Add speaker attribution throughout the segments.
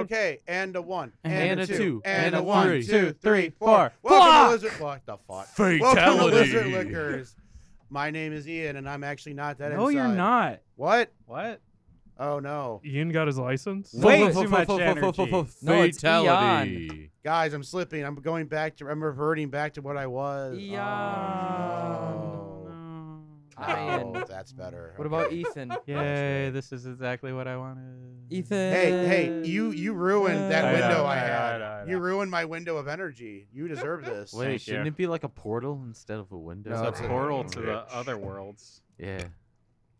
Speaker 1: Okay, and a one,
Speaker 2: And a two,
Speaker 1: and
Speaker 2: and
Speaker 1: a
Speaker 2: a
Speaker 1: one,
Speaker 2: three.
Speaker 1: two, three, four. Welcome to Lizard. What the fuck? Welcome to Lizard
Speaker 3: Fatality.
Speaker 1: Liquors. My name is Ian, and I'm actually not that.
Speaker 2: No, you're
Speaker 1: inside.
Speaker 2: not.
Speaker 1: What?
Speaker 2: What?
Speaker 1: Oh no,
Speaker 4: Ian got his license.
Speaker 3: Fa-
Speaker 2: Way too
Speaker 3: fa- fa- fa-
Speaker 2: much
Speaker 3: fa- fa- fa-
Speaker 2: energy.
Speaker 3: fa-
Speaker 2: No, it's
Speaker 3: Fatality.
Speaker 1: guys, I'm slipping. I'm going back to. I'm reverting back to what I was.
Speaker 2: Yeah.
Speaker 1: Oh, no.
Speaker 3: Ian.
Speaker 1: Oh, that's better.
Speaker 5: What about Ethan?
Speaker 2: Yay, this is exactly what I wanted.
Speaker 5: Ethan.
Speaker 1: Hey, hey, you you ruined that
Speaker 2: I know,
Speaker 1: window I
Speaker 4: I know,
Speaker 1: had.
Speaker 4: I know, I know.
Speaker 1: You ruined my window of energy. You deserve this.
Speaker 3: Wait,
Speaker 4: Thank
Speaker 3: shouldn't
Speaker 4: you.
Speaker 3: it be like a portal instead of a window?
Speaker 1: No,
Speaker 4: It's a
Speaker 1: it's a-
Speaker 4: portal to the other worlds.
Speaker 3: Yeah,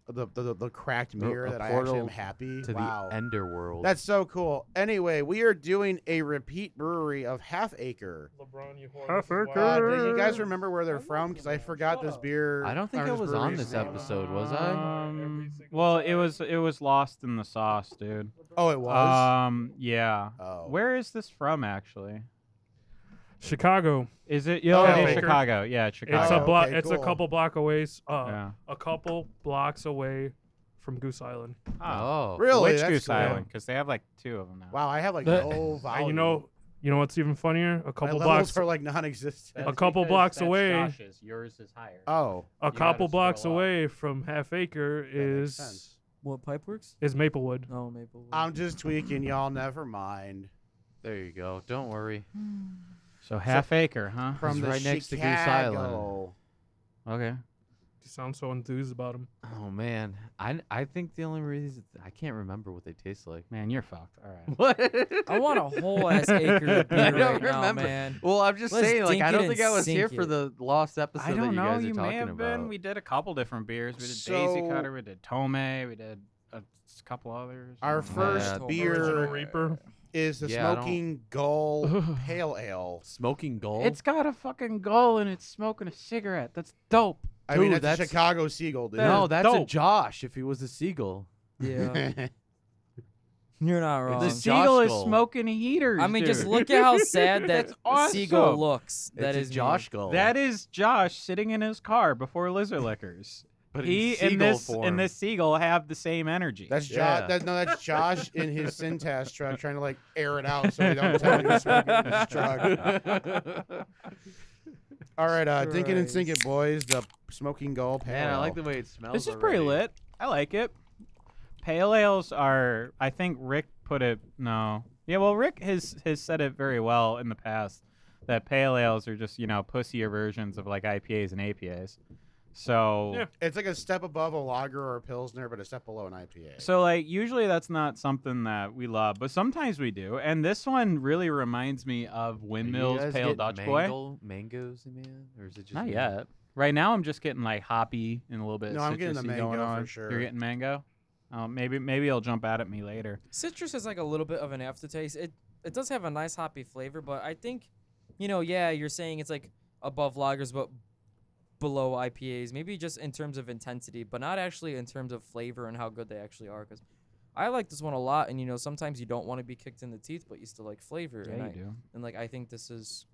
Speaker 1: The the, the, the cracked
Speaker 3: No,
Speaker 1: mirror
Speaker 3: a
Speaker 1: that I actually am
Speaker 3: portal
Speaker 1: happy.
Speaker 3: to
Speaker 1: wow.
Speaker 3: the Ender world.
Speaker 1: That's so cool. Anyway, we are doing a repeat brewery of Half Acre.
Speaker 4: LeBron, you
Speaker 1: Uh,
Speaker 4: whore.
Speaker 1: do you guys remember where they're from? Because I forgot this beer.
Speaker 3: I don't think
Speaker 1: or
Speaker 3: I
Speaker 1: this
Speaker 3: was on
Speaker 1: brewery's
Speaker 3: this
Speaker 1: name.
Speaker 3: episode, was I?
Speaker 2: Um, well, it was it was lost in the sauce, dude.
Speaker 1: Oh, it was.
Speaker 2: Um, yeah.
Speaker 3: Uh,
Speaker 1: oh.
Speaker 2: Where is this from, actually?
Speaker 4: Chicago.
Speaker 2: Is it? Yeah,
Speaker 1: Oh.
Speaker 2: it is
Speaker 1: Baker.
Speaker 2: Chicago. Yeah, it's Chicago.
Speaker 4: It's
Speaker 1: Oh,
Speaker 4: a block.
Speaker 1: okay,
Speaker 4: it's
Speaker 1: cool.
Speaker 4: a couple block away. s- Uh,
Speaker 2: yeah.
Speaker 4: A couple blocks away from Goose Island.
Speaker 3: Oh,
Speaker 1: Really?
Speaker 2: Witch
Speaker 1: That's
Speaker 2: Goose
Speaker 1: cool.
Speaker 2: Island, because they have like two of them now.
Speaker 1: Wow, I have like
Speaker 3: The-
Speaker 1: no
Speaker 4: And
Speaker 1: volume.
Speaker 4: you know, you know what's even funnier? A
Speaker 1: my
Speaker 4: couple
Speaker 1: levels
Speaker 4: blocks.
Speaker 1: are like non-existent.
Speaker 4: A couple blocks away.
Speaker 5: Yours is higher.
Speaker 1: Oh,
Speaker 4: A
Speaker 5: gotta
Speaker 4: couple blocks
Speaker 5: scroll up.
Speaker 4: away from Half Acre
Speaker 1: that makes
Speaker 4: is
Speaker 1: sense.
Speaker 5: What pipe works?
Speaker 4: is Maplewood.
Speaker 5: No, Maple.
Speaker 1: I'm just tweaking, y'all. Never mind.
Speaker 3: there you go. Don't worry.
Speaker 2: So half acre, huh?
Speaker 1: From
Speaker 3: It's
Speaker 1: the
Speaker 3: right next to Goose Island.
Speaker 1: Chicago.
Speaker 3: Okay.
Speaker 4: You sound so enthused about him.
Speaker 3: Oh man, I I think the only reason I can't remember what they taste like.
Speaker 2: Man, you're fucked. All right.
Speaker 3: What?
Speaker 5: I want a whole ass acre of beer
Speaker 3: I
Speaker 5: right
Speaker 3: don't
Speaker 5: now,
Speaker 3: remember.
Speaker 5: man.
Speaker 3: Well, I'm just
Speaker 5: Let's
Speaker 3: saying, like,
Speaker 5: dink
Speaker 3: I
Speaker 5: it
Speaker 3: don't
Speaker 5: and
Speaker 3: think I was here
Speaker 5: sink
Speaker 3: for
Speaker 5: it.
Speaker 3: the lost episode
Speaker 2: I
Speaker 3: that
Speaker 2: don't
Speaker 3: you
Speaker 2: know.
Speaker 3: guys
Speaker 2: You
Speaker 3: are talking
Speaker 2: may have
Speaker 3: about.
Speaker 2: been. We did a couple different beers. We did Daisy
Speaker 1: So-
Speaker 2: Cutter. We did Tome. We did a s- couple others.
Speaker 1: Our
Speaker 2: Mm.
Speaker 1: first
Speaker 5: Yeah,
Speaker 4: Original
Speaker 1: beer
Speaker 5: Or-
Speaker 4: Reaper.
Speaker 1: is the
Speaker 3: Yeah, I don't-
Speaker 1: Smoking Gull Pale Ale.
Speaker 3: Smoking gold.
Speaker 2: It's got a fucking goal and it's smoking a cigarette. That's dope.
Speaker 1: I mean,
Speaker 3: Dude,
Speaker 1: that's, a
Speaker 3: that's-
Speaker 1: Chicago Seagull, dude.
Speaker 3: no,
Speaker 2: that
Speaker 3: that's a
Speaker 2: dope.
Speaker 3: Josh. If he was a seagull.
Speaker 5: Yeah, you're not wrong.
Speaker 3: The
Speaker 2: The
Speaker 3: Josh
Speaker 2: seagull is
Speaker 3: goal.
Speaker 2: smoking heaters.
Speaker 5: I mean, just
Speaker 2: dude.
Speaker 5: look at how sad that
Speaker 2: That's awesome.
Speaker 5: seagull looks. That
Speaker 3: It's
Speaker 5: is
Speaker 3: a
Speaker 5: me.
Speaker 3: Josh goal.
Speaker 2: That is Josh sitting in his car before Lizard Liquors.
Speaker 3: but in
Speaker 2: he
Speaker 3: seagull
Speaker 2: and this
Speaker 3: form.
Speaker 2: and this seagull have the same energy.
Speaker 1: That's Josh.
Speaker 3: Yeah.
Speaker 1: That, no, that's Josh in his Syntax truck trying to like air it out so he don't tell you smoking in his truck. All right, uh, dink it and sink it, boys. The Smoking Gull Pale
Speaker 3: Man, I
Speaker 1: Ale.
Speaker 3: like the way it smells.
Speaker 2: This is pretty
Speaker 3: already.
Speaker 2: lit. I like it. Pale ales are. I think Rick put it. No. Yeah. Well, Rick has has said it very well in the past that pale ales are just you know pussier versions of like IPAs and APAs. So.
Speaker 4: Yeah.
Speaker 1: It's like a step above a lager or a pilsner, but a step below an IPA.
Speaker 2: So like usually that's not something that we love, but sometimes we do. And this one really reminds me of
Speaker 3: Are you
Speaker 2: Windmills
Speaker 3: guys
Speaker 2: Pale
Speaker 3: getting
Speaker 2: Dutch Boy.
Speaker 3: mango, Mangoes, man, or is it just
Speaker 2: Not
Speaker 3: me?
Speaker 2: yet. Right now I'm just getting like hoppy and a little bit.
Speaker 1: No, I'm getting the
Speaker 2: citrusy
Speaker 1: mango
Speaker 2: going
Speaker 1: for
Speaker 2: on.
Speaker 1: sure.
Speaker 2: You're getting mango. Oh, maybe maybe it'll jump out at me later.
Speaker 5: Citrus is like a little bit of an aftertaste. It it does have a nice hoppy flavor, but I think, you know, yeah, you're saying it's like above lagers but below IPAs. Maybe just in terms of intensity, but not actually in terms of flavor and how good they actually are. Because I like this one a lot, and you know, sometimes you don't want to be kicked in the teeth, but you still like flavor. and,
Speaker 2: Yeah,
Speaker 5: I,
Speaker 2: you do.
Speaker 5: and like I think this is,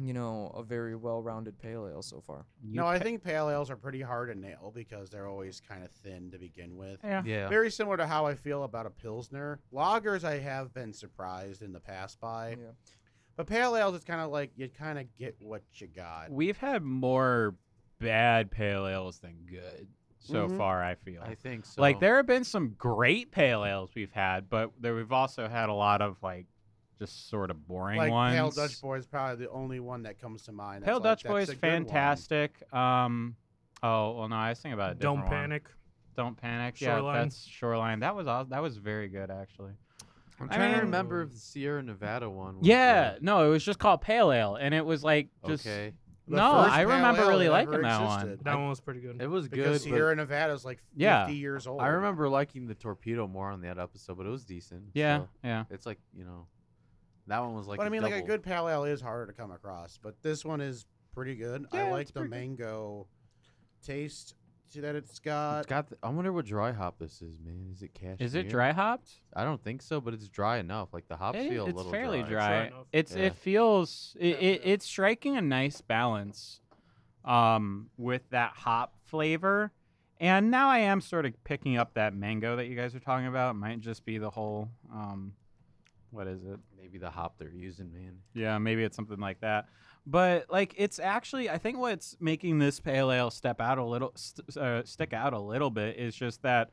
Speaker 5: you know, a very well-rounded pale ale so far.
Speaker 1: no, I think pale ales are pretty hard to nail because they're always kind of thin to begin with.
Speaker 2: Yeah.
Speaker 3: Yeah.
Speaker 1: Very similar to how I feel about a pilsner. Lagers, I have been surprised in the past by,
Speaker 5: Yeah.
Speaker 1: but pale ales, it's kind of like you kind of get what you got.
Speaker 2: We've had more bad pale ales than good so
Speaker 1: Mhm.
Speaker 2: far, I feel.
Speaker 3: I think so.
Speaker 2: Like there have been some great pale ales we've had, but there we've also had a lot of like just sort of boring
Speaker 1: like
Speaker 2: ones.
Speaker 1: pale Dutch boy is probably the only one that comes to mind.
Speaker 2: Pale
Speaker 1: that's
Speaker 2: Dutch
Speaker 1: like,
Speaker 2: Boy
Speaker 1: that's
Speaker 2: is
Speaker 1: a good one.
Speaker 2: fantastic. Um, oh well, no, I was thinking about a
Speaker 4: Don't
Speaker 2: different one.
Speaker 4: panic.
Speaker 2: Don't panic.
Speaker 4: Shoreline.
Speaker 2: Yeah, that's shoreline. That was aw- that was very good actually.
Speaker 3: I'm
Speaker 2: I
Speaker 3: trying to
Speaker 2: mean-
Speaker 3: remember if the Sierra Nevada one. Was
Speaker 2: Yeah,
Speaker 3: good.
Speaker 2: no, it was just called pale ale, and it was like just
Speaker 3: okay.
Speaker 1: The
Speaker 2: no.
Speaker 1: first
Speaker 2: I
Speaker 1: pale
Speaker 2: remember
Speaker 1: ale
Speaker 2: really
Speaker 1: that
Speaker 2: liking
Speaker 1: ever
Speaker 2: that one.
Speaker 1: existed.
Speaker 4: That one was pretty good.
Speaker 3: It was
Speaker 1: Because
Speaker 3: good.
Speaker 1: Sierra Nevada is like 50
Speaker 2: Yeah.
Speaker 1: years old.
Speaker 3: But I remember liking the torpedo more on that episode, but it was decent.
Speaker 2: Yeah,
Speaker 3: so
Speaker 2: yeah.
Speaker 3: it's like you know, that one was like.
Speaker 1: but
Speaker 3: I
Speaker 1: I mean, like a good pale ale is harder to come across, but this one is pretty good.
Speaker 2: Yeah,
Speaker 1: I
Speaker 2: it's
Speaker 1: like the
Speaker 2: pretty good.
Speaker 1: mango taste to that it's got.
Speaker 3: It's got the, I wonder what dry hop this is, man. Is it cashmere?
Speaker 2: Is it dry hopped?
Speaker 3: I don't think so, but it's dry enough. Like the hops
Speaker 2: It is-
Speaker 3: feel a
Speaker 2: it's
Speaker 3: little
Speaker 2: fairly
Speaker 4: dry.
Speaker 2: dry.
Speaker 4: enough.
Speaker 2: It's
Speaker 3: Yeah.
Speaker 2: it feels it, it it's striking a nice balance, um, with that hop flavor. And now I am sort of picking up that mango that you guys are talking about. It might just be the whole um, what is it?
Speaker 3: Maybe the hop they're using, man.
Speaker 2: Yeah, maybe it's something like that. But like, it's actually I think what's making this pale ale step out a little, st- uh, stick out a little bit is just that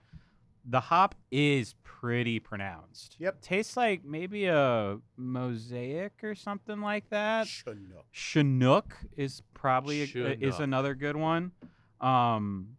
Speaker 2: the hop is pretty pronounced.
Speaker 1: Yep.
Speaker 2: tastes like maybe a mosaic or something like that.
Speaker 1: Chinook.
Speaker 2: Chinook is probably a, uh, is
Speaker 3: Chinook.
Speaker 2: another good one. Um,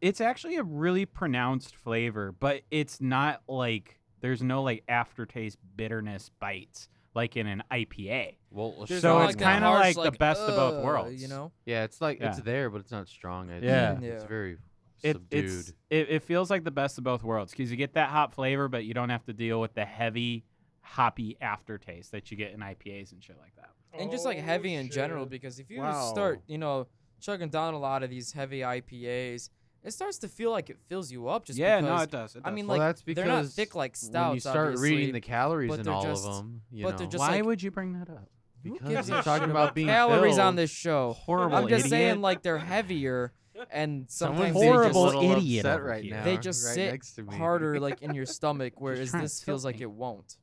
Speaker 2: it's actually a really pronounced flavor, but it's not like there's no like aftertaste bitterness bites like in an IPA.
Speaker 3: Well,
Speaker 5: There's
Speaker 2: So
Speaker 5: not
Speaker 3: strong-
Speaker 2: it's
Speaker 5: that
Speaker 2: kinda
Speaker 5: harsh,
Speaker 2: like the best of both
Speaker 5: "Ugh,"
Speaker 2: worlds.
Speaker 5: You know,
Speaker 3: yeah, it's like it's
Speaker 2: Yeah.
Speaker 3: there, but it's not strong. I think.
Speaker 2: Yeah.
Speaker 5: Yeah.
Speaker 3: it's very
Speaker 2: It,
Speaker 3: subdued.
Speaker 2: it's it, it feels like the best of both worlds because you get that hop flavor, but you don't have to deal with the heavy hoppy aftertaste that you get in IPAs and shit like that.
Speaker 5: and just like heavy
Speaker 4: Oh,
Speaker 5: in general
Speaker 4: because
Speaker 5: because if you just start,
Speaker 1: Wow.
Speaker 5: you know, chugging down a lot of these heavy IPAs, it starts to feel like it fills you up. Just
Speaker 2: yeah,
Speaker 5: because,
Speaker 2: no, it does. It
Speaker 5: I
Speaker 2: does.
Speaker 5: mean,
Speaker 3: well,
Speaker 5: like
Speaker 3: that's
Speaker 5: they're
Speaker 3: because
Speaker 5: not thick like
Speaker 3: when you
Speaker 5: stouts.
Speaker 3: start reading the
Speaker 5: obviously.
Speaker 3: calories
Speaker 5: but
Speaker 3: in
Speaker 5: they're
Speaker 3: all
Speaker 5: just-
Speaker 3: of them, you
Speaker 5: but
Speaker 3: know.
Speaker 5: they're just
Speaker 2: why
Speaker 5: like-
Speaker 2: would you bring that up?
Speaker 5: Who
Speaker 3: because
Speaker 5: gives
Speaker 3: they're
Speaker 5: a
Speaker 3: talking
Speaker 5: shit
Speaker 3: about being
Speaker 5: calories on
Speaker 3: filled.
Speaker 5: this show.
Speaker 2: Horrible.
Speaker 5: I'm just
Speaker 2: idiot.
Speaker 5: saying, like they're heavier, and sometimes they just
Speaker 2: horrible
Speaker 3: Someone's a little
Speaker 2: idiot
Speaker 3: upset
Speaker 2: over
Speaker 3: right
Speaker 2: here.
Speaker 3: now.
Speaker 5: they just
Speaker 3: right
Speaker 5: sit
Speaker 3: next to me.
Speaker 5: harder like in your stomach whereas
Speaker 2: trying to
Speaker 5: this feels
Speaker 2: tilt
Speaker 5: like
Speaker 2: me.
Speaker 5: it won't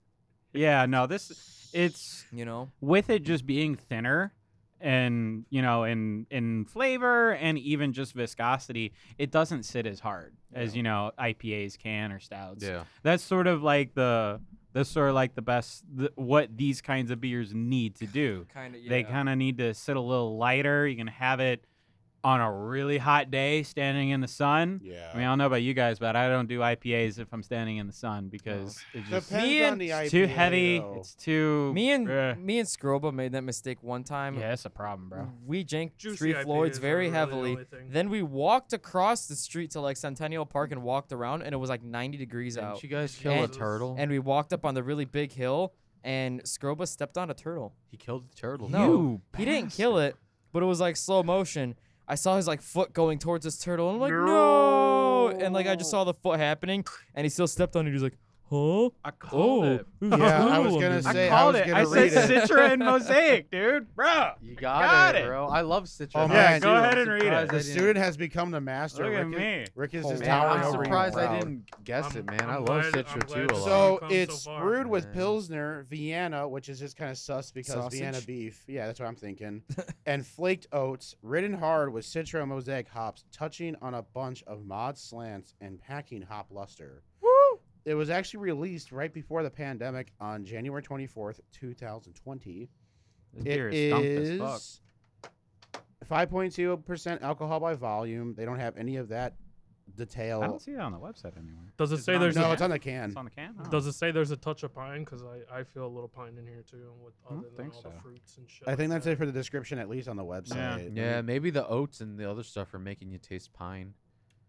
Speaker 2: Yeah, no, this it's
Speaker 5: you know
Speaker 2: with it just being thinner and you know in in flavor and even just viscosity it doesn't sit as hard as you know ipas can or stouts
Speaker 3: Yeah.
Speaker 2: that's sort of like the that's sort of like the best th- what these kinds of beers need to do
Speaker 5: kind of yeah.
Speaker 2: they kind of need to sit a little lighter you can have it on a really hot day standing in the sun
Speaker 1: Yeah.
Speaker 2: i mean i don't know about you guys but i don't do ipas if i'm standing in the sun because it just
Speaker 1: Depends
Speaker 5: Me
Speaker 1: on
Speaker 5: and-
Speaker 1: the
Speaker 2: it's
Speaker 1: IPA,
Speaker 2: too heavy
Speaker 1: though.
Speaker 2: it's too
Speaker 5: me and
Speaker 2: Ugh.
Speaker 5: me and scroba made that mistake one time
Speaker 2: Yeah, that's a problem, bro.
Speaker 5: we janked
Speaker 4: Juicy
Speaker 5: three
Speaker 4: IPAs
Speaker 5: floyds
Speaker 4: are
Speaker 5: very
Speaker 4: really the
Speaker 5: heavily
Speaker 4: only thing.
Speaker 5: then we walked across the street to like centennial park and walked around and it was like 90 degrees out
Speaker 3: Didn't you guys kill a
Speaker 5: And-
Speaker 3: turtle?
Speaker 5: and we walked up on the really big hill and scroba stepped on a turtle
Speaker 3: he killed the turtle.
Speaker 5: No. he didn't kill it but it was like slow motion i saw his like foot going towards this turtle and i'm like no, and like i just saw the foot happening and he still stepped on it he's like huh
Speaker 2: I called
Speaker 5: oh
Speaker 2: it.
Speaker 5: there's
Speaker 1: Yeah, I
Speaker 5: glue
Speaker 1: was
Speaker 5: on
Speaker 1: gonna
Speaker 5: this."
Speaker 1: say-
Speaker 2: I
Speaker 1: I
Speaker 2: called
Speaker 1: was
Speaker 2: it.
Speaker 1: gonna
Speaker 2: I said
Speaker 1: read it.
Speaker 2: Citra and Mosaic, dude, bro.
Speaker 3: You got,
Speaker 2: Got
Speaker 3: it,
Speaker 2: it.
Speaker 3: bro. I love Citra.
Speaker 1: Oh,
Speaker 3: Me
Speaker 1: man,
Speaker 3: too.
Speaker 1: go
Speaker 2: ahead
Speaker 3: I'm
Speaker 2: and read it.
Speaker 3: surprised I
Speaker 1: The
Speaker 3: didn't-
Speaker 1: student has become the master.
Speaker 2: Look at
Speaker 1: Rick,
Speaker 2: me.
Speaker 1: Rick is just
Speaker 5: Holy
Speaker 3: Man,
Speaker 1: towering
Speaker 3: I'm
Speaker 1: over you.
Speaker 3: surprised I
Speaker 1: proud.
Speaker 3: didn't guess it,
Speaker 4: I'm-
Speaker 3: man. i love
Speaker 4: I'm glad- I'm
Speaker 3: Citra
Speaker 4: glad
Speaker 3: too a lot.
Speaker 4: it's- Well,
Speaker 1: So
Speaker 4: we've come so
Speaker 1: it's
Speaker 4: far.
Speaker 1: brewed with
Speaker 3: Yeah.
Speaker 1: Pilsner, Vienna, which is just kind of sus because Vienna
Speaker 5: Sausage?
Speaker 1: beef. Yeah, that's what I'm thinking. and flaked oats, ridden hard with Citra and mosaic hops, touching on a bunch of mod slants and packing hop luster.
Speaker 2: Woo!
Speaker 1: It was actually released right before the pandemic on January 24th, 2020.
Speaker 2: This beer
Speaker 1: It
Speaker 2: is dunked as fuck.
Speaker 1: is 5.2% alcohol by volume. They don't have any of that detail.
Speaker 2: I don't see it on the website anywhere.
Speaker 4: Does it
Speaker 2: It's
Speaker 4: say
Speaker 2: not-
Speaker 4: there's
Speaker 1: No,
Speaker 4: a,
Speaker 1: it's on the can.
Speaker 2: It's on the can. Oh.
Speaker 4: does it say there's a touch of pine? Because I, I feel a little pine in here too, with
Speaker 2: I don't
Speaker 4: other than
Speaker 2: Hmm. think
Speaker 4: all
Speaker 2: so.
Speaker 4: the fruits and shit.
Speaker 1: I think
Speaker 4: like
Speaker 1: that's
Speaker 4: that.
Speaker 1: it for the description, at least on the website.
Speaker 3: yeah, maybe the oats and the other stuff are making you taste pine.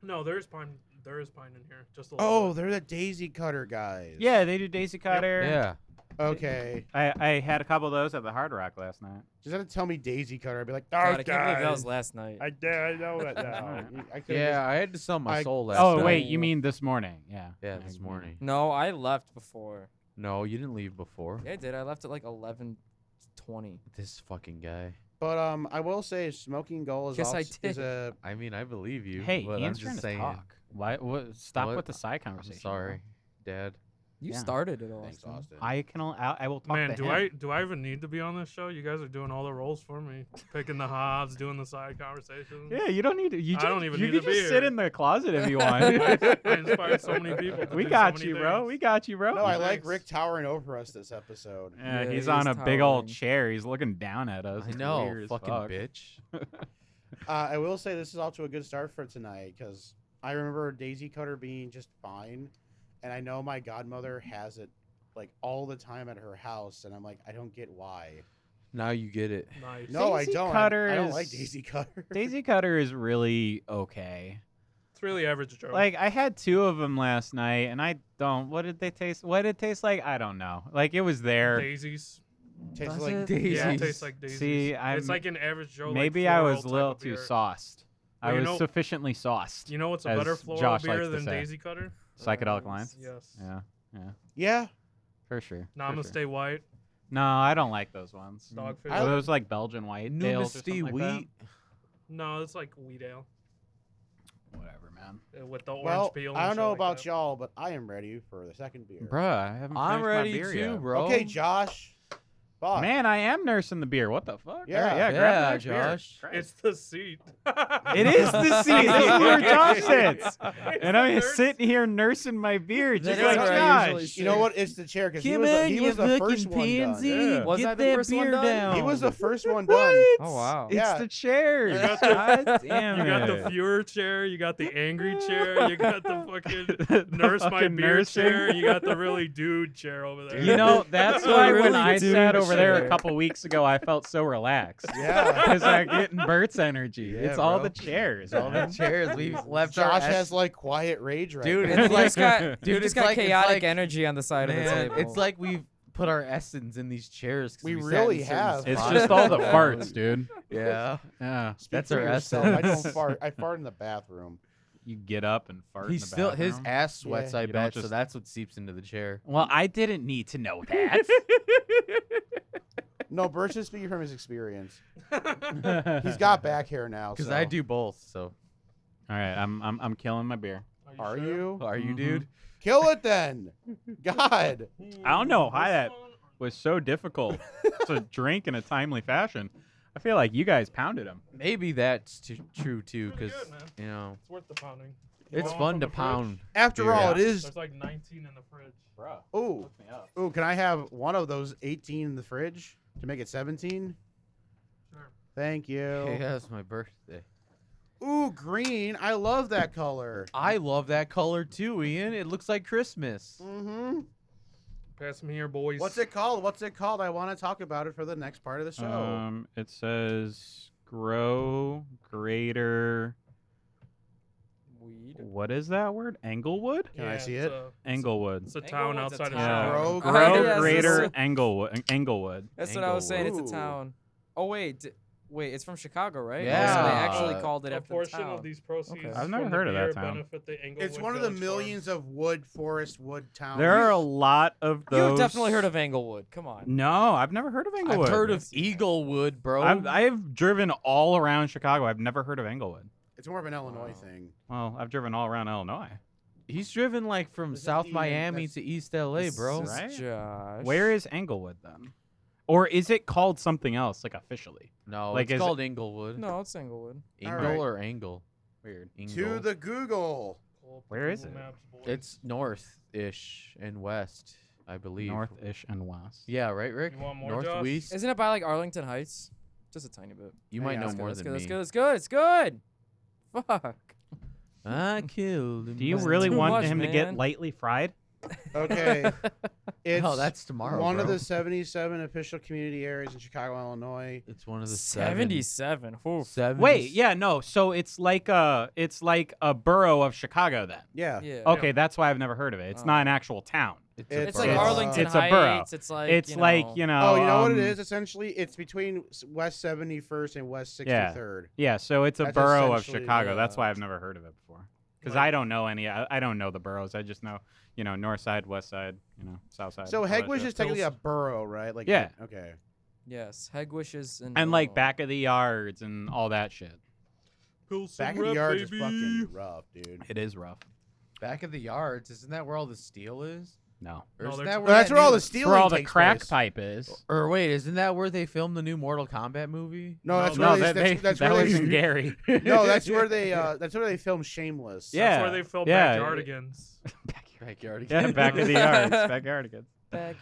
Speaker 4: No, there is pine. There is pine in here. Just a little.
Speaker 1: Oh,
Speaker 4: bit.
Speaker 1: they're the Daisy Cutter guys.
Speaker 2: yeah, they do Daisy Cutter.
Speaker 3: Yeah.
Speaker 1: Okay.
Speaker 2: I, I had a couple of those at the Hard Rock last night.
Speaker 1: Just had to tell me Daisy Cutter. I'd be like, oh,
Speaker 5: God, i can't believe that was last night
Speaker 1: I, did, I know that now. I could've
Speaker 3: Yeah, I had to sell my
Speaker 1: I-
Speaker 3: soul last
Speaker 2: oh
Speaker 3: night.
Speaker 2: wait, you mean this morning? Yeah.
Speaker 3: Yeah, this morning.
Speaker 5: no i left before
Speaker 3: No, you didn't leave before.
Speaker 5: yeah i did i left at like 11 20
Speaker 3: This fucking guy.
Speaker 1: just- but um, I will say, Smoking Goal is,
Speaker 5: Yes, I
Speaker 1: also, is
Speaker 5: did.
Speaker 1: a
Speaker 3: I mean, I believe you.
Speaker 2: Hey,
Speaker 3: but
Speaker 2: Ian's
Speaker 3: I'm just
Speaker 2: trying to
Speaker 3: saying.
Speaker 2: talk. Why? What, stop
Speaker 3: What?
Speaker 2: with the side
Speaker 3: I'm
Speaker 2: conversation. bro.
Speaker 3: sorry, Dad.
Speaker 5: you
Speaker 2: Yeah.
Speaker 5: started it all
Speaker 1: Thanks,
Speaker 5: Austin.
Speaker 1: Austin.
Speaker 2: I can. al- I, I will talk
Speaker 4: Man,
Speaker 2: to
Speaker 4: do
Speaker 2: him.
Speaker 4: I do I even need to be on this show? You guys are doing all the roles for me, picking the hobs, doing the side conversations.
Speaker 2: Yeah, you don't need to. You
Speaker 4: I
Speaker 2: just,
Speaker 4: don't even
Speaker 2: you
Speaker 4: need
Speaker 2: can
Speaker 4: to be
Speaker 2: just sit
Speaker 4: here.
Speaker 2: in the closet if you
Speaker 4: I,
Speaker 2: want.
Speaker 4: ins- I inspired so many people. to
Speaker 2: we
Speaker 4: do so
Speaker 2: got
Speaker 4: many
Speaker 2: you, bro.
Speaker 4: things.
Speaker 2: We got you, bro.
Speaker 1: No, I like
Speaker 4: Thanks.
Speaker 1: Rick towering over us this episode.
Speaker 2: Yeah,
Speaker 5: Yeah,
Speaker 2: he's
Speaker 5: he
Speaker 2: on a
Speaker 5: is
Speaker 2: big old
Speaker 5: towering.
Speaker 2: chair. He's looking down at us.
Speaker 3: I
Speaker 2: It's
Speaker 3: know,
Speaker 2: weird as
Speaker 3: fucking
Speaker 2: fuck.
Speaker 3: bitch.
Speaker 1: Uh, I will say this is off to a good start for tonight because I remember Daisy Cutter being just fine, and I know my godmother has it like all the time at her house, and I'm like, I don't get why.
Speaker 3: Now you get it.
Speaker 4: Nice.
Speaker 1: No, I
Speaker 2: Daisy
Speaker 1: don't. I-
Speaker 2: Cutter
Speaker 1: I don't
Speaker 2: is-
Speaker 1: like Daisy Cutter.
Speaker 2: Daisy Cutter is really okay.
Speaker 4: It's really average Joe.
Speaker 2: Like I had two of them last night, and I don't. What did they taste? What did it taste like? I don't know. Like it was there.
Speaker 4: daisies.
Speaker 1: tastes
Speaker 5: Does
Speaker 1: like
Speaker 5: it?
Speaker 3: Daisies.
Speaker 4: Yeah, it tastes like daisies.
Speaker 2: See, I'm-
Speaker 4: it's like an average Joe. like,
Speaker 2: Maybe I
Speaker 4: floral
Speaker 2: was a
Speaker 4: type
Speaker 2: little
Speaker 4: of
Speaker 2: too
Speaker 4: beer.
Speaker 2: sauced. I
Speaker 4: Well, you
Speaker 2: was
Speaker 4: know-
Speaker 2: sufficiently sauced.
Speaker 4: You know what's a
Speaker 2: as
Speaker 4: better floral
Speaker 2: Josh likes
Speaker 4: beer
Speaker 2: to
Speaker 4: than
Speaker 2: say.
Speaker 4: Daisy Cutter?
Speaker 2: Psychedelic lines.
Speaker 4: Yes.
Speaker 2: Yeah,
Speaker 1: yeah.
Speaker 2: for sure. for
Speaker 4: Namaste
Speaker 2: sure.
Speaker 4: White.
Speaker 2: No, I don't like those ones.
Speaker 4: Dogfish.
Speaker 2: Are those like Belgian white ales or
Speaker 3: Numisty
Speaker 2: something like that?
Speaker 3: wheat.
Speaker 4: No, it's like wheat ale.
Speaker 2: Whatever, man.
Speaker 4: uh, with the orange
Speaker 1: well,
Speaker 4: peel. and
Speaker 1: I don't
Speaker 4: shit
Speaker 1: know
Speaker 4: like
Speaker 1: about
Speaker 4: that.
Speaker 1: y'all, but I am ready for the second beer.
Speaker 2: Bruh, I haven't
Speaker 3: I'm
Speaker 2: finished
Speaker 3: ready
Speaker 2: my beer
Speaker 3: too,
Speaker 2: yet.
Speaker 3: bro.
Speaker 1: Okay, Josh. Fuck.
Speaker 2: Man, I am nursing the beer. What the fuck?
Speaker 1: Yeah.
Speaker 2: Alright, yeah, grab the
Speaker 3: yeah,
Speaker 2: next beer.
Speaker 3: Josh.
Speaker 2: Christ.
Speaker 4: It's the seat.
Speaker 2: It is the seat. That's where Josh sits.
Speaker 4: It's
Speaker 2: And
Speaker 4: the
Speaker 2: I'm just
Speaker 4: third
Speaker 2: sitting here nursing my beer,
Speaker 1: is
Speaker 2: just like
Speaker 1: where I
Speaker 2: Josh.
Speaker 5: usually
Speaker 1: You know what? It's the chair because he
Speaker 3: Come
Speaker 1: was the,
Speaker 3: on,
Speaker 1: he
Speaker 3: you
Speaker 1: was the first
Speaker 3: fucking
Speaker 1: one
Speaker 3: pansy.
Speaker 1: done.
Speaker 4: Yeah.
Speaker 3: Was
Speaker 5: Get
Speaker 3: I the
Speaker 5: that
Speaker 3: first one
Speaker 5: beer
Speaker 3: done?
Speaker 5: down.
Speaker 1: He was the first one
Speaker 2: What?
Speaker 1: done.
Speaker 5: Oh wow.
Speaker 2: It's
Speaker 1: Yeah.
Speaker 2: the chair.
Speaker 4: You got
Speaker 2: God
Speaker 4: You
Speaker 2: damn
Speaker 4: got
Speaker 2: it.
Speaker 4: the Fuhrer chair. You got the angry chair. You got the fucking
Speaker 2: The
Speaker 4: nurse my
Speaker 2: fucking
Speaker 4: beer
Speaker 2: nursing.
Speaker 4: chair. You got the really dude chair over there.
Speaker 2: You know, that's
Speaker 5: The
Speaker 2: why when
Speaker 5: really
Speaker 2: I
Speaker 5: dude
Speaker 2: sat over there a
Speaker 5: chair.
Speaker 2: couple weeks ago, I felt so relaxed.
Speaker 1: Yeah.
Speaker 2: Because I'm getting Bert's energy.
Speaker 1: Yeah,
Speaker 2: it's all
Speaker 1: bro.
Speaker 2: the chairs.
Speaker 1: all the
Speaker 2: man.
Speaker 3: the chairs. We left our
Speaker 1: Josh
Speaker 3: ass-
Speaker 1: has like quiet rage right
Speaker 3: Dude,
Speaker 1: now.
Speaker 5: And then
Speaker 3: It's
Speaker 5: you
Speaker 3: like-
Speaker 5: just got,
Speaker 3: Dude,
Speaker 5: you
Speaker 3: it's
Speaker 5: just got
Speaker 3: like- it's
Speaker 5: chaotic
Speaker 3: like-
Speaker 5: energy on the side of the
Speaker 3: Man,
Speaker 5: table.
Speaker 3: it's like we've put our essence in these chairs. 'cause
Speaker 1: We
Speaker 3: sat in
Speaker 1: really
Speaker 3: certain
Speaker 1: have.
Speaker 2: It's
Speaker 3: spots.
Speaker 2: just all the
Speaker 3: Yeah.
Speaker 2: farts, dude.
Speaker 3: Yeah.
Speaker 2: Yeah.
Speaker 1: Speak
Speaker 3: that's
Speaker 1: for
Speaker 3: our
Speaker 1: yourself. I don't
Speaker 2: essence.
Speaker 1: fart. I fart in the bathroom.
Speaker 2: You get up and fart.
Speaker 3: He's
Speaker 2: in the
Speaker 3: still his
Speaker 2: bathroom.
Speaker 3: ass sweats.
Speaker 1: Yeah.
Speaker 3: I
Speaker 2: You don't
Speaker 3: bet. So
Speaker 2: just-
Speaker 3: that's what seeps into the chair.
Speaker 2: Well, I didn't need to know that.
Speaker 1: No, Bert's just speaking from his experience. He's got back hair now.
Speaker 3: Because
Speaker 1: so.
Speaker 3: I do both. So
Speaker 2: All right, I'm I'm I'm killing my beer.
Speaker 1: Are
Speaker 4: sure?
Speaker 1: you?
Speaker 3: are you,
Speaker 2: Mhm.
Speaker 3: dude?
Speaker 1: Kill it then. God.
Speaker 2: I don't know why
Speaker 4: This
Speaker 2: that-
Speaker 4: one-
Speaker 2: Was so difficult to drink in a timely fashion. I feel like you guys pounded him.
Speaker 3: Maybe that's t- true too.
Speaker 4: Pretty
Speaker 3: Because
Speaker 4: good, man.
Speaker 3: you know
Speaker 4: It's worth the pounding. You
Speaker 3: it's
Speaker 4: want
Speaker 3: fun to
Speaker 4: one from the fridge?
Speaker 3: pound.
Speaker 1: After
Speaker 3: Dude.
Speaker 1: all, it is.
Speaker 4: There's like 19 in the fridge.
Speaker 2: Bro,
Speaker 1: Ooh,
Speaker 2: me up.
Speaker 1: ooh. Can I have one of those 18 in the fridge to make it 17?
Speaker 4: Sure.
Speaker 1: Thank you.
Speaker 3: Yeah, it's my birthday.
Speaker 1: Ooh, green. I love that color.
Speaker 3: I love that color too, Ian. It looks like Christmas.
Speaker 1: Mm-hmm.
Speaker 4: Pass me here, boys.
Speaker 1: What's it called? What's it called? I want to talk about it for the next part of the show.
Speaker 2: Um, it says grow greater.
Speaker 5: weed.
Speaker 2: What is that word? Englewood.
Speaker 1: Can I see
Speaker 4: it's
Speaker 1: it?
Speaker 4: a-
Speaker 2: Englewood.
Speaker 4: It's a town
Speaker 5: Englewood's a
Speaker 4: outside of
Speaker 5: town.
Speaker 4: Chicago.
Speaker 1: Bro,
Speaker 2: Grow
Speaker 5: yes,
Speaker 2: greater
Speaker 5: it's-
Speaker 2: Englewood. Englewood.
Speaker 5: That's what I was saying. It's
Speaker 1: Ooh.
Speaker 5: a town. Oh wait, d- wait. It's from Chicago, right? Oh, so they
Speaker 3: Yeah.
Speaker 5: actually called it
Speaker 4: A
Speaker 5: after the
Speaker 4: portion
Speaker 5: town.
Speaker 4: of these proceeds
Speaker 5: Okay.
Speaker 2: I've never
Speaker 4: from the
Speaker 2: heard of that
Speaker 4: beer
Speaker 2: town.
Speaker 4: benefit the
Speaker 1: it's
Speaker 4: Englewood
Speaker 1: one of the
Speaker 4: Village Farm.
Speaker 1: millions of wood, forest, wood towns.
Speaker 2: There are a lot of those.
Speaker 5: You've definitely heard of Englewood. Come on.
Speaker 2: No, I've never heard of
Speaker 3: I've
Speaker 2: Englewood.
Speaker 3: heard of Eaglewood, bro.
Speaker 2: I've, I've driven all around Chicago. I've never heard of Englewood.
Speaker 1: It's more of an Illinois
Speaker 5: Wow.
Speaker 1: thing.
Speaker 2: Well, I've driven all around Illinois.
Speaker 3: He's driven like from
Speaker 1: This is
Speaker 3: South
Speaker 1: Ian,
Speaker 3: Miami
Speaker 1: that's-
Speaker 3: to East LA,
Speaker 5: This
Speaker 3: bro.
Speaker 5: is
Speaker 2: Right?
Speaker 5: Josh.
Speaker 2: Where is Englewood then? Or is it called something else, like officially?
Speaker 3: No,
Speaker 2: Like,
Speaker 3: it's
Speaker 2: is it-
Speaker 3: called Inglewood.
Speaker 5: No, it's Englewood.
Speaker 3: Ingle
Speaker 1: Alright.
Speaker 3: or Angle?
Speaker 2: Weird.
Speaker 1: To
Speaker 3: Ingle.
Speaker 1: the Google.
Speaker 4: Pull up
Speaker 2: Where is
Speaker 4: Google
Speaker 2: it?
Speaker 4: Maps, boys.
Speaker 3: It's north ish and west, I believe.
Speaker 2: North-ish and west.
Speaker 3: Yeah, right, Rick?
Speaker 4: You want more,
Speaker 3: north
Speaker 4: Josh?
Speaker 3: west.
Speaker 5: Isn't it by like Arlington Heights? Just a tiny bit.
Speaker 3: You
Speaker 1: Hang
Speaker 3: might
Speaker 1: on,
Speaker 3: know
Speaker 5: That's good.
Speaker 3: more
Speaker 5: That's
Speaker 3: than
Speaker 5: good.
Speaker 3: me.
Speaker 5: That's good. That's good. It's good. Fuck.
Speaker 3: I killed.
Speaker 2: Do you
Speaker 5: That's
Speaker 2: really
Speaker 5: too
Speaker 2: want
Speaker 5: much,
Speaker 2: him to get
Speaker 5: man.
Speaker 2: lightly fried?
Speaker 1: Okay. it's
Speaker 3: oh, that's tomorrow.
Speaker 1: one of
Speaker 3: bro.
Speaker 1: the 77 official community areas in Chicago, Illinois.
Speaker 3: It's one of the seven-
Speaker 5: Seventy-seven. Oof.
Speaker 3: seven-
Speaker 2: Wait, yeah, no. So it's like a it's like a borough of Chicago then.
Speaker 1: Yeah.
Speaker 5: Yeah. Oh.
Speaker 2: Okay, that's why I've never heard of it. It's not an actual town.
Speaker 3: It's,
Speaker 1: It's
Speaker 5: It's like
Speaker 1: It's-
Speaker 5: Arlington
Speaker 2: it's a borough.
Speaker 5: Heights. It's like
Speaker 2: it's
Speaker 5: you
Speaker 2: like
Speaker 5: know,
Speaker 2: you know.
Speaker 1: Oh, you know what it
Speaker 2: um,
Speaker 1: is? Essentially, it's between s- West 71st and West
Speaker 2: Yeah.
Speaker 1: 63rd.
Speaker 2: Yeah, so it's a
Speaker 1: That's
Speaker 2: borough of
Speaker 1: essentially, uh,
Speaker 2: Chicago. That's
Speaker 5: yeah.
Speaker 2: why I've never heard of it before. Because
Speaker 4: Right.
Speaker 2: I don't know any. I, I don't know the boroughs. I just know you know north side, west side, you know south side.
Speaker 1: So
Speaker 2: all that
Speaker 1: Hegwish
Speaker 2: shit.
Speaker 1: is technically a borough, right? Like eh,
Speaker 2: Yeah.
Speaker 1: Okay.
Speaker 5: Yes. Hegwish is in.
Speaker 2: and like
Speaker 5: Illinois.
Speaker 2: back of the yards and all that shit.
Speaker 4: Pilsen
Speaker 1: Back of the
Speaker 4: rep,
Speaker 1: yard is
Speaker 4: baby.
Speaker 1: fucking rough, dude.
Speaker 2: It is rough.
Speaker 3: back of the yards. Isn't that where all the steel is?
Speaker 2: No,
Speaker 3: Or
Speaker 4: No,
Speaker 3: isn't
Speaker 4: they're-
Speaker 1: Well,
Speaker 3: that Oh, where
Speaker 1: that's
Speaker 3: that
Speaker 1: where all
Speaker 3: new-
Speaker 1: the stealing
Speaker 2: where all the
Speaker 1: takes
Speaker 2: crack
Speaker 1: place.
Speaker 2: pipe is.
Speaker 3: Or wait, isn't that where they filmed the new Mortal Kombat movie?
Speaker 1: No, that's
Speaker 2: no,
Speaker 1: where
Speaker 2: that,
Speaker 1: they,
Speaker 2: they,
Speaker 1: that's, that's
Speaker 2: that
Speaker 1: where
Speaker 2: was
Speaker 1: they,
Speaker 2: in Gary.
Speaker 1: No, that's where they uh, that's where they film Shameless.
Speaker 2: Yeah.
Speaker 4: That's where they fill
Speaker 2: yeah.
Speaker 4: backyardigans.
Speaker 3: Backyard
Speaker 2: yeah,
Speaker 3: again.
Speaker 2: back of the yards, backyard again.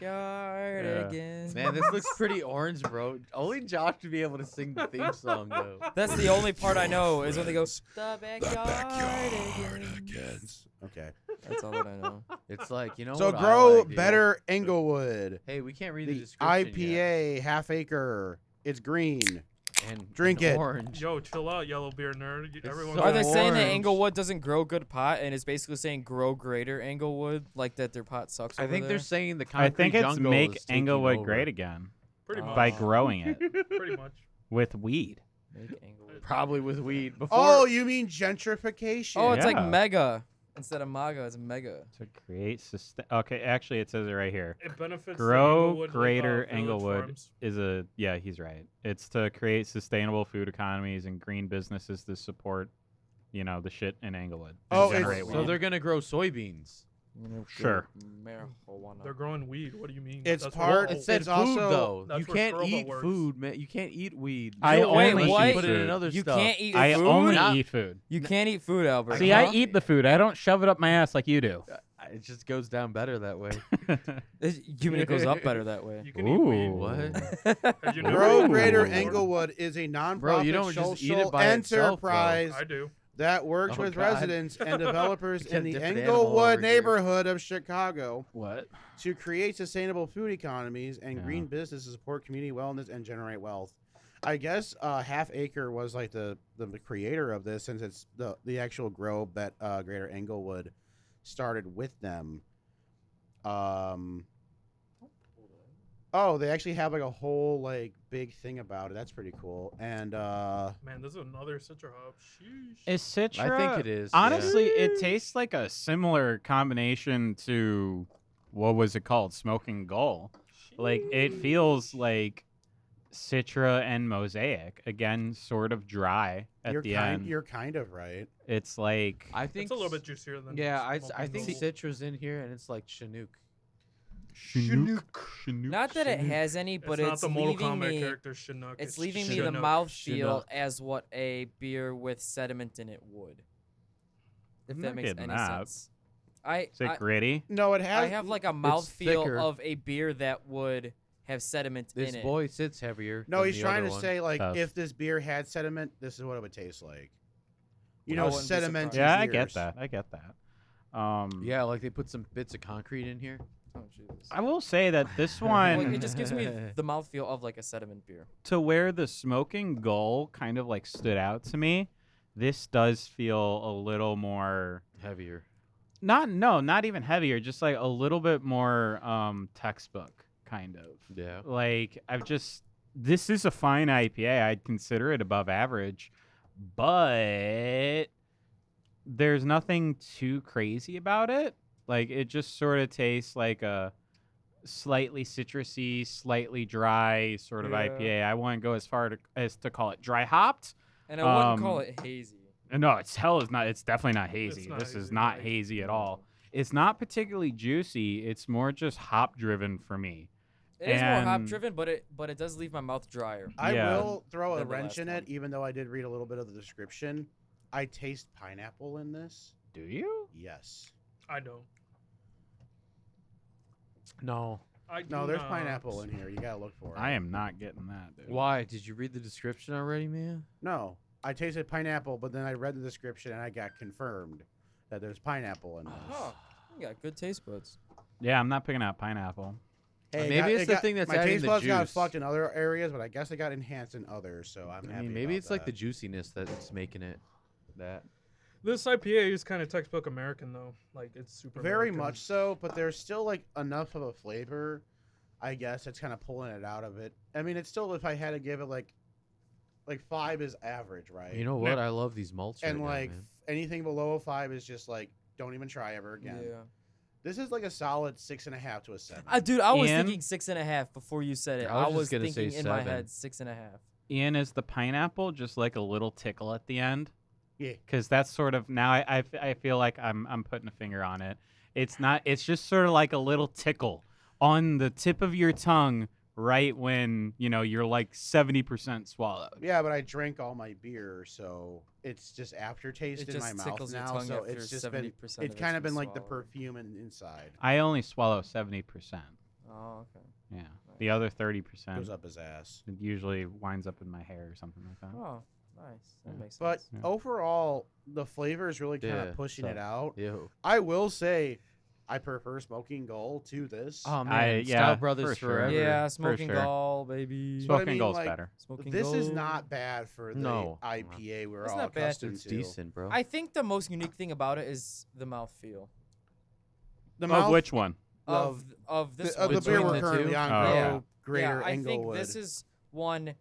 Speaker 5: backyard
Speaker 2: Yeah.
Speaker 5: again.
Speaker 3: Man, this looks pretty orange, bro. Only Josh would be able to sing the theme song though.
Speaker 5: That's the only part I know is when they go the backyard again.
Speaker 1: Okay.
Speaker 5: That's all that I know.
Speaker 3: It's like you know.
Speaker 1: So
Speaker 3: what I
Speaker 1: grow
Speaker 3: like, dude?
Speaker 1: better Englewood.
Speaker 3: Hey, we can't read the,
Speaker 1: The
Speaker 3: description yet.
Speaker 1: IPA half acre. It's green.
Speaker 3: And
Speaker 1: Drink
Speaker 3: and
Speaker 1: it.
Speaker 3: Orange.
Speaker 4: Yo, chill out, yellow beer nerd. You-
Speaker 3: It's
Speaker 4: Everyone's
Speaker 3: so
Speaker 5: Are they saying that
Speaker 3: orange.
Speaker 5: Englewood doesn't grow good pot, and it's basically saying grow greater Englewood, like that their pot sucks?
Speaker 3: I
Speaker 5: over
Speaker 3: think
Speaker 5: there?
Speaker 3: they're saying the
Speaker 2: I
Speaker 3: concrete
Speaker 2: think it's
Speaker 3: jungle
Speaker 2: make
Speaker 3: is taking
Speaker 2: Englewood
Speaker 3: over.
Speaker 2: great again
Speaker 4: pretty much.
Speaker 2: by
Speaker 5: Oh.
Speaker 2: growing it
Speaker 4: pretty much.
Speaker 2: with weed.
Speaker 5: Make Englewood.
Speaker 3: Probably with weed. Before.
Speaker 1: Oh, you mean gentrification?
Speaker 5: Oh, it's like
Speaker 2: Yeah.
Speaker 5: mega instead of maga. It's mega.
Speaker 2: To create sustain. Okay, actually, it says it right here.
Speaker 4: It benefits
Speaker 2: Grow
Speaker 4: the Englewood,
Speaker 2: greater
Speaker 4: uh, village
Speaker 2: Englewood.
Speaker 4: farms.
Speaker 2: is a yeah he's right it's to create sustainable food economies and green businesses to support you know the shit in Englewood. and
Speaker 1: Oh, it's-
Speaker 2: generate
Speaker 3: So
Speaker 2: weed.
Speaker 3: they're gonna grow soybeans.
Speaker 2: Sure.
Speaker 5: Marijuana.
Speaker 4: They're growing weed. What do you mean?
Speaker 1: It's
Speaker 4: That's
Speaker 1: part-
Speaker 4: what-
Speaker 1: Well,
Speaker 3: it said
Speaker 1: it's
Speaker 3: food
Speaker 1: also-
Speaker 3: though.
Speaker 4: that's
Speaker 3: You
Speaker 4: where
Speaker 3: can't
Speaker 4: Scroba
Speaker 3: eat
Speaker 4: works.
Speaker 3: food, man. You can't eat weed.
Speaker 2: I
Speaker 3: You'll
Speaker 5: only
Speaker 3: only
Speaker 5: eat
Speaker 3: put it in
Speaker 2: food.
Speaker 3: another
Speaker 5: you
Speaker 3: stuff.
Speaker 5: can't eat
Speaker 2: I
Speaker 5: food.
Speaker 2: only
Speaker 3: Not-
Speaker 2: eat food.
Speaker 5: you can't eat food, Albert.
Speaker 2: See,
Speaker 5: huh?
Speaker 2: I eat the food. I don't shove it up my ass like you do.
Speaker 3: I- It just goes down better that way.
Speaker 5: It, you mean it goes up better that way.
Speaker 4: You can eat weed.
Speaker 3: What?
Speaker 4: Have you never
Speaker 1: Bro,
Speaker 4: eaten
Speaker 1: Greater
Speaker 4: before?
Speaker 1: Englewood is a nonprofit
Speaker 3: Bro, you don't
Speaker 1: social
Speaker 3: just eat it by itself, bro.
Speaker 1: enterprise
Speaker 4: I do.
Speaker 1: that works
Speaker 3: Oh,
Speaker 1: with
Speaker 3: God.
Speaker 1: residents and developers
Speaker 3: We got
Speaker 1: in
Speaker 3: a
Speaker 1: the
Speaker 3: different animal over
Speaker 1: Englewood
Speaker 3: here.
Speaker 1: neighborhood of Chicago
Speaker 2: What?
Speaker 1: to create sustainable food economies and
Speaker 2: Yeah.
Speaker 1: green business to support community wellness and generate wealth. I guess uh, Half Acre was like the, the creator of this since it's the the actual grow that uh, Greater Englewood started with them. Um. Oh, they actually have like a whole like big thing about it. That's pretty cool. And uh
Speaker 4: Man, this is another Citra hub. Sheesh.
Speaker 2: Is citra?
Speaker 3: I think it is. yeah.
Speaker 2: Honestly, it tastes like a similar combination to what was it called? Smoking Gull. Like it feels like Citra and Mosaic again, sort of dry at
Speaker 1: you're
Speaker 2: the
Speaker 1: kind
Speaker 2: end.
Speaker 1: you're kind of right.
Speaker 2: It's like
Speaker 3: I think
Speaker 4: it's a little
Speaker 3: s-
Speaker 4: bit juicier than.
Speaker 3: Yeah, I,
Speaker 4: smoking
Speaker 3: I think
Speaker 4: gold.
Speaker 3: citra's in here, and it's like Chinook.
Speaker 2: Chinook.
Speaker 5: Not that it has any,
Speaker 4: it's,
Speaker 5: but it's,
Speaker 4: not the Mortal
Speaker 5: leaving
Speaker 4: Kombat
Speaker 5: me.
Speaker 4: character Chinook.
Speaker 5: It's, leaving me the
Speaker 4: Chinook.
Speaker 5: mouth feel
Speaker 3: Chinook.
Speaker 5: as what a beer with sediment in it would. If
Speaker 2: I'm
Speaker 5: that
Speaker 2: not
Speaker 5: makes
Speaker 2: getting
Speaker 5: any
Speaker 2: that.
Speaker 5: sense. I,
Speaker 2: Is it
Speaker 5: I
Speaker 2: gritty?
Speaker 1: No, it
Speaker 5: I
Speaker 1: has
Speaker 5: have like a mouth feel
Speaker 3: thicker.
Speaker 5: of a beer that would have sediment
Speaker 3: This
Speaker 5: in it.
Speaker 3: boy sits heavier.
Speaker 1: No,
Speaker 3: than
Speaker 1: he's
Speaker 3: the
Speaker 1: trying
Speaker 3: other
Speaker 1: to
Speaker 3: one.
Speaker 1: say like
Speaker 2: Tough.
Speaker 1: if this beer had sediment, this is what it would taste like. You
Speaker 5: I
Speaker 1: know,
Speaker 5: wouldn't be
Speaker 1: sediment.
Speaker 5: surprised.
Speaker 1: is
Speaker 2: Yeah, I
Speaker 1: years.
Speaker 2: get that. I get that. Um,
Speaker 3: Yeah, like they put some bits of concrete in here.
Speaker 5: Oh, Jesus.
Speaker 2: I will say that this
Speaker 5: Like,
Speaker 2: one,
Speaker 5: it just gives me the mouth feel of like a sediment beer.
Speaker 2: to where the smoking gull kind of like stood out to me, this does feel a little more
Speaker 3: Heavier.
Speaker 2: not no not even heavier just like a little bit more um textbook kind of
Speaker 3: Yeah.
Speaker 2: like i've just this is a fine ipa i'd consider it above average but there's nothing too crazy about it like it just sort of tastes like a slightly citrusy slightly dry sort of
Speaker 5: Yeah.
Speaker 2: ipa i wouldn't go as far to, as to call it dry hopped
Speaker 5: And I wouldn't call
Speaker 2: Um,
Speaker 5: it hazy.
Speaker 2: and No, it's hell is not. It's definitely not
Speaker 4: It's
Speaker 2: hazy.
Speaker 4: not
Speaker 2: this is
Speaker 4: hazy,
Speaker 2: not
Speaker 4: right. Mm-hmm.
Speaker 2: hazy at all. It's not particularly juicy. It's more just hop driven for me.
Speaker 5: It is more hop
Speaker 2: and-
Speaker 5: driven, but it but it does leave my mouth drier.
Speaker 1: I
Speaker 2: Yeah.
Speaker 1: will throw a
Speaker 5: Than the
Speaker 1: wrench
Speaker 5: last
Speaker 1: in it,
Speaker 5: one.
Speaker 1: even though I did read a little bit of the description. I taste pineapple in this.
Speaker 2: Do you?
Speaker 1: Yes.
Speaker 4: I don't.
Speaker 3: No.
Speaker 4: I do
Speaker 1: No, there's
Speaker 4: not.
Speaker 1: pineapple in here. You gotta look for it.
Speaker 2: I am not getting that, dude.
Speaker 3: Why? Did you read the description already, man?
Speaker 1: No, I tasted pineapple, but then I read the description and I got confirmed that there's pineapple in this.
Speaker 5: Huh. You got good taste buds.
Speaker 2: Yeah, I'm not picking out pineapple.
Speaker 1: Hey, it
Speaker 3: Maybe
Speaker 1: got-
Speaker 3: it's
Speaker 1: it
Speaker 3: the
Speaker 1: got-
Speaker 3: thing that's
Speaker 1: my
Speaker 3: adding
Speaker 1: taste
Speaker 3: the
Speaker 1: buds got
Speaker 3: juice.
Speaker 1: fucked in other areas, but I guess they got enhanced in others. So I'm
Speaker 3: I
Speaker 1: happy.
Speaker 3: mean, maybe
Speaker 1: about
Speaker 3: it's like the
Speaker 1: that.
Speaker 3: juiciness that's making it that.
Speaker 4: This IPA is kind of textbook American though. Like it's super.
Speaker 1: Very
Speaker 4: American.
Speaker 1: much so, but there's still like enough of a flavor, I guess, that's kind of pulling it out of it. I mean, it's still if I had to give it like, like five is average, right?
Speaker 3: You know
Speaker 4: Yeah.
Speaker 3: what? I love these malts.
Speaker 1: and
Speaker 3: right now,
Speaker 1: like
Speaker 3: man.
Speaker 1: anything below a five is just like don't even try ever again.
Speaker 5: Yeah.
Speaker 1: This is like a solid six and a half to a seven.
Speaker 5: I, dude, I was
Speaker 2: And-
Speaker 5: thinking six and a half before you said it.
Speaker 3: I was
Speaker 5: I
Speaker 3: just
Speaker 5: was,
Speaker 3: gonna say
Speaker 5: thinking in my
Speaker 3: seven.
Speaker 5: head six and a half.
Speaker 2: Ian, is the pineapple just like a little tickle at the end?
Speaker 1: Yeah.
Speaker 2: Because that's sort of now I, I f- I feel like I'm I'm putting a finger on it. It's not. It's just sort of like a little tickle on the tip of your tongue right when you know you're like seventy percent swallowed.
Speaker 1: yeah, but I drank all my beer, so it's just aftertaste
Speaker 5: It
Speaker 1: in my
Speaker 5: just
Speaker 1: mouth
Speaker 5: tickles your
Speaker 1: now.
Speaker 5: tongue
Speaker 1: So
Speaker 5: after
Speaker 1: it's just been
Speaker 5: 70% of
Speaker 1: it's
Speaker 5: it's
Speaker 1: kind of
Speaker 5: been
Speaker 1: been like the
Speaker 5: swallowed.
Speaker 1: perfume in, inside
Speaker 2: I only swallow seventy percent.
Speaker 5: Oh, okay.
Speaker 2: Yeah. The other thirty percent
Speaker 1: goes up his ass.
Speaker 2: it usually winds up in my hair or something like that.
Speaker 5: Oh, nice.
Speaker 2: Yeah.
Speaker 5: That makes sense.
Speaker 1: But
Speaker 2: Yeah.
Speaker 1: overall, the flavor is really kind
Speaker 3: Yeah,
Speaker 1: of pushing it
Speaker 3: so-
Speaker 1: out.
Speaker 3: Yo.
Speaker 1: I will say, I prefer smoking goal to this.
Speaker 3: Oh man,
Speaker 2: yeah,
Speaker 3: Stout
Speaker 2: for
Speaker 3: Brothers
Speaker 2: sure.
Speaker 3: forever.
Speaker 5: yeah,
Speaker 2: for
Speaker 5: smoking
Speaker 2: sure.
Speaker 5: gall, baby.
Speaker 1: Smoke-
Speaker 2: Smoking
Speaker 1: mean,
Speaker 2: gold's
Speaker 1: like-
Speaker 2: better.
Speaker 5: smoking
Speaker 1: this is
Speaker 5: gall.
Speaker 1: not bad for the
Speaker 3: No.
Speaker 1: IPA we're
Speaker 5: It's
Speaker 1: all
Speaker 5: not bad.
Speaker 1: accustomed
Speaker 3: It's
Speaker 1: to.
Speaker 3: decent, bro.
Speaker 5: I think the most unique thing about it is the mouthfeel
Speaker 1: The
Speaker 2: Of
Speaker 1: mouth-
Speaker 2: which one?
Speaker 5: of
Speaker 1: Of
Speaker 5: of
Speaker 1: the,
Speaker 5: this
Speaker 1: of the
Speaker 5: one.
Speaker 1: beer
Speaker 3: Between
Speaker 1: we're
Speaker 3: the
Speaker 1: currently
Speaker 3: two?
Speaker 1: on,
Speaker 2: Oh,
Speaker 1: Grow
Speaker 2: yeah.
Speaker 1: Greater
Speaker 5: yeah, I think
Speaker 1: Englewood.
Speaker 5: this is one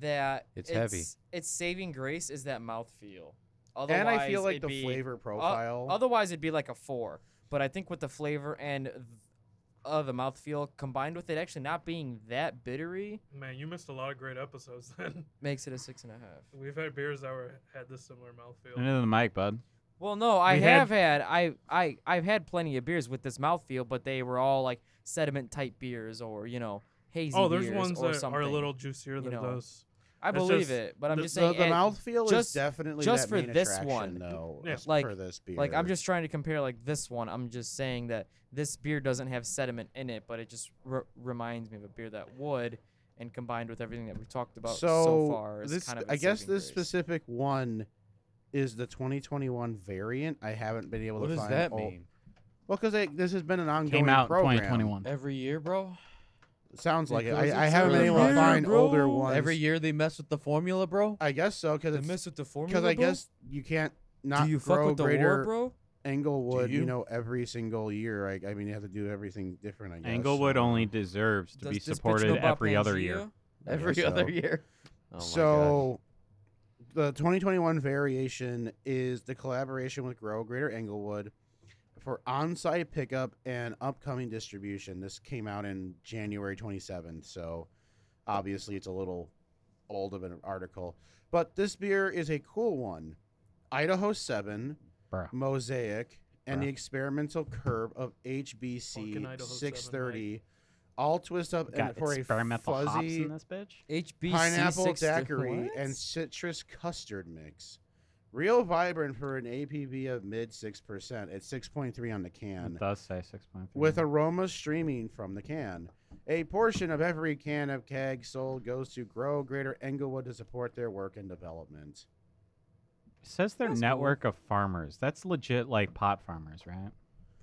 Speaker 5: that
Speaker 3: It's heavy.
Speaker 5: It's saving grace is that mouthfeel. Otherwise,
Speaker 1: and I feel like
Speaker 5: it'd
Speaker 1: the
Speaker 5: be-
Speaker 1: flavor profile.
Speaker 5: Otherwise, it'd be like a four. But I think with the flavor and th- uh, the mouthfeel combined with it actually not being that bittery
Speaker 4: Man, you missed a lot of great episodes then.
Speaker 5: makes it a six and a half.
Speaker 4: We've had beers that were had this similar mouthfeel.
Speaker 2: Into the mic, bud.
Speaker 5: Well, no, I
Speaker 2: We had-
Speaker 5: have had, I I I've had plenty of beers with this mouthfeel, but they were all like sediment type beers or you know hazy
Speaker 4: oh, there's
Speaker 5: beers
Speaker 4: ones
Speaker 5: or
Speaker 4: that
Speaker 5: something.
Speaker 4: are a little juicier
Speaker 5: you
Speaker 4: than
Speaker 5: know.
Speaker 4: those.
Speaker 5: I
Speaker 4: it's
Speaker 5: believe
Speaker 4: just-
Speaker 5: it, but I'm
Speaker 4: the-
Speaker 5: just
Speaker 1: the,
Speaker 5: saying.
Speaker 1: the
Speaker 5: at-
Speaker 1: mouthfeel
Speaker 5: just-
Speaker 1: is definitely
Speaker 5: just
Speaker 1: that
Speaker 5: for
Speaker 1: main
Speaker 5: this
Speaker 1: attraction,
Speaker 5: one.
Speaker 1: though.
Speaker 4: Yeah.
Speaker 1: as-
Speaker 5: Like-
Speaker 1: for this beer.
Speaker 5: Like I'm just trying to compare like this one. I'm just saying that this beer doesn't have sediment in it, but it just re- reminds me of a beer that would, and combined with everything that we've talked about so, far, is
Speaker 1: this,
Speaker 5: kind of.
Speaker 1: I
Speaker 5: its
Speaker 1: guess
Speaker 5: saving
Speaker 1: this
Speaker 5: grace.
Speaker 1: specific one is the 2021 variant. I haven't been able
Speaker 3: What
Speaker 1: to
Speaker 3: does
Speaker 1: find.
Speaker 3: that
Speaker 1: all-
Speaker 3: mean?
Speaker 1: Well, because this has been an ongoing
Speaker 2: Came out in
Speaker 1: program.
Speaker 2: 2021.
Speaker 3: Every year, bro.
Speaker 1: Sounds like it.
Speaker 3: Because
Speaker 1: I, I
Speaker 3: it's
Speaker 1: haven't been
Speaker 3: a
Speaker 1: able to
Speaker 3: year,
Speaker 1: find older
Speaker 5: bro.
Speaker 1: ones.
Speaker 3: Every year they mess with the formula, bro.
Speaker 1: I guess so, because
Speaker 5: They
Speaker 1: it's
Speaker 5: mess with the formula.
Speaker 1: because I
Speaker 5: bro?
Speaker 1: guess you can't not
Speaker 5: do you
Speaker 1: grow
Speaker 5: fuck with the
Speaker 1: greater
Speaker 5: war, bro?
Speaker 1: Englewood. You?
Speaker 3: you?
Speaker 1: know, every single year. I, I mean, you have to do everything different. I guess.
Speaker 2: Englewood
Speaker 1: so-
Speaker 2: only deserves to
Speaker 5: Does
Speaker 2: be
Speaker 5: this bitch
Speaker 2: supported
Speaker 5: know about
Speaker 2: every other year.
Speaker 5: Pangea?
Speaker 1: I
Speaker 3: Every
Speaker 1: guess
Speaker 3: other
Speaker 1: so.
Speaker 3: year. Oh my God.
Speaker 1: so the 2021 variation is the collaboration with Grow Greater Englewood for on-site pickup and upcoming distribution. This came out in January 27th, so obviously it's a little old of an article. But this beer is a cool one. Idaho 7,
Speaker 2: Bruh.
Speaker 1: Mosaic, and the
Speaker 2: Bruh.
Speaker 1: experimental curve of HBC
Speaker 4: Fucking Idaho 7,
Speaker 1: 630 all twist up and
Speaker 2: Got
Speaker 1: for a
Speaker 2: experimental hops
Speaker 1: fuzzy
Speaker 2: in this bitch.
Speaker 5: HBC
Speaker 1: pineapple
Speaker 5: 60
Speaker 1: daiquiri
Speaker 5: What?
Speaker 1: and citrus custard mix. Real vibrant for an APV of mid 6%. It's 6.3 on the can.
Speaker 2: It does say 6.3.
Speaker 1: With aroma streaming from the can. A portion of every can of keg sold goes to Grow Greater Englewood to support their work and development.
Speaker 2: It says their
Speaker 5: That's cool.
Speaker 2: network of farmers. That's legit, like pot farmers, right?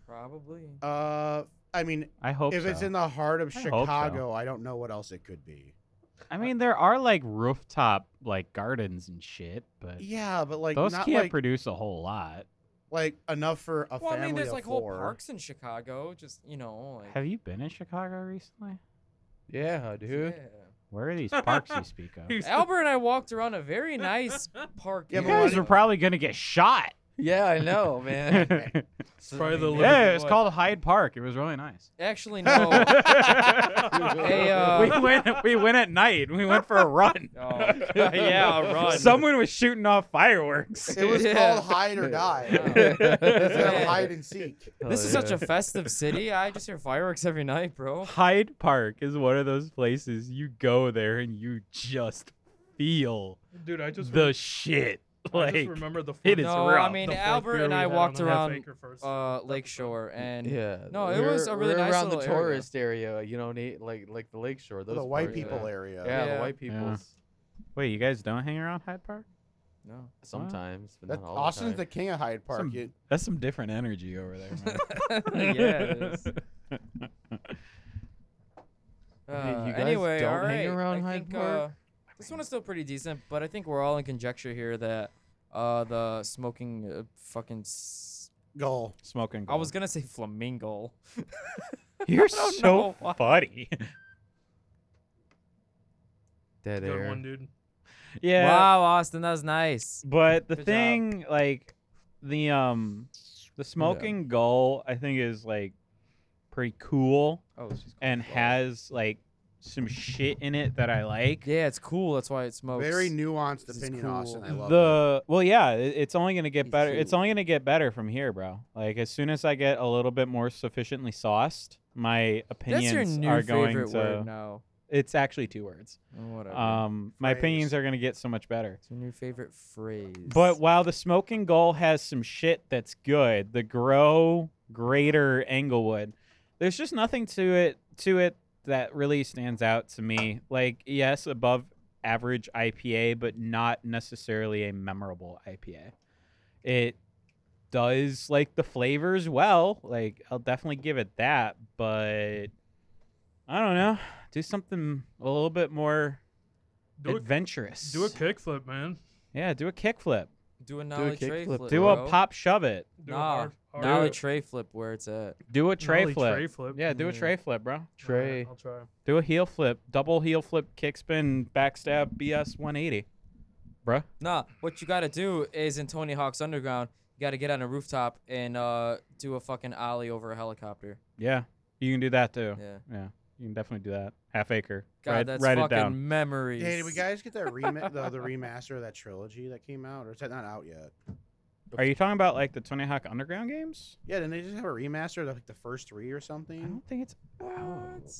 Speaker 5: probably.
Speaker 1: Uh, I mean,
Speaker 2: I hope
Speaker 1: if
Speaker 2: so.
Speaker 1: it's in the heart of
Speaker 2: I hope so.
Speaker 1: Chicago, I don't know what else it could be.
Speaker 2: I mean, there are like rooftop like gardens and shit, but
Speaker 1: Yeah, but like
Speaker 2: those
Speaker 1: not
Speaker 2: can't
Speaker 1: like,
Speaker 2: produce a whole lot.
Speaker 1: like enough for a
Speaker 5: Well,
Speaker 1: family
Speaker 5: I mean, there's
Speaker 1: of
Speaker 5: like whole
Speaker 1: four.
Speaker 5: parks in Chicago. Just you know, like
Speaker 2: Have you been in Chicago recently?
Speaker 3: Yeah, dude.
Speaker 5: yeah.
Speaker 2: Where are these parks you speak of? You
Speaker 4: He's-
Speaker 5: Albert and I walked around a very nice park.
Speaker 1: Yeah, but
Speaker 5: area.
Speaker 2: guys are probably gonna get shot.
Speaker 3: Yeah, I know, man.
Speaker 2: yeah,
Speaker 5: So,
Speaker 4: Probably the
Speaker 5: maybe-
Speaker 4: Yeah,
Speaker 2: it's
Speaker 5: what-
Speaker 2: called Hyde Park. It was really nice.
Speaker 5: Actually, no. hey, uh,
Speaker 2: we went. We went at night. We went for a run.
Speaker 5: oh, yeah, I'll run.
Speaker 2: Someone was shooting off fireworks.
Speaker 1: It was
Speaker 5: Yeah.
Speaker 1: called Hide or Die.
Speaker 5: Yeah.
Speaker 1: instead of
Speaker 5: Yeah. Oh,
Speaker 1: hide and seek.
Speaker 5: This is such a festive city. I just hear fireworks every night, bro.
Speaker 2: Hyde Park is one of those places you go there and you just feel
Speaker 4: Dude, I just
Speaker 2: the shit.
Speaker 4: I
Speaker 2: Like
Speaker 4: just remember the
Speaker 2: it
Speaker 4: fun-
Speaker 2: is
Speaker 5: no,
Speaker 2: rough.
Speaker 5: I mean
Speaker 4: the fourth
Speaker 5: Albert
Speaker 4: beer
Speaker 5: and
Speaker 4: we
Speaker 5: I
Speaker 4: had on
Speaker 5: walked
Speaker 4: the half
Speaker 5: around
Speaker 4: acre first.
Speaker 5: uh, Lakeshore, and
Speaker 3: Yeah.
Speaker 5: No, it was
Speaker 3: we're-
Speaker 5: a really
Speaker 3: we're
Speaker 5: nice
Speaker 3: around the
Speaker 5: little area.
Speaker 3: tourist area. You know, Nate, like like the lakeshore. Those
Speaker 1: the white
Speaker 3: parts,
Speaker 1: people
Speaker 5: yeah.
Speaker 1: area.
Speaker 3: Yeah, yeah,
Speaker 5: Yeah.
Speaker 3: the white
Speaker 2: Yeah.
Speaker 3: people's.
Speaker 2: Wait, you guys don't hang around Hyde Park?
Speaker 5: no.
Speaker 3: Sometimes, but
Speaker 1: That,
Speaker 3: not all
Speaker 1: Austin's
Speaker 3: the
Speaker 1: the
Speaker 3: time.
Speaker 1: king of Hyde Park.
Speaker 2: Some-
Speaker 1: You-
Speaker 2: That's some different energy over there. Man.
Speaker 5: yeah. It is. Uh,
Speaker 3: guys
Speaker 5: anyway,
Speaker 3: don't
Speaker 5: all right.
Speaker 3: hang around
Speaker 5: I
Speaker 3: Hyde
Speaker 5: think,
Speaker 3: Park?
Speaker 5: Uh, this one is still pretty decent, but I think we're all in conjecture here that uh, the smoking uh, fucking. S-
Speaker 1: goal.
Speaker 2: Smoking.
Speaker 5: I was gonna say flamingo.
Speaker 2: You're
Speaker 5: don't
Speaker 2: so
Speaker 5: know why.
Speaker 2: funny.
Speaker 3: Dead
Speaker 4: Good one,
Speaker 3: air.
Speaker 4: dude.
Speaker 2: yeah.
Speaker 5: Wow, Austin, that was nice.
Speaker 2: But the
Speaker 5: Good job.
Speaker 2: thing, like the um, the smoking gull, I think is like pretty cool
Speaker 5: Oh, she's
Speaker 2: and has like some shit in it that I like.
Speaker 5: Yeah, it's cool. That's why it smokes.
Speaker 1: Very nuanced
Speaker 5: This is
Speaker 1: opinion, Austin. I
Speaker 5: cool.
Speaker 1: love it.
Speaker 2: the well yeah i- it's only going to get
Speaker 5: He's
Speaker 2: better it's
Speaker 5: cute.
Speaker 2: only going to get better from here bro like as soon as i get a little bit more sufficiently sauced my
Speaker 5: That's
Speaker 2: opinions
Speaker 5: your new
Speaker 2: are going
Speaker 5: favorite
Speaker 2: to
Speaker 5: word now.
Speaker 2: it's actually two words
Speaker 5: Oh, Whatever.
Speaker 2: um my opinions
Speaker 1: Phrase.
Speaker 2: are going to get so much better
Speaker 5: it's your new favorite phrase.
Speaker 2: but while the smoking goal has some shit that's good the grow greater englewood there's just nothing to it to it that really stands out to me like yes above average IPA, but not necessarily a memorable IPA. It does like the flavors well. Like I'll definitely give it that, but I don't know. Do something a little bit more
Speaker 4: Do a,
Speaker 2: adventurous.
Speaker 4: do a kickflip, man.
Speaker 2: yeah, do a kickflip.
Speaker 5: do a nollie tray
Speaker 3: kickflip,
Speaker 5: flip.
Speaker 2: Do
Speaker 5: bro.
Speaker 2: a pop shove it.
Speaker 4: Do
Speaker 5: Nah,
Speaker 4: a hard, hard
Speaker 5: Nollie
Speaker 4: do
Speaker 5: tray flip where it's at.
Speaker 2: Do a
Speaker 4: a
Speaker 2: tray
Speaker 4: nollie
Speaker 2: flip.
Speaker 4: tray flip.
Speaker 2: Yeah, do a
Speaker 5: Mm.
Speaker 2: tray flip, bro.
Speaker 3: Tray.
Speaker 4: Alright, I'll try.
Speaker 2: Do a heel flip, double heel flip, kickspin, backstab, BS 180. Bruh.
Speaker 5: Nah, what you gotta do is in Tony Hawk's Underground, you gotta get on a rooftop and uh, do a fucking ollie over a helicopter.
Speaker 2: Yeah. You can do that too.
Speaker 5: Yeah.
Speaker 2: Yeah, you can definitely do that. Half acre.
Speaker 5: God,
Speaker 2: write
Speaker 5: that's
Speaker 2: write it
Speaker 5: fucking
Speaker 2: down.
Speaker 5: memories.
Speaker 1: Hey, did we guys get that rema- the, the remaster of that trilogy that came out, or is that not out yet?
Speaker 2: Are you talking about like the Tony Hawk Underground games?
Speaker 1: Yeah, didn't they just have a remaster of like the first three or
Speaker 2: I
Speaker 1: something?
Speaker 2: don't think it's out.
Speaker 5: What?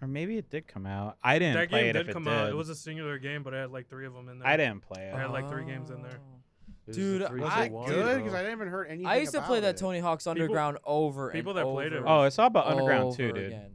Speaker 2: Or maybe it did come out. I didn't
Speaker 4: that
Speaker 2: play
Speaker 4: game
Speaker 2: it.
Speaker 4: did
Speaker 2: if
Speaker 4: come
Speaker 2: it
Speaker 4: out.
Speaker 2: did.
Speaker 4: It was a singular game, but I had like three of them in there.
Speaker 2: I didn't play
Speaker 4: I
Speaker 2: it.
Speaker 4: had, like, three games in there.
Speaker 5: Oh.
Speaker 3: This is
Speaker 5: Dude,
Speaker 3: the
Speaker 5: I-
Speaker 1: Was
Speaker 3: 301,
Speaker 1: it good? Because
Speaker 3: bro.
Speaker 1: I didn't even heard anything.
Speaker 5: I used to play
Speaker 1: about
Speaker 5: that
Speaker 1: it.
Speaker 5: Tony Hawk's
Speaker 4: People-
Speaker 5: Underground over
Speaker 4: people
Speaker 5: and
Speaker 4: that played it
Speaker 5: over
Speaker 4: were-
Speaker 2: Oh, I saw about Underground
Speaker 5: over
Speaker 2: too, dude.
Speaker 5: again.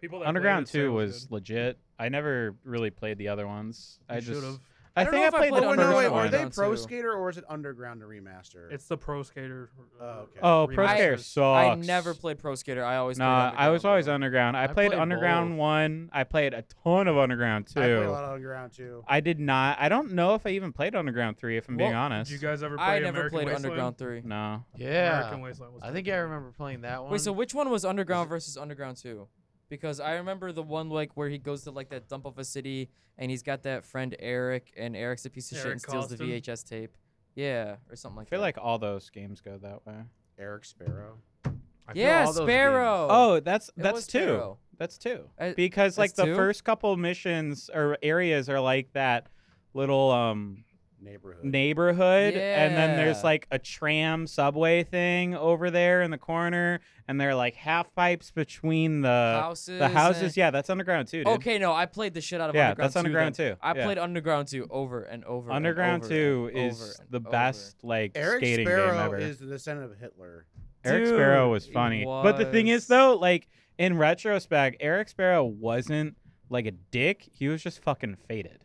Speaker 4: People that played
Speaker 2: Underground
Speaker 4: it say it
Speaker 2: 2 was
Speaker 4: good.
Speaker 2: legit. I never really played the other ones. I
Speaker 4: You
Speaker 2: just
Speaker 4: should've.
Speaker 2: I,
Speaker 5: I don't
Speaker 2: think
Speaker 5: know if I
Speaker 2: I played
Speaker 5: played
Speaker 2: the
Speaker 1: Oh,
Speaker 5: Underground
Speaker 1: no,
Speaker 2: first
Speaker 1: wait,
Speaker 5: one.
Speaker 1: were they
Speaker 5: Underground
Speaker 1: Pro
Speaker 5: too.
Speaker 1: Skater or is it Underground the remaster?
Speaker 4: It's the Pro Skater. uh,
Speaker 1: Oh, okay.
Speaker 2: Oh, Pro
Speaker 4: remasters.
Speaker 2: Skater
Speaker 5: I
Speaker 2: sucks.
Speaker 5: never played Pro Skater. I always
Speaker 2: Nah,
Speaker 5: played
Speaker 2: I was
Speaker 5: Underground,
Speaker 2: always
Speaker 5: bro.
Speaker 2: underground. I
Speaker 3: I
Speaker 2: played
Speaker 3: played
Speaker 2: Underground
Speaker 3: both.
Speaker 2: one. I played a ton of Underground
Speaker 1: I played a
Speaker 2: two.
Speaker 1: lot of Underground too.
Speaker 2: I did not. I don't know if I even played Underground three. If I'm being
Speaker 5: Well,
Speaker 2: honest.
Speaker 4: Did you guys ever play
Speaker 5: I never
Speaker 4: American
Speaker 5: played
Speaker 4: Wasteland?
Speaker 5: Underground 3.
Speaker 2: no.
Speaker 3: Yeah.
Speaker 4: American Wasteland was
Speaker 3: I think
Speaker 4: good.
Speaker 3: I remember playing that one.
Speaker 5: Wait, so which one was Underground
Speaker 3: it-
Speaker 5: versus Underground 2? Because I remember the one like where he goes to like that dump of a city and he's got that friend Eric and Eric's a piece of shit
Speaker 4: Eric
Speaker 5: and steals
Speaker 4: Carlston?
Speaker 5: the VHS tape. Yeah, or something
Speaker 2: I
Speaker 5: like
Speaker 2: feel
Speaker 5: that.
Speaker 2: like all those games go that way.
Speaker 1: Eric Sparrow.
Speaker 3: I feel
Speaker 5: yeah,
Speaker 3: all those
Speaker 5: Sparrow.
Speaker 2: Oh, that's
Speaker 5: It
Speaker 2: that's
Speaker 5: was
Speaker 2: two.
Speaker 5: Sparrow.
Speaker 2: That's two.
Speaker 5: I-
Speaker 2: because like the
Speaker 5: that's two?
Speaker 2: first couple missions or areas are like that little um
Speaker 1: Neighborhood.
Speaker 2: neighborhood and then there's
Speaker 5: Yeah.
Speaker 2: like a tram subway thing over there in the corner and they're like half pipes between Uh, the
Speaker 5: houses.
Speaker 2: the houses
Speaker 5: and-
Speaker 2: yeah that's underground too dude.
Speaker 5: Okay, no, I played the shit out of
Speaker 2: yeah
Speaker 5: Underground
Speaker 2: that's underground
Speaker 5: 2.
Speaker 2: too
Speaker 5: I
Speaker 2: yeah.
Speaker 5: played Underground 2 over and over. and
Speaker 2: underground
Speaker 5: over
Speaker 2: 2
Speaker 5: and
Speaker 2: is
Speaker 5: over and
Speaker 2: the
Speaker 5: over.
Speaker 2: best like
Speaker 1: Eric
Speaker 2: skating game
Speaker 1: Sparrow
Speaker 2: ever
Speaker 1: is the descendant of Hitler.
Speaker 2: Eric Sparrow
Speaker 5: Dude,
Speaker 2: was
Speaker 5: he
Speaker 2: funny. But the thing is
Speaker 5: was.
Speaker 2: though, like in retrospect, Eric Sparrow wasn't like a dick. He was just fucking faded.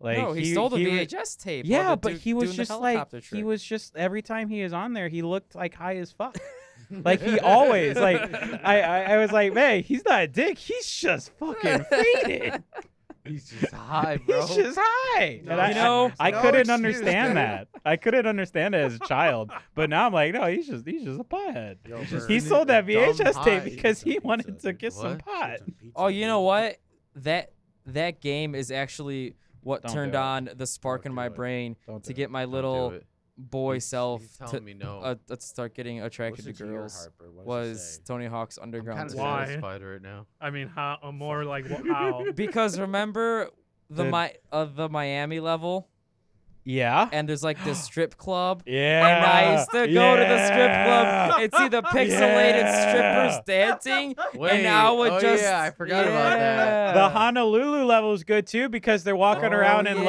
Speaker 2: Like
Speaker 5: no, he, stole the
Speaker 2: was-
Speaker 5: VHS tape. while
Speaker 2: yeah,
Speaker 5: the
Speaker 2: but
Speaker 5: dude
Speaker 2: he was
Speaker 5: doing the
Speaker 2: just like
Speaker 5: helicopter
Speaker 2: he
Speaker 5: trick.
Speaker 2: was just every time he was on there, he looked like high as fuck. like he always like I, I I was like, man, he's not a dick. He's just fucking faded.
Speaker 3: He's just high, bro.
Speaker 2: He's just high.
Speaker 1: No,
Speaker 2: And
Speaker 5: you
Speaker 2: I,
Speaker 5: know, oh,
Speaker 2: I
Speaker 1: No
Speaker 2: couldn't
Speaker 1: excuse,
Speaker 2: understand
Speaker 1: dude.
Speaker 2: that. I couldn't understand it as a child, but now I'm like, no, he's just he's just a pothead.
Speaker 1: Yo,
Speaker 3: He's just
Speaker 1: Bert,
Speaker 2: He
Speaker 3: Burn
Speaker 2: sold
Speaker 3: it,
Speaker 2: that
Speaker 3: you dumb
Speaker 2: VHS tape
Speaker 3: hottie.
Speaker 2: because he
Speaker 1: Pizza,
Speaker 2: wanted to
Speaker 1: dude.
Speaker 2: get some
Speaker 3: What?
Speaker 2: pot.
Speaker 1: get some pizza,
Speaker 5: Oh, you know
Speaker 1: dude.
Speaker 5: what? That that game is actually what
Speaker 2: Don't
Speaker 5: turned
Speaker 2: do it.
Speaker 5: on the spark
Speaker 1: Don't
Speaker 5: in
Speaker 1: do
Speaker 5: my
Speaker 1: it.
Speaker 5: brain
Speaker 2: Don't
Speaker 5: to get my little boy self
Speaker 3: He's
Speaker 5: to
Speaker 3: telling me no.
Speaker 5: uh, to start getting attracted
Speaker 1: Listen
Speaker 5: to
Speaker 1: your
Speaker 5: girls.
Speaker 1: heart, Bert. What does it
Speaker 5: was
Speaker 1: say?
Speaker 5: Tony Hawk's
Speaker 3: I'm kind
Speaker 5: Underground
Speaker 3: of
Speaker 5: 2.
Speaker 4: Why?
Speaker 3: satisfied right now.
Speaker 4: I mean, how? uh, More like wh- how?
Speaker 5: Because remember the
Speaker 2: Did-
Speaker 5: Mi- uh, the Miami level
Speaker 2: Yeah.
Speaker 5: and there's like this strip club
Speaker 2: Yeah.
Speaker 5: and I used to go to the strip club and see the pixelated
Speaker 2: Yeah.
Speaker 5: strippers dancing and I would
Speaker 3: oh
Speaker 5: just
Speaker 3: yeah, I forgot about that.
Speaker 5: Yeah.
Speaker 2: The Honolulu level is good too because they're walking
Speaker 3: Oh,
Speaker 2: around in
Speaker 5: yeah,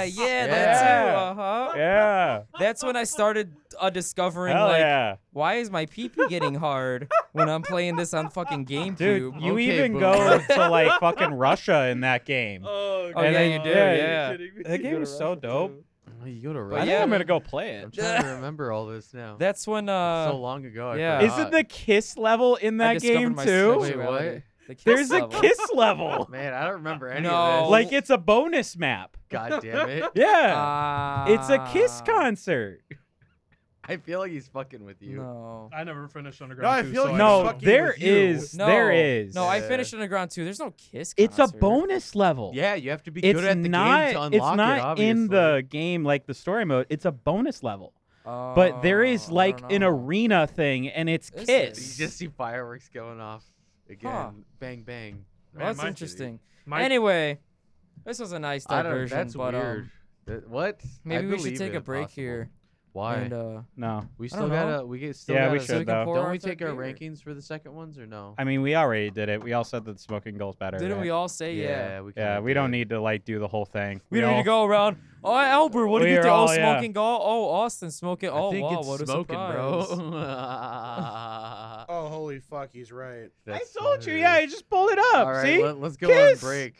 Speaker 2: lace.
Speaker 5: Yeah,
Speaker 2: Yeah.
Speaker 5: that too. Uh-huh.
Speaker 2: Yeah.
Speaker 5: That's when I started uh, discovering
Speaker 2: Hell
Speaker 5: like
Speaker 2: yeah.
Speaker 5: why is my pee pee getting hard when I'm playing this on fucking GameCube?
Speaker 2: Dude, you
Speaker 3: Okay,
Speaker 2: even go
Speaker 3: boomer.
Speaker 2: to like fucking Russia in that game.
Speaker 4: oh,
Speaker 5: Oh,
Speaker 2: and
Speaker 5: yeah,
Speaker 2: then-
Speaker 5: you do.
Speaker 2: yeah,
Speaker 5: Yeah.
Speaker 2: you That game is so dope.
Speaker 3: Oh, You go to
Speaker 5: But
Speaker 2: I
Speaker 3: Russia.
Speaker 2: think
Speaker 5: yeah,
Speaker 2: I'm
Speaker 5: man.
Speaker 2: gonna go play it.
Speaker 3: I'm trying to remember all this now. It's
Speaker 5: That's when uh
Speaker 3: so long ago. I
Speaker 5: yeah.
Speaker 2: Isn't
Speaker 3: forgot.
Speaker 2: the kiss level in
Speaker 5: I
Speaker 2: that
Speaker 5: discovered
Speaker 2: game
Speaker 5: my
Speaker 2: too?
Speaker 3: Wait, what?
Speaker 5: sexuality. The kiss
Speaker 2: There's
Speaker 5: level.
Speaker 2: a kiss level.
Speaker 3: man? I don't remember any
Speaker 5: No.
Speaker 3: of this.
Speaker 5: Like-
Speaker 2: Like it's a bonus map.
Speaker 3: God damn it!
Speaker 2: Yeah.
Speaker 3: Uh,
Speaker 5: Ah.
Speaker 2: it's a kiss concert.
Speaker 3: I feel like he's fucking with you.
Speaker 5: No.
Speaker 4: I never finished Underground.
Speaker 1: Oh, I
Speaker 4: 2,
Speaker 1: feel
Speaker 4: so
Speaker 1: like
Speaker 4: don't
Speaker 1: it's
Speaker 2: No,
Speaker 4: know.
Speaker 1: fucking
Speaker 2: there
Speaker 1: with you.
Speaker 2: is.
Speaker 5: No.
Speaker 2: There is.
Speaker 5: No, I
Speaker 3: Yeah.
Speaker 5: finished Underground 2. There's no kiss
Speaker 2: it's a
Speaker 5: concert.
Speaker 2: bonus level.
Speaker 3: Yeah, you have to be
Speaker 2: It's
Speaker 3: good at the
Speaker 2: not
Speaker 3: game to unlock
Speaker 2: it's
Speaker 3: it,
Speaker 2: not in
Speaker 3: obviously.
Speaker 2: the game like the story mode. It's a bonus level. But there is
Speaker 5: Oh, I
Speaker 2: like
Speaker 5: don't
Speaker 2: an
Speaker 5: know.
Speaker 2: arena thing and it's
Speaker 5: Is there?
Speaker 2: kiss.
Speaker 3: You just see fireworks going off again. Bang bang.
Speaker 5: Well, that's
Speaker 4: my-
Speaker 5: interesting.
Speaker 4: My,
Speaker 5: anyway, this was a nice
Speaker 3: I don't.
Speaker 5: diversion,
Speaker 3: that's
Speaker 5: but um,
Speaker 3: weird. That- Uh, what? I
Speaker 5: maybe we should
Speaker 3: believe
Speaker 5: take
Speaker 3: it
Speaker 5: a
Speaker 3: if
Speaker 5: break
Speaker 3: possible.
Speaker 5: here
Speaker 3: Why?
Speaker 5: and uh
Speaker 2: no.
Speaker 3: we
Speaker 5: I don't
Speaker 3: still gotta.
Speaker 5: know.
Speaker 3: We get still.
Speaker 2: Yeah, we
Speaker 3: gotta,
Speaker 2: should,
Speaker 5: so we can
Speaker 2: though.
Speaker 5: pour
Speaker 3: Don't
Speaker 5: our
Speaker 3: we
Speaker 5: third
Speaker 3: take our
Speaker 5: beer.
Speaker 3: rankings for the second ones or no?
Speaker 2: I mean, we already did it. We all said that smoking goal's better.
Speaker 5: Didn't
Speaker 2: right?
Speaker 5: we all say yeah?
Speaker 3: we.
Speaker 2: Yeah,
Speaker 3: kinda
Speaker 2: we don't
Speaker 3: did.
Speaker 2: need to like do the whole thing.
Speaker 5: We don't
Speaker 2: all-
Speaker 5: need to go around. Oh, Albert, what do
Speaker 2: We
Speaker 5: you
Speaker 2: are
Speaker 5: do? Oh,
Speaker 2: all- yeah.
Speaker 5: smoking goal. Oh, Austin smoking. Oh, wow, what a surprise.
Speaker 2: Oh,
Speaker 3: bro.
Speaker 1: Oh, holy fuck, he's right.
Speaker 2: I
Speaker 3: That's
Speaker 2: told you.
Speaker 3: hilarious.
Speaker 2: Yeah, you just pulled it up.
Speaker 3: All right,
Speaker 2: See?
Speaker 3: Let, us go
Speaker 2: Kiss.
Speaker 3: on break.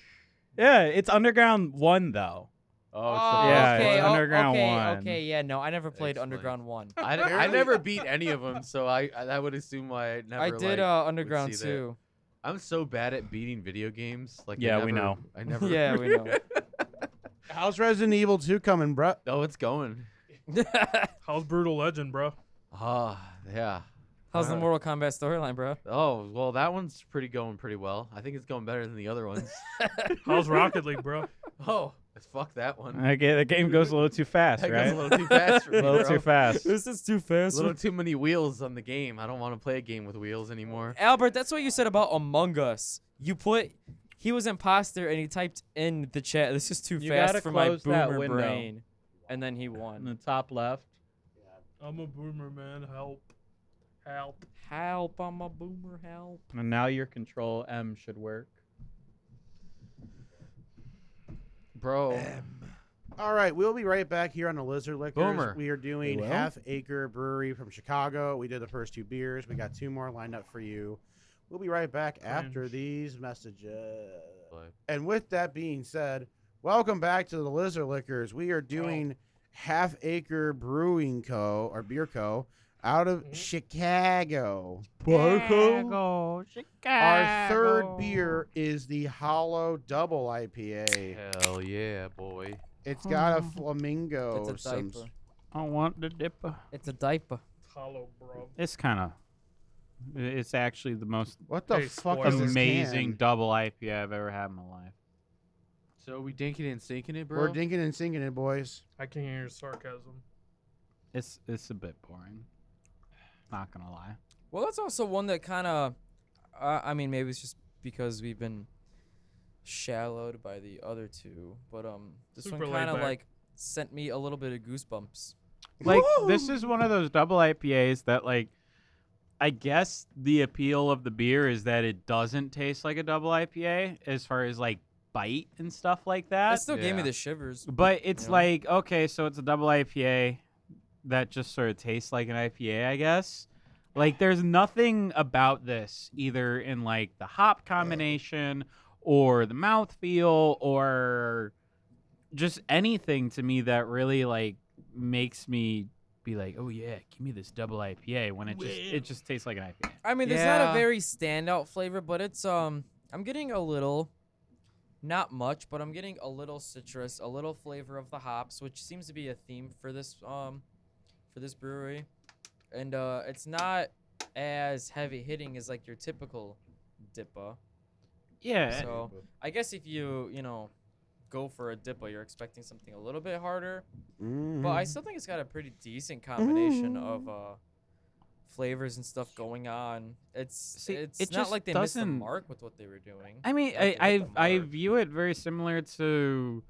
Speaker 2: yeah, it's Underground One though.
Speaker 3: Oh,
Speaker 5: Oh,
Speaker 2: Yeah,
Speaker 5: okay,
Speaker 2: it's
Speaker 5: oh,
Speaker 2: Underground
Speaker 5: okay,
Speaker 2: one.
Speaker 5: Okay, yeah, no, I never played
Speaker 3: Excellent.
Speaker 5: Underground One.
Speaker 3: I, d- I never beat any of them, so I, I that would assume why I never.
Speaker 5: I did
Speaker 3: Like,
Speaker 5: uh, Underground
Speaker 3: see that.
Speaker 5: Two.
Speaker 3: I'm so bad at beating video games. Like, I
Speaker 2: Yeah, we
Speaker 3: never-
Speaker 2: know.
Speaker 3: I never.
Speaker 5: Yeah, we know.
Speaker 1: How's Resident Evil 2 coming, bruh?
Speaker 3: oh, it's going.
Speaker 4: how's Brutal Legend, bro?
Speaker 3: Ah, yeah.
Speaker 5: How's
Speaker 2: Uh-huh.
Speaker 5: the
Speaker 3: Alright.
Speaker 5: Mortal Kombat storyline, bro?
Speaker 3: Oh well, that one's pretty going pretty well. I think it's going better than the other ones.
Speaker 4: How's Rocket League, bro?
Speaker 3: Oh, fuck that one.
Speaker 2: Okay, the game goes a little too fast,
Speaker 3: That
Speaker 2: right?
Speaker 3: goes a little too fast for me.
Speaker 2: A little
Speaker 3: bro.
Speaker 2: too fast.
Speaker 5: This is too fast.
Speaker 3: little too many wheels on the game. I don't want to play a game with wheels anymore.
Speaker 5: Albert, that's what you said about Among Us. You put he was imposter and he typed in the chat. This is too
Speaker 2: You
Speaker 5: fast
Speaker 2: gotta
Speaker 5: for my
Speaker 2: close that
Speaker 5: boomer
Speaker 2: window.
Speaker 5: brain. And then he won.
Speaker 2: the top left.
Speaker 4: I'm a boomer, man. Help. Help.
Speaker 5: Help! I'm a boomer. Help!
Speaker 2: And now your control M should work.
Speaker 3: Bro,
Speaker 1: All right, we'll be right back here on the Lizard Liquors.
Speaker 3: Boomer.
Speaker 1: We are doing
Speaker 2: will?
Speaker 1: Half Acre Brewery from Chicago. We did the first two beers. We got two more lined up for you. We'll be right back after
Speaker 4: Cringe.
Speaker 1: these messages. And with that being said, welcome back to the Lizard Liquors. We are doing Half Acre Brewing Co. or Beer Co. out of
Speaker 4: Mhm.
Speaker 1: Chicago.
Speaker 2: Chicago.
Speaker 1: Our third beer is the Hollow Double IPA.
Speaker 3: hell yeah, boy.
Speaker 1: It's got a
Speaker 2: Oh.
Speaker 1: flamingo.
Speaker 5: it's a
Speaker 1: some-
Speaker 5: diaper.
Speaker 2: I want the dipper.
Speaker 5: It's a diaper.
Speaker 4: Hollow, bro.
Speaker 2: It's kind of. It's actually the most
Speaker 1: What the
Speaker 4: Hey,
Speaker 1: fuck is
Speaker 4: spoilers.
Speaker 1: this
Speaker 2: amazing
Speaker 1: can?
Speaker 2: double IPA I've ever had in my life.
Speaker 3: So we dinking and sinking it, bro?
Speaker 1: We're dinking and sinking it, boys.
Speaker 4: I can hear your sarcasm.
Speaker 2: It's it's a bit boring. Not gonna lie.
Speaker 5: Well, that's also one that kind of. Uh, I mean, maybe it's just because we've been shallowed by the other two, but um, this
Speaker 4: Super
Speaker 5: one
Speaker 4: laid
Speaker 5: kind of
Speaker 4: back.
Speaker 5: like sent me a little bit of goosebumps.
Speaker 2: Like this is one of those double IPAs that like I guess the appeal of the beer is that it doesn't taste like a double IPA as far as like bite and stuff like that.
Speaker 5: It still gave me
Speaker 3: yeah.
Speaker 5: the shivers.
Speaker 2: But it's
Speaker 5: Yeah.
Speaker 2: like, okay, so it's a double IPA that just sort of tastes like an IPA, I guess. Like there's nothing about this either in like the hop combination or the mouthfeel or just anything to me that really like makes me be like, "Oh yeah, give me this double IPA" when it just it just tastes like an IPA.
Speaker 5: I mean, there's not
Speaker 3: Yeah.
Speaker 5: a very standout flavor, but it's um, I'm getting a little, not much, but I'm getting a little citrus, a little flavor of the hops, which seems to be a theme for this um, for this brewery, and uh, it's not as heavy hitting as like your typical dippa.
Speaker 2: Yeah.
Speaker 5: So I guess if you you know, go for a dippa, you're expecting something a little bit harder,
Speaker 1: Mm-hmm.
Speaker 5: but
Speaker 2: Mm-hmm.
Speaker 5: I still think it's got a pretty decent combination of
Speaker 2: Mm.
Speaker 5: uh. Flavors and stuff going on. It's
Speaker 2: See,
Speaker 5: it's
Speaker 2: it
Speaker 5: not
Speaker 2: just
Speaker 5: like they missed the
Speaker 2: doesn't-
Speaker 5: mark with what they were doing.
Speaker 2: I mean, I
Speaker 5: Like, they
Speaker 2: I,
Speaker 5: hit the
Speaker 2: I
Speaker 5: mark.
Speaker 2: view it very similar to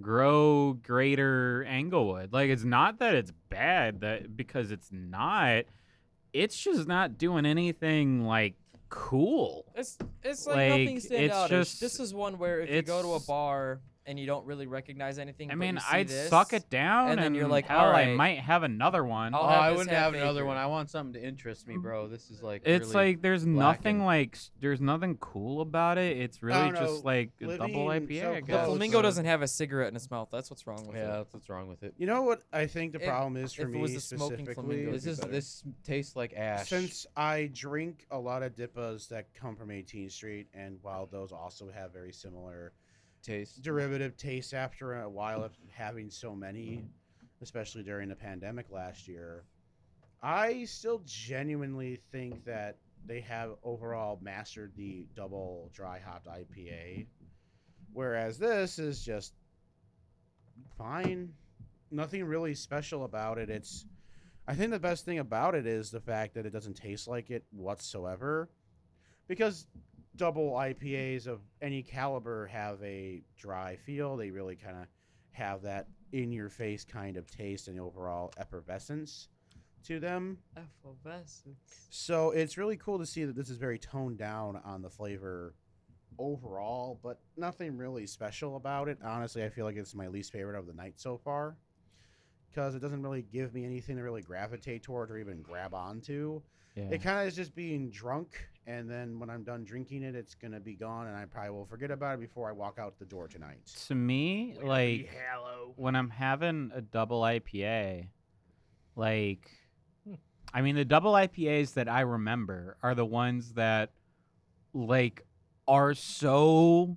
Speaker 2: grow greater Englewood. Like it's not that it's bad that because it's not. It's just not doing anything like cool.
Speaker 5: It's it's like, nothing
Speaker 2: Like,
Speaker 5: stand
Speaker 2: it's
Speaker 5: out.
Speaker 2: just-
Speaker 5: This is one where if you go to a
Speaker 2: it's-
Speaker 5: bar and you don't really recognize anything,
Speaker 2: I
Speaker 5: but
Speaker 2: mean,
Speaker 5: you see
Speaker 2: I'd
Speaker 5: this,
Speaker 2: suck it down,
Speaker 5: and
Speaker 2: and,
Speaker 5: then you're like,
Speaker 2: hell, I
Speaker 5: "Alright,
Speaker 2: might have another one.
Speaker 5: I'll
Speaker 3: Oh,
Speaker 5: have
Speaker 3: I
Speaker 5: this
Speaker 3: wouldn't have
Speaker 5: half
Speaker 3: another
Speaker 5: acre.
Speaker 3: one. I want something to interest me, bro. This is like
Speaker 2: it's
Speaker 3: really-
Speaker 2: like there's nothing
Speaker 3: lacking.
Speaker 2: like s- there's nothing cool about it. It's really
Speaker 1: no,
Speaker 2: just like a double
Speaker 1: living
Speaker 2: IPA.
Speaker 1: so
Speaker 2: I
Speaker 1: close.
Speaker 5: The
Speaker 1: Yeah,
Speaker 2: guess.
Speaker 5: flamingo
Speaker 1: it's, uh,
Speaker 5: doesn't have a cigarette in its mouth. That's what's wrong with
Speaker 3: yeah,
Speaker 5: it.
Speaker 3: that's what's wrong with it.
Speaker 1: You know what I think the
Speaker 5: If-
Speaker 1: problem is for
Speaker 5: if it
Speaker 1: me
Speaker 5: was a smoking
Speaker 1: specifically?
Speaker 5: flamingo,
Speaker 3: This
Speaker 5: be
Speaker 3: is
Speaker 5: better.
Speaker 3: this tastes like ash.
Speaker 1: Since I drink a lot of dippas that come from 18th Street, and while those also have very similar
Speaker 3: taste.
Speaker 1: derivative tastes after a while of having so many, especially during the pandemic last year, I still genuinely think that they have overall mastered the double dry hopped IPA, whereas this is just fine. Nothing really special about it. It's, I think the best thing about it is the fact that it doesn't taste like it whatsoever, because double IPAs of any caliber have a dry feel. They really kind of have that in your face kind of taste and overall effervescence to them.
Speaker 5: Effervescence.
Speaker 1: So it's really cool to see that this is very toned down on the flavor overall, but nothing really special about it. Honestly, I feel like it's my least favorite of the night so far because it doesn't really give me anything to really gravitate towards or even grab onto
Speaker 3: Yeah.
Speaker 1: it kind of is just being drunk and then when i'm done drinking it it's gonna be gone and i probably will forget about it before i walk out the door tonight
Speaker 2: to me, like
Speaker 4: Hello.
Speaker 2: when I'm having a double IPA, like,
Speaker 4: Hmm.
Speaker 2: I mean, the double IPAs that I remember are the ones that, like, are so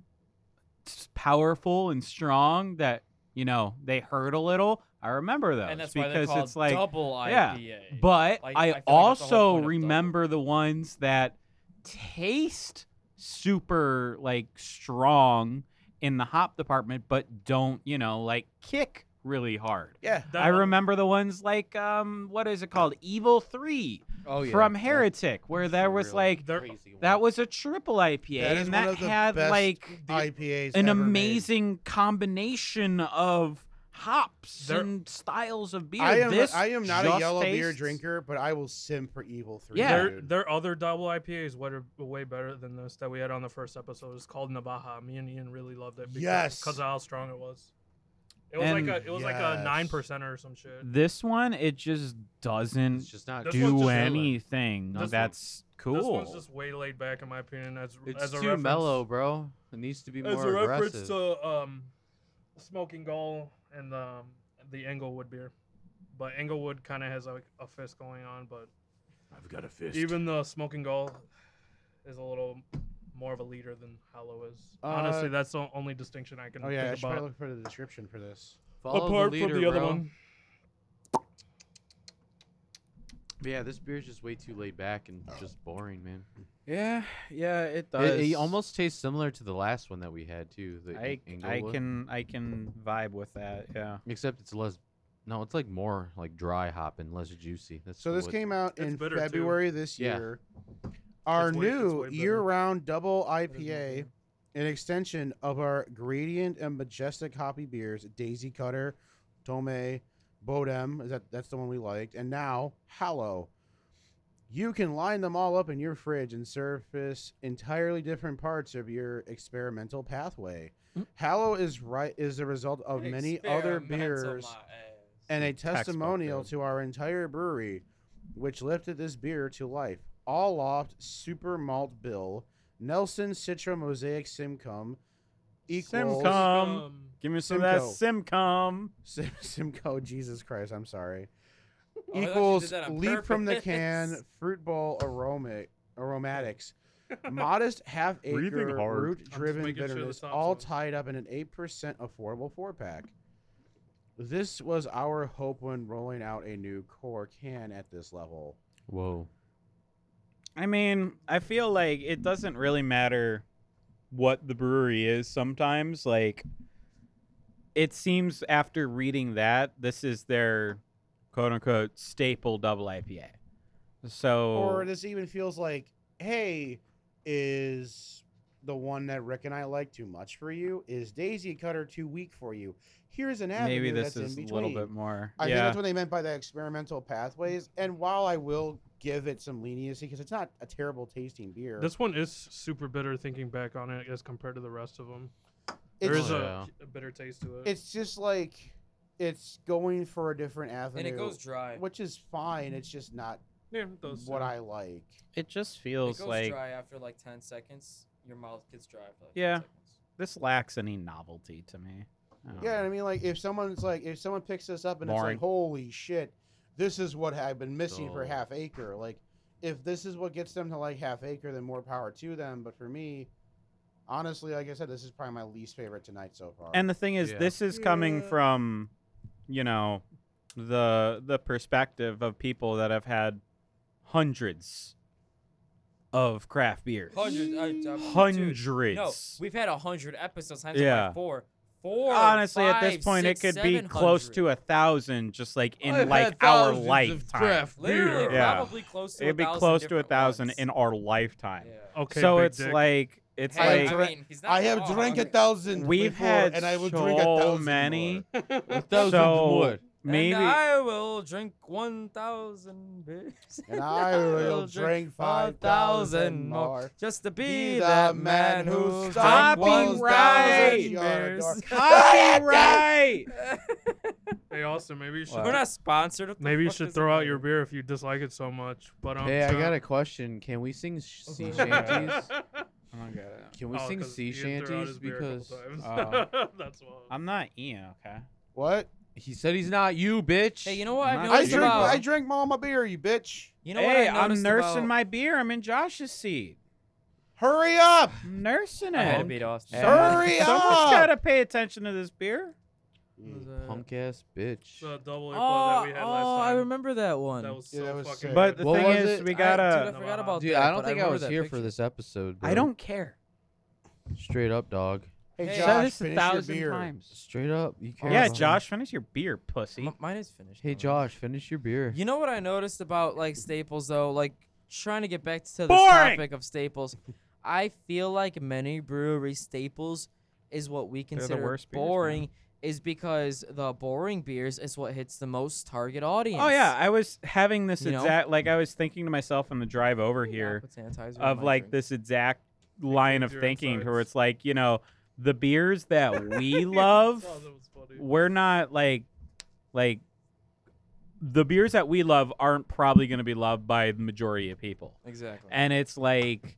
Speaker 2: s- powerful and strong that you know they hurt a little. I remember those
Speaker 5: And that's why they're
Speaker 2: because
Speaker 5: called
Speaker 2: it's like
Speaker 5: double
Speaker 2: yeah,
Speaker 5: IPA.
Speaker 2: but
Speaker 5: Like, I
Speaker 2: I,
Speaker 5: feel like that's the whole
Speaker 2: also
Speaker 5: point of double.
Speaker 2: remember the ones that taste super like strong in the hop department, but don't, you know, like kick really hard.
Speaker 1: Yeah.
Speaker 4: That-
Speaker 2: I remember the ones like um what is it called? Evil 3
Speaker 3: Oh yeah.
Speaker 2: from
Speaker 3: that-
Speaker 2: Heretic where
Speaker 3: that's
Speaker 2: there
Speaker 3: a
Speaker 2: was
Speaker 3: real
Speaker 2: like
Speaker 4: There-
Speaker 3: crazy one.
Speaker 2: that was a triple IPA
Speaker 1: That is
Speaker 2: and
Speaker 1: one
Speaker 2: that
Speaker 1: of the
Speaker 2: had
Speaker 1: best
Speaker 2: like
Speaker 1: IPAs.
Speaker 2: an
Speaker 1: ever made.
Speaker 2: amazing combination of hops
Speaker 4: There-
Speaker 2: and styles of beer.
Speaker 1: I am.
Speaker 2: this
Speaker 1: I am not a
Speaker 2: just
Speaker 1: yellow beer
Speaker 2: tastes-
Speaker 1: drinker, but I will sim for Evil Three.
Speaker 2: Yeah.
Speaker 4: Their,
Speaker 1: dude.
Speaker 4: their other double IPA is what are way better than this that we had on the first episode. It's called Navaja. Me and Ian really loved it. Because,
Speaker 1: Yes.
Speaker 4: because of how strong it was. It was
Speaker 2: And-
Speaker 4: like a it was like a
Speaker 1: Yes.
Speaker 4: nine percenter or some shit.
Speaker 2: This one it just doesn't
Speaker 3: It's just not
Speaker 4: This one's
Speaker 2: do
Speaker 4: just-
Speaker 2: anything.
Speaker 3: This one-
Speaker 2: That's cool.
Speaker 4: This one's just way laid back in my opinion. As
Speaker 3: It's
Speaker 4: as a
Speaker 3: too
Speaker 4: reference,
Speaker 3: mellow, bro. It needs to be
Speaker 4: As a
Speaker 3: more
Speaker 4: reference
Speaker 3: aggressive.
Speaker 4: to um, Smoking Goal and um, the Englewood beer, but Englewood kind of has like a fist going on, but
Speaker 6: I've got a fist.
Speaker 4: even the Smoking Goal is a little more of a leader than Hollow is.
Speaker 1: Uh,
Speaker 4: Honestly, that's the only distinction I can
Speaker 1: Oh yeah, I
Speaker 4: think
Speaker 1: should
Speaker 4: about.
Speaker 1: probably look for the description for this.
Speaker 3: Follow
Speaker 4: Apart
Speaker 3: the leader,
Speaker 4: from the other
Speaker 3: bro.
Speaker 4: one,
Speaker 3: But yeah, this beer's just way too laid back and just boring, man.
Speaker 2: yeah, yeah, it
Speaker 3: It, it almost tastes similar to the last one that we had too. The
Speaker 2: I,
Speaker 3: Eng-
Speaker 2: I
Speaker 3: Englewood.
Speaker 2: can I can vibe with that. Yeah.
Speaker 3: Except it's less. No, it's like more like dry hop and less juicy. That's
Speaker 1: So this
Speaker 3: what-
Speaker 1: came out
Speaker 4: It's
Speaker 1: in
Speaker 4: bitter, too.
Speaker 1: February this
Speaker 3: Yeah.
Speaker 1: year. Our
Speaker 4: It's way- it's
Speaker 1: new
Speaker 4: way better.
Speaker 1: year-round double
Speaker 4: is my
Speaker 1: IPA, an extension of our gradient and majestic hoppy beers, Daisy Cutter, Tome, Bodem. Is that that's the one we liked, and now Hallow. You can line them all up in your fridge and surface entirely different parts of your experimental pathway.
Speaker 3: Mm.
Speaker 1: Hallow is right is the result of many other beers and a
Speaker 2: textbook,
Speaker 1: testimonial
Speaker 2: dude.
Speaker 1: to our entire brewery, which lifted this beer to life. All Loft Super Malt Bill, Nelson Citra Mosaic Simcom, equals
Speaker 2: Simcom. Um,
Speaker 4: um,
Speaker 2: Give me
Speaker 1: some of that
Speaker 2: Simcom.
Speaker 1: Sim- Simco. Jesus Christ, I'm sorry.
Speaker 5: Oh, I thought you
Speaker 1: equals
Speaker 5: did that on
Speaker 1: leap from the can,
Speaker 5: purpose.
Speaker 1: fruit bowl aroma aromatics, modest half
Speaker 2: Breathing
Speaker 1: acre
Speaker 2: hard.
Speaker 1: root driven
Speaker 4: making sure the
Speaker 1: bitterness,
Speaker 4: sound's
Speaker 1: all
Speaker 4: on.
Speaker 1: tied up in an eight percent affordable four pack. This was our hope when rolling out a new core can at this level.
Speaker 3: Whoa.
Speaker 2: I mean, I feel like it doesn't really matter what the brewery is sometimes. Like, it seems after reading that, this is their quote unquote staple double IPA. So,
Speaker 1: Or this even feels like, hey, is the one that Rick and I like too much for you? Is Daisy Cutter too weak for you? Here's an avenue
Speaker 2: maybe
Speaker 1: that's
Speaker 2: this is
Speaker 1: in
Speaker 2: a
Speaker 1: between.
Speaker 2: little bit more.
Speaker 1: I think
Speaker 2: yeah.
Speaker 1: that's what they meant by the experimental pathways. And while I will give it some leniency because it's not a terrible tasting beer,
Speaker 4: this one is super bitter. Thinking back on it, as compared to the rest of them,
Speaker 1: it's,
Speaker 4: there is
Speaker 3: Yeah.
Speaker 4: a, a bitter taste to it.
Speaker 1: it's just like it's going for a different avenue,
Speaker 5: And it goes dry.
Speaker 1: which is fine. It's just not
Speaker 4: yeah, those
Speaker 1: what
Speaker 4: two.
Speaker 1: I like.
Speaker 2: It just
Speaker 5: It
Speaker 2: feels
Speaker 5: goes
Speaker 2: like
Speaker 5: dry after like 10 seconds. Your mouth gets dry for like 10
Speaker 2: Yeah.
Speaker 5: seconds.
Speaker 2: this lacks any novelty to me. I don't
Speaker 1: Yeah,
Speaker 2: know.
Speaker 1: I mean, like if someone's like if someone picks this up and
Speaker 2: Um, Boring.
Speaker 1: it's like, holy shit, this is what I've been missing for
Speaker 3: So-
Speaker 1: half acre. Like, if this is what gets them to like half acre, then more power to them. But for me. Honestly, like I said, this is probably my least favorite tonight so far.
Speaker 2: And the thing is,
Speaker 3: Yeah.
Speaker 2: this is coming
Speaker 4: Yeah.
Speaker 2: from, you know, the the perspective of people that have had hundreds of craft beers.
Speaker 5: Hundred, I- I- dude,
Speaker 2: Hundreds.
Speaker 5: No, we've had a hundred episodes times yeah.
Speaker 2: Yeah.
Speaker 5: by four. Four.
Speaker 2: Honestly, at
Speaker 5: five,
Speaker 2: this point,
Speaker 5: six,
Speaker 2: it could be
Speaker 5: seven
Speaker 2: close
Speaker 5: hundred.
Speaker 2: to a thousand, just like in
Speaker 3: I've
Speaker 2: like
Speaker 3: had
Speaker 2: our
Speaker 3: thousands of
Speaker 2: lifetime.
Speaker 3: craft
Speaker 5: Literally,
Speaker 3: beer.
Speaker 2: Yeah.
Speaker 5: probably close to.
Speaker 2: It'd be
Speaker 5: 1,000
Speaker 2: close to a
Speaker 5: different
Speaker 2: thousand
Speaker 5: ones.
Speaker 2: in our lifetime.
Speaker 5: Yeah.
Speaker 4: okay,
Speaker 2: so
Speaker 4: big
Speaker 2: it's
Speaker 4: dick.
Speaker 2: like it's
Speaker 5: Hey,
Speaker 2: like
Speaker 5: I mean, he's not
Speaker 1: I have
Speaker 5: wrong.
Speaker 1: drank a
Speaker 5: Okay.
Speaker 1: thousand.
Speaker 2: we've
Speaker 1: before,
Speaker 2: had
Speaker 1: and I will
Speaker 2: so
Speaker 1: drink a thousand
Speaker 2: many.
Speaker 1: more.
Speaker 3: Thousands
Speaker 2: so
Speaker 3: more.
Speaker 2: maybe
Speaker 5: And I will drink one thousand beers.
Speaker 1: And I will drink five thousand
Speaker 5: 5,000
Speaker 1: more.
Speaker 5: Just to
Speaker 1: Be
Speaker 5: be,
Speaker 1: the
Speaker 5: that man
Speaker 1: man who
Speaker 5: who
Speaker 1: struck
Speaker 5: drank
Speaker 2: one thousand
Speaker 1: yards.
Speaker 5: beers.
Speaker 2: copyright.
Speaker 4: Hey, Austin, maybe you should.
Speaker 5: We're not sponsored. what the
Speaker 4: Maybe you
Speaker 5: fuck
Speaker 4: should
Speaker 5: does
Speaker 4: throw
Speaker 5: it
Speaker 4: out your
Speaker 5: matter?
Speaker 4: beer if you dislike it so much. But um,
Speaker 3: Hey, I
Speaker 4: so-
Speaker 3: got a question. Can we sing sh- sea
Speaker 2: Yeah.
Speaker 3: shanties?
Speaker 2: Oh my god.
Speaker 3: Can we
Speaker 4: Oh,
Speaker 3: sing
Speaker 4: 'cause
Speaker 3: sea
Speaker 4: Ian threw out his
Speaker 3: shanties?
Speaker 4: beer a couple
Speaker 3: Because
Speaker 4: times.
Speaker 2: Oh.
Speaker 4: that's why.
Speaker 2: I'm not Ian, okay?
Speaker 1: What?
Speaker 3: he said he's not you, bitch.
Speaker 5: Hey, you know what
Speaker 2: Not-
Speaker 5: I've
Speaker 1: I
Speaker 5: noticed
Speaker 1: drink.
Speaker 5: about?
Speaker 1: I drink all my beer, you bitch.
Speaker 5: you know
Speaker 2: hey,
Speaker 5: what I
Speaker 2: I'm
Speaker 5: noticed
Speaker 2: nursing
Speaker 5: about-
Speaker 2: my beer. I'm in Josh's seat.
Speaker 1: Hurry up!
Speaker 2: I'm nursing
Speaker 5: I had to
Speaker 2: it.
Speaker 5: beat Austin.
Speaker 1: Hurry
Speaker 2: Someone's
Speaker 1: up!
Speaker 2: gotta pay attention to this beer.
Speaker 3: punk ass bitch.
Speaker 4: the double A
Speaker 5: Oh,
Speaker 4: that we had last
Speaker 5: oh,
Speaker 4: time.
Speaker 5: I remember that one.
Speaker 4: That was so
Speaker 1: Yeah, that was
Speaker 4: fucking.
Speaker 1: sick.
Speaker 2: But the
Speaker 3: What
Speaker 2: thing
Speaker 3: was
Speaker 2: is,
Speaker 3: it?
Speaker 2: we
Speaker 5: I-
Speaker 2: gotta.
Speaker 5: dude, I forgot about
Speaker 3: Dude,
Speaker 5: that.
Speaker 3: I don't
Speaker 5: but
Speaker 3: think I,
Speaker 5: remember
Speaker 3: was
Speaker 5: that
Speaker 3: here for
Speaker 5: picture.
Speaker 3: this episode.
Speaker 2: I
Speaker 3: bro.
Speaker 2: don't care.
Speaker 3: Straight up, dog.
Speaker 1: Hey,
Speaker 5: Hey,
Speaker 1: Josh,
Speaker 2: Said this a
Speaker 1: finish
Speaker 2: thousand
Speaker 1: your beer.
Speaker 2: times.
Speaker 3: Straight up, you care.
Speaker 2: Yeah,
Speaker 3: about me.
Speaker 2: Josh, finish your beer, pussy.
Speaker 5: M- mine is finished.
Speaker 3: Hey
Speaker 5: though.
Speaker 3: Josh, finish your beer.
Speaker 5: You know what I noticed about like Staples though, like trying to get back to the
Speaker 2: Boring!
Speaker 5: topic of Staples, I feel like many brewery staples is what we
Speaker 2: the
Speaker 5: consider
Speaker 2: worst beers, man.
Speaker 5: boring, is because the boring beers is what hits the most target audience.
Speaker 2: Oh yeah, I was having this
Speaker 5: You know?
Speaker 2: exact like I was thinking to myself on the drive over
Speaker 5: Yeah,
Speaker 2: here
Speaker 5: put sanitizer in
Speaker 2: of
Speaker 5: my
Speaker 2: like
Speaker 5: drink.
Speaker 2: this exact line of
Speaker 4: zero
Speaker 2: thinking where
Speaker 4: sides.
Speaker 2: it's like, you know, the beers that we love
Speaker 4: Oh, that was funny.
Speaker 2: we're not like like the beers that we love aren't probably going to be loved by the majority of people.
Speaker 5: exactly.
Speaker 2: And it's like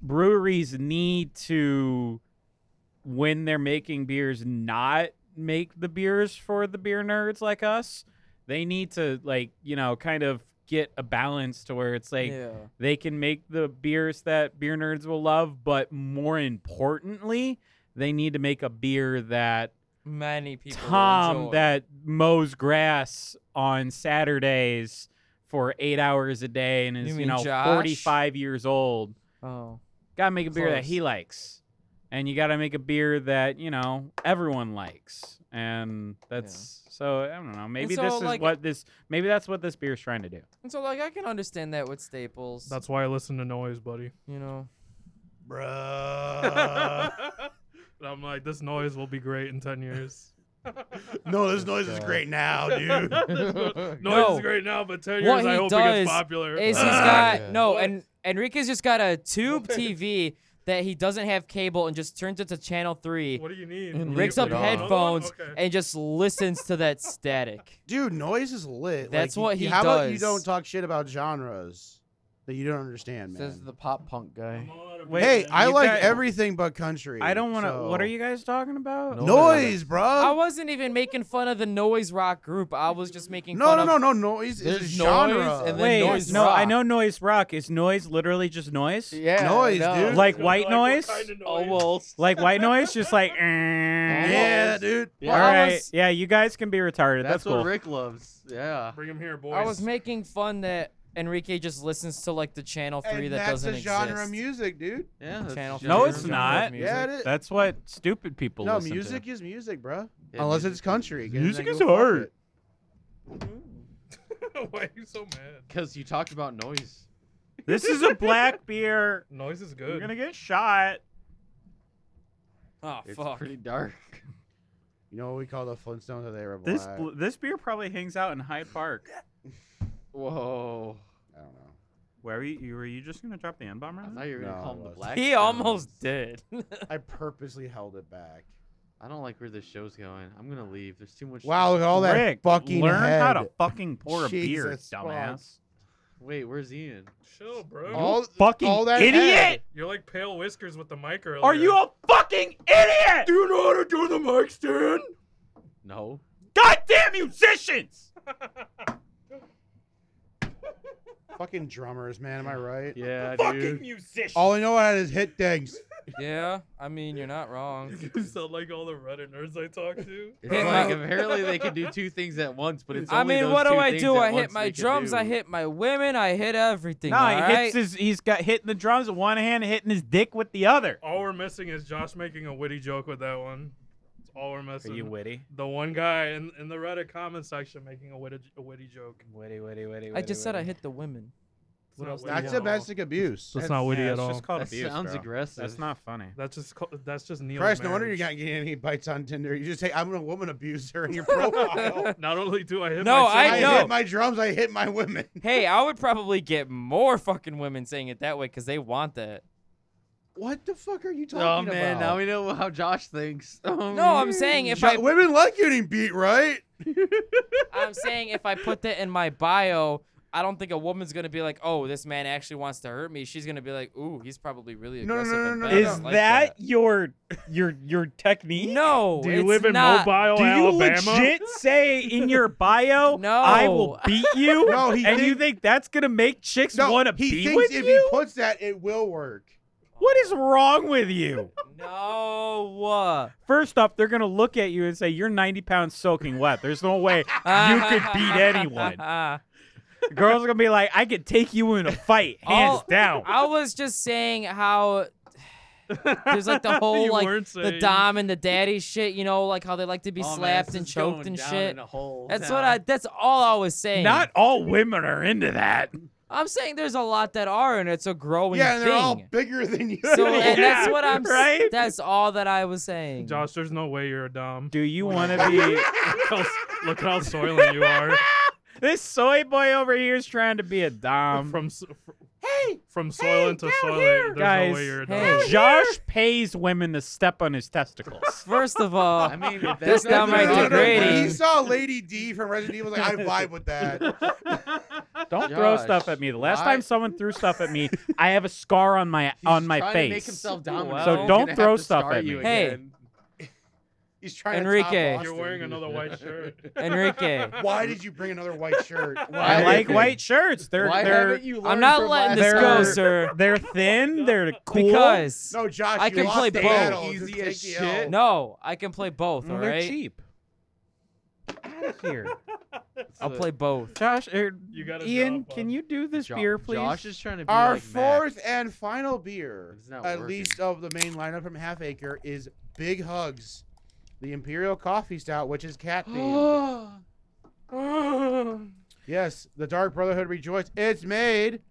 Speaker 2: breweries need to when they're making beers not make the beers for the beer nerds like us. They need to like, you know, kind of get a balance to where it's like
Speaker 5: yeah.
Speaker 2: they can make the beers that beer nerds will love, but more importantly, they need to make a beer that
Speaker 5: many people will
Speaker 2: Tom
Speaker 5: enjoy.
Speaker 2: that mows grass on Saturdays for eight hours a day and
Speaker 5: You
Speaker 2: is you,
Speaker 5: mean
Speaker 2: know
Speaker 5: Josh?
Speaker 2: 45 years old.
Speaker 5: Oh.
Speaker 2: Gotta make a beer that he
Speaker 5: Close.
Speaker 2: likes, and you gotta make a beer that you know everyone likes, and that's so I don't know. Maybe
Speaker 5: so,
Speaker 2: this is
Speaker 5: like-
Speaker 2: what this maybe that's what this beer's trying to do.
Speaker 5: And so like I can understand that with Staples.
Speaker 4: That's why I listen to noise, buddy.
Speaker 5: you know.
Speaker 1: Bruh.
Speaker 4: and I'm like, this noise will be great in ten years.
Speaker 1: no, this noise is great now, dude.
Speaker 4: This no- noise
Speaker 5: No.
Speaker 4: is great now, but ten
Speaker 5: What
Speaker 4: years I
Speaker 5: he
Speaker 4: hope it
Speaker 5: does
Speaker 4: gets popular.
Speaker 5: Is he's
Speaker 1: Ah,
Speaker 5: got
Speaker 3: yeah.
Speaker 5: no,
Speaker 4: What?
Speaker 5: and Enrique's just got a tube
Speaker 4: What?
Speaker 5: TV that he doesn't have cable and just turns it to channel three,
Speaker 4: What do you need?
Speaker 3: And
Speaker 4: You
Speaker 5: rigs
Speaker 4: need
Speaker 5: up
Speaker 3: leave it on.
Speaker 5: headphones,
Speaker 4: Okay.
Speaker 5: and just listens to that static.
Speaker 1: Dude, noise is lit.
Speaker 5: That's
Speaker 1: Like,
Speaker 5: what
Speaker 1: you-
Speaker 5: he
Speaker 1: how about you
Speaker 5: does.
Speaker 1: don't talk shit about genres that you don't understand, man.
Speaker 3: Says the pop punk guy.
Speaker 4: I'm all out of
Speaker 2: Wait,
Speaker 1: hey,
Speaker 4: beer.
Speaker 1: I
Speaker 2: you
Speaker 1: like
Speaker 2: guys-
Speaker 1: everything but country.
Speaker 2: I don't want to. What
Speaker 1: so-
Speaker 2: are you guys talking about?
Speaker 3: No.
Speaker 1: Noise,
Speaker 5: I
Speaker 1: bro.
Speaker 5: wasn't even making fun of the noise rock group. I was just making
Speaker 1: No,
Speaker 5: fun
Speaker 1: no,
Speaker 5: of
Speaker 1: no, no. Noise is a
Speaker 3: There's noise
Speaker 1: genre.
Speaker 3: and then
Speaker 2: Wait,
Speaker 3: noise
Speaker 2: no, I
Speaker 3: rock.
Speaker 2: know noise rock is noise literally just noise,
Speaker 3: Yeah.
Speaker 1: Noise,
Speaker 3: no.
Speaker 1: dude.
Speaker 2: like
Speaker 4: You're
Speaker 2: white
Speaker 4: what
Speaker 2: noise?
Speaker 4: kind of noise?
Speaker 5: Oh,
Speaker 3: Almost.
Speaker 2: like white noise, just like.
Speaker 1: Oh,
Speaker 2: eh,
Speaker 1: yeah, dude.
Speaker 3: Yeah.
Speaker 2: All
Speaker 5: I
Speaker 2: right,
Speaker 5: was-
Speaker 2: yeah, you guys can be retarded. That's,
Speaker 3: That's
Speaker 2: cool.
Speaker 3: what Rick loves. Yeah.
Speaker 4: Bring him here, boys.
Speaker 5: I was making fun that Enrique just listens to like the channel three
Speaker 1: And
Speaker 5: that
Speaker 1: that's
Speaker 5: doesn't
Speaker 1: a genre of
Speaker 5: exist.
Speaker 1: music, dude.
Speaker 3: Yeah. that's
Speaker 5: Channel
Speaker 3: a
Speaker 2: No,
Speaker 3: genre.
Speaker 2: it's
Speaker 5: genre
Speaker 2: not.
Speaker 5: of music.
Speaker 1: Yeah, it is.
Speaker 2: That's what stupid people.
Speaker 1: No,
Speaker 2: listen to.
Speaker 1: music is music, bro.
Speaker 3: Yeah,
Speaker 1: Unless
Speaker 3: music
Speaker 1: it's
Speaker 3: is-
Speaker 1: country. 'cause
Speaker 2: Music
Speaker 1: then
Speaker 2: is
Speaker 1: go fuck
Speaker 2: art.
Speaker 1: it.
Speaker 4: Mm. Why are you so mad?
Speaker 3: Because you talked about noise.
Speaker 2: This is a black beer.
Speaker 4: Noise is
Speaker 2: You're
Speaker 4: good.
Speaker 2: gonna get shot.
Speaker 5: Oh
Speaker 3: It's
Speaker 5: fuck.
Speaker 3: pretty dark.
Speaker 1: You know what we call the Flintstones of the era
Speaker 2: This
Speaker 1: black?
Speaker 2: bl- this beer probably hangs out in Hyde Park.
Speaker 3: Whoa.
Speaker 1: I don't know.
Speaker 2: Where were you, you- were you just gonna drop the n bomb
Speaker 3: I
Speaker 2: right now?
Speaker 3: thought you were
Speaker 1: No,
Speaker 3: gonna
Speaker 1: I
Speaker 3: call him the
Speaker 1: wasn't.
Speaker 3: black.
Speaker 5: he
Speaker 3: Stones.
Speaker 5: almost did.
Speaker 1: I purposely held it back.
Speaker 3: I don't like where this show's going. I'm gonna leave. There's too much.
Speaker 1: Wow, look at all that
Speaker 2: Rick,
Speaker 1: fucking
Speaker 2: learn how
Speaker 1: head.
Speaker 2: to fucking pour a beer,
Speaker 1: Jesus fuck.
Speaker 2: dumbass.
Speaker 3: Wait, where's Ian?
Speaker 4: Chill, bro.
Speaker 1: All
Speaker 2: Fucking
Speaker 1: all that
Speaker 2: idiot!
Speaker 1: head.
Speaker 4: You're like pale whiskers with the mic earlier.
Speaker 2: Oh, Are you a fucking idiot?
Speaker 4: Do you know how to do the mic stand?
Speaker 3: No.
Speaker 2: Goddamn musicians!
Speaker 1: fucking drummers, man. Am I right?
Speaker 3: Yeah,
Speaker 2: Fucking
Speaker 3: dude.
Speaker 2: musicians!
Speaker 1: All I know how is hit things.
Speaker 5: yeah, I mean you're not wrong.
Speaker 4: You sound like all the Reddit nerds I talk to.
Speaker 3: It's
Speaker 5: Hit
Speaker 3: like
Speaker 5: my-
Speaker 3: apparently they can do two things at once, but it's.
Speaker 5: I
Speaker 3: only
Speaker 5: mean,
Speaker 3: those
Speaker 5: what do
Speaker 3: two
Speaker 5: I
Speaker 3: things
Speaker 5: do?
Speaker 3: at
Speaker 5: I hit
Speaker 3: once
Speaker 5: my
Speaker 3: they can
Speaker 5: drums. I
Speaker 3: do.
Speaker 5: hit my women. I hit everything.
Speaker 2: Nah, he
Speaker 5: all
Speaker 2: hits his. He's got hitting the drums with one hand, and hitting his dick with the other.
Speaker 4: All we're missing is Josh making a witty joke with that one. That's all we're missing.
Speaker 2: witty?
Speaker 4: the one guy in, in the Reddit comment section making a witty, a witty joke.
Speaker 2: Witty, witty, witty.
Speaker 5: I just said I hit the women.
Speaker 4: It's
Speaker 5: What
Speaker 4: not
Speaker 5: else do you
Speaker 4: witty
Speaker 1: That's
Speaker 5: Yeah.
Speaker 4: at all.
Speaker 1: domestic abuse.
Speaker 4: That's not witty
Speaker 2: yeah,
Speaker 4: at
Speaker 2: it's
Speaker 4: all.
Speaker 2: Just called
Speaker 3: That
Speaker 2: abuse,
Speaker 3: sounds
Speaker 2: bro.
Speaker 3: aggressive.
Speaker 2: That's not funny.
Speaker 4: That's just co- that's just Neil.
Speaker 1: Christ, no wonder you're not getting any bites on Tinder. You just say, I'm a woman abuser in your profile.
Speaker 4: Not only do I hit
Speaker 5: No,
Speaker 4: my
Speaker 5: I
Speaker 1: I
Speaker 5: know.
Speaker 1: hit my drums, I hit my women.
Speaker 5: Hey, I would probably get more fucking women saying it that way because they want that.
Speaker 1: What the fuck are you
Speaker 3: Oh
Speaker 1: talking
Speaker 3: man,
Speaker 1: about?
Speaker 3: now we know how Josh thinks.
Speaker 5: No, I'm saying if
Speaker 1: Jo-
Speaker 5: I,
Speaker 1: women like getting beat, right?
Speaker 5: I'm saying if I put that in my bio, I don't think a woman's gonna be like, "Oh, this man actually wants to hurt me." She's gonna be like, "Ooh, he's probably really
Speaker 1: No, no,
Speaker 5: aggressive."
Speaker 1: no,
Speaker 5: and
Speaker 1: no,
Speaker 5: bad."
Speaker 1: no,
Speaker 5: I
Speaker 2: Is
Speaker 1: no.
Speaker 5: don't like
Speaker 2: that your your your technique?
Speaker 5: No,
Speaker 4: Do you
Speaker 5: it's
Speaker 4: live in
Speaker 5: not.
Speaker 4: Mobile,
Speaker 2: Do you
Speaker 4: Alabama?
Speaker 2: legit say in your bio,
Speaker 5: No.
Speaker 2: I will beat you?
Speaker 1: No, he
Speaker 2: and you
Speaker 1: think-
Speaker 2: think that's gonna make chicks
Speaker 1: No,
Speaker 2: want to
Speaker 1: he
Speaker 2: be
Speaker 1: thinks
Speaker 2: with
Speaker 1: if
Speaker 2: you?
Speaker 1: he puts that, it will work.
Speaker 2: what is wrong with you?
Speaker 5: No, uh,
Speaker 2: First off, they're gonna look at you and say you're 90 pounds soaking wet. There's no way you could beat anyone. The girls are gonna be like, I could take you in a fight, hands
Speaker 5: All-
Speaker 2: down.
Speaker 5: I was just saying how There's like the whole
Speaker 4: You
Speaker 5: like
Speaker 4: weren't
Speaker 5: the
Speaker 4: saying.
Speaker 5: dom and the daddy shit. You know, like how they like to be
Speaker 3: Oh, man,
Speaker 5: slapped
Speaker 3: this
Speaker 5: and
Speaker 3: is
Speaker 5: choked
Speaker 3: going
Speaker 5: and
Speaker 3: down
Speaker 5: shit.
Speaker 3: in a hole
Speaker 5: That's
Speaker 3: now.
Speaker 5: what I. That's all I was saying.
Speaker 2: Not all women are into that.
Speaker 5: I'm saying there's a lot that are, and it's a growing
Speaker 1: yeah, and
Speaker 5: thing.
Speaker 1: they're all bigger than you.
Speaker 5: So and
Speaker 2: Yeah,
Speaker 5: that's what I'm. s-
Speaker 2: right?
Speaker 5: That's all that I was saying.
Speaker 4: Josh, there's no way you're a dom.
Speaker 2: Do you want to be?
Speaker 4: Look how, look how soiling you are
Speaker 2: This soy boy over here is trying to be a dom.
Speaker 4: from s- fr-
Speaker 1: hey,
Speaker 4: from soiling to soiling. There's
Speaker 2: Guys,
Speaker 4: no way you're a
Speaker 5: hey.
Speaker 4: dom.
Speaker 2: Josh pays women to step on his testicles.
Speaker 5: First of all,
Speaker 3: I mean, if that's
Speaker 5: This
Speaker 3: not
Speaker 5: downright
Speaker 1: No, no,
Speaker 3: the-
Speaker 1: no, when
Speaker 5: degrading.
Speaker 1: He saw Lady D from Resident Evil. Like I vibe with that.
Speaker 2: Don't throw
Speaker 3: Josh,
Speaker 2: stuff at me. The last
Speaker 3: why-
Speaker 2: time someone threw stuff at me, I have a scar on my
Speaker 3: He's
Speaker 2: on my
Speaker 3: trying
Speaker 2: face.
Speaker 3: To make himself dominant.
Speaker 5: Well-
Speaker 2: So
Speaker 3: He's gonna
Speaker 2: don't
Speaker 3: have
Speaker 2: throw
Speaker 3: to
Speaker 2: stuff
Speaker 3: scar
Speaker 2: at
Speaker 3: you
Speaker 2: me.
Speaker 5: Hey.
Speaker 3: again.
Speaker 1: He's trying
Speaker 5: Enrique.
Speaker 1: to top
Speaker 4: You're
Speaker 1: Austin.
Speaker 4: wearing another white shirt.
Speaker 5: Enrique,
Speaker 1: Why did you bring another white shirt?
Speaker 2: I
Speaker 3: Why-
Speaker 2: like white shirts. They're
Speaker 3: Why
Speaker 2: they're
Speaker 3: haven't you
Speaker 5: I'm
Speaker 3: learned
Speaker 5: not
Speaker 3: from
Speaker 5: letting
Speaker 3: last
Speaker 5: this
Speaker 2: They're-
Speaker 5: go,
Speaker 3: time?
Speaker 5: sir.
Speaker 2: they're thin. They're cool.
Speaker 5: Because
Speaker 1: No, Josh,
Speaker 5: I
Speaker 1: you
Speaker 5: can
Speaker 1: lost
Speaker 5: play
Speaker 1: the
Speaker 5: both.
Speaker 1: battle. Just
Speaker 3: Easy
Speaker 1: take
Speaker 3: as
Speaker 1: the
Speaker 3: shit.
Speaker 1: L.
Speaker 5: no, I can play
Speaker 3: Mm,
Speaker 5: both. All
Speaker 2: Well, they're
Speaker 5: right,
Speaker 2: cheap. Outta here,
Speaker 5: I'll play both.
Speaker 2: Josh. Er,
Speaker 4: You got a
Speaker 2: Ian,
Speaker 4: job, bud.
Speaker 2: can you do this
Speaker 3: Jo-
Speaker 2: beer, please?
Speaker 3: Josh is trying to be
Speaker 1: Our
Speaker 3: like
Speaker 1: fourth
Speaker 3: Max.
Speaker 1: and final beer,
Speaker 3: It's not
Speaker 1: at
Speaker 3: working.
Speaker 1: least of the main lineup from Half Acre, is Big Hugs, the Imperial Coffee Stout, which is cat themed. yes, the Dark Brotherhood rejoiced. It's made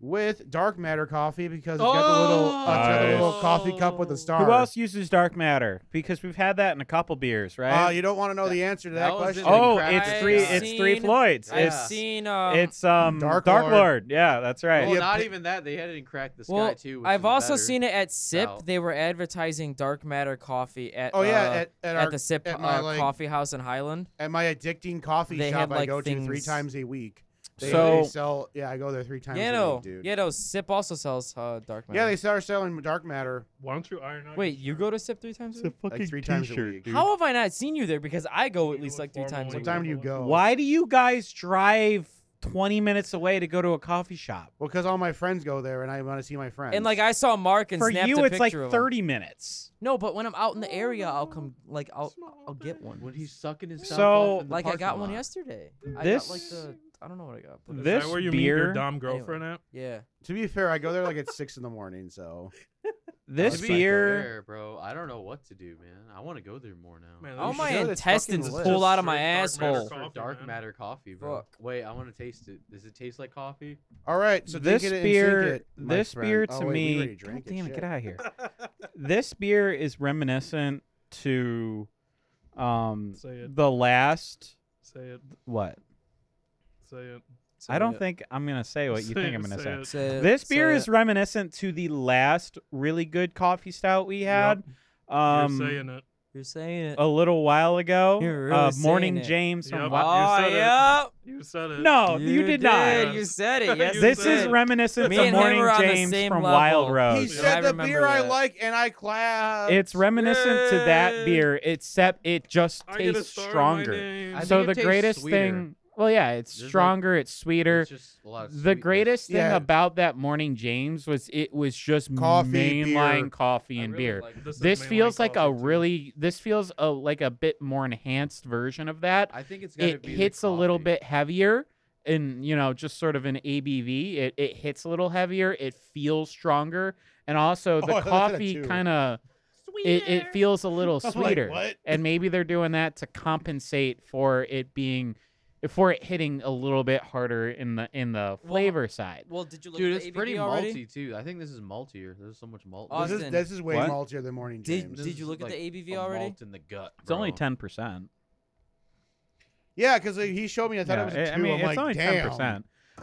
Speaker 1: with dark matter coffee because it's got the little, uh, it's got the
Speaker 2: Nice.
Speaker 1: little coffee cup with the star.
Speaker 2: Who else uses dark matter? Because we've had that in a couple beers, right?
Speaker 1: Uh, you don't want to know the answer to that,
Speaker 3: That was
Speaker 1: question.
Speaker 3: in the-
Speaker 2: oh,
Speaker 3: I've
Speaker 2: it's three. It's three
Speaker 5: seen-
Speaker 2: Floyds.
Speaker 5: I've
Speaker 2: It's
Speaker 5: seen. Um,
Speaker 2: it's um
Speaker 1: Dark
Speaker 2: Dark,
Speaker 1: Lord.
Speaker 2: Lord. Yeah, that's right.
Speaker 3: Well,
Speaker 1: Yeah,
Speaker 3: not
Speaker 1: but-
Speaker 3: even that. They had it in Crack the Sky
Speaker 5: well,
Speaker 3: too. which
Speaker 5: I've
Speaker 3: is
Speaker 5: also
Speaker 3: better.
Speaker 5: seen it at Sip.
Speaker 3: Out.
Speaker 5: They were advertising dark matter coffee at.
Speaker 1: oh yeah,
Speaker 5: uh,
Speaker 1: at, at,
Speaker 5: at
Speaker 1: our,
Speaker 5: the Sip
Speaker 1: at my,
Speaker 5: uh,
Speaker 1: like-
Speaker 5: Coffee House in Highland.
Speaker 1: at my addicting coffee
Speaker 5: They
Speaker 1: shop
Speaker 5: had,
Speaker 1: I
Speaker 5: like,
Speaker 1: go to three
Speaker 5: things-
Speaker 1: times a week. They,
Speaker 2: So-
Speaker 1: they sell yeah, I go there three times
Speaker 5: Yeah,
Speaker 1: a
Speaker 5: no,
Speaker 1: week, dude.
Speaker 5: yeah, no. Sip also sells uh, dark matter.
Speaker 1: Yeah, they start selling dark matter
Speaker 4: Why don't you iron out? your
Speaker 5: Wait, you
Speaker 4: shirt?
Speaker 5: go to Sip three times a week?
Speaker 1: like three times a week.
Speaker 5: How have I not seen you there? Because I go at
Speaker 4: You
Speaker 5: least
Speaker 4: look
Speaker 5: like three
Speaker 4: formal
Speaker 5: times
Speaker 1: What
Speaker 4: when
Speaker 5: a week.
Speaker 1: time do you
Speaker 4: Oh.
Speaker 1: go?
Speaker 2: Why do you guys drive 20 minutes away to go to a coffee shop?
Speaker 1: Well, because all my friends go there, and I want to see my friends.
Speaker 5: And like I saw Mark and
Speaker 2: For
Speaker 5: snapped
Speaker 2: you,
Speaker 5: a
Speaker 2: it's like
Speaker 5: picture of him.
Speaker 2: 30 minutes.
Speaker 5: No, but when I'm out in the area, I'll come. Like I'll,
Speaker 4: Small
Speaker 5: I'll get one.
Speaker 3: when he's sucking his
Speaker 2: So-
Speaker 5: Like I got one yesterday. I got like
Speaker 2: This-
Speaker 5: the. I don't know what I got. But
Speaker 4: Is
Speaker 2: This
Speaker 4: that where you meet
Speaker 2: beer-
Speaker 4: your dom girlfriend at?
Speaker 5: yeah.
Speaker 1: to be fair, I go there like at six in the morning. So
Speaker 2: This
Speaker 1: To be
Speaker 2: beer,
Speaker 3: Fair, bro. I don't know what to do, man. I want to go there more now.
Speaker 4: Man,
Speaker 5: All
Speaker 4: you
Speaker 5: Oh, my
Speaker 1: should. That's fucking
Speaker 5: intestines
Speaker 1: lit.
Speaker 5: pulled out of
Speaker 4: Straight
Speaker 5: my
Speaker 4: dark matter
Speaker 5: asshole.
Speaker 3: For
Speaker 4: Coffee,
Speaker 3: dark
Speaker 4: man.
Speaker 3: matter coffee, bro.
Speaker 5: Fuck.
Speaker 3: Wait, I want to taste it. Does it taste like coffee?
Speaker 1: all right, so
Speaker 2: this
Speaker 1: take it
Speaker 2: beer,
Speaker 1: and sink it, my
Speaker 2: this
Speaker 1: friend.
Speaker 2: beer to
Speaker 1: oh, wait, we already
Speaker 2: me,
Speaker 1: drank
Speaker 2: God damn it,
Speaker 1: shit.
Speaker 2: get out of here. this beer is reminiscent to, um,
Speaker 4: Say it.
Speaker 2: the last
Speaker 4: Say it.
Speaker 2: what?
Speaker 4: Say it.
Speaker 2: I don't think I'm gonna say what you
Speaker 4: Say
Speaker 2: think
Speaker 4: it,
Speaker 2: I'm gonna
Speaker 4: say
Speaker 2: say.
Speaker 4: it.
Speaker 5: Say it,
Speaker 2: This
Speaker 5: say
Speaker 2: beer
Speaker 5: it.
Speaker 2: is reminiscent to the last really good coffee stout we had.
Speaker 4: Yep.
Speaker 2: Um,
Speaker 4: You're saying it.
Speaker 5: You're saying it.
Speaker 2: a little while ago.
Speaker 5: You're really
Speaker 2: uh,
Speaker 5: saying
Speaker 2: Morning
Speaker 5: it.
Speaker 2: James from
Speaker 4: Yep.
Speaker 2: Wa-
Speaker 5: oh
Speaker 4: said it.
Speaker 5: yeah.
Speaker 4: You said it.
Speaker 5: Oh,
Speaker 2: No, you, did, not.
Speaker 4: did.
Speaker 5: You said it. Yes,
Speaker 4: You
Speaker 2: This
Speaker 4: said
Speaker 2: is
Speaker 4: it.
Speaker 2: reminiscent
Speaker 5: Me
Speaker 2: to
Speaker 5: and him
Speaker 2: Morning
Speaker 5: were on the
Speaker 2: James
Speaker 5: same
Speaker 2: from
Speaker 5: level.
Speaker 2: Wild
Speaker 1: He
Speaker 2: Road.
Speaker 5: Oh, Yeah,
Speaker 1: said
Speaker 5: I
Speaker 1: the
Speaker 5: remember
Speaker 1: beer I
Speaker 5: that.
Speaker 1: like, and I clapped.
Speaker 2: It's reminiscent to that beer, except it just
Speaker 4: I get a
Speaker 2: tastes
Speaker 4: star in my
Speaker 2: stronger.
Speaker 4: name.
Speaker 3: I
Speaker 2: So
Speaker 3: think it
Speaker 2: the
Speaker 3: tastes
Speaker 2: greatest
Speaker 3: sweeter.
Speaker 2: thing, well, yeah, it's
Speaker 3: There's like-
Speaker 2: stronger, it's sweeter.
Speaker 3: It's just a lot of
Speaker 2: The
Speaker 3: sweetness.
Speaker 2: greatest thing
Speaker 1: Yeah.
Speaker 2: about that Morning James was it was just
Speaker 1: Coffee,
Speaker 2: mainline
Speaker 1: beer.
Speaker 2: coffee
Speaker 5: I
Speaker 2: and
Speaker 5: really
Speaker 2: beer.
Speaker 5: like
Speaker 4: This, is
Speaker 2: this
Speaker 4: mainline
Speaker 2: feels like a
Speaker 4: coffee, too.
Speaker 2: really this feels a like a bit more enhanced version of that.
Speaker 3: I think it's got to
Speaker 2: it
Speaker 3: be. the
Speaker 2: hits a little
Speaker 3: coffee.
Speaker 2: bit heavier and you know just sort of an abv it, it hits a little heavier it feels stronger and also
Speaker 1: Oh, I
Speaker 2: the
Speaker 1: thought that
Speaker 2: coffee
Speaker 1: too.
Speaker 2: kind of it, it feels a little
Speaker 1: I'm like,
Speaker 2: sweeter
Speaker 1: what?
Speaker 2: and maybe they're doing that to compensate for it being for it hitting a little bit harder in the in the flavor side
Speaker 5: Well, did you look
Speaker 3: Dude,
Speaker 5: at the
Speaker 3: it's pretty
Speaker 5: ABV already?
Speaker 3: malty too. I think this is maltier. There's so much malt.
Speaker 5: Austin,
Speaker 1: This is this is way
Speaker 2: What?
Speaker 1: maltier than Morning
Speaker 5: Did,
Speaker 1: James.
Speaker 3: This
Speaker 5: did you
Speaker 3: is
Speaker 5: look at
Speaker 3: like
Speaker 5: the ABV
Speaker 3: a
Speaker 5: already?
Speaker 3: Malt in the gut.
Speaker 2: it's only
Speaker 3: bro.
Speaker 2: 10%
Speaker 1: yeah, because he showed me. I thought it was a two.
Speaker 2: I mean
Speaker 1: am
Speaker 2: it's
Speaker 1: like,
Speaker 2: only
Speaker 1: damn.
Speaker 2: 10%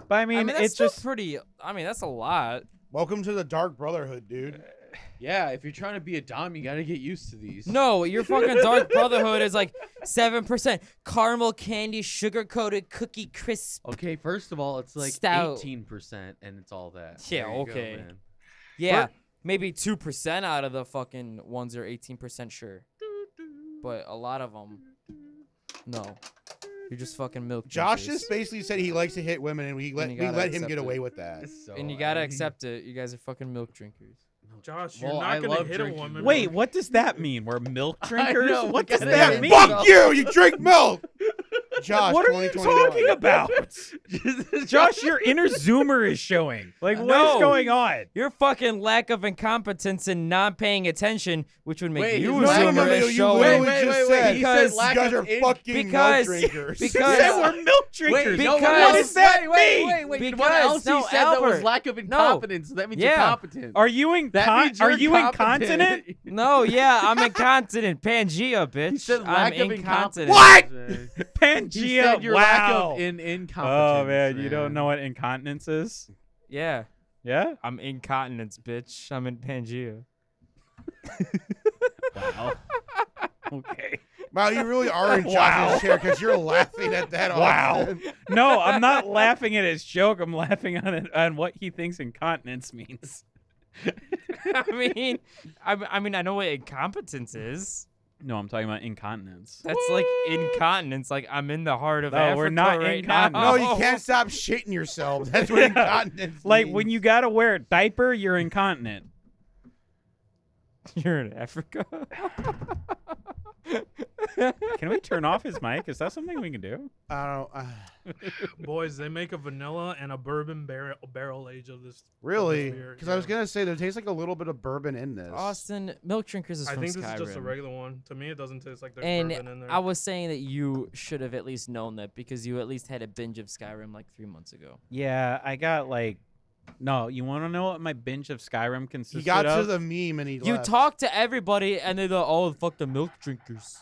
Speaker 2: but i mean,
Speaker 5: that's
Speaker 2: it's
Speaker 5: still
Speaker 2: just
Speaker 5: pretty. I mean, that's a lot.
Speaker 1: Welcome to the Dark Brotherhood,
Speaker 5: Uh,
Speaker 1: dude.
Speaker 3: Yeah, if you're trying to be a dom, you got to get used to these.
Speaker 5: No, your fucking Dark Brotherhood is like seven percent caramel candy, sugar coated cookie crisp.
Speaker 3: Okay, first of all, it's like
Speaker 5: Stout.
Speaker 3: 18% and it's all that.
Speaker 5: Yeah,
Speaker 3: There you go,
Speaker 5: okay.
Speaker 3: man.
Speaker 5: Yeah, maybe two percent out of the fucking ones are eighteen percent sure, but a lot of them, no. You're just fucking milk.
Speaker 1: Josh
Speaker 5: junkies.
Speaker 1: just basically said he likes to hit women, and we let
Speaker 5: you
Speaker 1: we
Speaker 5: gotta
Speaker 1: let him
Speaker 5: accept
Speaker 1: get
Speaker 5: it.
Speaker 1: away with that.
Speaker 3: So,
Speaker 5: and you
Speaker 3: I
Speaker 5: gotta
Speaker 3: mean,
Speaker 5: accept it. You guys are fucking milk drinkers.
Speaker 4: Josh, you're
Speaker 3: Well,
Speaker 4: not
Speaker 3: I
Speaker 4: gonna
Speaker 3: love
Speaker 4: hit
Speaker 3: drinking
Speaker 4: a woman.
Speaker 3: milk. Wait,
Speaker 2: what does that mean we're milk
Speaker 3: I know, we gotta
Speaker 1: Yeah,
Speaker 3: get
Speaker 1: fuck you! You drink milk. Josh,
Speaker 2: what are you
Speaker 1: 2021.
Speaker 2: talking about? Josh, your inner Zoomer is showing. Like, what is
Speaker 5: No.
Speaker 2: going on?
Speaker 5: Your fucking lack of incompetence and not paying attention, which would make
Speaker 3: Wait,
Speaker 5: you
Speaker 3: no,
Speaker 5: a
Speaker 3: no,
Speaker 5: zoomer,
Speaker 3: no, no,
Speaker 5: is
Speaker 1: you
Speaker 5: showing.
Speaker 1: literally
Speaker 3: Wait,
Speaker 1: just
Speaker 3: wait, wait,
Speaker 1: said,
Speaker 5: he said
Speaker 1: you
Speaker 3: lack
Speaker 1: guys
Speaker 3: of
Speaker 1: are
Speaker 3: in-
Speaker 1: fucking
Speaker 5: because-
Speaker 1: milk drinkers.
Speaker 5: because-
Speaker 2: You said we're milk drinkers.
Speaker 5: no,
Speaker 3: no,
Speaker 5: because-
Speaker 2: what does that
Speaker 3: wait, wait,
Speaker 2: mean?
Speaker 3: Wait, wait, because
Speaker 5: Because-
Speaker 3: else
Speaker 5: no,
Speaker 3: he said that
Speaker 5: Albert.
Speaker 3: was lack of incompetence. That means
Speaker 5: Yeah.
Speaker 3: you're competent.
Speaker 2: Are you in?
Speaker 3: that
Speaker 2: con-
Speaker 3: means
Speaker 2: are
Speaker 3: you're
Speaker 2: you
Speaker 3: competent.
Speaker 2: incontinent?
Speaker 5: No, yeah, I'm incontinent. Pangea, bitch.
Speaker 3: He said
Speaker 5: I'm
Speaker 3: lack of
Speaker 5: incontinent.
Speaker 3: incompetence.
Speaker 2: Pangea.
Speaker 3: He said your
Speaker 2: wow.
Speaker 3: lack of in incompetence.
Speaker 2: oh man, you don't know what incontinence is?
Speaker 5: Yeah,
Speaker 2: Yeah.
Speaker 5: I'm incontinence, bitch. I'm in Pangea.
Speaker 2: Wow. okay.
Speaker 1: Wow, you really are in Josh's
Speaker 2: Wow.
Speaker 1: chair because you're laughing at that.
Speaker 2: Wow.
Speaker 1: often.
Speaker 2: No, I'm not laughing at his joke. I'm laughing on it, on what he thinks incontinence means.
Speaker 5: I mean, I, I mean, I know what incompetence is.
Speaker 2: No, I'm talking about incontinence.
Speaker 5: That's like incontinence. Like I'm in the heart of
Speaker 2: No,
Speaker 5: Africa
Speaker 2: we're not
Speaker 5: right now.
Speaker 1: No,
Speaker 2: incontinent.
Speaker 1: you can't stop shitting yourself. That's what
Speaker 2: Oh. Yeah.
Speaker 1: incontinence
Speaker 2: Like
Speaker 1: means.
Speaker 2: when you gotta wear a diaper, you're incontinent.
Speaker 5: You're in Africa.
Speaker 2: Can we turn off his mic? Is that something we can do?
Speaker 1: I don't. Uh,
Speaker 4: Boys, they make a vanilla and a bourbon barrel barrel age of this. of this
Speaker 1: really?
Speaker 4: beer,
Speaker 1: Because I was
Speaker 4: yeah.
Speaker 1: gonna say there tastes like a little bit of bourbon in this.
Speaker 5: Austin, milk drinkers is
Speaker 4: I
Speaker 5: from
Speaker 4: think this
Speaker 5: Skyrim.
Speaker 4: is just a regular one. To me, it doesn't taste like there's
Speaker 5: and
Speaker 4: bourbon in there.
Speaker 5: I was saying that you should have at least known that because you at least had a binge of Skyrim like three months ago.
Speaker 2: Yeah, I got like. No, you want to know what my binge of Skyrim consisted
Speaker 1: He got to
Speaker 2: of?
Speaker 1: the meme and he.
Speaker 5: You
Speaker 1: left.
Speaker 5: talk to everybody and they're like, "Oh, fuck the milk drinkers."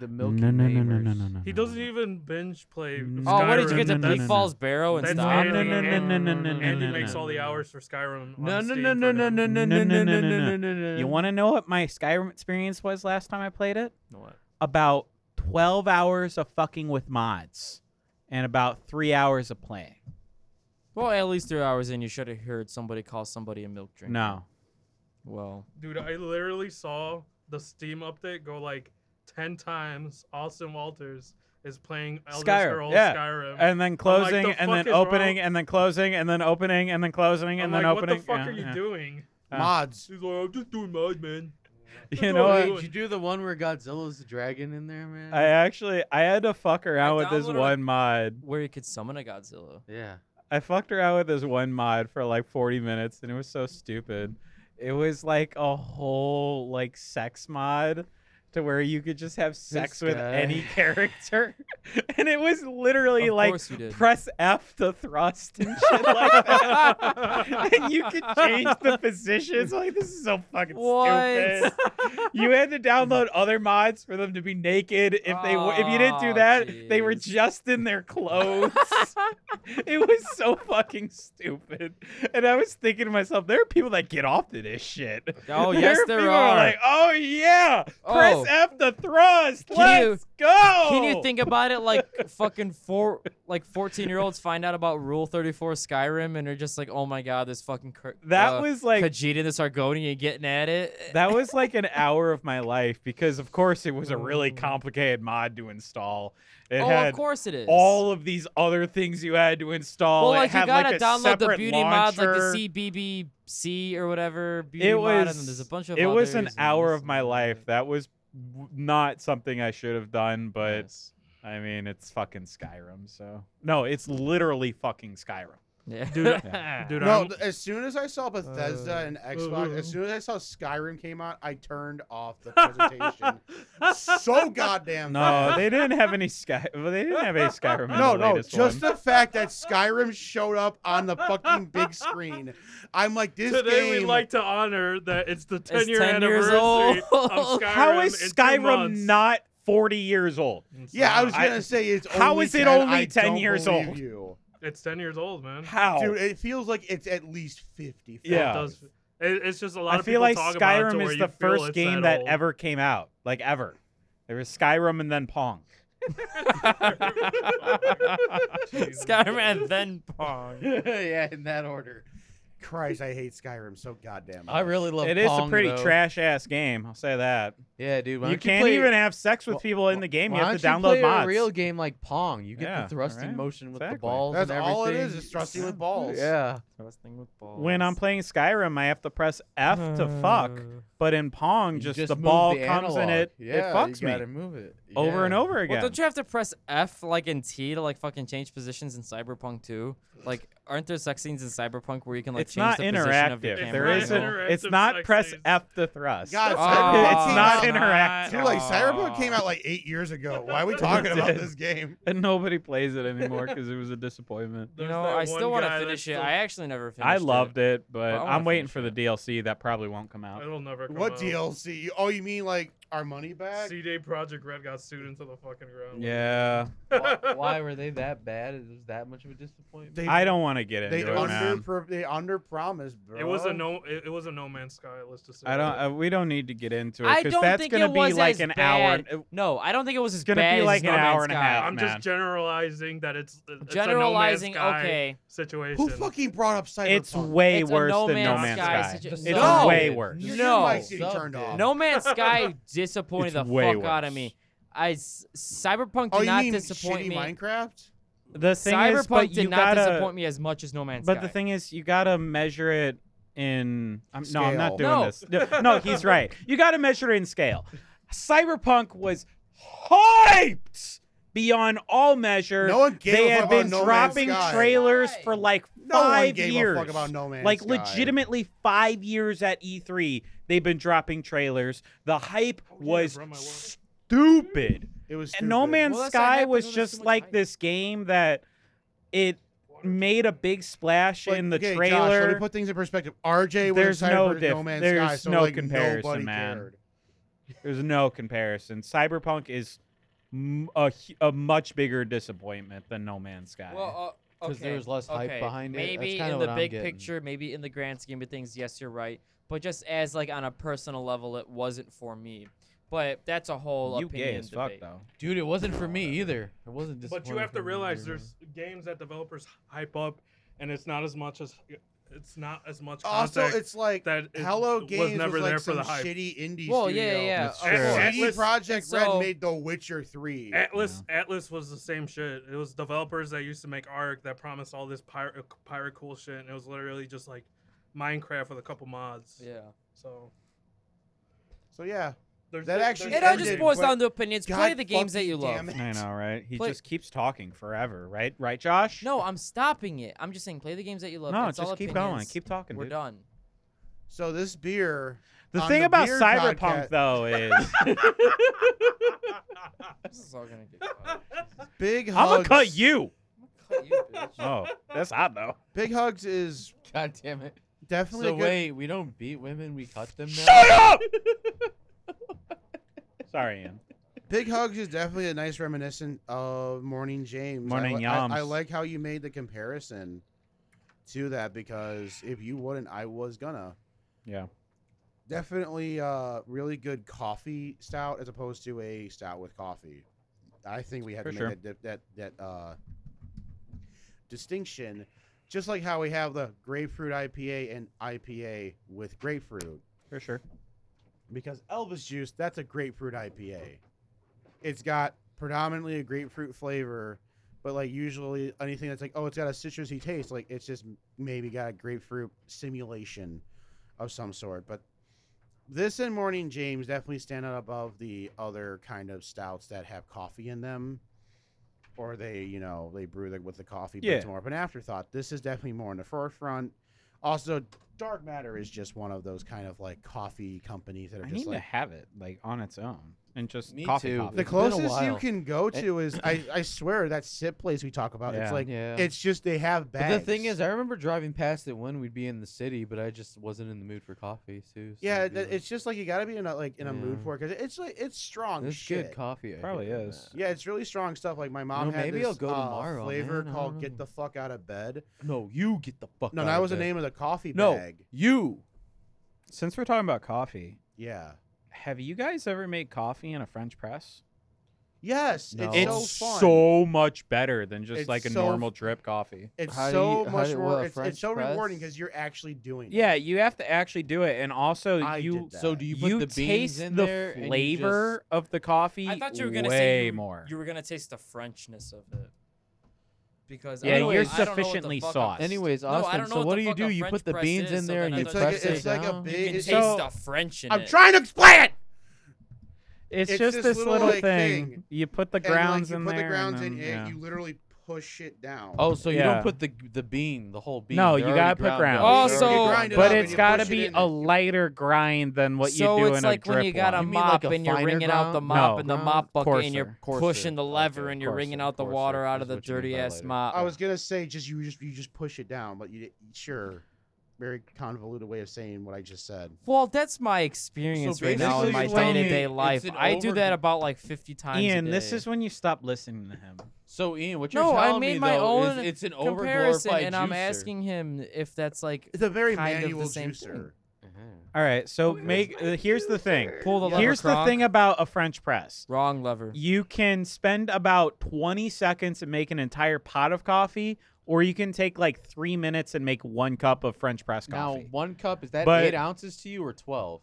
Speaker 3: The
Speaker 2: no,
Speaker 3: milk.
Speaker 2: no, no, no, no, no, no.
Speaker 4: he
Speaker 2: no,
Speaker 4: doesn't
Speaker 2: no.
Speaker 4: even binge play.
Speaker 2: Mm.
Speaker 5: Oh, what did you get
Speaker 4: Skyrim.
Speaker 5: to
Speaker 2: no,
Speaker 5: Bleak
Speaker 2: no, no.
Speaker 5: Falls Barrow and
Speaker 4: That's
Speaker 5: stop?
Speaker 4: Andy.
Speaker 2: No, no, no, no, no, no, no,
Speaker 4: Andy
Speaker 2: no,
Speaker 4: makes
Speaker 2: no,
Speaker 4: all the
Speaker 2: no.
Speaker 4: hours for Skyrim.
Speaker 3: No,
Speaker 4: on
Speaker 3: no,
Speaker 4: Steam
Speaker 3: no, no,
Speaker 4: for
Speaker 3: no,
Speaker 4: him.
Speaker 3: no, no, no, no, no, no, no.
Speaker 2: You want to know what my Skyrim experience was last time I played it?
Speaker 5: What?
Speaker 2: About 12 hours of fucking with mods and about three hours of playing.
Speaker 5: Well, at least three hours in, you should have heard somebody call somebody a milk drinker.
Speaker 2: No.
Speaker 5: Well,
Speaker 4: Dude, I literally saw the Steam update go like ten times. Austin Walters is playing Elder
Speaker 2: Skyrim,
Speaker 4: Scrolls
Speaker 2: yeah.
Speaker 4: Skyrim.
Speaker 2: And then closing
Speaker 4: "The
Speaker 2: and
Speaker 4: fuck
Speaker 2: then
Speaker 4: is wrong?"
Speaker 2: opening and then closing and then opening and then closing
Speaker 4: I'm
Speaker 2: and
Speaker 4: like,
Speaker 2: then opening.
Speaker 4: what the fuck
Speaker 2: yeah,
Speaker 4: are you
Speaker 2: yeah.
Speaker 4: doing?
Speaker 2: Uh,
Speaker 1: mods.
Speaker 4: He's like, I'm just doing mine, man.
Speaker 2: You
Speaker 4: That's
Speaker 2: know
Speaker 4: all I
Speaker 2: what?
Speaker 4: do.
Speaker 3: Did you do the one where Godzilla's the dragon in there, man?
Speaker 2: I actually I had to fuck around
Speaker 5: Mm-hmm. I
Speaker 2: with this
Speaker 5: downloaded-
Speaker 2: one mod.
Speaker 5: where you could summon a Godzilla.
Speaker 3: yeah.
Speaker 2: I fucked around with this one mod for like 40 minutes and it was so stupid. It was like a whole like sex mod to where you could just have sex with
Speaker 3: guy.
Speaker 2: any character. and it was literally
Speaker 5: of
Speaker 2: like
Speaker 5: course you did.
Speaker 2: press F to thrust and shit like that. and you could change the positions. Like this is so fucking
Speaker 5: What?
Speaker 2: stupid. You had to download other mods for them to be naked. If they w- if you didn't do
Speaker 5: Oh,
Speaker 2: that, they were
Speaker 5: jeez.
Speaker 2: just in their clothes. it was so fucking stupid. And I was thinking to myself, there are people that get off to this shit.
Speaker 5: Oh, yes, there
Speaker 2: people who
Speaker 5: are.
Speaker 2: Like, oh yeah, press
Speaker 5: Oh.
Speaker 2: F to thrust.
Speaker 5: Can you-
Speaker 2: Let's go.
Speaker 5: Can you think about it like fucking four, like fourteen year olds find out about Rule Thirty Four Skyrim and are just like, "Oh my god, this fucking cur-
Speaker 2: that
Speaker 5: uh,
Speaker 2: was like
Speaker 5: Khajiit and the Sargonian getting at it."
Speaker 2: that was like an hour of my life because of course it was a really complicated mod to install. It
Speaker 5: oh,
Speaker 2: had
Speaker 5: of course it is.
Speaker 2: all of these other things you had to install.
Speaker 5: well,
Speaker 2: It
Speaker 5: like you
Speaker 2: had,
Speaker 5: gotta
Speaker 2: like, a
Speaker 5: download the
Speaker 2: separate
Speaker 5: beauty mods, like
Speaker 2: launcher.
Speaker 5: the CBBC or whatever beauty
Speaker 2: It
Speaker 5: mod, and
Speaker 2: was-
Speaker 5: then there's a bunch of.
Speaker 2: It was an
Speaker 5: others and
Speaker 2: hour
Speaker 5: this
Speaker 2: of
Speaker 5: and
Speaker 2: my
Speaker 5: that.
Speaker 2: life. That was w- not something I should have done, but
Speaker 3: Yes.
Speaker 2: I mean, it's fucking Skyrim. So no, it's literally fucking Skyrim.
Speaker 5: Yeah.
Speaker 4: Dude, dude,
Speaker 1: No,
Speaker 4: I'm-
Speaker 1: th- as soon as I saw Bethesda
Speaker 4: Uh,
Speaker 1: and Xbox, as
Speaker 4: ooh.
Speaker 1: soon as I saw Skyrim came out, I turned off the presentation. so goddamn.
Speaker 2: No,
Speaker 1: fast.
Speaker 2: they didn't have any Sky. Well, they didn't have any Skyrim. in
Speaker 1: No,
Speaker 2: the
Speaker 1: no,
Speaker 2: latest
Speaker 1: just
Speaker 2: one.
Speaker 1: the fact that Skyrim showed up on the fucking big screen. I'm like, this
Speaker 4: Today
Speaker 1: game.
Speaker 4: we'd like to honor that it's the 10 year
Speaker 5: 10 years
Speaker 4: anniversary of
Speaker 5: old.
Speaker 4: Skyrim.
Speaker 2: How is
Speaker 4: in two
Speaker 2: Skyrim
Speaker 4: months.
Speaker 2: not forty years old?
Speaker 4: It's
Speaker 1: yeah, I was
Speaker 4: not.
Speaker 2: I-
Speaker 1: gonna say it's.
Speaker 2: How
Speaker 1: only
Speaker 2: is it
Speaker 1: 10.
Speaker 2: only
Speaker 1: I
Speaker 2: 10
Speaker 1: don't
Speaker 2: years
Speaker 1: believe
Speaker 2: old?
Speaker 1: You.
Speaker 4: It's 10 years old, man.
Speaker 2: How?
Speaker 1: Dude, it feels like it's at least fifty.
Speaker 4: It
Speaker 2: Yeah.
Speaker 4: does- it- it's just a lot
Speaker 2: I
Speaker 4: of
Speaker 2: feel
Speaker 4: people
Speaker 2: like
Speaker 4: talk about it to
Speaker 2: Skyrim
Speaker 4: where
Speaker 2: is
Speaker 4: you
Speaker 2: the
Speaker 4: feel
Speaker 2: first
Speaker 4: it's
Speaker 2: game that
Speaker 4: old.
Speaker 2: ever came out, like ever. There was Skyrim and then Pong.
Speaker 4: Jesus.
Speaker 5: Skyrim and then Pong.
Speaker 3: yeah, in that order.
Speaker 1: Christ, I hate Skyrim so goddamn.
Speaker 3: I
Speaker 1: much.
Speaker 3: really love.
Speaker 2: It is a
Speaker 3: Pong,
Speaker 2: pretty
Speaker 3: though.
Speaker 2: trash ass game, I'll say that.
Speaker 3: Yeah, dude. why
Speaker 6: You
Speaker 3: don't you
Speaker 6: can't
Speaker 3: play-
Speaker 6: even have sex with
Speaker 3: wh-
Speaker 6: people in the game.
Speaker 3: Why
Speaker 6: You have
Speaker 3: don't
Speaker 6: to download
Speaker 3: play
Speaker 6: mods.
Speaker 3: A real game like Pong, you get
Speaker 6: Yeah,
Speaker 3: the thrust in
Speaker 6: alright,
Speaker 3: motion with
Speaker 6: exactly.
Speaker 3: the balls
Speaker 1: That's
Speaker 3: and
Speaker 1: all it
Speaker 3: everything.
Speaker 1: is. Is thrusting with balls.
Speaker 3: Yeah.
Speaker 5: Thrusting with balls.
Speaker 6: when I'm playing Skyrim, I have to press F
Speaker 5: Uh,
Speaker 6: to fuck, but in Pong,
Speaker 3: You
Speaker 6: just, the
Speaker 3: move
Speaker 6: ball comes
Speaker 3: analog.
Speaker 6: and it
Speaker 3: yeah,
Speaker 6: it fucks
Speaker 3: you
Speaker 6: me
Speaker 3: gotta move it
Speaker 6: over and
Speaker 3: Yeah.
Speaker 6: over
Speaker 5: Well,
Speaker 6: again.
Speaker 5: don't you have to press F like in T to like fucking change positions in Cyberpunk too? Like, aren't there sex scenes in Cyberpunk where you can like
Speaker 6: it's
Speaker 5: change
Speaker 6: not
Speaker 5: the position of
Speaker 6: interactive.
Speaker 5: your
Speaker 4: It's
Speaker 5: camera?
Speaker 6: there
Speaker 4: not
Speaker 6: isn't.
Speaker 5: angle?
Speaker 6: It's
Speaker 4: interactive
Speaker 6: not
Speaker 4: sex
Speaker 6: press
Speaker 4: scenes.
Speaker 6: F to thrust.
Speaker 1: God,
Speaker 5: Oh,
Speaker 1: Cyberpunk
Speaker 6: it's
Speaker 1: came
Speaker 6: not
Speaker 1: out-
Speaker 6: interactive.
Speaker 1: Dude, like Cyberpunk
Speaker 5: Aw.
Speaker 1: came out like eight years ago. Why are we talking
Speaker 6: It
Speaker 1: about
Speaker 6: did.
Speaker 1: this game?
Speaker 2: And nobody plays it anymore because it was a disappointment.
Speaker 5: You
Speaker 4: There's
Speaker 5: know,
Speaker 4: that
Speaker 5: I still
Speaker 4: one
Speaker 5: want to
Speaker 4: guy that
Speaker 5: finish it.
Speaker 4: still-
Speaker 5: I actually never finished.
Speaker 2: I loved it, but
Speaker 5: Well, I wanna
Speaker 2: I'm waiting
Speaker 5: finish
Speaker 2: for the
Speaker 5: it.
Speaker 2: DLC that probably won't come out.
Speaker 4: It'll never come
Speaker 1: What
Speaker 4: out.
Speaker 1: DLC? Oh, you mean like our money back?
Speaker 4: C Day Project Red got sued into the fucking ground.
Speaker 2: Yeah,
Speaker 3: why, why were they that bad it was that much of a disappointment
Speaker 1: They-
Speaker 6: I don't want to get into
Speaker 1: They
Speaker 6: it,
Speaker 1: under
Speaker 6: man.
Speaker 1: they under promised, bro.
Speaker 4: It was a no. It, it was a No Man's Sky. Let's just. Say
Speaker 2: I don't.
Speaker 4: that.
Speaker 2: Uh, we don't need to get into
Speaker 5: I
Speaker 2: it because
Speaker 5: don't
Speaker 2: that's
Speaker 5: think
Speaker 2: gonna
Speaker 5: it
Speaker 2: be
Speaker 5: was
Speaker 2: like
Speaker 5: as
Speaker 2: an hour.
Speaker 5: bad. No, I don't think it was as
Speaker 6: gonna be
Speaker 5: bad
Speaker 6: like
Speaker 5: as no
Speaker 6: an
Speaker 5: Man's
Speaker 6: hour and a
Speaker 5: Sky.
Speaker 6: half.
Speaker 4: I'm
Speaker 6: man.
Speaker 4: just generalizing that it's, it's
Speaker 5: Generalizing,
Speaker 4: a no Man's Sky
Speaker 5: okay.
Speaker 4: situation.
Speaker 1: Who fucking brought up Cyberpunk?
Speaker 6: It's way
Speaker 5: It's a
Speaker 6: worse
Speaker 5: No
Speaker 6: than No
Speaker 5: Man's
Speaker 6: Man's
Speaker 5: Sky
Speaker 6: Sky.
Speaker 5: situ-
Speaker 6: It's
Speaker 5: No.
Speaker 6: way worse.
Speaker 1: Your
Speaker 5: No.
Speaker 1: mic getting turned
Speaker 3: Subbed it.
Speaker 1: off.
Speaker 5: No Man's Sky
Speaker 2: It's
Speaker 5: disappointed the
Speaker 2: way
Speaker 5: fuck out of
Speaker 2: worse.
Speaker 5: me. I s- Cyberpunk did
Speaker 1: Oh, you
Speaker 5: not
Speaker 1: mean
Speaker 5: disappoint
Speaker 1: shitty
Speaker 5: me.
Speaker 1: Minecraft?
Speaker 6: The thing
Speaker 5: Cyberpunk
Speaker 6: is, but
Speaker 5: did
Speaker 6: you
Speaker 5: not
Speaker 6: gotta.
Speaker 5: disappoint me as much as No Man's
Speaker 2: But
Speaker 5: Sky.
Speaker 2: the thing is, you gotta measure it in. I'm, no, I'm not doing
Speaker 5: Scale.
Speaker 2: this. No, no, he's right. You gotta measure it in scale. Cyberpunk was hyped beyond all measure.
Speaker 1: No one gave
Speaker 2: they
Speaker 1: a fuck
Speaker 2: have
Speaker 1: about
Speaker 2: been
Speaker 1: No Man's
Speaker 2: dropping
Speaker 1: Sky.
Speaker 2: trailers for like
Speaker 1: No one
Speaker 2: five
Speaker 1: gave
Speaker 2: years.
Speaker 1: a fuck about No Man's
Speaker 2: like
Speaker 1: Sky.
Speaker 2: legitimately five years at E3, they've been dropping trailers. The hype
Speaker 4: Oh, yeah,
Speaker 2: was
Speaker 4: bro, my wallet.
Speaker 2: stupid.
Speaker 1: It was
Speaker 2: And No
Speaker 1: stupid.
Speaker 2: Man's
Speaker 5: Well, that's not
Speaker 2: Sky
Speaker 5: hype,
Speaker 2: was
Speaker 5: because there's so
Speaker 2: just
Speaker 5: much
Speaker 2: like
Speaker 5: hype.
Speaker 2: this game that it made a big splash
Speaker 1: But,
Speaker 2: in the
Speaker 1: okay, Josh,
Speaker 2: trailer.
Speaker 1: let me put things in perspective. RJ
Speaker 2: There's
Speaker 1: was excited
Speaker 2: no
Speaker 1: for
Speaker 2: diff-
Speaker 1: No Man's Sky,
Speaker 2: there's
Speaker 1: so
Speaker 2: no
Speaker 1: like
Speaker 2: comparison,
Speaker 1: nobody
Speaker 2: man.
Speaker 1: cared.
Speaker 2: There's no comparison. Cyberpunk is m- a, hu- a much bigger disappointment than No Man's Sky.
Speaker 5: Well, uh,
Speaker 3: 'Cause there
Speaker 5: okay,
Speaker 3: was less hype
Speaker 5: okay.
Speaker 3: behind it. That's
Speaker 5: maybe
Speaker 3: kinda
Speaker 5: in
Speaker 3: what
Speaker 5: the
Speaker 3: I'm
Speaker 5: big
Speaker 3: getting.
Speaker 5: picture, maybe in the grand scheme of things, yes, you're right. But just as like on a personal level, it wasn't for me. But that's a whole
Speaker 2: you
Speaker 5: opinion
Speaker 2: gay as fuck
Speaker 5: debate.
Speaker 2: though.
Speaker 3: dude it wasn't for me either it wasn't
Speaker 4: But you
Speaker 3: disappointing
Speaker 4: have
Speaker 3: for
Speaker 4: to
Speaker 3: me
Speaker 4: realize
Speaker 3: either.
Speaker 4: there's games that developers hype up, and it's not as much as it's not as much.
Speaker 1: Also,
Speaker 4: context
Speaker 1: it's like
Speaker 4: that it
Speaker 1: Hello
Speaker 4: was
Speaker 1: Games
Speaker 4: never
Speaker 1: was
Speaker 4: there
Speaker 1: like
Speaker 4: for
Speaker 1: some
Speaker 4: the hype.
Speaker 1: shitty indie
Speaker 5: Well,
Speaker 1: studio.
Speaker 5: yeah, yeah, yeah.
Speaker 2: That's
Speaker 5: of
Speaker 2: true.
Speaker 5: course.
Speaker 1: CD
Speaker 4: Atlas-
Speaker 1: Project Red
Speaker 5: so-
Speaker 1: made The Witcher 3.
Speaker 4: Atlas Atlas was the same shit. It was developers that used to make Ark that promised all this pirate pirate cool shit, and it was literally just like Minecraft with a couple mods.
Speaker 5: Yeah.
Speaker 4: So
Speaker 1: So, yeah.
Speaker 4: there's
Speaker 1: That
Speaker 4: there-
Speaker 1: actually
Speaker 4: there's-
Speaker 5: It all just
Speaker 1: ended,
Speaker 5: boils
Speaker 1: but
Speaker 5: down to opinions. Play
Speaker 1: God
Speaker 5: the games that
Speaker 1: fucking
Speaker 5: you love.
Speaker 1: damn it.
Speaker 2: I know, right? He
Speaker 5: Play-
Speaker 2: just keeps talking forever, right? Right, Josh?
Speaker 5: No, I'm stopping it. I'm just saying, play the games that you love.
Speaker 2: no,
Speaker 5: It's
Speaker 2: just
Speaker 5: all
Speaker 2: keep going.
Speaker 5: opinions.
Speaker 2: Keep talking.
Speaker 5: We're
Speaker 2: dude.
Speaker 5: done.
Speaker 1: So, this beer.
Speaker 2: The
Speaker 1: on
Speaker 2: thing
Speaker 1: the
Speaker 2: about
Speaker 1: beer podcast-
Speaker 2: Cyberpunk though is
Speaker 5: This is all gonna get. cut.
Speaker 1: Big Hugs.
Speaker 2: I'm gonna cut you.
Speaker 5: Cut you, bitch.
Speaker 2: Oh, that's hot though.
Speaker 1: Big Hugs is
Speaker 3: god damn it
Speaker 1: definitely
Speaker 3: so
Speaker 1: a good.
Speaker 3: wait we don't beat women we cut them now
Speaker 2: Shut up! Sorry, Ian.
Speaker 1: Big Hugs is definitely a nice reminiscent of Morning James. I,
Speaker 2: Morning
Speaker 1: li- I- I
Speaker 2: Yams.
Speaker 1: like how you made the comparison to that because if you wouldn't, I was gonna.
Speaker 2: Yeah.
Speaker 1: Definitely uh really good coffee stout as opposed to a stout with coffee. I think we had
Speaker 2: For
Speaker 1: to make
Speaker 2: sure.
Speaker 1: that dip- that that uh distinction just like how we have the grapefruit IPA and IPA with grapefruit
Speaker 2: For sure.
Speaker 1: because Elvis juice, that's a grapefruit IPA. It's got predominantly a grapefruit flavor, but like usually anything that's like, oh, it's got a citrusy taste, like it's just maybe got a grapefruit simulation of some sort. But this and Morning James definitely stand out above the other kind of stouts that have coffee in them. Or they, you know, they brew it with the coffee, but it's
Speaker 2: Yeah.
Speaker 1: more of an afterthought. This is definitely more in the forefront. Also, Dark Matter is just one of those kind of like coffee companies that are
Speaker 2: I
Speaker 1: just
Speaker 2: need to
Speaker 1: like
Speaker 2: have it like on its own and just
Speaker 3: Me
Speaker 2: coffee
Speaker 3: too.
Speaker 2: coffee.
Speaker 1: the
Speaker 3: It's clo- been a
Speaker 1: closest you
Speaker 3: while. Eh
Speaker 1: can go to is I, I swear that sit place we talk about.
Speaker 2: Yeah.
Speaker 1: It's like
Speaker 3: yeah
Speaker 1: it's just they have
Speaker 3: But
Speaker 1: bags.
Speaker 3: the thing is, I remember driving past it when we'd be in the city, but I just wasn't in the mood for coffee too. so
Speaker 1: yeah,
Speaker 3: it'd be
Speaker 1: th-
Speaker 3: like,
Speaker 1: it's just like you got to be in a like in a mood
Speaker 3: Yeah.
Speaker 1: for it because it's like it's strong
Speaker 3: "This is
Speaker 1: shit.
Speaker 3: good coffee. I
Speaker 2: Probably
Speaker 3: hear on
Speaker 2: is.
Speaker 3: that."
Speaker 1: yeah, it's really strong stuff. Like my mom
Speaker 3: know,
Speaker 1: had
Speaker 3: maybe
Speaker 1: this
Speaker 3: I'll go
Speaker 1: uh,
Speaker 3: tomorrow,
Speaker 1: flavor
Speaker 3: man, I
Speaker 1: called
Speaker 3: don't
Speaker 1: "Get
Speaker 3: know.
Speaker 1: the Fuck Out of Bed."
Speaker 3: No, you get the fuck.
Speaker 1: No,
Speaker 3: out
Speaker 1: that
Speaker 3: of
Speaker 1: was the
Speaker 3: bed.
Speaker 1: name of the coffee
Speaker 3: No,
Speaker 1: bag.
Speaker 3: you.
Speaker 2: Since we're talking about coffee,
Speaker 1: Yeah,
Speaker 2: have you guys ever made coffee in a French press?
Speaker 1: Yes,
Speaker 3: No.
Speaker 1: it's,
Speaker 2: It's
Speaker 1: Oh. so fun.
Speaker 2: so much better than just
Speaker 1: It's
Speaker 2: like a
Speaker 1: so
Speaker 2: normal drip coffee.
Speaker 1: it's
Speaker 3: How do
Speaker 1: so
Speaker 3: you- how
Speaker 1: much
Speaker 3: do-
Speaker 1: more.
Speaker 3: what, a
Speaker 1: it's, it's
Speaker 3: French
Speaker 1: so rewarding
Speaker 3: press?
Speaker 1: because you're actually doing. it.
Speaker 2: Yeah, you have to actually do it, and also
Speaker 1: I
Speaker 2: you
Speaker 1: did that.
Speaker 3: So do you put the beans
Speaker 2: taste
Speaker 3: in
Speaker 2: the
Speaker 3: there and you
Speaker 2: flavor of the coffee.
Speaker 5: I thought you were gonna
Speaker 2: way
Speaker 5: say you,
Speaker 2: more.
Speaker 5: you were gonna taste the Frenchness of it. Because
Speaker 2: Yeah,
Speaker 5: otherwise,
Speaker 3: you're
Speaker 5: I don't know what the
Speaker 2: sufficiently
Speaker 5: fuck a-
Speaker 2: sauced.
Speaker 3: Anyways,
Speaker 5: No, I don't
Speaker 3: Austin,
Speaker 5: know
Speaker 3: so
Speaker 5: what
Speaker 3: what
Speaker 5: the
Speaker 3: do you
Speaker 5: fuck a
Speaker 3: do? You
Speaker 5: French
Speaker 3: put the
Speaker 5: press
Speaker 3: beans
Speaker 5: is,
Speaker 3: in
Speaker 5: so
Speaker 3: there
Speaker 5: then
Speaker 3: and
Speaker 5: I
Speaker 3: you
Speaker 1: it's
Speaker 5: thought
Speaker 1: like
Speaker 3: press
Speaker 1: a, it's
Speaker 3: it
Speaker 1: like a
Speaker 3: down?
Speaker 5: You
Speaker 1: big.
Speaker 5: can
Speaker 1: it's
Speaker 5: taste
Speaker 1: so-
Speaker 5: the French in
Speaker 1: I'm
Speaker 5: it.
Speaker 1: trying to explain it.
Speaker 2: It's,
Speaker 1: It's
Speaker 2: just
Speaker 1: this
Speaker 2: this
Speaker 1: little,
Speaker 2: little
Speaker 1: like,
Speaker 2: thing.
Speaker 1: thing.
Speaker 2: You put the
Speaker 1: And, like,
Speaker 2: grounds
Speaker 1: you
Speaker 2: in
Speaker 1: put
Speaker 2: there.
Speaker 1: the grounds
Speaker 2: and
Speaker 1: in,
Speaker 2: then-
Speaker 1: and
Speaker 2: yeah.
Speaker 1: you literally push it down.
Speaker 3: Oh, so you
Speaker 2: Yeah.
Speaker 3: don't put the the bean, the whole bean.
Speaker 2: No,
Speaker 3: They're
Speaker 2: you
Speaker 3: already
Speaker 2: gotta put
Speaker 3: ground
Speaker 2: ground.
Speaker 3: up.
Speaker 5: Oh,
Speaker 3: They're
Speaker 5: so-
Speaker 3: already
Speaker 5: Grind
Speaker 3: ground
Speaker 5: it
Speaker 2: but
Speaker 5: up
Speaker 1: and
Speaker 2: it's
Speaker 1: you
Speaker 2: got to
Speaker 1: push it
Speaker 2: be
Speaker 1: in
Speaker 2: a
Speaker 1: there.
Speaker 2: lighter grind than what
Speaker 5: so
Speaker 2: you do
Speaker 5: it's
Speaker 2: in a
Speaker 5: like
Speaker 2: drip
Speaker 5: when you got a
Speaker 2: one.
Speaker 3: You mean like
Speaker 5: mop
Speaker 3: a
Speaker 5: and you're
Speaker 3: finer
Speaker 5: ringing out the
Speaker 3: ground?
Speaker 5: mop
Speaker 2: No.
Speaker 5: and the
Speaker 3: No,
Speaker 5: mop bucket and you're
Speaker 2: coarser.
Speaker 5: pushing the
Speaker 3: Coarser,
Speaker 5: lever
Speaker 3: okay,
Speaker 5: and you're ringing
Speaker 3: coarser,
Speaker 5: out the
Speaker 3: coarser
Speaker 5: water out of
Speaker 3: is
Speaker 5: the
Speaker 3: what you mean by
Speaker 5: dirty ass
Speaker 3: lighter.
Speaker 5: mop.
Speaker 1: I was gonna say just you just you just push it down, but you di- sure. Very convoluted way of saying what I just said.
Speaker 5: well, that's my experience right now in
Speaker 3: basically
Speaker 5: my
Speaker 3: you're telling
Speaker 5: day
Speaker 3: me
Speaker 5: to day
Speaker 3: it's
Speaker 5: life.
Speaker 3: an
Speaker 5: I do
Speaker 3: over-
Speaker 5: that about like 50 times.
Speaker 2: Ian,
Speaker 5: a
Speaker 2: this
Speaker 5: day.
Speaker 2: is when you stop listening to him.
Speaker 3: So Ian, what you're
Speaker 5: No, I
Speaker 3: telling me
Speaker 5: made my
Speaker 3: though is
Speaker 5: own
Speaker 3: it's an
Speaker 5: comparison,
Speaker 3: overglorified
Speaker 5: and I'm
Speaker 3: juicer.
Speaker 5: asking him if that's like
Speaker 1: It's a very
Speaker 5: Kind of the
Speaker 1: manual
Speaker 5: same
Speaker 1: juicer.
Speaker 5: thing.
Speaker 2: All right,
Speaker 5: Oh,
Speaker 2: so make uh, here's the thing.
Speaker 5: pull the lever.
Speaker 2: Here's the
Speaker 5: Kronk.
Speaker 2: thing about a French press.
Speaker 5: Wrong lever.
Speaker 2: You can spend about 20 seconds and make an entire pot of coffee, or you can take like three minutes and make one cup of French press
Speaker 3: Now,
Speaker 2: coffee.
Speaker 3: one cup is that
Speaker 2: But-
Speaker 3: eight ounces to you or twelve?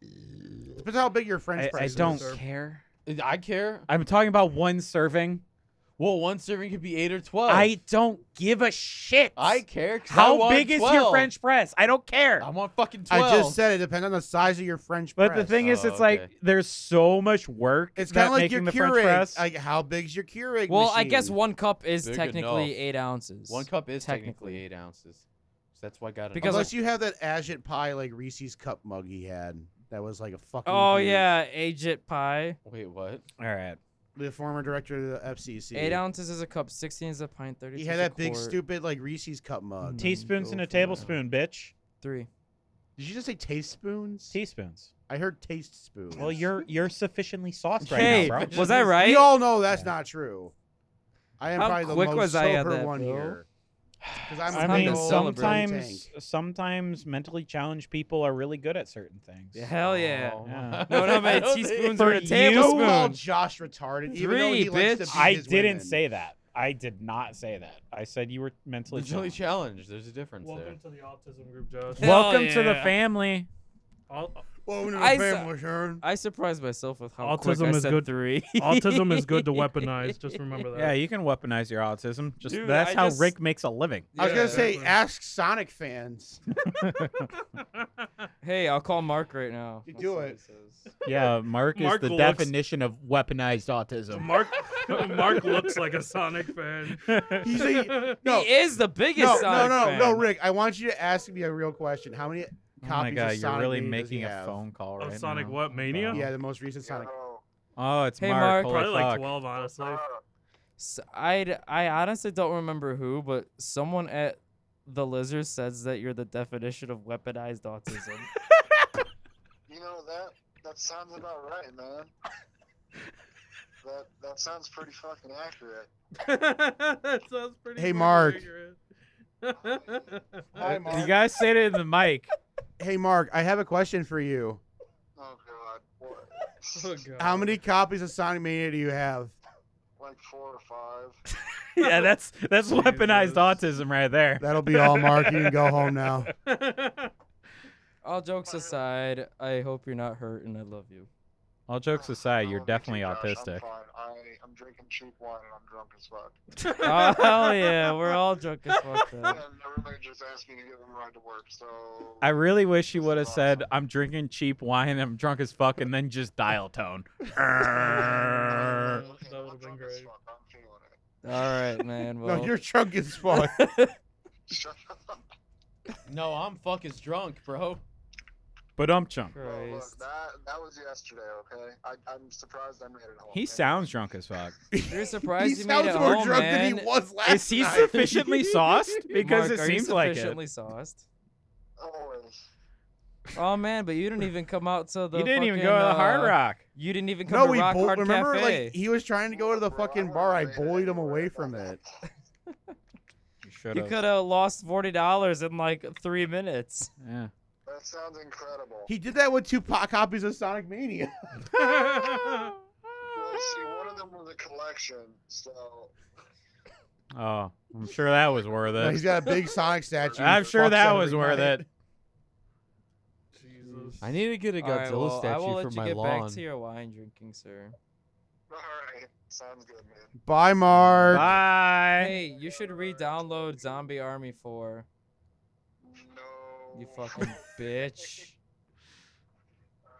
Speaker 1: Depends how big your French
Speaker 2: I, I
Speaker 1: press is.
Speaker 2: don't
Speaker 4: Sir.
Speaker 2: care.
Speaker 3: I care.
Speaker 2: I'm talking about one serving.
Speaker 3: Well, one serving could be eight or twelve.
Speaker 2: I don't give a shit.
Speaker 3: Oh. I care. 'cause I
Speaker 2: How
Speaker 3: want
Speaker 2: big is
Speaker 3: 12.
Speaker 2: your French press? I don't care.
Speaker 3: I want fucking
Speaker 1: I
Speaker 3: twelve.
Speaker 1: just said it depends on the size of your French
Speaker 2: But
Speaker 1: press.
Speaker 2: the thing is,
Speaker 3: Oh,
Speaker 2: it's like
Speaker 3: okay.
Speaker 2: there's so much work.
Speaker 1: it's
Speaker 2: kind of
Speaker 1: like your
Speaker 2: the French
Speaker 1: Keurig.
Speaker 2: press.
Speaker 1: Like how big's your Keurig?
Speaker 5: Well, I guess
Speaker 1: machine?
Speaker 5: one cup is
Speaker 3: Big
Speaker 5: technically
Speaker 3: enough.
Speaker 5: eight ounces.
Speaker 3: one cup is
Speaker 5: Technically.
Speaker 3: technically, eight ounces. So that's why I got it.
Speaker 5: Because-
Speaker 1: Unless you have that agit pie like Reese's cup mug he had, that was like a fucking.
Speaker 5: Oh
Speaker 1: huge-
Speaker 5: yeah, agit pie.
Speaker 3: wait, what?
Speaker 2: All right.
Speaker 1: the former director of the FCC.
Speaker 5: Eight ounces is a cup. Sixteen is a pint. Thirty.
Speaker 1: He had that big stupid like Reese's cup mug.
Speaker 5: Mm.
Speaker 2: Teaspoons
Speaker 5: go
Speaker 2: and a
Speaker 5: from there.
Speaker 2: tablespoon, bitch.
Speaker 5: Three.
Speaker 1: Did you just say taste spoons?
Speaker 2: Teaspoons.
Speaker 1: I heard taste spoons.
Speaker 2: Well, you're you're sufficiently sauced right
Speaker 5: Hey,
Speaker 2: now, bro.
Speaker 5: was I right?
Speaker 1: We all know that's not true. I am
Speaker 5: How
Speaker 1: probably the
Speaker 5: quick
Speaker 1: most
Speaker 5: was I at
Speaker 1: sober
Speaker 5: that,
Speaker 1: one
Speaker 5: bro?
Speaker 1: here. Because I'm
Speaker 2: I
Speaker 5: Time
Speaker 2: mean,
Speaker 5: to celebrate.
Speaker 2: sometimes sometimes mentally challenged people are really good at certain things.
Speaker 5: Hell yeah.
Speaker 3: Oh,
Speaker 2: Yeah.
Speaker 5: No, no,
Speaker 3: I
Speaker 5: many
Speaker 3: don't
Speaker 5: teaspoons
Speaker 3: think-
Speaker 5: or
Speaker 2: For
Speaker 5: a
Speaker 2: you-
Speaker 1: Don't call
Speaker 5: tablespoon.
Speaker 1: Josh retarded. Even though he
Speaker 5: Three,
Speaker 1: likes to
Speaker 5: bitch.
Speaker 1: beat
Speaker 2: I
Speaker 1: his
Speaker 2: didn't
Speaker 1: women.
Speaker 2: say that. I did not say that. I said you were mentally
Speaker 3: Mentally
Speaker 2: challenged.
Speaker 3: challenged. There's a difference
Speaker 4: Welcome to the autism group, Josh.
Speaker 5: Hell
Speaker 2: Welcome to the
Speaker 5: yeah.
Speaker 2: family.
Speaker 4: Au-
Speaker 1: Welcome to the
Speaker 5: I saw-
Speaker 1: family, Sharon.
Speaker 5: I surprised myself with how
Speaker 4: Autism
Speaker 5: quick I
Speaker 4: is
Speaker 5: said
Speaker 4: good-
Speaker 5: Three.
Speaker 4: autism is good to weaponize. Just remember that.
Speaker 2: Yeah, you can weaponize your autism. Just
Speaker 5: Dude,
Speaker 2: that's
Speaker 5: I
Speaker 2: how
Speaker 5: just-
Speaker 2: Rick makes a living.
Speaker 1: I was gonna
Speaker 4: Yeah,
Speaker 1: say,
Speaker 4: definitely.
Speaker 1: ask Sonic fans.
Speaker 5: Hey, I'll call Mark right now.
Speaker 1: You
Speaker 5: I'll
Speaker 1: do
Speaker 5: see what
Speaker 1: it.
Speaker 5: he says.
Speaker 2: Yeah, Mark,
Speaker 4: Mark
Speaker 2: is the
Speaker 4: looks-
Speaker 2: definition of weaponized autism.
Speaker 4: Mark Mark looks like a Sonic fan.
Speaker 1: He's a
Speaker 5: He
Speaker 1: no,
Speaker 5: is the biggest.
Speaker 1: no, no,
Speaker 5: Sonic
Speaker 1: no,
Speaker 5: fan.
Speaker 1: no, Rick. I want you to ask me a real question. How many
Speaker 2: Oh
Speaker 1: copies
Speaker 2: my god,
Speaker 1: of
Speaker 2: you're
Speaker 1: Sonic
Speaker 2: really
Speaker 1: Mania does he
Speaker 2: making a
Speaker 1: have?
Speaker 2: phone call
Speaker 4: Of
Speaker 2: right
Speaker 4: Oh, Sonic
Speaker 2: now.
Speaker 4: what, Mania?
Speaker 2: Wow.
Speaker 1: Yeah, the most recent Sonic.
Speaker 2: Oh, it's
Speaker 5: Hey, Mark.
Speaker 2: Mark. Holy
Speaker 4: Probably like
Speaker 2: fuck.
Speaker 4: 12, honestly.
Speaker 5: S- I'd, I honestly don't remember who, but someone at the Lizard says that you're the definition of weaponized autism.
Speaker 7: You know that that sounds about right, man. that that sounds pretty fucking accurate.
Speaker 4: that sounds pretty
Speaker 1: Hey,
Speaker 4: fucking
Speaker 1: Mark.
Speaker 4: accurate.
Speaker 1: Hi,
Speaker 2: You
Speaker 1: Mark.
Speaker 2: guys say it in the mic.
Speaker 1: Hey, Mark. I have a question for you.
Speaker 7: Oh god, what?
Speaker 4: Oh, God.
Speaker 1: How many copies of Sonic Mania do you have?
Speaker 7: like four or five.
Speaker 2: yeah, that's that's weaponized
Speaker 4: Jesus.
Speaker 2: autism right there.
Speaker 1: That'll be all, Mark. You can go home now.
Speaker 5: All jokes aside, I hope you're not hurt and I love you.
Speaker 2: All jokes aside, you're
Speaker 7: I love you Oh, too,
Speaker 2: definitely
Speaker 7: Josh.
Speaker 2: autistic.
Speaker 7: I'm fine. I, I'm drinking cheap wine and I'm drunk as fuck.
Speaker 5: oh hell yeah, we're all drunk as fuck.
Speaker 7: and
Speaker 5: Though.
Speaker 7: everybody just asked me to give them a ride to work, so.
Speaker 2: I really wish you
Speaker 7: This
Speaker 2: would have
Speaker 7: is
Speaker 2: said,
Speaker 7: awesome.
Speaker 2: "I'm drinking cheap wine, I'm drunk as fuck," and then just dial tone.
Speaker 7: I'm
Speaker 4: That
Speaker 7: drunk as
Speaker 4: would've been
Speaker 7: fuck.
Speaker 4: great.
Speaker 7: I'm feeling it.
Speaker 5: All right, man. Well,
Speaker 1: No, you're drunk as fuck.
Speaker 7: Shut up.
Speaker 3: No, I'm fucking drunk, bro.
Speaker 2: But um,
Speaker 1: Oh,
Speaker 2: chunk.
Speaker 7: Bro,
Speaker 5: Christ.
Speaker 7: look, that that was yesterday, okay? I, I'm surprised I made it home.
Speaker 2: He sounds drunk as fuck.
Speaker 5: You're
Speaker 1: he
Speaker 5: surprised you made
Speaker 1: sounds
Speaker 5: it
Speaker 1: more
Speaker 5: home,
Speaker 1: drunk
Speaker 5: man.
Speaker 1: than he was last
Speaker 2: Is he
Speaker 1: night.
Speaker 2: sufficiently sauced? Because
Speaker 5: Mark,
Speaker 2: it
Speaker 5: are you
Speaker 2: seems like it.
Speaker 5: sufficiently sauced.
Speaker 7: Always.
Speaker 5: Oh man, but you didn't even come out to the.
Speaker 2: You didn't even
Speaker 5: fucking,
Speaker 2: go to the Hard
Speaker 5: uh,
Speaker 2: Rock.
Speaker 5: You didn't even come
Speaker 1: No,
Speaker 5: to
Speaker 1: we
Speaker 5: Rock
Speaker 1: bo-
Speaker 5: Hard
Speaker 1: remember
Speaker 5: Cafe.
Speaker 1: like he was trying to go to the
Speaker 7: Bro, I
Speaker 1: fucking
Speaker 7: would've
Speaker 1: bar. I
Speaker 7: waited
Speaker 1: bullied him
Speaker 7: anywhere
Speaker 1: away
Speaker 7: about
Speaker 1: from
Speaker 7: that.
Speaker 1: it.
Speaker 2: You should
Speaker 5: you could have lost forty dollars in like three minutes.
Speaker 2: Yeah.
Speaker 7: That sounds incredible.
Speaker 1: He did that with two po- copies of Sonic Mania.
Speaker 7: Well, see, one a collection, so
Speaker 2: Oh, I'm sure that was worth
Speaker 1: No, he's
Speaker 2: it.
Speaker 1: got a big Sonic statue.
Speaker 2: I'm
Speaker 1: that
Speaker 2: sure
Speaker 1: fucks
Speaker 2: that was
Speaker 1: everybody.
Speaker 2: worth it.
Speaker 4: Jesus.
Speaker 3: I need to get a
Speaker 5: All right,
Speaker 3: Godzilla
Speaker 5: well, I will
Speaker 3: statue
Speaker 5: let
Speaker 3: for
Speaker 5: you
Speaker 3: my
Speaker 5: get
Speaker 3: lawn.
Speaker 5: back to your wine drinking, sir.
Speaker 7: all right, sounds good, man.
Speaker 1: Bye, Mark.
Speaker 2: Bye.
Speaker 5: Hey, you should re-download Zombie Army 4.
Speaker 7: No.
Speaker 5: You fucking bitch.
Speaker 7: All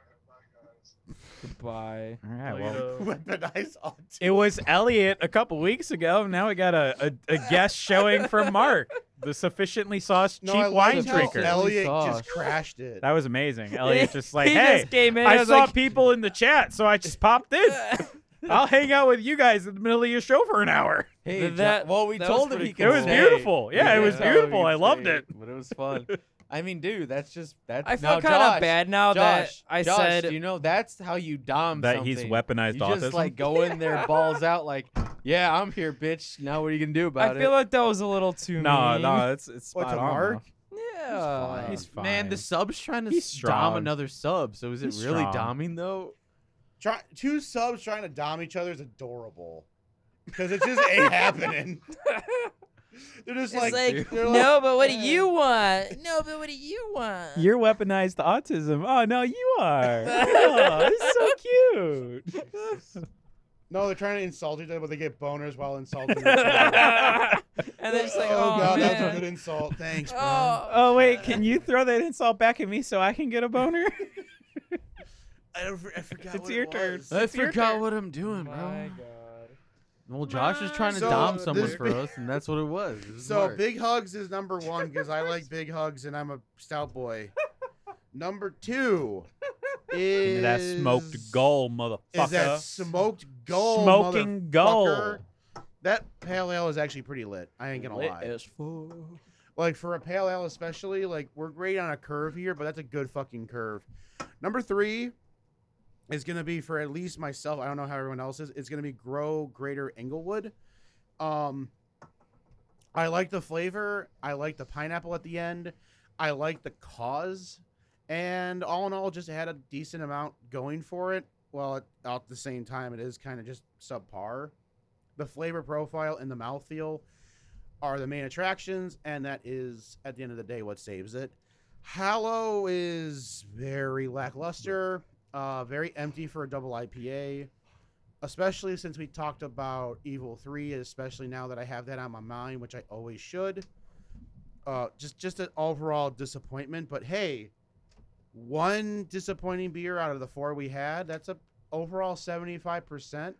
Speaker 7: right, bye, guys.
Speaker 5: Goodbye.
Speaker 2: All right. Well,
Speaker 4: Later.
Speaker 1: Weaponize autism.
Speaker 2: It was Elliot a couple weeks ago. Now we got a, a, a guest showing from Mark, the sufficiently sauced
Speaker 1: No,
Speaker 2: cheap
Speaker 1: I
Speaker 2: wine
Speaker 1: liked
Speaker 3: how
Speaker 2: drinker.
Speaker 3: El-
Speaker 1: Elliot
Speaker 3: Sauce.
Speaker 1: just crashed it.
Speaker 2: that was amazing. Elliot just like,
Speaker 5: he
Speaker 2: hey,
Speaker 5: just came in.
Speaker 2: I
Speaker 5: was
Speaker 2: saw
Speaker 5: like,
Speaker 2: people in the chat, so I just popped in. I'll hang out with you guys in the middle of your show for an hour.
Speaker 3: Hey,
Speaker 5: Th-
Speaker 3: Jo-
Speaker 5: that-
Speaker 3: well, we
Speaker 5: that was
Speaker 3: told him
Speaker 5: pretty
Speaker 3: he
Speaker 5: cool.
Speaker 3: could
Speaker 2: It was
Speaker 3: stay.
Speaker 2: beautiful.
Speaker 3: We
Speaker 2: Yeah, it
Speaker 3: did
Speaker 2: was
Speaker 3: tell him
Speaker 2: beautiful.
Speaker 3: he'd
Speaker 2: I loved
Speaker 3: stay,
Speaker 2: it.
Speaker 3: But it was fun. I mean, dude, that's just that's.
Speaker 5: I
Speaker 3: now,
Speaker 5: feel kind of
Speaker 3: Josh,
Speaker 5: bad now
Speaker 3: Josh,
Speaker 5: that I
Speaker 3: Josh,
Speaker 5: said
Speaker 3: you know, that's how you dom something.
Speaker 2: weaponized
Speaker 3: You just like go in there, balls out, like, yeah, I'm here, bitch. Now what are you gonna do
Speaker 5: I
Speaker 3: about
Speaker 5: feel
Speaker 3: it?
Speaker 5: like that was a little too
Speaker 2: no,
Speaker 5: mean.
Speaker 2: no, it's it's
Speaker 1: What,
Speaker 2: spot
Speaker 1: to
Speaker 2: on.
Speaker 1: Mark?
Speaker 2: though.
Speaker 5: Yeah.
Speaker 2: He's fine.
Speaker 3: Man, the sub's trying to
Speaker 2: He's
Speaker 3: dom
Speaker 2: strong.
Speaker 3: another sub. So is it
Speaker 2: He's
Speaker 3: really
Speaker 2: strong.
Speaker 3: doming though?
Speaker 1: Try, two subs trying to dom each other is adorable. Because it just ain't happening. They're just
Speaker 5: It's like,
Speaker 1: they're
Speaker 5: no, but what do
Speaker 1: "Eh."
Speaker 5: you want? No, but what do you want?
Speaker 2: You're weaponized to autism. Oh no, you are. oh, it's so cute.
Speaker 1: No, they're trying to insult each other, but they get boners while insulting each other.
Speaker 5: and then it's like, oh,
Speaker 1: god,
Speaker 5: man.
Speaker 1: that was a good insult. Thanks, bro.
Speaker 5: Oh,
Speaker 2: Oh wait, can you throw that insult back at me so I can get a boner?
Speaker 1: I, don't, I forgot.
Speaker 2: It's what it your turn. was.
Speaker 3: I
Speaker 2: It's your
Speaker 3: forgot
Speaker 2: turn.
Speaker 3: what I'm doing,
Speaker 5: my
Speaker 3: bro.
Speaker 5: god.
Speaker 3: Well, Josh is trying to
Speaker 1: So, uh,
Speaker 3: dom someone
Speaker 1: this
Speaker 3: for us, and that's what it was. It was
Speaker 1: So
Speaker 3: Mark.
Speaker 1: big hugs is number one because I like big hugs and I'm a stout boy. number two is
Speaker 2: motherfucker.
Speaker 1: Is that smoked gold?
Speaker 2: Smoking
Speaker 1: motherfucker.
Speaker 2: gold.
Speaker 1: That pale ale is actually pretty lit. I ain't gonna lie. Like for a pale ale, especially, like we're great on a curve here, but that's a good fucking curve. Number three is gonna be for at least myself. I don't know how everyone else is. It's gonna be grow greater Englewood. Um, I like the flavor. I like the pineapple at the end. I like the cause, and all in all, just had a decent amount going for it. While at, at the same time, it is kind of just subpar. The flavor profile and the mouthfeel are the main attractions, and that is at the end of the day what saves it. Hallow is very lackluster, uh, very empty for a double IPA, especially since we talked about Evil Three, especially now that I have that on my mind, which I always should. Uh, just just an overall disappointment, but hey, one disappointing beer out of the four we had. That's a overall seventy five percent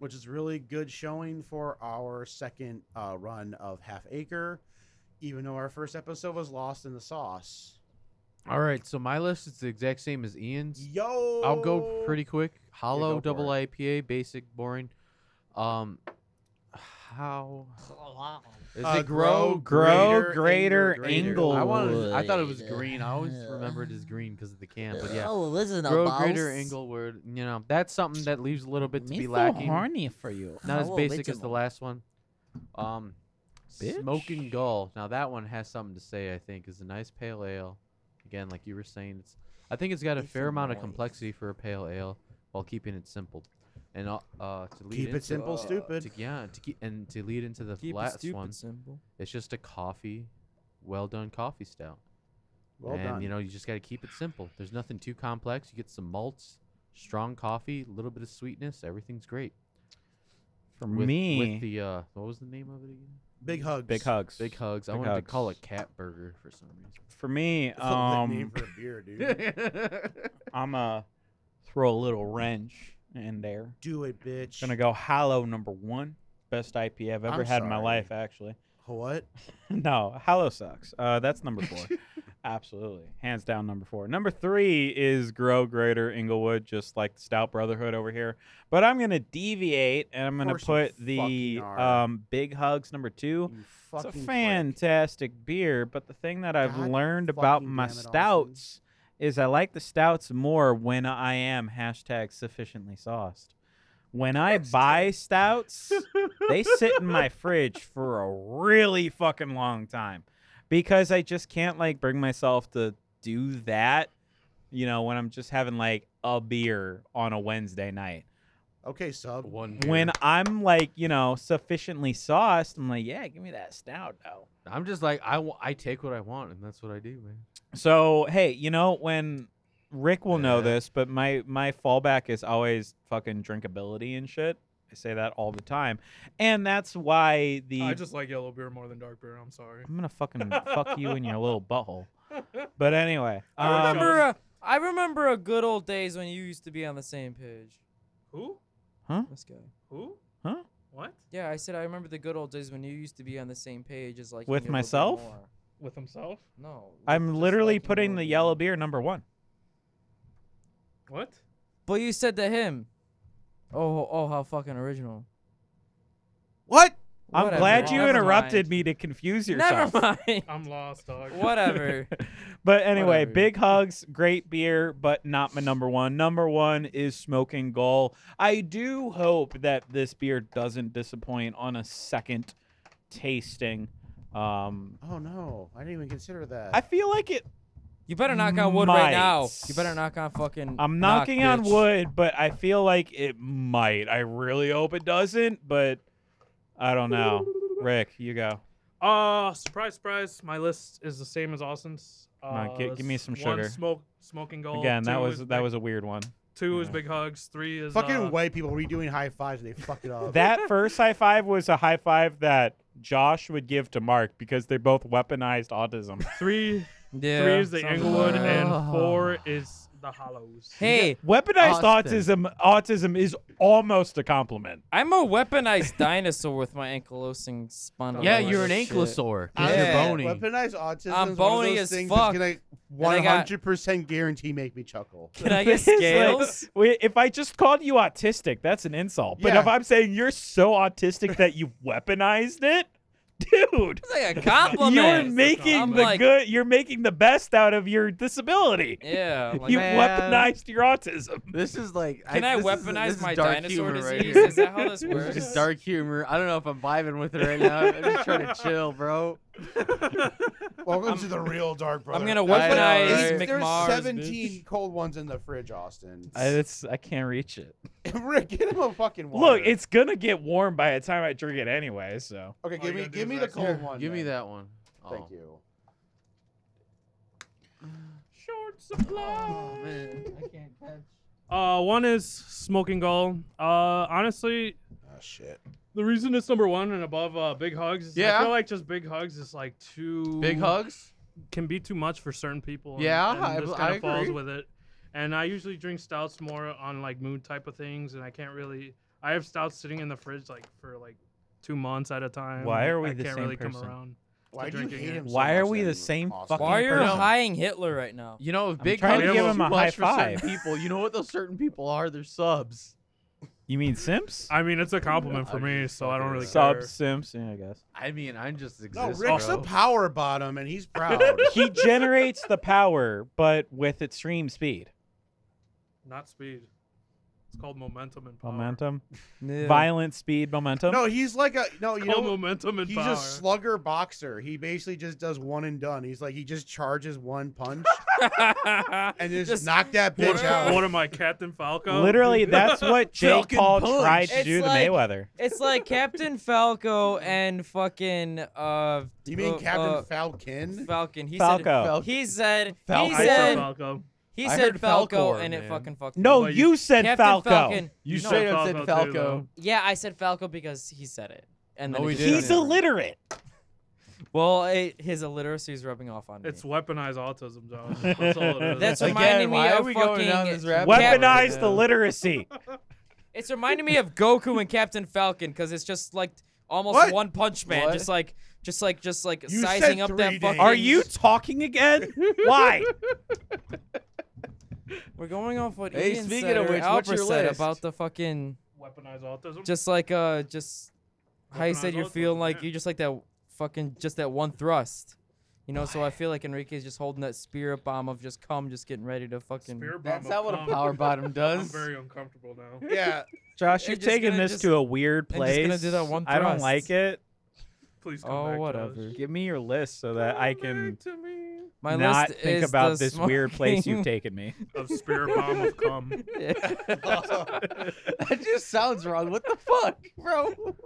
Speaker 1: which is really good showing for our second uh, run of Half Acre, even though our first episode was lost in the sauce.
Speaker 3: All right, so my list is the exact same as Ian's.
Speaker 1: Yo,
Speaker 3: I'll go pretty quick. Hollow
Speaker 1: go for
Speaker 3: double
Speaker 1: it.
Speaker 3: IPA, basic, boring. Um, how is
Speaker 1: Uh,
Speaker 3: it grow?
Speaker 2: Grow
Speaker 1: Greater
Speaker 2: greater
Speaker 1: Ingle-
Speaker 2: Ingle.
Speaker 3: I wanted. I thought it was green. I always remembered it as green because of the can. But yeah,
Speaker 8: Oh, listen,
Speaker 3: grow greater Inglewood. You know, that's something that leaves a little bit to be lacking.
Speaker 2: for you.
Speaker 3: Not as
Speaker 8: How
Speaker 3: basic as the
Speaker 8: original.
Speaker 3: last one. Um,
Speaker 2: Bitch.
Speaker 3: smoking gull. Now that one has something to say. I think is a nice pale ale. Again, like you were saying, it's. I think it's got a
Speaker 8: It's
Speaker 3: fair amount of
Speaker 8: nice.
Speaker 3: complexity for a pale ale while keeping it simple, and uh, uh to lead
Speaker 1: Keep
Speaker 3: into,
Speaker 1: it simple,
Speaker 3: To,
Speaker 1: stupid.
Speaker 3: yeah, to keep and to lead into the
Speaker 5: Keep it
Speaker 3: last
Speaker 5: stupid
Speaker 3: one.
Speaker 5: simple.
Speaker 3: It's just a coffee, well done coffee stout.
Speaker 1: Well
Speaker 3: and
Speaker 1: done.
Speaker 3: you know, you just got to keep it simple. There's nothing too complex. You get some malts, strong coffee, a little bit of sweetness. Everyth's great.
Speaker 2: For
Speaker 3: With,
Speaker 2: me,
Speaker 3: with the uh, what was the name of it again?
Speaker 1: big hugs.
Speaker 2: big hugs.
Speaker 3: Big hugs. I
Speaker 2: Big
Speaker 3: wanted to call
Speaker 2: hugs.
Speaker 3: it cat burger for some
Speaker 2: For me,
Speaker 1: That's a lit
Speaker 2: um,
Speaker 1: name for a beer, dude.
Speaker 3: reason.
Speaker 2: I'm a throw a little wrench in there.
Speaker 1: Do it, bitch.
Speaker 2: Gonna go hollow number one. Best IPA I've ever
Speaker 1: I'm
Speaker 2: had in my
Speaker 1: sorry.
Speaker 2: life, actually.
Speaker 1: What?
Speaker 2: no, hollow sucks. Uh, that's number four. Absolutely. Hands down number four. Number three is Grow Greater Inglewood, just like the Stout Brotherhood over here. But I'm gonna deviate and I'm gonna
Speaker 1: course you
Speaker 2: put the
Speaker 1: fucking are.
Speaker 2: um, Big Hugs number two.
Speaker 1: You
Speaker 2: It's a
Speaker 1: fucking prick.
Speaker 2: fantastic beer, but the thing that I've
Speaker 1: God
Speaker 2: learned about
Speaker 1: fucking
Speaker 2: my
Speaker 1: damn it, Austin.
Speaker 2: stouts is I like the stouts more when I am hashtag sufficiently sauced. When I buy stouts, they sit in my fridge for a really fucking long time because I just can't like bring myself to do that, you know, when I'm just having like a beer on a Wednesday night.
Speaker 1: Okay, sub.
Speaker 3: One.
Speaker 2: When
Speaker 3: beer.
Speaker 2: I'm like, you know, sufficiently sauced, I'm like, yeah, give me that stout though.
Speaker 3: I'm just like I, wa- I take what I want, and that's what I do, man.
Speaker 2: So hey, you know when Rick will know
Speaker 3: Yeah.
Speaker 2: this, but my my fallback is always fucking drinkability and shit. I say that all the time, and that's why the
Speaker 4: I just like yellow beer more than dark beer. I'm sorry.
Speaker 2: I'm gonna fucking fuck you in your little butthole. But anyway,
Speaker 4: I
Speaker 5: I
Speaker 2: um,
Speaker 5: remember,
Speaker 4: Sean.
Speaker 5: uh, I remember a good old days when you used to be on the same page.
Speaker 4: Who?
Speaker 5: This guy.
Speaker 4: Who?
Speaker 2: Huh?
Speaker 4: What?
Speaker 5: Yeah, I said I remember the good old days when you used to be on the same page as like
Speaker 2: With
Speaker 5: me a little bit
Speaker 2: myself?
Speaker 5: more.
Speaker 4: With himself?
Speaker 5: No.
Speaker 2: I'm
Speaker 5: just
Speaker 2: literally
Speaker 5: liking me a
Speaker 2: putting
Speaker 5: little
Speaker 2: the
Speaker 5: bit
Speaker 2: yellow
Speaker 5: more.
Speaker 2: beer number one.
Speaker 4: What?
Speaker 5: But you said to him, "Oh, oh, how fucking original."
Speaker 1: What?
Speaker 2: I'm
Speaker 5: Whatever,
Speaker 2: glad you
Speaker 5: never
Speaker 2: interrupted
Speaker 5: mind.
Speaker 2: me to confuse yourself.
Speaker 5: Never mind.
Speaker 4: I'm lost, dog.
Speaker 5: Whatever.
Speaker 2: But anyway,
Speaker 5: Whatever.
Speaker 2: big hugs, great beer, but not my number one. Number one is Smoking Gull. I do hope that this beer doesn't disappoint on a second tasting. Um,
Speaker 1: Oh no, I didn't even consider that.
Speaker 2: I feel like it.
Speaker 5: You better knock on wood right now.
Speaker 2: Mites.
Speaker 5: You better knock on fucking.
Speaker 2: I'm
Speaker 5: knock,
Speaker 2: knocking on
Speaker 5: bitch.
Speaker 2: wood, but I feel like it might. I really hope it doesn't, but I don't know. Rick, you go.
Speaker 4: Uh, surprise, surprise. My list is the same as Austin's. Uh,
Speaker 2: on, gi- give me
Speaker 4: s-
Speaker 2: some
Speaker 4: one
Speaker 2: sugar.
Speaker 4: Smoke, smoking gold.
Speaker 2: Again, that
Speaker 4: two
Speaker 2: was
Speaker 4: is
Speaker 2: that
Speaker 4: big-
Speaker 2: was a weird one.
Speaker 4: two is
Speaker 2: yeah.
Speaker 4: big hugs. Three is
Speaker 1: Fucking
Speaker 4: uh,
Speaker 1: white people redoing high fives and they fuck it up.
Speaker 2: That first high five was a high five that Josh would give to Mark because they both weaponized autism.
Speaker 4: Three,
Speaker 5: Yeah.
Speaker 4: three is the
Speaker 5: something
Speaker 4: Englewood,
Speaker 5: like that.
Speaker 4: and four is the Hollows.
Speaker 5: Hey,
Speaker 2: Weaponized
Speaker 3: Austin.
Speaker 2: autism autism is almost a compliment.
Speaker 5: I'm a weaponized dinosaur with my ankylosing spondylitis.
Speaker 3: Yeah, you're an
Speaker 5: shit.
Speaker 3: ankylosaur. 'cause
Speaker 1: Honestly,
Speaker 5: Yeah.
Speaker 3: You're bony.
Speaker 1: Weaponized autism. is
Speaker 5: I'm
Speaker 1: one of
Speaker 5: bony
Speaker 1: those
Speaker 5: as
Speaker 1: things
Speaker 5: fuck.
Speaker 1: That's gonna
Speaker 5: I
Speaker 1: one
Speaker 5: got-
Speaker 1: hundred percent guarantee make me chuckle.
Speaker 5: Can I get
Speaker 2: It's like-
Speaker 5: scales?
Speaker 2: Wait, if I just called you autistic, that's an insult. But
Speaker 1: Yeah.
Speaker 2: if I'm saying you're so autistic that you weaponized it, dude,
Speaker 5: It's like a
Speaker 2: you're
Speaker 5: compliment.
Speaker 2: making
Speaker 5: I'm
Speaker 2: the
Speaker 5: like-
Speaker 2: good. You're making the best out of your disability.
Speaker 5: yeah. I'm like,
Speaker 2: you
Speaker 5: man,
Speaker 3: man.
Speaker 2: weaponized your autism.
Speaker 3: This is like.
Speaker 5: Can I
Speaker 3: this is-
Speaker 5: weaponize
Speaker 3: this is
Speaker 5: my
Speaker 3: dark
Speaker 5: dinosaur
Speaker 3: humor right
Speaker 5: disease?
Speaker 3: here.
Speaker 5: Is that how this
Speaker 3: This
Speaker 5: works?
Speaker 3: is just dark humor. I don't know if I'm vibing with it right now. I'm just trying to chill, bro.
Speaker 1: Welcome to the real dark brother.
Speaker 5: I'm gonna
Speaker 3: I know,
Speaker 5: weaponize
Speaker 3: right?
Speaker 1: There's
Speaker 5: McMars.
Speaker 1: seventeen cold ones in the fridge, Austin.
Speaker 2: it's, I can't reach it.
Speaker 1: Rick, get him a fucking water.
Speaker 2: Look, it's gonna get warm by the time I drink it anyway. So
Speaker 1: okay.
Speaker 4: All you
Speaker 1: Give me,
Speaker 4: gotta do
Speaker 1: give
Speaker 4: is
Speaker 1: me the
Speaker 4: ask-
Speaker 1: cold one.
Speaker 3: Give me
Speaker 1: then.
Speaker 3: that one. Oh.
Speaker 1: Thank you.
Speaker 4: Short supply.
Speaker 3: Oh man, I can't catch.
Speaker 4: Uh, one is smoking gold. Uh, honestly,
Speaker 1: Oh shit.
Speaker 4: the reason it's number one and above uh, big hugs. Is
Speaker 3: Yeah.
Speaker 4: I feel like just big hugs is like too
Speaker 3: Big hugs.
Speaker 4: can be too much for certain people. and-
Speaker 3: Yeah,
Speaker 4: and
Speaker 3: I-
Speaker 4: this
Speaker 3: I
Speaker 4: kind of falls
Speaker 3: agree.
Speaker 4: with it. And I usually drink stouts more on like mood type of things, and I can't really. I have stouts sitting in the fridge like for like two months at a time.
Speaker 2: Why are we
Speaker 4: I
Speaker 2: the
Speaker 4: can't
Speaker 2: same
Speaker 4: really
Speaker 2: person?
Speaker 4: Come around.
Speaker 1: Why do you
Speaker 4: drinking
Speaker 1: hate
Speaker 4: it.
Speaker 1: him? so
Speaker 2: Why are
Speaker 1: much
Speaker 2: we
Speaker 1: then,
Speaker 2: the same
Speaker 1: Austin?
Speaker 2: fucking
Speaker 5: Why are you
Speaker 2: person?
Speaker 5: hiding Hitler right now?
Speaker 3: You know, if
Speaker 2: I'm
Speaker 3: big
Speaker 2: trying
Speaker 4: to
Speaker 3: hugs
Speaker 4: give
Speaker 3: is
Speaker 4: him
Speaker 2: a
Speaker 3: too
Speaker 2: high
Speaker 3: much for certain
Speaker 2: five.
Speaker 3: people, you know what those certain people are? They're subs.
Speaker 2: You mean simps?
Speaker 4: I mean, it's a compliment for
Speaker 3: I'm
Speaker 4: me,
Speaker 3: just
Speaker 4: so I don't
Speaker 3: fucking
Speaker 4: really
Speaker 2: Sub
Speaker 4: care.
Speaker 2: simps, yeah, I guess.
Speaker 3: I mean, I'm just
Speaker 1: No,
Speaker 3: exist,
Speaker 1: Rick's
Speaker 3: bro.
Speaker 1: a power bottom, and he's proud.
Speaker 2: He generates the power, but with extreme speed,
Speaker 4: Not speed. It's called momentum and power.
Speaker 2: momentum,
Speaker 5: Yeah.
Speaker 2: violent speed, momentum.
Speaker 1: no, he's like a no. You
Speaker 4: It's called
Speaker 1: know,
Speaker 4: momentum and
Speaker 1: He's
Speaker 4: power.
Speaker 1: a slugger boxer. He basically just does one and done. He's like he just charges one punch and just,
Speaker 5: Just-
Speaker 1: knock that bitch
Speaker 4: what,
Speaker 1: out.
Speaker 4: what am I, Captain Falco?
Speaker 2: Literally, that's what Jake
Speaker 3: Falcon
Speaker 2: Paul
Speaker 3: punch.
Speaker 2: tried to
Speaker 5: It's
Speaker 2: do
Speaker 5: like-
Speaker 2: to Mayweather.
Speaker 5: It's like Captain Falco and fucking uh.
Speaker 1: you mean
Speaker 5: uh,
Speaker 1: Captain
Speaker 5: uh,
Speaker 1: Falcon?
Speaker 5: Falcon? He
Speaker 2: Falco.
Speaker 5: said. He said.
Speaker 3: Falcon.
Speaker 5: He
Speaker 4: I said
Speaker 5: said.
Speaker 4: Falco.
Speaker 5: He
Speaker 3: I
Speaker 5: said
Speaker 3: heard
Speaker 5: Falco,
Speaker 3: Falcor,
Speaker 5: and it
Speaker 3: man.
Speaker 5: fucking fucked.
Speaker 2: no, Oh,
Speaker 4: But
Speaker 5: me.
Speaker 2: you,
Speaker 4: you-
Speaker 2: said
Speaker 5: Captain
Speaker 2: Falcon.
Speaker 5: Falcon.
Speaker 3: You
Speaker 4: No,
Speaker 3: straight up said
Speaker 4: Falco too,
Speaker 3: Falco.
Speaker 4: though.
Speaker 5: Yeah, I said Falco because he said it. And then
Speaker 3: No, he
Speaker 5: it just-
Speaker 2: He's illiterate.
Speaker 5: Well, it, his illiteracy is rubbing off on me.
Speaker 4: It's weaponized autism, Josh. That's all it is.
Speaker 5: That's
Speaker 3: Again,
Speaker 5: reminding me
Speaker 3: why
Speaker 5: of
Speaker 3: are we going down
Speaker 5: fucking
Speaker 3: this rabbit hole right
Speaker 2: Weaponized
Speaker 3: now?
Speaker 2: the literacy.
Speaker 5: It's reminding me of Goku and Captain Falcon because it's just like almost
Speaker 1: What?
Speaker 5: one punch man,
Speaker 3: What?
Speaker 5: just like just like just like
Speaker 1: You
Speaker 5: sizing
Speaker 1: said
Speaker 5: up
Speaker 1: three
Speaker 5: that fucking.
Speaker 2: Are you talking again? Why?
Speaker 5: We're going off what
Speaker 3: Hey,
Speaker 5: Ian
Speaker 3: speaking
Speaker 5: said
Speaker 3: of
Speaker 5: or
Speaker 3: which, what's
Speaker 5: Albert
Speaker 3: your
Speaker 5: said
Speaker 3: list?
Speaker 5: about the fucking
Speaker 4: Weaponized autism.
Speaker 5: just like uh just how you
Speaker 4: Weaponized
Speaker 5: said you're
Speaker 4: autism,
Speaker 5: feeling like
Speaker 4: yeah.
Speaker 5: you just like that fucking just that one thrust. You know, so I feel like Enrique's just holding that spirit bomb of just come, just getting ready to fucking.
Speaker 4: Spear bomb
Speaker 3: That's
Speaker 4: of
Speaker 3: not what a
Speaker 4: cum.
Speaker 3: power bottom
Speaker 4: I'm
Speaker 3: does.
Speaker 4: very uncomfortable now.
Speaker 1: yeah.
Speaker 2: Josh,
Speaker 5: And
Speaker 2: you've
Speaker 5: just
Speaker 2: taken
Speaker 5: gonna
Speaker 2: this
Speaker 5: just-
Speaker 2: to a weird
Speaker 5: and just
Speaker 2: place.
Speaker 5: gonna do that one
Speaker 2: I don't
Speaker 5: thrust.
Speaker 2: like it.
Speaker 4: Please come
Speaker 5: Oh,
Speaker 4: back.
Speaker 5: whatever.
Speaker 4: Josh.
Speaker 2: Give me your list so that I
Speaker 4: Come
Speaker 2: can
Speaker 4: back to me.
Speaker 5: My
Speaker 6: not
Speaker 5: list
Speaker 6: think
Speaker 5: is
Speaker 6: about
Speaker 5: the
Speaker 6: this weird place you've
Speaker 5: smoking-
Speaker 6: taken me.
Speaker 4: of spirit bomb of cum.
Speaker 6: that
Speaker 1: just
Speaker 6: sounds wrong. What the fuck, bro?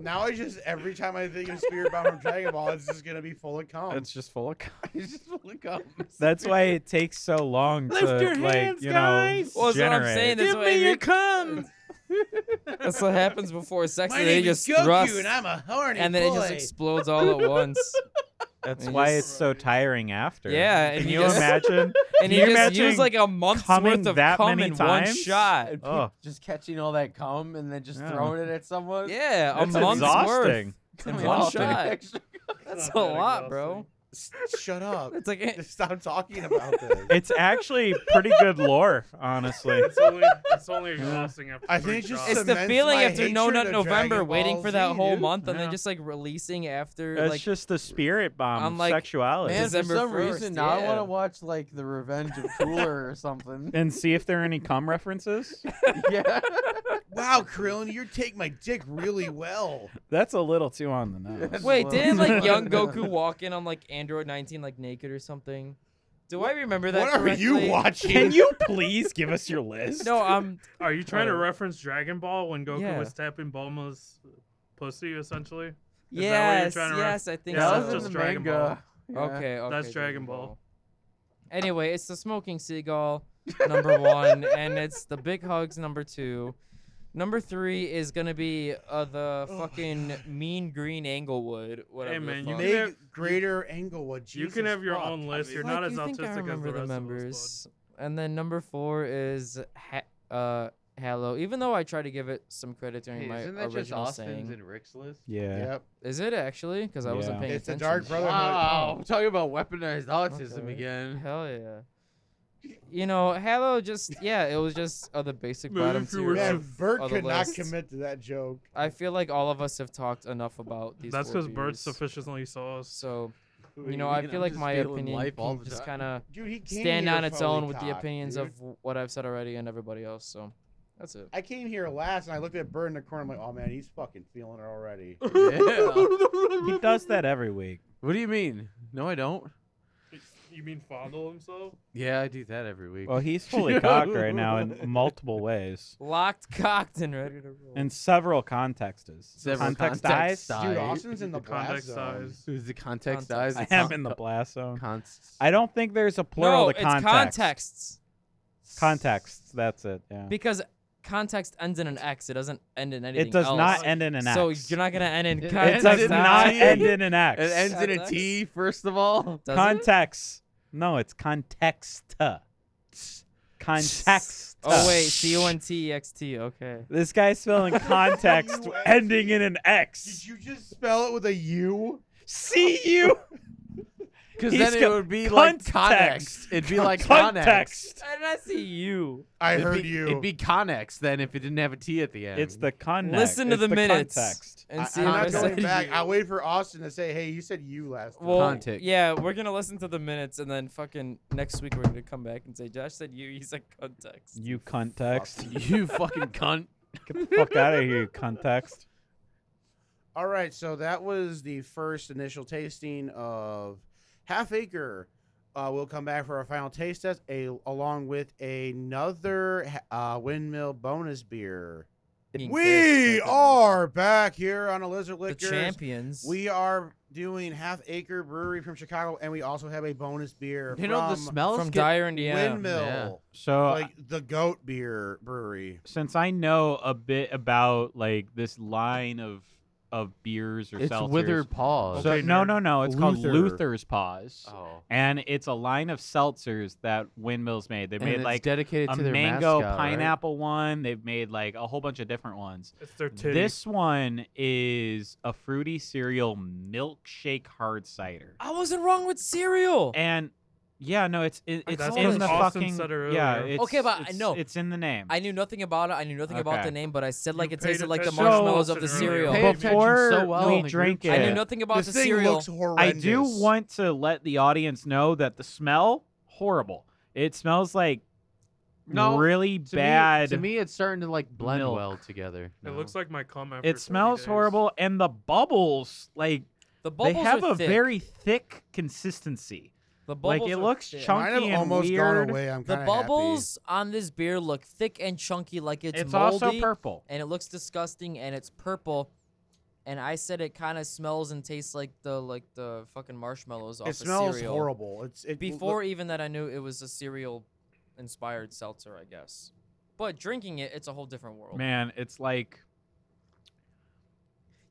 Speaker 1: Now I just every time I think of Spirit Bomb from Dragon Ball, it's just gonna be full of cum.
Speaker 6: It's just full of. cum.
Speaker 1: It's just full of cum.
Speaker 6: That's why it takes so long
Speaker 2: Lift
Speaker 6: to
Speaker 2: your
Speaker 6: like
Speaker 2: hands,
Speaker 6: you know
Speaker 2: guys.
Speaker 5: Well, that's what I'm
Speaker 6: generate.
Speaker 5: saying. That's
Speaker 2: Give
Speaker 5: what
Speaker 2: me your
Speaker 5: Rick-
Speaker 2: cum.
Speaker 5: That's what happens before sex. and they just thrust,
Speaker 1: a horny
Speaker 5: and then it just explodes all at once.
Speaker 6: That's
Speaker 5: And
Speaker 6: why
Speaker 5: you
Speaker 6: it's so tiring after.
Speaker 5: Yeah, and
Speaker 6: Can
Speaker 5: you
Speaker 6: you
Speaker 5: just-
Speaker 6: imagine?
Speaker 5: And
Speaker 6: Can
Speaker 5: you
Speaker 6: you
Speaker 5: just use
Speaker 6: imagine
Speaker 5: like a month's
Speaker 6: coming
Speaker 5: worth of
Speaker 6: that
Speaker 5: cum
Speaker 6: many
Speaker 5: in one
Speaker 6: times?
Speaker 5: shot.
Speaker 6: pe- Ugh.
Speaker 3: Just catching all that cum and then just
Speaker 6: Yeah.
Speaker 3: throwing it at someone.
Speaker 5: Yeah,
Speaker 6: That's
Speaker 5: a month's worth.
Speaker 6: exhausting.
Speaker 5: in
Speaker 3: It's
Speaker 5: one
Speaker 3: exhausting.
Speaker 5: shot.
Speaker 3: Extra-
Speaker 5: That's
Speaker 4: Not
Speaker 5: a
Speaker 4: that
Speaker 5: lot, bro.
Speaker 1: Shut up.
Speaker 5: It's like eh,
Speaker 1: Stop talking about this.
Speaker 6: It's actually pretty good lore, honestly.
Speaker 4: It's only, it's only exhausting after
Speaker 1: I
Speaker 4: three
Speaker 1: think it just
Speaker 4: shots.
Speaker 5: it's the
Speaker 1: Cements
Speaker 5: feeling
Speaker 1: my
Speaker 5: after No
Speaker 1: hatred
Speaker 5: Nut
Speaker 1: of
Speaker 5: November,
Speaker 1: Dragon
Speaker 5: waiting
Speaker 1: Ball
Speaker 5: for that
Speaker 1: Z,
Speaker 5: whole
Speaker 1: dude.
Speaker 5: month, and
Speaker 6: Yeah.
Speaker 5: then just like releasing after
Speaker 6: That's
Speaker 5: like
Speaker 6: just the spirit bomb
Speaker 5: I'm
Speaker 6: of
Speaker 5: like,
Speaker 6: sexuality.
Speaker 3: Man,
Speaker 5: December
Speaker 3: for some
Speaker 5: 1st,
Speaker 3: reason now I want
Speaker 5: yeah.
Speaker 3: to watch like The Revenge of Cooler or something.
Speaker 6: and see if there are any cum references.
Speaker 3: yeah.
Speaker 1: Wow, Krillin, you take my dick really well.
Speaker 6: That's a little too on the nose.
Speaker 5: Wait,
Speaker 3: Well-
Speaker 5: didn't like young Goku walk in on like Android 19 like naked or something? Do I remember that?
Speaker 1: What are you
Speaker 5: correctly?
Speaker 1: watching?
Speaker 6: Can you please give us your list?
Speaker 5: No, um,
Speaker 4: Are you trying to
Speaker 5: Uh,
Speaker 4: reference Dragon Ball when Goku
Speaker 5: yeah.
Speaker 4: was tapping Bulma's pussy, essentially? Is that what you're
Speaker 5: yes,
Speaker 4: trying to ref-
Speaker 5: yes, I think
Speaker 4: Yeah,
Speaker 3: that
Speaker 5: so.
Speaker 3: was in
Speaker 4: just
Speaker 3: the
Speaker 4: Dragon
Speaker 3: manga. Yeah.
Speaker 5: Okay, okay.
Speaker 4: That's Dragon Ball.
Speaker 5: Anyway, it's the smoking seagull, number one, and it's the big hugs, number two. Number three is gonna be uh, the
Speaker 1: Oh my
Speaker 5: fucking mean green Anglewood, whatever. the
Speaker 4: man, you
Speaker 5: fuck.
Speaker 4: can have-
Speaker 1: Meg Greater Englewood? Jesus
Speaker 4: you can have your
Speaker 1: fuck.
Speaker 4: own list. You're
Speaker 5: Fuck,
Speaker 4: not as
Speaker 5: you think I
Speaker 4: autistic as
Speaker 5: remember
Speaker 4: the rest of us.
Speaker 5: members. And then number four is ha- uh Hello. Even though I try to give it some credit during my original saying,
Speaker 3: Rick's list?
Speaker 6: Yeah.
Speaker 1: Yep.
Speaker 5: is it actually? Because I wasn't
Speaker 6: Yeah.
Speaker 5: paying
Speaker 1: It's the
Speaker 5: attention.
Speaker 1: Dark Brotherhood.
Speaker 3: Wow, I'm talking about weaponized autism
Speaker 5: Okay.
Speaker 3: again.
Speaker 5: Hell yeah. You know, Hello just yeah, it was just uh, the basic
Speaker 4: Man,
Speaker 5: bottom
Speaker 4: if you
Speaker 5: tier.
Speaker 4: were
Speaker 5: of-
Speaker 4: so-
Speaker 1: Man, Bert
Speaker 5: of the
Speaker 1: could not
Speaker 5: list.
Speaker 1: commit to that joke.
Speaker 5: I feel like all of us have talked enough about these.
Speaker 4: That's
Speaker 5: four
Speaker 4: because Bert's
Speaker 5: beers.
Speaker 4: sufficiently sauce.
Speaker 5: So you
Speaker 3: What do
Speaker 5: know,
Speaker 3: you
Speaker 5: I
Speaker 3: mean?
Speaker 5: feel
Speaker 3: I'm
Speaker 5: like
Speaker 3: just
Speaker 5: my
Speaker 3: feeling
Speaker 5: opinion
Speaker 3: life all
Speaker 5: can
Speaker 3: the
Speaker 5: just
Speaker 3: time.
Speaker 5: kind of
Speaker 1: Dude, he came
Speaker 5: stand
Speaker 1: here
Speaker 5: on its
Speaker 1: fully
Speaker 5: own with the
Speaker 1: cocked,
Speaker 5: opinions
Speaker 1: dude.
Speaker 5: of what I've said already and everybody else. So that's it.
Speaker 1: I came here last and I looked at Bird in the corner. I'm like, oh man, he's fucking feeling it already.
Speaker 6: He does that every week.
Speaker 3: What do you mean? No, I don't.
Speaker 4: You mean fondle himself?
Speaker 3: Yeah, I do that every week.
Speaker 6: Well, he's fully cocked right now in multiple ways,
Speaker 5: Locked, cocked, and ready to roll.
Speaker 6: in several contexts.
Speaker 3: Several
Speaker 6: Context
Speaker 3: context
Speaker 6: eyes?
Speaker 1: Dude,
Speaker 3: I-
Speaker 1: Austin's in the blast
Speaker 4: Contact
Speaker 1: zone.
Speaker 4: size.
Speaker 3: Is the context
Speaker 5: Context.
Speaker 3: eyes?
Speaker 6: I
Speaker 3: It's
Speaker 6: am
Speaker 3: con-
Speaker 6: in the blast zone.
Speaker 3: Const-
Speaker 6: I don't think there's a plural
Speaker 5: no,
Speaker 6: to context.
Speaker 5: it's contexts
Speaker 6: Contexts. That's it. Yeah.
Speaker 5: because context ends in an X. It doesn't end in anything.
Speaker 6: It does
Speaker 5: else.
Speaker 6: not end in an X.
Speaker 5: So you're not gonna end in
Speaker 3: It
Speaker 5: context.
Speaker 6: It
Speaker 3: ends
Speaker 6: does
Speaker 3: in
Speaker 6: not
Speaker 3: an I.
Speaker 6: end in an X.
Speaker 3: It ends in a
Speaker 5: Context?
Speaker 3: T, first of all.
Speaker 5: Does it?
Speaker 6: Context. No, it's context. Context.
Speaker 5: Oh wait, C O N T E X T. Okay.
Speaker 6: This guy's spelling context
Speaker 1: You actually-
Speaker 6: ending in an
Speaker 1: Did
Speaker 6: X.
Speaker 1: you just spell it with a U?
Speaker 6: See you.
Speaker 3: Because
Speaker 6: He's
Speaker 3: then it
Speaker 6: got
Speaker 3: would be
Speaker 6: context.
Speaker 3: like Connex. It'd be like Connex.
Speaker 6: Context.
Speaker 5: I did not see you.
Speaker 1: I
Speaker 3: It'd
Speaker 1: heard
Speaker 3: be,
Speaker 1: you.
Speaker 3: It'd be Connex then if it didn't have a T at the end.
Speaker 6: It's the context.
Speaker 5: Listen to
Speaker 6: It's
Speaker 5: the, minutes
Speaker 6: Context.
Speaker 1: I,
Speaker 5: and see
Speaker 1: am
Speaker 5: if I
Speaker 1: not
Speaker 5: said
Speaker 1: going back.
Speaker 5: you.
Speaker 1: I wait for Austin to say, "Hey, you said you last." time."
Speaker 5: Well,
Speaker 3: Context.
Speaker 5: yeah, we're gonna listen to the minutes and then fucking next week we're gonna come back and say Josh said you. He said context.
Speaker 6: You context.
Speaker 3: you fucking cunt.
Speaker 6: Get the fuck out of here, you context.
Speaker 1: All right, so that was the first initial tasting of Half Acre. Uh, we'll come back for our final taste test, a, along with another uh, windmill bonus beer.
Speaker 5: Fucking
Speaker 1: We
Speaker 5: fist, fucking-
Speaker 1: are back here on a Lizard
Speaker 5: the
Speaker 1: Liquor.
Speaker 5: champions.
Speaker 1: We are doing Half Acre Brewery from Chicago, and we also have a bonus beer
Speaker 3: You
Speaker 1: from
Speaker 3: know the smells
Speaker 5: from
Speaker 3: get
Speaker 5: Dire Indiana.
Speaker 1: Windmill,
Speaker 3: Yeah.
Speaker 2: So
Speaker 1: like the Goat Beer Brewery.
Speaker 2: since I know a bit about like this line of of beers or
Speaker 3: It's
Speaker 2: seltzers.
Speaker 3: withered paws.
Speaker 2: So
Speaker 4: Okay,
Speaker 2: no,
Speaker 4: nerd.
Speaker 2: no, no. It's called
Speaker 1: Luther.
Speaker 2: Luther's Paws,
Speaker 3: oh.
Speaker 2: and it's a line of seltzers that Windmills made. They
Speaker 3: And
Speaker 2: made
Speaker 3: it's
Speaker 2: like
Speaker 3: dedicated
Speaker 2: a
Speaker 3: to their
Speaker 2: mango
Speaker 3: mascot, right?
Speaker 2: pineapple one. They've made like a whole bunch of different ones.
Speaker 4: It's their titty.
Speaker 2: This one is a fruity cereal milkshake hard cider,
Speaker 5: I wasn't wrong with cereal.
Speaker 2: and yeah, no, it's it, it's
Speaker 4: That's
Speaker 2: in
Speaker 5: what
Speaker 2: the
Speaker 4: Austin
Speaker 2: fucking
Speaker 4: said earlier.
Speaker 2: yeah. It's,
Speaker 5: Okay, but I
Speaker 2: it's-
Speaker 5: know.
Speaker 2: it's in the name.
Speaker 5: I knew nothing about it. I knew nothing about
Speaker 2: Okay.
Speaker 5: the name, but I said like
Speaker 4: You
Speaker 5: it
Speaker 4: paid
Speaker 5: tasted like the
Speaker 4: attention
Speaker 2: to
Speaker 5: marshmallows of the
Speaker 4: Austin earlier.
Speaker 5: cereal.
Speaker 3: Pay attention
Speaker 2: Before
Speaker 3: so well
Speaker 2: we
Speaker 3: in the
Speaker 2: drink
Speaker 3: group
Speaker 2: it,
Speaker 5: I knew
Speaker 3: chat.
Speaker 5: nothing about
Speaker 1: this
Speaker 5: the
Speaker 1: thing
Speaker 5: cereal.
Speaker 1: looks
Speaker 2: I
Speaker 1: horrendous.
Speaker 2: do want to let the audience know that the smell horrible. It smells like
Speaker 3: No,
Speaker 2: really
Speaker 3: To me-
Speaker 2: bad.
Speaker 3: to me, it's starting to like blend
Speaker 2: milk.
Speaker 3: well together.
Speaker 4: It looks like my cum after
Speaker 2: it
Speaker 4: 30
Speaker 2: smells
Speaker 4: days.
Speaker 2: horrible, and the bubbles like
Speaker 5: the bubbles
Speaker 2: they have
Speaker 5: are
Speaker 2: a
Speaker 5: thick.
Speaker 2: very thick consistency.
Speaker 5: The bubbles
Speaker 2: Like it
Speaker 5: are
Speaker 2: looks
Speaker 5: thick.
Speaker 2: chunky
Speaker 1: Mine have
Speaker 2: and
Speaker 1: almost
Speaker 2: weird.
Speaker 1: gone away. I'm
Speaker 5: The
Speaker 1: kind of
Speaker 5: bubbles on this beer look thick and chunky, like it's,
Speaker 2: It's,
Speaker 5: moldy,
Speaker 2: also purple.
Speaker 5: and it looks disgusting, and it's purple. And I said it kind of smells and tastes like the like the fucking marshmallows off
Speaker 1: It smells
Speaker 5: a cereal.
Speaker 1: horrible. It's it l-
Speaker 5: Before even that, I knew it was a cereal inspired seltzer, I guess. But drinking it, it's a whole different world.
Speaker 2: Man, it's like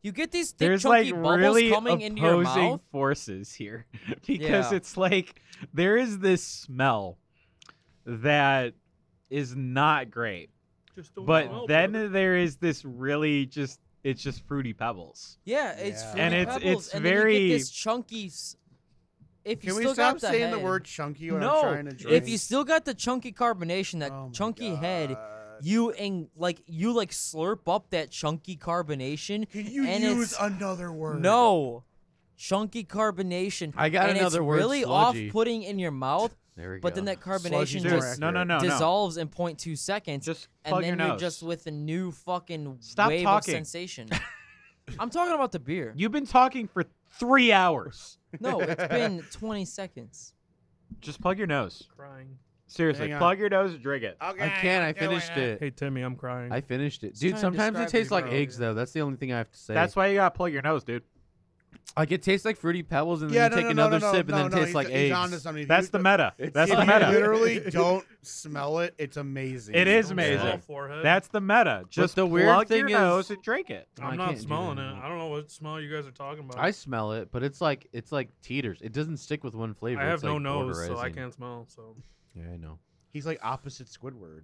Speaker 5: You get these thick,
Speaker 2: there's
Speaker 5: chunky
Speaker 2: like
Speaker 5: bubbles
Speaker 2: really
Speaker 5: coming into your
Speaker 2: opposing
Speaker 5: mouth.
Speaker 2: forces here because
Speaker 5: Yeah.
Speaker 2: it's like there is this smell that is not great,
Speaker 4: Just don't
Speaker 2: but
Speaker 4: smell
Speaker 2: then
Speaker 4: good.
Speaker 2: there is this really just it's just fruity pebbles.
Speaker 5: Yeah, it's
Speaker 1: Yeah.
Speaker 5: fruity
Speaker 1: And
Speaker 2: it's-
Speaker 5: pebbles,
Speaker 2: it's
Speaker 5: and then you
Speaker 2: very-
Speaker 5: get this chunky. s- If you
Speaker 1: Can we
Speaker 5: still
Speaker 1: stop
Speaker 5: got the
Speaker 1: saying the
Speaker 5: head-
Speaker 1: word chunky when
Speaker 2: No,
Speaker 1: I'm trying to drink?
Speaker 5: If you still got the chunky carbonation, that
Speaker 1: Oh my
Speaker 5: chunky head,
Speaker 1: God.
Speaker 5: you and like you like slurp up that chunky carbonation.
Speaker 1: Can you
Speaker 5: and
Speaker 1: use
Speaker 5: it's-
Speaker 1: another word?
Speaker 5: No, chunky carbonation.
Speaker 3: I got
Speaker 5: and
Speaker 3: another
Speaker 5: it's
Speaker 3: word,
Speaker 5: really
Speaker 3: sludgy.
Speaker 5: off-putting in your mouth,
Speaker 3: There we
Speaker 5: but
Speaker 3: go.
Speaker 5: then that
Speaker 1: Sludgy's
Speaker 5: carbonation
Speaker 1: more
Speaker 5: just
Speaker 1: accurate.
Speaker 2: No, no, no, no.
Speaker 5: dissolves in 0.2 seconds,
Speaker 2: Just
Speaker 5: and
Speaker 2: plug
Speaker 5: then
Speaker 2: your
Speaker 5: you're
Speaker 2: nose.
Speaker 5: just with a new fucking
Speaker 2: Stop
Speaker 5: wave
Speaker 2: talking.
Speaker 5: of sensation. I'm talking about the beer.
Speaker 2: You've been talking for three hours.
Speaker 5: No, it's been 20 seconds.
Speaker 2: Just plug your nose.
Speaker 4: crying.
Speaker 2: Seriously,
Speaker 1: Hang on.
Speaker 2: plug your nose. and Drink it.
Speaker 1: Okay,
Speaker 3: I can't. I
Speaker 1: I'm doing
Speaker 3: finished it.
Speaker 4: Hey Timmy, I'm crying.
Speaker 3: I finished it,
Speaker 5: Just
Speaker 3: dude.
Speaker 5: kinda
Speaker 3: Sometimes it
Speaker 5: describe
Speaker 3: tastes
Speaker 5: the
Speaker 3: like
Speaker 5: bro,
Speaker 3: eggs,
Speaker 4: yeah.
Speaker 3: though. That's the only thing I have to say.
Speaker 2: That's why you gotta plug your nose, dude.
Speaker 3: like it tastes like fruity pebbles, and then
Speaker 1: Yeah,
Speaker 3: you
Speaker 1: no,
Speaker 3: take
Speaker 1: no, no,
Speaker 3: another
Speaker 1: no,
Speaker 3: sip,
Speaker 1: no,
Speaker 3: and then
Speaker 1: no,
Speaker 3: it tastes
Speaker 1: he's-
Speaker 3: like
Speaker 1: he's
Speaker 3: eggs.
Speaker 1: onto something. If
Speaker 2: That's
Speaker 1: you
Speaker 2: the
Speaker 1: d-
Speaker 2: meta. That's
Speaker 1: if
Speaker 2: the
Speaker 1: you
Speaker 2: meta.
Speaker 1: literally don't smell it. It's amazing.
Speaker 2: It is
Speaker 4: Don't
Speaker 2: amazing.
Speaker 4: smell forehead.
Speaker 2: That's the meta. Just
Speaker 3: the weird
Speaker 2: plug
Speaker 3: thing
Speaker 2: your nose
Speaker 3: is-
Speaker 2: and drink it.
Speaker 3: I
Speaker 4: I'm
Speaker 3: can't
Speaker 4: not
Speaker 3: do
Speaker 4: smelling
Speaker 3: that
Speaker 4: it.
Speaker 3: anymore.
Speaker 4: I don't know what smell you guys are talking about.
Speaker 3: I smell it, but it's like it's like teeters. It doesn't stick with one flavor.
Speaker 4: I have
Speaker 3: It's,
Speaker 4: no
Speaker 3: like,
Speaker 4: nose, so I
Speaker 3: borderizing.
Speaker 4: can't smell. So
Speaker 3: Yeah, I know.
Speaker 1: He's like opposite Squidward.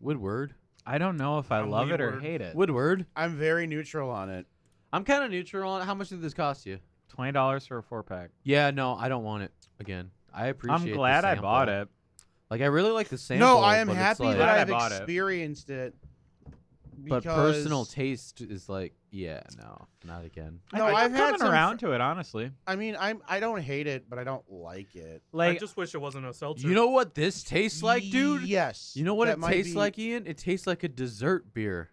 Speaker 3: Woodward.
Speaker 2: I don't know if I
Speaker 4: I'm
Speaker 2: love it or
Speaker 4: Leeward.
Speaker 2: hate it.
Speaker 3: Woodward.
Speaker 1: I'm very neutral on it.
Speaker 3: I'm kind of neutral on it. How much did this cost you?
Speaker 2: Twenty dollars for a four pack.
Speaker 3: Yeah, no, I don't want it again. I appreciate.
Speaker 2: I'm
Speaker 3: the
Speaker 2: glad I bought
Speaker 3: sample.
Speaker 2: it.
Speaker 3: Like I really like the sample.
Speaker 1: No, I am
Speaker 3: but it's
Speaker 1: happy
Speaker 3: like-
Speaker 1: that
Speaker 2: I
Speaker 1: I've
Speaker 2: bought it.
Speaker 1: experienced it.
Speaker 3: But personal
Speaker 1: because-
Speaker 3: taste is like, yeah, no, not again.
Speaker 2: I
Speaker 1: No,
Speaker 2: think
Speaker 1: I've
Speaker 2: I'm
Speaker 1: had
Speaker 2: coming
Speaker 1: some
Speaker 2: around
Speaker 1: fr-
Speaker 2: to it, honestly.
Speaker 1: I mean, I'm I don't hate it, but I don't like it.
Speaker 4: I
Speaker 2: Like
Speaker 4: just wish it wasn't a seltzer.
Speaker 3: You know what this tastes like, dude?
Speaker 1: Yes.
Speaker 3: You know what
Speaker 1: that
Speaker 3: it
Speaker 1: might
Speaker 3: tastes
Speaker 1: be-
Speaker 3: like, Ian? It tastes like a dessert beer.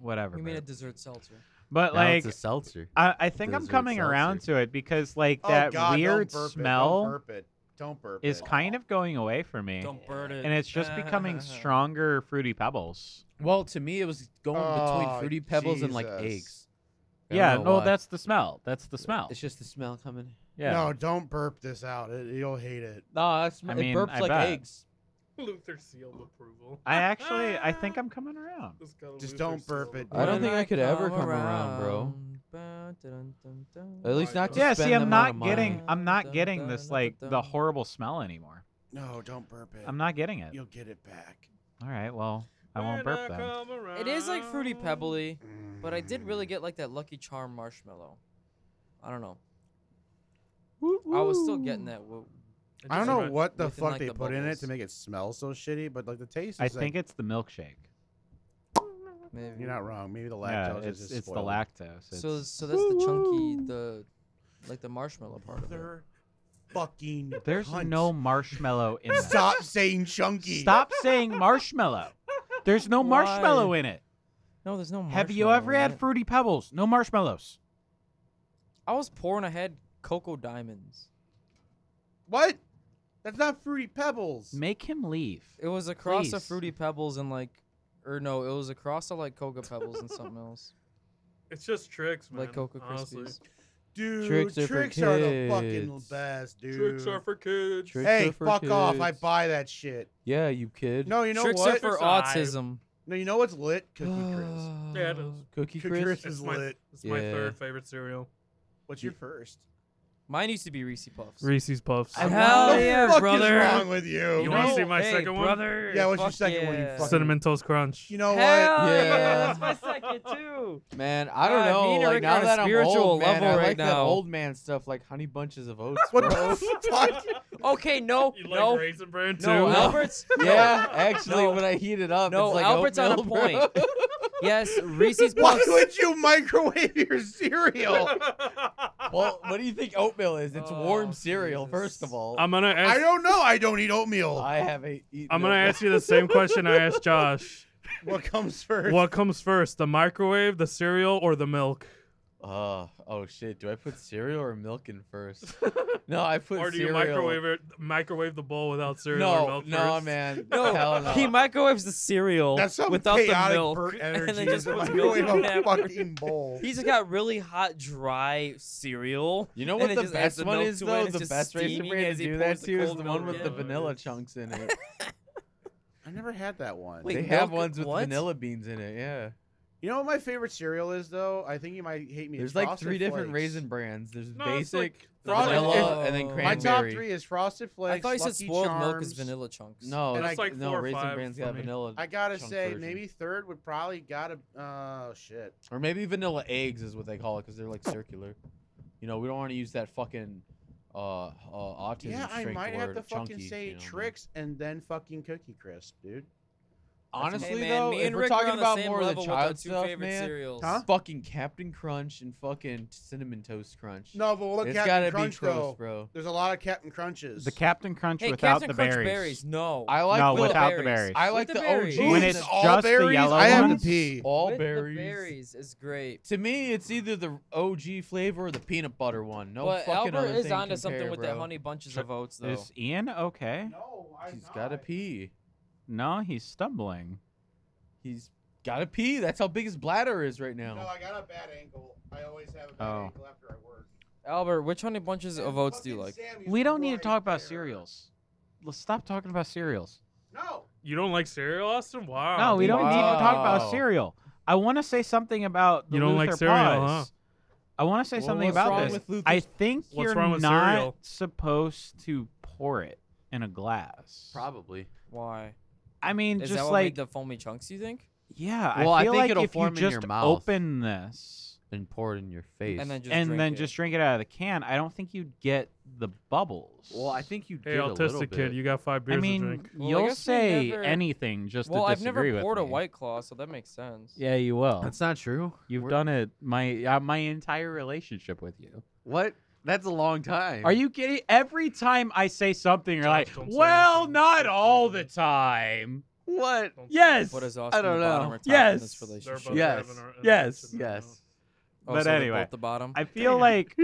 Speaker 2: whatever.
Speaker 5: You mean a
Speaker 2: man.
Speaker 5: dessert seltzer?
Speaker 2: But
Speaker 3: Now it's
Speaker 2: like
Speaker 3: a seltzer.
Speaker 2: I, I think I'm
Speaker 3: dessert
Speaker 2: coming around to it because like that
Speaker 1: oh, God, don't burp
Speaker 2: weird
Speaker 1: it, Don't
Speaker 2: smell
Speaker 1: burp it. Don't burp
Speaker 2: is
Speaker 1: it.
Speaker 2: kind of going away for me.
Speaker 5: Don't burn it.
Speaker 2: And it's just becoming stronger fruity pebbles.
Speaker 3: Well, to me, it was going between
Speaker 1: Oh,
Speaker 3: fruity pebbles and like
Speaker 1: Jesus.
Speaker 3: eggs. I don't
Speaker 2: Yeah,
Speaker 3: know
Speaker 2: no,
Speaker 3: why.
Speaker 2: that's the smell. That's the smell.
Speaker 3: It's just the smell coming.
Speaker 2: yeah.
Speaker 1: No, don't burp this out. It, you'll hate it.
Speaker 3: No, it, sm-
Speaker 2: I
Speaker 3: it
Speaker 2: mean,
Speaker 3: burps
Speaker 2: I
Speaker 3: like
Speaker 2: bet.
Speaker 3: eggs.
Speaker 4: Luther sealed approval.
Speaker 2: I actually I think I'm coming around.
Speaker 4: Just got a
Speaker 1: Just
Speaker 4: Luther
Speaker 1: don't burp
Speaker 4: seal
Speaker 1: it,
Speaker 4: approval.
Speaker 3: I don't think I could ever come around, bro. At least not to
Speaker 2: Yeah,
Speaker 3: spend
Speaker 2: see,
Speaker 3: the
Speaker 2: I'm
Speaker 3: amount
Speaker 2: not
Speaker 3: of money.
Speaker 2: getting I'm not getting this like the
Speaker 5: Dun-dun-dun-dun-dun.
Speaker 2: horrible smell anymore.
Speaker 1: No, don't burp it.
Speaker 2: I'm not getting it.
Speaker 1: You'll get it back.
Speaker 2: All right, well, I won't
Speaker 4: When
Speaker 2: burp then.
Speaker 4: come
Speaker 5: It is like fruity
Speaker 4: around.
Speaker 5: pebbly, but I did really get like that Lucky Charm marshmallow. I don't know. I was still getting that. wo-
Speaker 4: It
Speaker 1: Mm. I don't
Speaker 4: just
Speaker 1: know
Speaker 4: remi-
Speaker 1: what the
Speaker 5: within,
Speaker 1: fuck
Speaker 5: like,
Speaker 1: they
Speaker 5: the
Speaker 1: put in it
Speaker 5: bubbles.
Speaker 1: to make it smell so shitty, but like the taste. Is
Speaker 2: I
Speaker 1: like-
Speaker 2: think it's the milkshake.
Speaker 5: Maybe.
Speaker 1: you're not wrong. Maybe the
Speaker 2: Yeah,
Speaker 1: lactose is
Speaker 2: it's
Speaker 1: just
Speaker 2: it's the
Speaker 1: spoiled.
Speaker 2: lactose.
Speaker 5: So,
Speaker 2: It's-
Speaker 5: so that's the chunky, the like the marshmallow part of it.
Speaker 4: Luther.
Speaker 1: Fucking.
Speaker 2: there's
Speaker 1: cunt.
Speaker 2: no marshmallow in that.
Speaker 1: Stop saying chunky.
Speaker 2: Stop saying marshmallow. There's no
Speaker 5: Why?
Speaker 2: marshmallow in it.
Speaker 5: No, there's no.
Speaker 2: Have you
Speaker 5: marshmallow
Speaker 2: ever
Speaker 5: in
Speaker 2: had
Speaker 5: it.
Speaker 2: fruity pebbles? No marshmallows.
Speaker 5: I was poor and I had cocoa diamonds.
Speaker 1: What? That's not fruity pebbles.
Speaker 2: Make him leave.
Speaker 5: It was a cross of
Speaker 2: Please.
Speaker 5: fruity pebbles and like, or no, it was a cross of like cocoa pebbles and something else,
Speaker 4: It's just tricks, man.
Speaker 5: like Cocoa
Speaker 4: honestly.
Speaker 5: Krispies.
Speaker 1: Dude,
Speaker 3: Tricks
Speaker 1: tricks
Speaker 3: are
Speaker 1: are,
Speaker 3: for
Speaker 1: the fucking
Speaker 3: kids.
Speaker 1: best, dude.
Speaker 4: Tricks are for kids.
Speaker 3: Tricks
Speaker 1: hey,
Speaker 3: are for
Speaker 1: fuck off! I
Speaker 3: kids.
Speaker 1: buy that shit.
Speaker 3: Yeah, you kid.
Speaker 1: No, you know
Speaker 5: Tricks
Speaker 1: what?
Speaker 5: are for
Speaker 4: Tricks are hype.
Speaker 5: autism.
Speaker 1: No, you know what's lit? Cookie crisp.
Speaker 4: Yeah, it is.
Speaker 1: Cookie
Speaker 3: Cookie crisp.
Speaker 1: crisp
Speaker 4: It's
Speaker 1: is
Speaker 4: my,
Speaker 1: lit.
Speaker 4: it's my
Speaker 3: Yeah.
Speaker 4: third favorite cereal.
Speaker 1: What's your first?
Speaker 5: Mine used to be Reese Puffs.
Speaker 4: Reese's Puffs.
Speaker 2: I-
Speaker 5: Hell
Speaker 1: what the
Speaker 5: Oh, yeah,
Speaker 1: fuck
Speaker 5: brother.
Speaker 1: is wrong with you?
Speaker 4: You wanna
Speaker 5: No,
Speaker 4: see my
Speaker 5: hey,
Speaker 4: second one?
Speaker 5: brother,
Speaker 1: Yeah, what's your
Speaker 5: fuck
Speaker 1: second one, you
Speaker 5: yeah.
Speaker 1: fucking-
Speaker 4: Cinnamon Toast Crunch.
Speaker 1: You know what?
Speaker 5: Hell
Speaker 3: Yeah.
Speaker 5: yeah, that's my second too.
Speaker 3: Man, I don't
Speaker 5: God, me
Speaker 3: know.
Speaker 5: and
Speaker 3: Like
Speaker 5: Rick
Speaker 3: now
Speaker 5: are on a
Speaker 3: that I'm
Speaker 5: spiritual
Speaker 3: old, man, I
Speaker 5: level right
Speaker 3: like that
Speaker 5: now.
Speaker 3: old man stuff, like honey bunches of oats.
Speaker 1: What
Speaker 3: bro.
Speaker 1: the fuck?
Speaker 5: Okay, no,
Speaker 4: You like
Speaker 5: no,
Speaker 4: Raisin Bran too?
Speaker 5: no, Alberts.
Speaker 3: yeah, actually,
Speaker 5: No.
Speaker 3: when I heat it up,
Speaker 5: No,
Speaker 3: it's like
Speaker 5: Albert's on a
Speaker 3: oatmeal, bro.
Speaker 5: Yes, Reese's
Speaker 1: Why
Speaker 5: Puffs.
Speaker 1: would you microwave your cereal?
Speaker 3: well, what do you think oatmeal is? It's
Speaker 5: Oh,
Speaker 3: warm cereal, first
Speaker 5: Jesus.
Speaker 3: of all.
Speaker 4: I'm gonna
Speaker 1: I
Speaker 4: ask.
Speaker 1: don't know. I don't eat oatmeal.
Speaker 3: I haven't eaten.
Speaker 4: I'm gonna
Speaker 3: oatmeal.
Speaker 4: ask you the same question I asked Josh.
Speaker 1: What comes first?
Speaker 4: What comes first, the microwave, the cereal, or the milk?
Speaker 3: Uh, oh shit. Do I put cereal or milk in first? No, I put
Speaker 4: or do you
Speaker 3: cereal.
Speaker 4: microwave it? Microwave the bowl without cereal or
Speaker 3: No,
Speaker 4: milk
Speaker 3: no,
Speaker 4: first?
Speaker 3: man.
Speaker 5: No,
Speaker 3: Hell no.
Speaker 5: he microwaves the cereal
Speaker 1: That's some
Speaker 5: without the
Speaker 1: chaotic
Speaker 5: milk,
Speaker 1: burnt energy.
Speaker 5: and then just
Speaker 1: in
Speaker 5: puts
Speaker 1: the
Speaker 5: milk in
Speaker 1: microwave a
Speaker 5: afterwards.
Speaker 1: fucking bowl.
Speaker 5: He just got really hot, dry cereal.
Speaker 3: You know
Speaker 5: and
Speaker 3: what
Speaker 5: it
Speaker 3: the
Speaker 5: just adds
Speaker 3: best
Speaker 5: the
Speaker 3: one
Speaker 5: milk
Speaker 3: is
Speaker 5: to it, and
Speaker 3: though.
Speaker 5: it's
Speaker 3: The
Speaker 5: just
Speaker 3: best recipe
Speaker 5: steaming
Speaker 3: to
Speaker 5: as he
Speaker 3: do
Speaker 5: pours
Speaker 3: that
Speaker 5: the
Speaker 3: to is
Speaker 5: cold
Speaker 3: the
Speaker 5: milk
Speaker 3: one with
Speaker 5: in.
Speaker 3: the
Speaker 4: Yeah, it
Speaker 3: vanilla
Speaker 4: is.
Speaker 3: chunks in it.
Speaker 1: I never had that one.
Speaker 5: Wait,
Speaker 3: they have
Speaker 5: milk-
Speaker 3: ones with
Speaker 5: what?
Speaker 3: vanilla beans in it. Yeah.
Speaker 1: You know what my favorite cereal is though? I think you might hate me. It's
Speaker 3: There's like
Speaker 1: Frosted
Speaker 3: three different
Speaker 1: Flakes.
Speaker 3: raisin brands. There's
Speaker 4: No, it's
Speaker 3: basic,
Speaker 4: like
Speaker 1: the Frosted-
Speaker 3: vanilla, and then
Speaker 5: Oh.
Speaker 1: My
Speaker 3: cranberry.
Speaker 1: top three is Frosted Flakes.
Speaker 5: I thought you said
Speaker 1: Lucky
Speaker 5: spoiled
Speaker 1: Charms.
Speaker 5: milk is vanilla chunks.
Speaker 3: No,
Speaker 1: And
Speaker 3: it's
Speaker 1: it's
Speaker 3: like
Speaker 4: like
Speaker 3: no
Speaker 4: four or
Speaker 3: raisin
Speaker 4: five
Speaker 3: brands
Speaker 4: for
Speaker 3: got
Speaker 4: me.
Speaker 3: vanilla.
Speaker 1: I gotta
Speaker 3: chunk
Speaker 1: say,
Speaker 3: version.
Speaker 1: maybe third would probably gotta. Oh shit!
Speaker 3: or maybe vanilla eggs is what they call it because they're like circular. You know, we don't want to use that fucking uh, uh autism.
Speaker 1: yeah, I
Speaker 3: strength
Speaker 1: might have
Speaker 3: word,
Speaker 1: to fucking
Speaker 3: chunky,
Speaker 1: say
Speaker 3: you know?
Speaker 1: tricks and then fucking Cookie Crisp, dude.
Speaker 3: Honestly
Speaker 5: hey, man,
Speaker 3: though,
Speaker 5: me
Speaker 3: if
Speaker 5: and
Speaker 3: we're
Speaker 5: Rick are
Speaker 3: talking
Speaker 5: on the
Speaker 3: about
Speaker 5: same
Speaker 3: more of
Speaker 5: level
Speaker 3: the
Speaker 5: with our
Speaker 3: child
Speaker 5: two
Speaker 3: stuff,
Speaker 5: favorite
Speaker 3: man,
Speaker 5: cereals.
Speaker 1: Huh?
Speaker 3: fucking Captain Crunch and fucking cinnamon toast crunch.
Speaker 1: No, but look
Speaker 3: it's
Speaker 1: at
Speaker 3: gotta
Speaker 1: Captain Crunch
Speaker 3: be gross,
Speaker 1: though.
Speaker 3: bro.
Speaker 1: There's a lot of Captain Crunches.
Speaker 2: The Captain Crunch
Speaker 5: Hey,
Speaker 2: without
Speaker 5: Captain
Speaker 2: the
Speaker 5: Crunch
Speaker 2: berries.
Speaker 5: No.
Speaker 3: I like
Speaker 2: no,
Speaker 5: the-
Speaker 2: without the
Speaker 5: berries.
Speaker 2: berries.
Speaker 3: I
Speaker 5: With
Speaker 3: like
Speaker 5: the
Speaker 3: the,
Speaker 5: berries.
Speaker 3: OG.
Speaker 2: When it's
Speaker 1: Jesus, all
Speaker 2: just the
Speaker 1: berries?
Speaker 2: yellow
Speaker 1: I have to
Speaker 2: ones?
Speaker 1: pee.
Speaker 3: all
Speaker 5: With
Speaker 3: berries.
Speaker 5: The berries is great.
Speaker 3: To me, it's either the OG flavor or the peanut butter one. No
Speaker 5: but
Speaker 3: fucking
Speaker 5: Albert
Speaker 3: other
Speaker 5: is
Speaker 3: thing
Speaker 5: onto
Speaker 3: compare,
Speaker 5: something with that
Speaker 3: bro.
Speaker 5: honey bunches
Speaker 2: Tr-
Speaker 5: of oats though.
Speaker 2: Is Ian okay?
Speaker 1: No,
Speaker 3: He's gotta pee.
Speaker 2: No, he's stumbling.
Speaker 3: He's gotta pee. That's how big his bladder is right
Speaker 1: No,
Speaker 3: now.
Speaker 1: I got a bad ankle. I always have a bad
Speaker 2: Oh.
Speaker 1: ankle after I work.
Speaker 5: Albert, which honey bunches of oats do you like?
Speaker 2: We don't need to talk about cereals. Let's stop talking about cereals.
Speaker 1: No.
Speaker 4: You don't like cereal, Austin?
Speaker 5: Oh,
Speaker 4: Wow.
Speaker 2: no, we
Speaker 3: dude.
Speaker 2: don't need to talk
Speaker 3: Wow.
Speaker 2: about cereal. I want to say something about the
Speaker 4: You don't like
Speaker 2: Luther
Speaker 4: cereal,
Speaker 2: Paws. I want to say
Speaker 3: Well,
Speaker 2: something
Speaker 3: what's
Speaker 2: about
Speaker 3: wrong
Speaker 2: this.
Speaker 3: with Luther's-
Speaker 2: I think
Speaker 4: What's
Speaker 2: you're
Speaker 4: wrong with
Speaker 2: not
Speaker 4: cereal?
Speaker 2: supposed to pour it in a glass.
Speaker 3: Probably.
Speaker 5: Why?
Speaker 2: I mean,
Speaker 5: Is that
Speaker 2: just
Speaker 5: what
Speaker 2: like
Speaker 5: made the foamy chunks? You think?
Speaker 2: yeah.
Speaker 3: Well, I
Speaker 2: I feel
Speaker 3: think
Speaker 2: like
Speaker 3: it'll
Speaker 2: if
Speaker 3: form in
Speaker 2: you
Speaker 3: your
Speaker 2: just
Speaker 3: mouth.
Speaker 2: open this
Speaker 3: And pour it in your face.
Speaker 5: And then just
Speaker 2: and
Speaker 5: drink
Speaker 2: then
Speaker 5: it.
Speaker 2: just drink it out of the can, I don't think you'd get the bubbles.
Speaker 3: well, I think you
Speaker 4: Hey,
Speaker 3: did a little
Speaker 4: autistic
Speaker 3: bit.
Speaker 4: kid, you got five beers
Speaker 2: I
Speaker 4: to
Speaker 2: mean,
Speaker 4: drink.
Speaker 5: Well, I
Speaker 2: you'll
Speaker 5: guess we
Speaker 2: say
Speaker 5: never-
Speaker 2: anything just
Speaker 5: well,
Speaker 2: to
Speaker 5: I've
Speaker 2: disagree
Speaker 5: never
Speaker 2: with
Speaker 5: poured a
Speaker 2: me.
Speaker 5: white claw, so that makes sense.
Speaker 2: Yeah, you will.
Speaker 3: Oh. That's not true.
Speaker 2: You've
Speaker 3: We're-
Speaker 2: done it my uh, my entire relationship with you.
Speaker 3: what? That's a long time.
Speaker 2: Are you kidding? Every time I say something, you're
Speaker 4: Josh,
Speaker 2: like,
Speaker 4: don't say
Speaker 2: "Well,
Speaker 4: anything.
Speaker 2: not
Speaker 4: Don't say
Speaker 2: all the
Speaker 4: anything."
Speaker 2: time."
Speaker 3: What?
Speaker 4: Don't-
Speaker 2: Yes.
Speaker 5: What is
Speaker 3: I
Speaker 5: Austin
Speaker 3: don't
Speaker 5: the bottom
Speaker 3: know.
Speaker 5: or top in
Speaker 2: Yes.
Speaker 5: this
Speaker 2: They're
Speaker 4: They're
Speaker 5: relationship?
Speaker 4: both
Speaker 3: Yes.
Speaker 4: having our-
Speaker 2: Yes.
Speaker 4: our-
Speaker 3: Yes.
Speaker 5: Oh,
Speaker 2: But
Speaker 5: so they're
Speaker 2: anyway,
Speaker 5: both the bottom.
Speaker 2: I feel
Speaker 4: Damn.
Speaker 2: like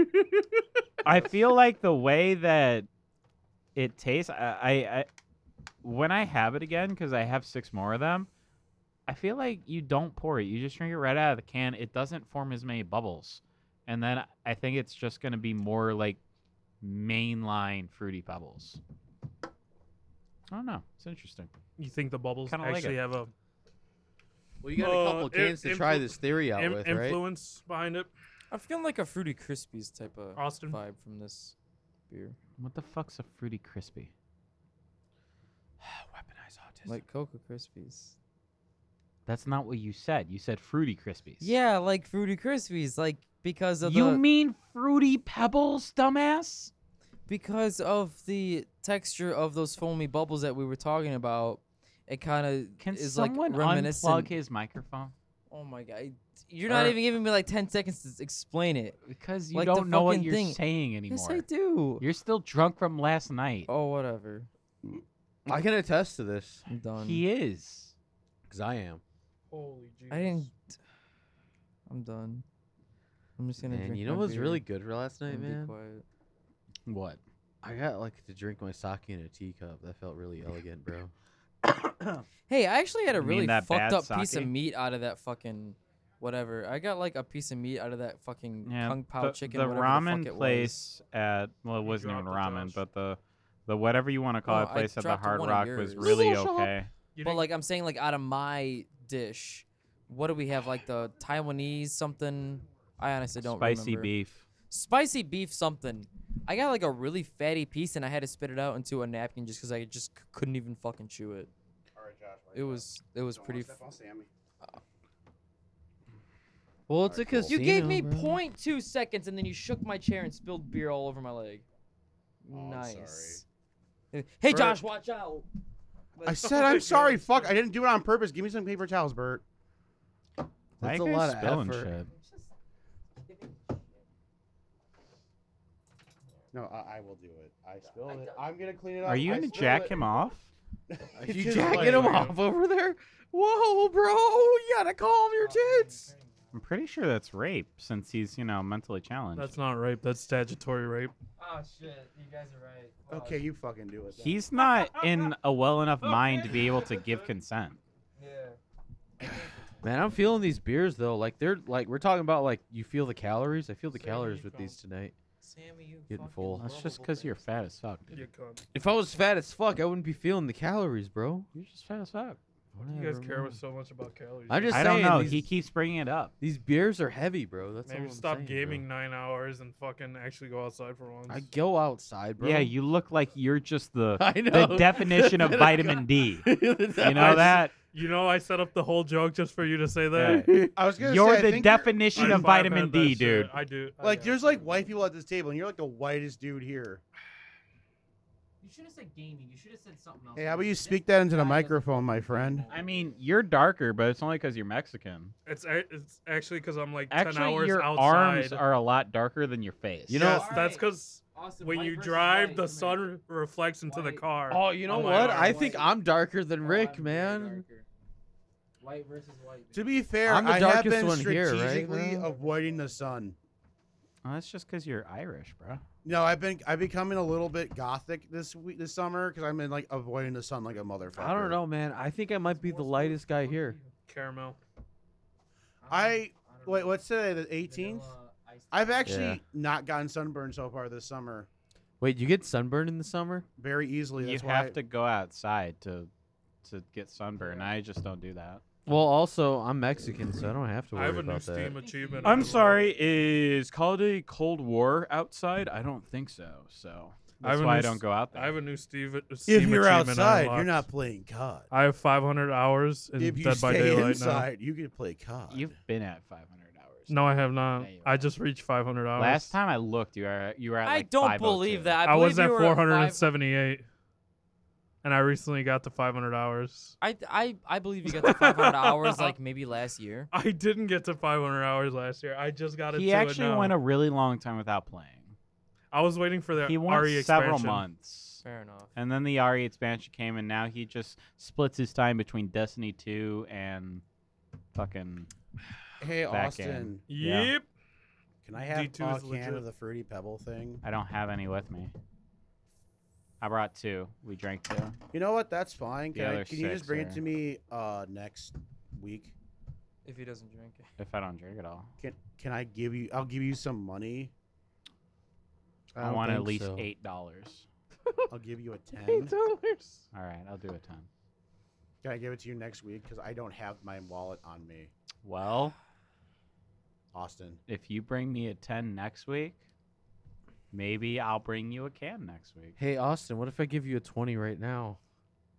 Speaker 2: I feel like the way that it tastes, I, I, I when I have it again because I have six more of them. I feel like you don't pour it; you just drink it right out of the can. It doesn't form as many bubbles, and then I think it's just going to be more like mainline fruity pebbles. I don't know. It's interesting.
Speaker 4: You think the bubbles
Speaker 2: Kinda like
Speaker 4: actually
Speaker 2: it.
Speaker 4: have a
Speaker 3: Well, you got a
Speaker 4: Uh,
Speaker 3: couple cans
Speaker 4: in-
Speaker 3: to try
Speaker 4: influ-
Speaker 3: this theory out
Speaker 4: im-
Speaker 3: with, right?
Speaker 4: influence behind it,
Speaker 5: I'm feeling like a fruity crispies type of
Speaker 4: Austin?
Speaker 5: vibe from this beer,
Speaker 2: What the fuck's a fruity crispy? Weaponized autism.
Speaker 5: like Cocoa Krispies.
Speaker 2: That's not what you said. You said fruity crispies.
Speaker 5: Yeah, like fruity crispies, like because of
Speaker 2: you
Speaker 5: the
Speaker 2: mean fruity pebbles, dumbass?
Speaker 5: because of the texture of those foamy bubbles that we were talking about. It kind of
Speaker 2: Can
Speaker 5: is like
Speaker 2: someone
Speaker 5: reminiscent.
Speaker 2: unplug his microphone?
Speaker 5: Oh my god, Er you're not
Speaker 2: Or-
Speaker 5: even giving me like ten seconds to s- explain it.
Speaker 2: Because you
Speaker 5: Like the
Speaker 2: don't know what
Speaker 5: fucking
Speaker 2: you're
Speaker 5: thing.
Speaker 2: saying anymore.
Speaker 5: Yes, I do.
Speaker 2: You're still drunk from last night.
Speaker 5: Oh, whatever.
Speaker 3: I can attest to this
Speaker 5: I'm done.
Speaker 2: he is.
Speaker 3: because I am.
Speaker 4: holy Jesus!
Speaker 5: I didn't. I'm done. I'm just gonna
Speaker 3: And
Speaker 5: drink.
Speaker 3: you know
Speaker 5: my
Speaker 3: what's
Speaker 5: beer
Speaker 3: really good for last night,
Speaker 5: and be
Speaker 3: man?
Speaker 5: quiet.
Speaker 2: What?
Speaker 3: I got like to drink my sake in a teacup. That felt really elegant, bro.
Speaker 5: Hey, I actually had a
Speaker 2: You mean
Speaker 5: really
Speaker 2: that
Speaker 5: fucked
Speaker 2: bad
Speaker 5: up piece of
Speaker 2: sake?
Speaker 5: meat out of that fucking whatever. I got like a piece of meat out of that fucking
Speaker 2: Yeah,
Speaker 5: kung pao
Speaker 2: the,
Speaker 5: chicken.
Speaker 2: the
Speaker 5: whatever
Speaker 2: ramen
Speaker 5: the fuck it was.
Speaker 2: place at well, it
Speaker 4: You
Speaker 2: wasn't even
Speaker 4: dropped it,
Speaker 2: ramen,
Speaker 4: Josh.
Speaker 2: but the the whatever you want to call
Speaker 5: No,
Speaker 2: it
Speaker 5: I
Speaker 2: place at the
Speaker 5: dropped
Speaker 2: Hard
Speaker 5: one of
Speaker 2: Rock was
Speaker 5: yours.
Speaker 2: really okay.
Speaker 4: You
Speaker 5: But
Speaker 4: didn't-
Speaker 5: like I'm saying, like out of my dish, what do we have? Like the Taiwanese something. I honestly don't
Speaker 2: Spicy
Speaker 5: remember.
Speaker 2: beef.
Speaker 5: Spicy beef something. I got like a really fatty piece and I had to spit it out into a napkin just because I just c- couldn't even fucking chew it.
Speaker 1: All right, Josh.
Speaker 5: It was it was pretty. F-
Speaker 3: Well, it's a
Speaker 1: Alright, cool.
Speaker 5: you gave me
Speaker 3: casino, bro.
Speaker 5: 0.2 seconds and then you shook my chair and spilled beer all over my leg.
Speaker 1: Oh, I'm sorry.
Speaker 5: nice. Hey
Speaker 4: Bert.
Speaker 5: Josh, watch out.
Speaker 1: I said I'm sorry. Fuck, I didn't do it on purpose. Give me some paper towels, Bert.
Speaker 2: Why
Speaker 3: That's a
Speaker 2: are you
Speaker 3: lot of
Speaker 2: spilling
Speaker 3: effort.
Speaker 2: shit?
Speaker 1: No, I, I will do it. I spilled
Speaker 5: I
Speaker 1: it.
Speaker 5: don't-
Speaker 1: I'm gonna clean it up.
Speaker 2: Are you
Speaker 1: I
Speaker 2: gonna
Speaker 1: spilled
Speaker 2: jack
Speaker 1: it.
Speaker 2: him off?
Speaker 3: Are
Speaker 1: It's
Speaker 3: you
Speaker 1: just
Speaker 3: jacking
Speaker 1: like-
Speaker 3: him off over there? Whoa, bro! You gotta calm your tits.
Speaker 2: I'm pretty sure that's rape since he's, you know, mentally challenged.
Speaker 4: That's not rape. That's statutory rape.
Speaker 5: Oh shit, you guys are right. Fuck.
Speaker 1: Okay, you fucking do it. then.
Speaker 2: He's not in a well enough mind to be able to give consent.
Speaker 5: Yeah.
Speaker 3: Man, I'm feeling these beers though. Like they're like we're talking about like you feel the calories. I feel the
Speaker 4: Sammy,
Speaker 3: calories
Speaker 4: you
Speaker 3: with these tonight.
Speaker 5: Sammy, you
Speaker 3: Getting
Speaker 5: fucking
Speaker 3: full.
Speaker 2: That's just
Speaker 5: lovable
Speaker 2: because you're
Speaker 5: bastard.
Speaker 2: fat as fuck, dude.
Speaker 4: You cunt.
Speaker 3: If I was fat as fuck, I wouldn't be feeling the calories, bro.
Speaker 2: You're just fat as fuck.
Speaker 4: You guys
Speaker 3: Whatever,
Speaker 4: care
Speaker 3: man.
Speaker 4: so much about calories.
Speaker 3: I just
Speaker 2: I don't
Speaker 3: saying,
Speaker 2: know.
Speaker 3: these-
Speaker 2: He keeps bringing it up.
Speaker 3: These beers are heavy, bro. That's all
Speaker 4: maybe
Speaker 3: I'm
Speaker 4: stop
Speaker 3: saying, bro.
Speaker 4: gaming nine hours and fucking actually go outside for once.
Speaker 3: I go outside, bro.
Speaker 2: Yeah, you look like you're just the
Speaker 3: I know.
Speaker 2: the definition of vitamin D.
Speaker 3: you
Speaker 2: You know that?
Speaker 4: you know, I set up the whole joke just for you to say that.
Speaker 2: Yeah.
Speaker 1: I was gonna
Speaker 2: You're
Speaker 1: say, I
Speaker 2: the
Speaker 1: think you're-
Speaker 4: I
Speaker 2: definition
Speaker 4: vibe
Speaker 2: of
Speaker 4: at
Speaker 2: vitamin
Speaker 4: that
Speaker 2: D,
Speaker 4: shit.
Speaker 2: dude.
Speaker 4: I do. I
Speaker 1: Like,
Speaker 4: do.
Speaker 1: there's like white people at this table, and you're like the whitest dude here.
Speaker 5: You should have said gaming. You should have said something else.
Speaker 1: Hey, how about you speak that into the microphone, my friend?
Speaker 2: I mean, you're darker, but it's only because you're Mexican.
Speaker 4: It's a- it's actually because I'm like ten
Speaker 2: Actually,
Speaker 4: hours
Speaker 2: your
Speaker 4: outside.
Speaker 2: arms are a lot darker than your face.
Speaker 3: You
Speaker 4: you
Speaker 3: know-
Speaker 4: know,
Speaker 5: Alright.
Speaker 4: that's because
Speaker 5: Austin,
Speaker 4: when
Speaker 5: white
Speaker 4: you
Speaker 5: versus
Speaker 4: drive,
Speaker 5: white,
Speaker 4: the
Speaker 5: come
Speaker 4: sun
Speaker 5: here.
Speaker 4: re- reflects into the
Speaker 5: White.
Speaker 4: car.
Speaker 3: Oh, you know
Speaker 4: I'm
Speaker 3: what?
Speaker 4: like,
Speaker 3: I
Speaker 4: alright.
Speaker 3: think I'm darker than
Speaker 5: Oh,
Speaker 3: Rick,
Speaker 5: I'm way
Speaker 3: man.
Speaker 5: darker. White versus white.
Speaker 1: To
Speaker 5: man.
Speaker 1: be fair,
Speaker 3: I'm the
Speaker 1: I have
Speaker 3: darkest
Speaker 1: been
Speaker 3: one here, right,
Speaker 1: strategically
Speaker 3: man?
Speaker 1: avoiding the sun.
Speaker 2: Oh, that's just because you're Irish, bro.
Speaker 1: No, I've been I've becoming a little bit gothic this week this summer because I've been like avoiding the sun like a motherfucker.
Speaker 3: I don't know, man. I think I might be the lightest guy here.
Speaker 4: caramel.
Speaker 1: I
Speaker 5: don't
Speaker 1: wait.
Speaker 5: know.
Speaker 1: What's today? The 18th.
Speaker 5: Vanilla iced
Speaker 1: I've
Speaker 5: tea.
Speaker 1: actually
Speaker 3: Yeah.
Speaker 1: not gotten sunburned so far this summer.
Speaker 3: Wait, you get sunburned in the summer?
Speaker 1: Very easily.
Speaker 2: You
Speaker 1: That's why
Speaker 2: have
Speaker 1: I-
Speaker 2: to go outside to to get sunburn. I just don't do that.
Speaker 3: Well, also I'm Mexican, so I don't have to worry
Speaker 4: I have a new
Speaker 3: about that.
Speaker 4: Steam achievement.
Speaker 6: I'm
Speaker 4: I
Speaker 6: sorry. Is Call of Duty Cold War outside? I don't think so. So
Speaker 4: I have
Speaker 2: That's
Speaker 4: a
Speaker 2: why I
Speaker 4: new
Speaker 2: don't
Speaker 4: s-
Speaker 2: go out
Speaker 4: I
Speaker 2: there.
Speaker 4: have a new Steve. Steam
Speaker 1: If you're
Speaker 4: achievement
Speaker 1: outside,
Speaker 4: unlocked.
Speaker 1: you're not playing COD.
Speaker 4: I have 500 hours in
Speaker 1: If you
Speaker 4: Dead by
Speaker 1: stay
Speaker 4: Daylight
Speaker 1: inside, you can play COD.
Speaker 2: You've been at 500 hours.
Speaker 4: now. No, I have not.
Speaker 2: Yeah, you
Speaker 4: I
Speaker 2: have.
Speaker 4: just reached 500 hours.
Speaker 2: Last time I looked, you were you were at
Speaker 5: I
Speaker 2: like
Speaker 5: don't
Speaker 2: 502.
Speaker 5: believe that.
Speaker 4: I,
Speaker 5: believe
Speaker 4: was
Speaker 5: you
Speaker 4: at
Speaker 5: were five-
Speaker 4: 478, and I recently got to 500 hours.
Speaker 5: I, I I believe you got the 500 hours like maybe last year.
Speaker 4: I didn't get to 500 hours last year. I just got it.
Speaker 2: He
Speaker 4: to
Speaker 2: actually
Speaker 4: it now.
Speaker 2: went a really long time without playing.
Speaker 4: I was waiting for the
Speaker 2: He went
Speaker 4: RE
Speaker 2: several
Speaker 4: expansion.
Speaker 2: months.
Speaker 5: Fair enough.
Speaker 2: And then the RE expansion came, and now he just splits his time between Destiny 2 and fucking.
Speaker 1: hey
Speaker 2: Back
Speaker 1: Austin,
Speaker 2: in. Yeah.
Speaker 4: Yep.
Speaker 1: can I have a
Speaker 4: D2
Speaker 1: can
Speaker 4: is legit.
Speaker 1: of the fruity pebble thing?
Speaker 2: I don't have any with me. I brought two. We drank two.
Speaker 1: You know what? That's fine.
Speaker 2: The
Speaker 1: Can, I,
Speaker 2: other
Speaker 1: can you just
Speaker 2: six
Speaker 1: bring
Speaker 2: are-
Speaker 1: it to me uh, next week?
Speaker 5: If he doesn't drink it.
Speaker 2: If I don't drink at all,
Speaker 1: Can Can I give you? I'll give you some money.
Speaker 2: I,
Speaker 3: don't
Speaker 2: want at
Speaker 3: think
Speaker 2: least
Speaker 3: so.
Speaker 2: eight dollars.
Speaker 1: I'll give you a ten.
Speaker 2: All right, I'll do a ton.
Speaker 1: Can I give it to you next week? Because I don't have my wallet on me,
Speaker 2: Well,
Speaker 1: Austin.
Speaker 2: if you bring me a ten next week, maybe I'll bring you a can next week.
Speaker 3: Hey Austin, what if I give you a twenty right now?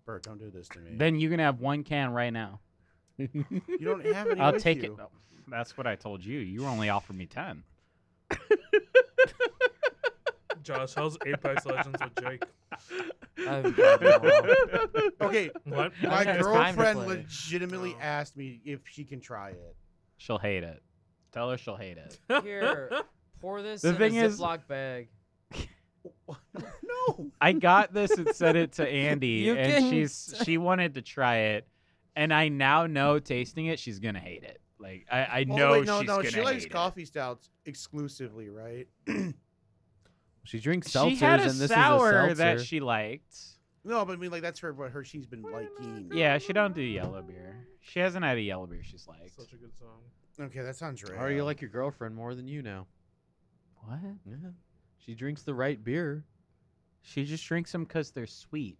Speaker 1: Bert, don't do this to me.
Speaker 2: Then you can have one can right now.
Speaker 1: you don't have any.
Speaker 2: I'll
Speaker 1: with
Speaker 2: take
Speaker 1: you.
Speaker 2: it. though. That's what I told you. You only offered me ten.
Speaker 4: Josh, how's Apex Legends with Jake?
Speaker 5: I've got it all.
Speaker 1: Okay,
Speaker 4: What?
Speaker 1: my
Speaker 5: don't have time to
Speaker 1: girlfriend
Speaker 5: play.
Speaker 1: legitimately
Speaker 4: Oh.
Speaker 1: asked me if she can try it.
Speaker 2: She'll hate it. Tell her she'll hate it.
Speaker 5: Here, pour this
Speaker 2: The
Speaker 5: in
Speaker 2: thing
Speaker 5: a
Speaker 2: is-
Speaker 5: Ziploc bag.
Speaker 1: No.
Speaker 2: I got this and sent it to Andy,
Speaker 5: You
Speaker 2: and
Speaker 5: can-
Speaker 2: she's she wanted to try it, and I now know tasting it, she's gonna hate it. Like I, I
Speaker 1: Oh,
Speaker 2: know
Speaker 1: wait, no,
Speaker 2: she's
Speaker 1: no.
Speaker 2: gonna
Speaker 1: She likes
Speaker 2: hate it.
Speaker 1: coffee stouts exclusively, right?
Speaker 3: She drinks seltzers
Speaker 2: She had a
Speaker 3: and this
Speaker 2: sour
Speaker 3: is a
Speaker 2: that
Speaker 3: seltzer.
Speaker 2: she liked.
Speaker 1: No, but I mean, like that's her what her she's been liking.
Speaker 2: Yeah, she don't do yellow beer. She hasn't had a yellow beer she's liked.
Speaker 4: Such a good song.
Speaker 1: Okay, that sounds right.
Speaker 3: Or you like your girlfriend more than you now.
Speaker 2: What?
Speaker 3: Yeah. She drinks the right beer.
Speaker 2: She just drinks them because they're sweet.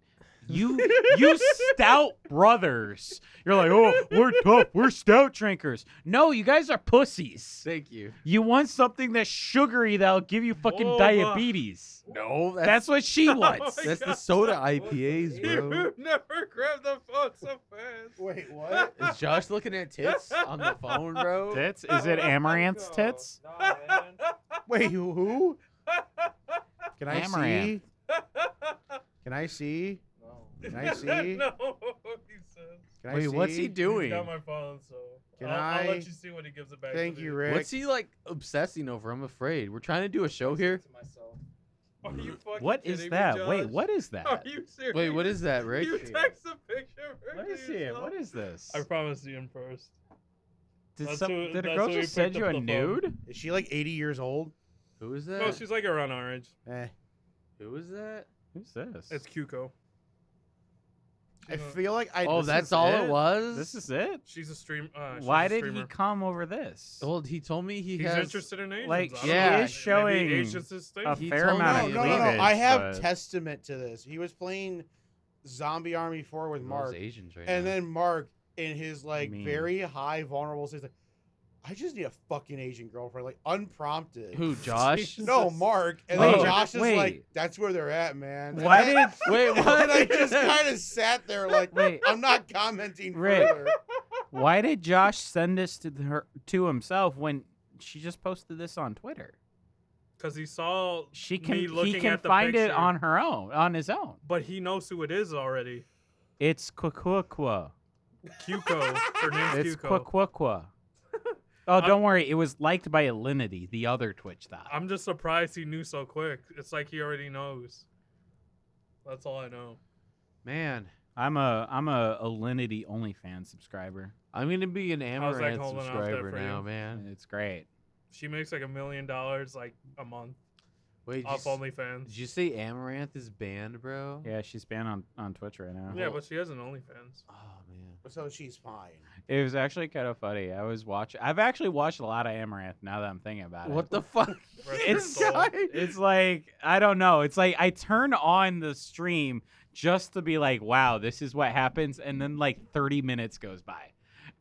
Speaker 2: You you stout brothers. You're like, oh, we're tough. We're stout drinkers. No, you guys are pussies.
Speaker 3: Thank you.
Speaker 2: You want something that's sugary that'll give you fucking
Speaker 4: Whoa, uh,
Speaker 2: diabetes.
Speaker 3: No,
Speaker 2: That's, what she wants.
Speaker 4: my
Speaker 3: that's the
Speaker 4: God.
Speaker 3: soda IPAs, bro.
Speaker 4: You never grabbed the phone so fast.
Speaker 1: Wait, what?
Speaker 3: Is Josh looking at tits on the phone, bro?
Speaker 2: tits? Is it amaranth tits?
Speaker 1: Wait, who- who? Can I
Speaker 2: Amaranth.
Speaker 1: see? Can I see? Can I see?
Speaker 4: no, he said.
Speaker 1: Can I
Speaker 3: Wait,
Speaker 1: see?
Speaker 3: what's he
Speaker 4: He's
Speaker 3: doing?
Speaker 4: got my phone, so
Speaker 1: Can
Speaker 4: I'll, I'll
Speaker 1: I-
Speaker 4: let you see what he gives it back.
Speaker 1: Thank
Speaker 4: to
Speaker 1: you,
Speaker 4: me.
Speaker 1: Rick.
Speaker 3: What's he like obsessing over? I'm afraid. We're trying to do a show here.
Speaker 4: Are you fucking
Speaker 2: What is
Speaker 4: kidding me,
Speaker 2: that? Wait,
Speaker 4: Josh?
Speaker 2: what is that?
Speaker 4: Are you serious?
Speaker 3: Wait, what is that, Rick?
Speaker 4: You text a picture.
Speaker 2: What is it? What is this?
Speaker 4: I promised you in first.
Speaker 2: Did,
Speaker 4: That's
Speaker 2: some,
Speaker 4: who-
Speaker 2: did a
Speaker 4: that's
Speaker 2: girl
Speaker 4: who we
Speaker 2: just
Speaker 4: picked
Speaker 2: send you
Speaker 4: up
Speaker 2: a
Speaker 4: the phone.
Speaker 2: nude?
Speaker 1: Is she like 80 years old?
Speaker 3: Who is that?
Speaker 4: No, Oh, she's like around our age.
Speaker 1: Eh.
Speaker 3: Who is that?
Speaker 2: Who's this?
Speaker 4: It's Cuco.
Speaker 1: I
Speaker 4: She's a-
Speaker 1: feel like I.
Speaker 3: oh,
Speaker 1: this
Speaker 3: that's
Speaker 1: is
Speaker 3: all
Speaker 1: it?
Speaker 3: it was.
Speaker 2: this is it.
Speaker 4: She's a stream. Uh, she's
Speaker 2: Why
Speaker 4: a
Speaker 2: did
Speaker 4: streamer.
Speaker 2: he come over this?
Speaker 3: Well, he told me he
Speaker 4: He's
Speaker 3: has.
Speaker 4: interested in Asians.
Speaker 2: like,
Speaker 4: I
Speaker 2: she
Speaker 4: don't know.
Speaker 3: is
Speaker 4: Maybe
Speaker 2: showing
Speaker 4: Asians is thing.
Speaker 2: A
Speaker 3: He
Speaker 2: fair
Speaker 3: told
Speaker 1: No,
Speaker 2: amount
Speaker 3: me-
Speaker 2: of
Speaker 1: no, no, no.
Speaker 2: cleavage,
Speaker 1: I have
Speaker 2: but-
Speaker 1: testament to this. He was playing Zombie Army 4 with
Speaker 3: Those
Speaker 1: Mark,
Speaker 3: Asians right
Speaker 1: and
Speaker 3: now.
Speaker 1: then Mark, in his like
Speaker 2: Mean.
Speaker 1: very high vulnerable state, like, I just need a fucking Asian girlfriend, like unprompted.
Speaker 3: who Josh?
Speaker 1: No, Mark. And
Speaker 2: Wait,
Speaker 1: then Josh is like,
Speaker 3: wait.
Speaker 1: that's where they're at, man. And
Speaker 2: Why
Speaker 1: I-
Speaker 2: did
Speaker 3: Wait,
Speaker 1: And
Speaker 3: what?
Speaker 1: then I just kind of sat there like,
Speaker 2: Wait.
Speaker 1: I'm not commenting
Speaker 2: Rick.
Speaker 1: further.
Speaker 2: Why did Josh send this to the- her to himself when she just posted this on Twitter?
Speaker 4: Because he saw
Speaker 2: She
Speaker 4: Me
Speaker 2: can he
Speaker 4: looking
Speaker 2: can
Speaker 4: at the
Speaker 2: find it
Speaker 4: picture.
Speaker 2: on her own, on his own.
Speaker 4: but he knows who it is already.
Speaker 2: It's Kwakwa.
Speaker 4: Cuco. Her name's
Speaker 2: It's
Speaker 4: Cuco.
Speaker 2: Kwakwa. Oh, don't worry. It was liked by Alinity, the other Twitch thought.
Speaker 4: I'm just surprised he knew so quick. It's like he already knows. That's all I know.
Speaker 3: Man,
Speaker 2: I'm a I'm a Alinity OnlyFans subscriber.
Speaker 3: I'm gonna be an
Speaker 4: How's that
Speaker 3: Amaranth
Speaker 4: holding out there
Speaker 3: subscriber
Speaker 4: for
Speaker 3: now,
Speaker 4: you?
Speaker 3: man.
Speaker 2: It's great.
Speaker 4: She makes like a million dollars like a month
Speaker 3: Wait, did
Speaker 4: off
Speaker 3: you, s-
Speaker 4: OnlyFans.
Speaker 3: did you say Amaranth is banned, bro?
Speaker 2: Yeah, she's banned on, on Twitch right now.
Speaker 4: Yeah, but she has an OnlyFans.
Speaker 3: Oh man.
Speaker 1: So she's fine.
Speaker 2: It was actually kind of funny. I was watching. I've actually watched a lot of Amaranth now that I'm thinking about it.
Speaker 3: What the fuck?
Speaker 4: Rest her
Speaker 2: it's
Speaker 4: soul.
Speaker 2: it's like I don't know. It's like I turn on the stream just to be like, wow, this is what happens, and then like 30 minutes goes by,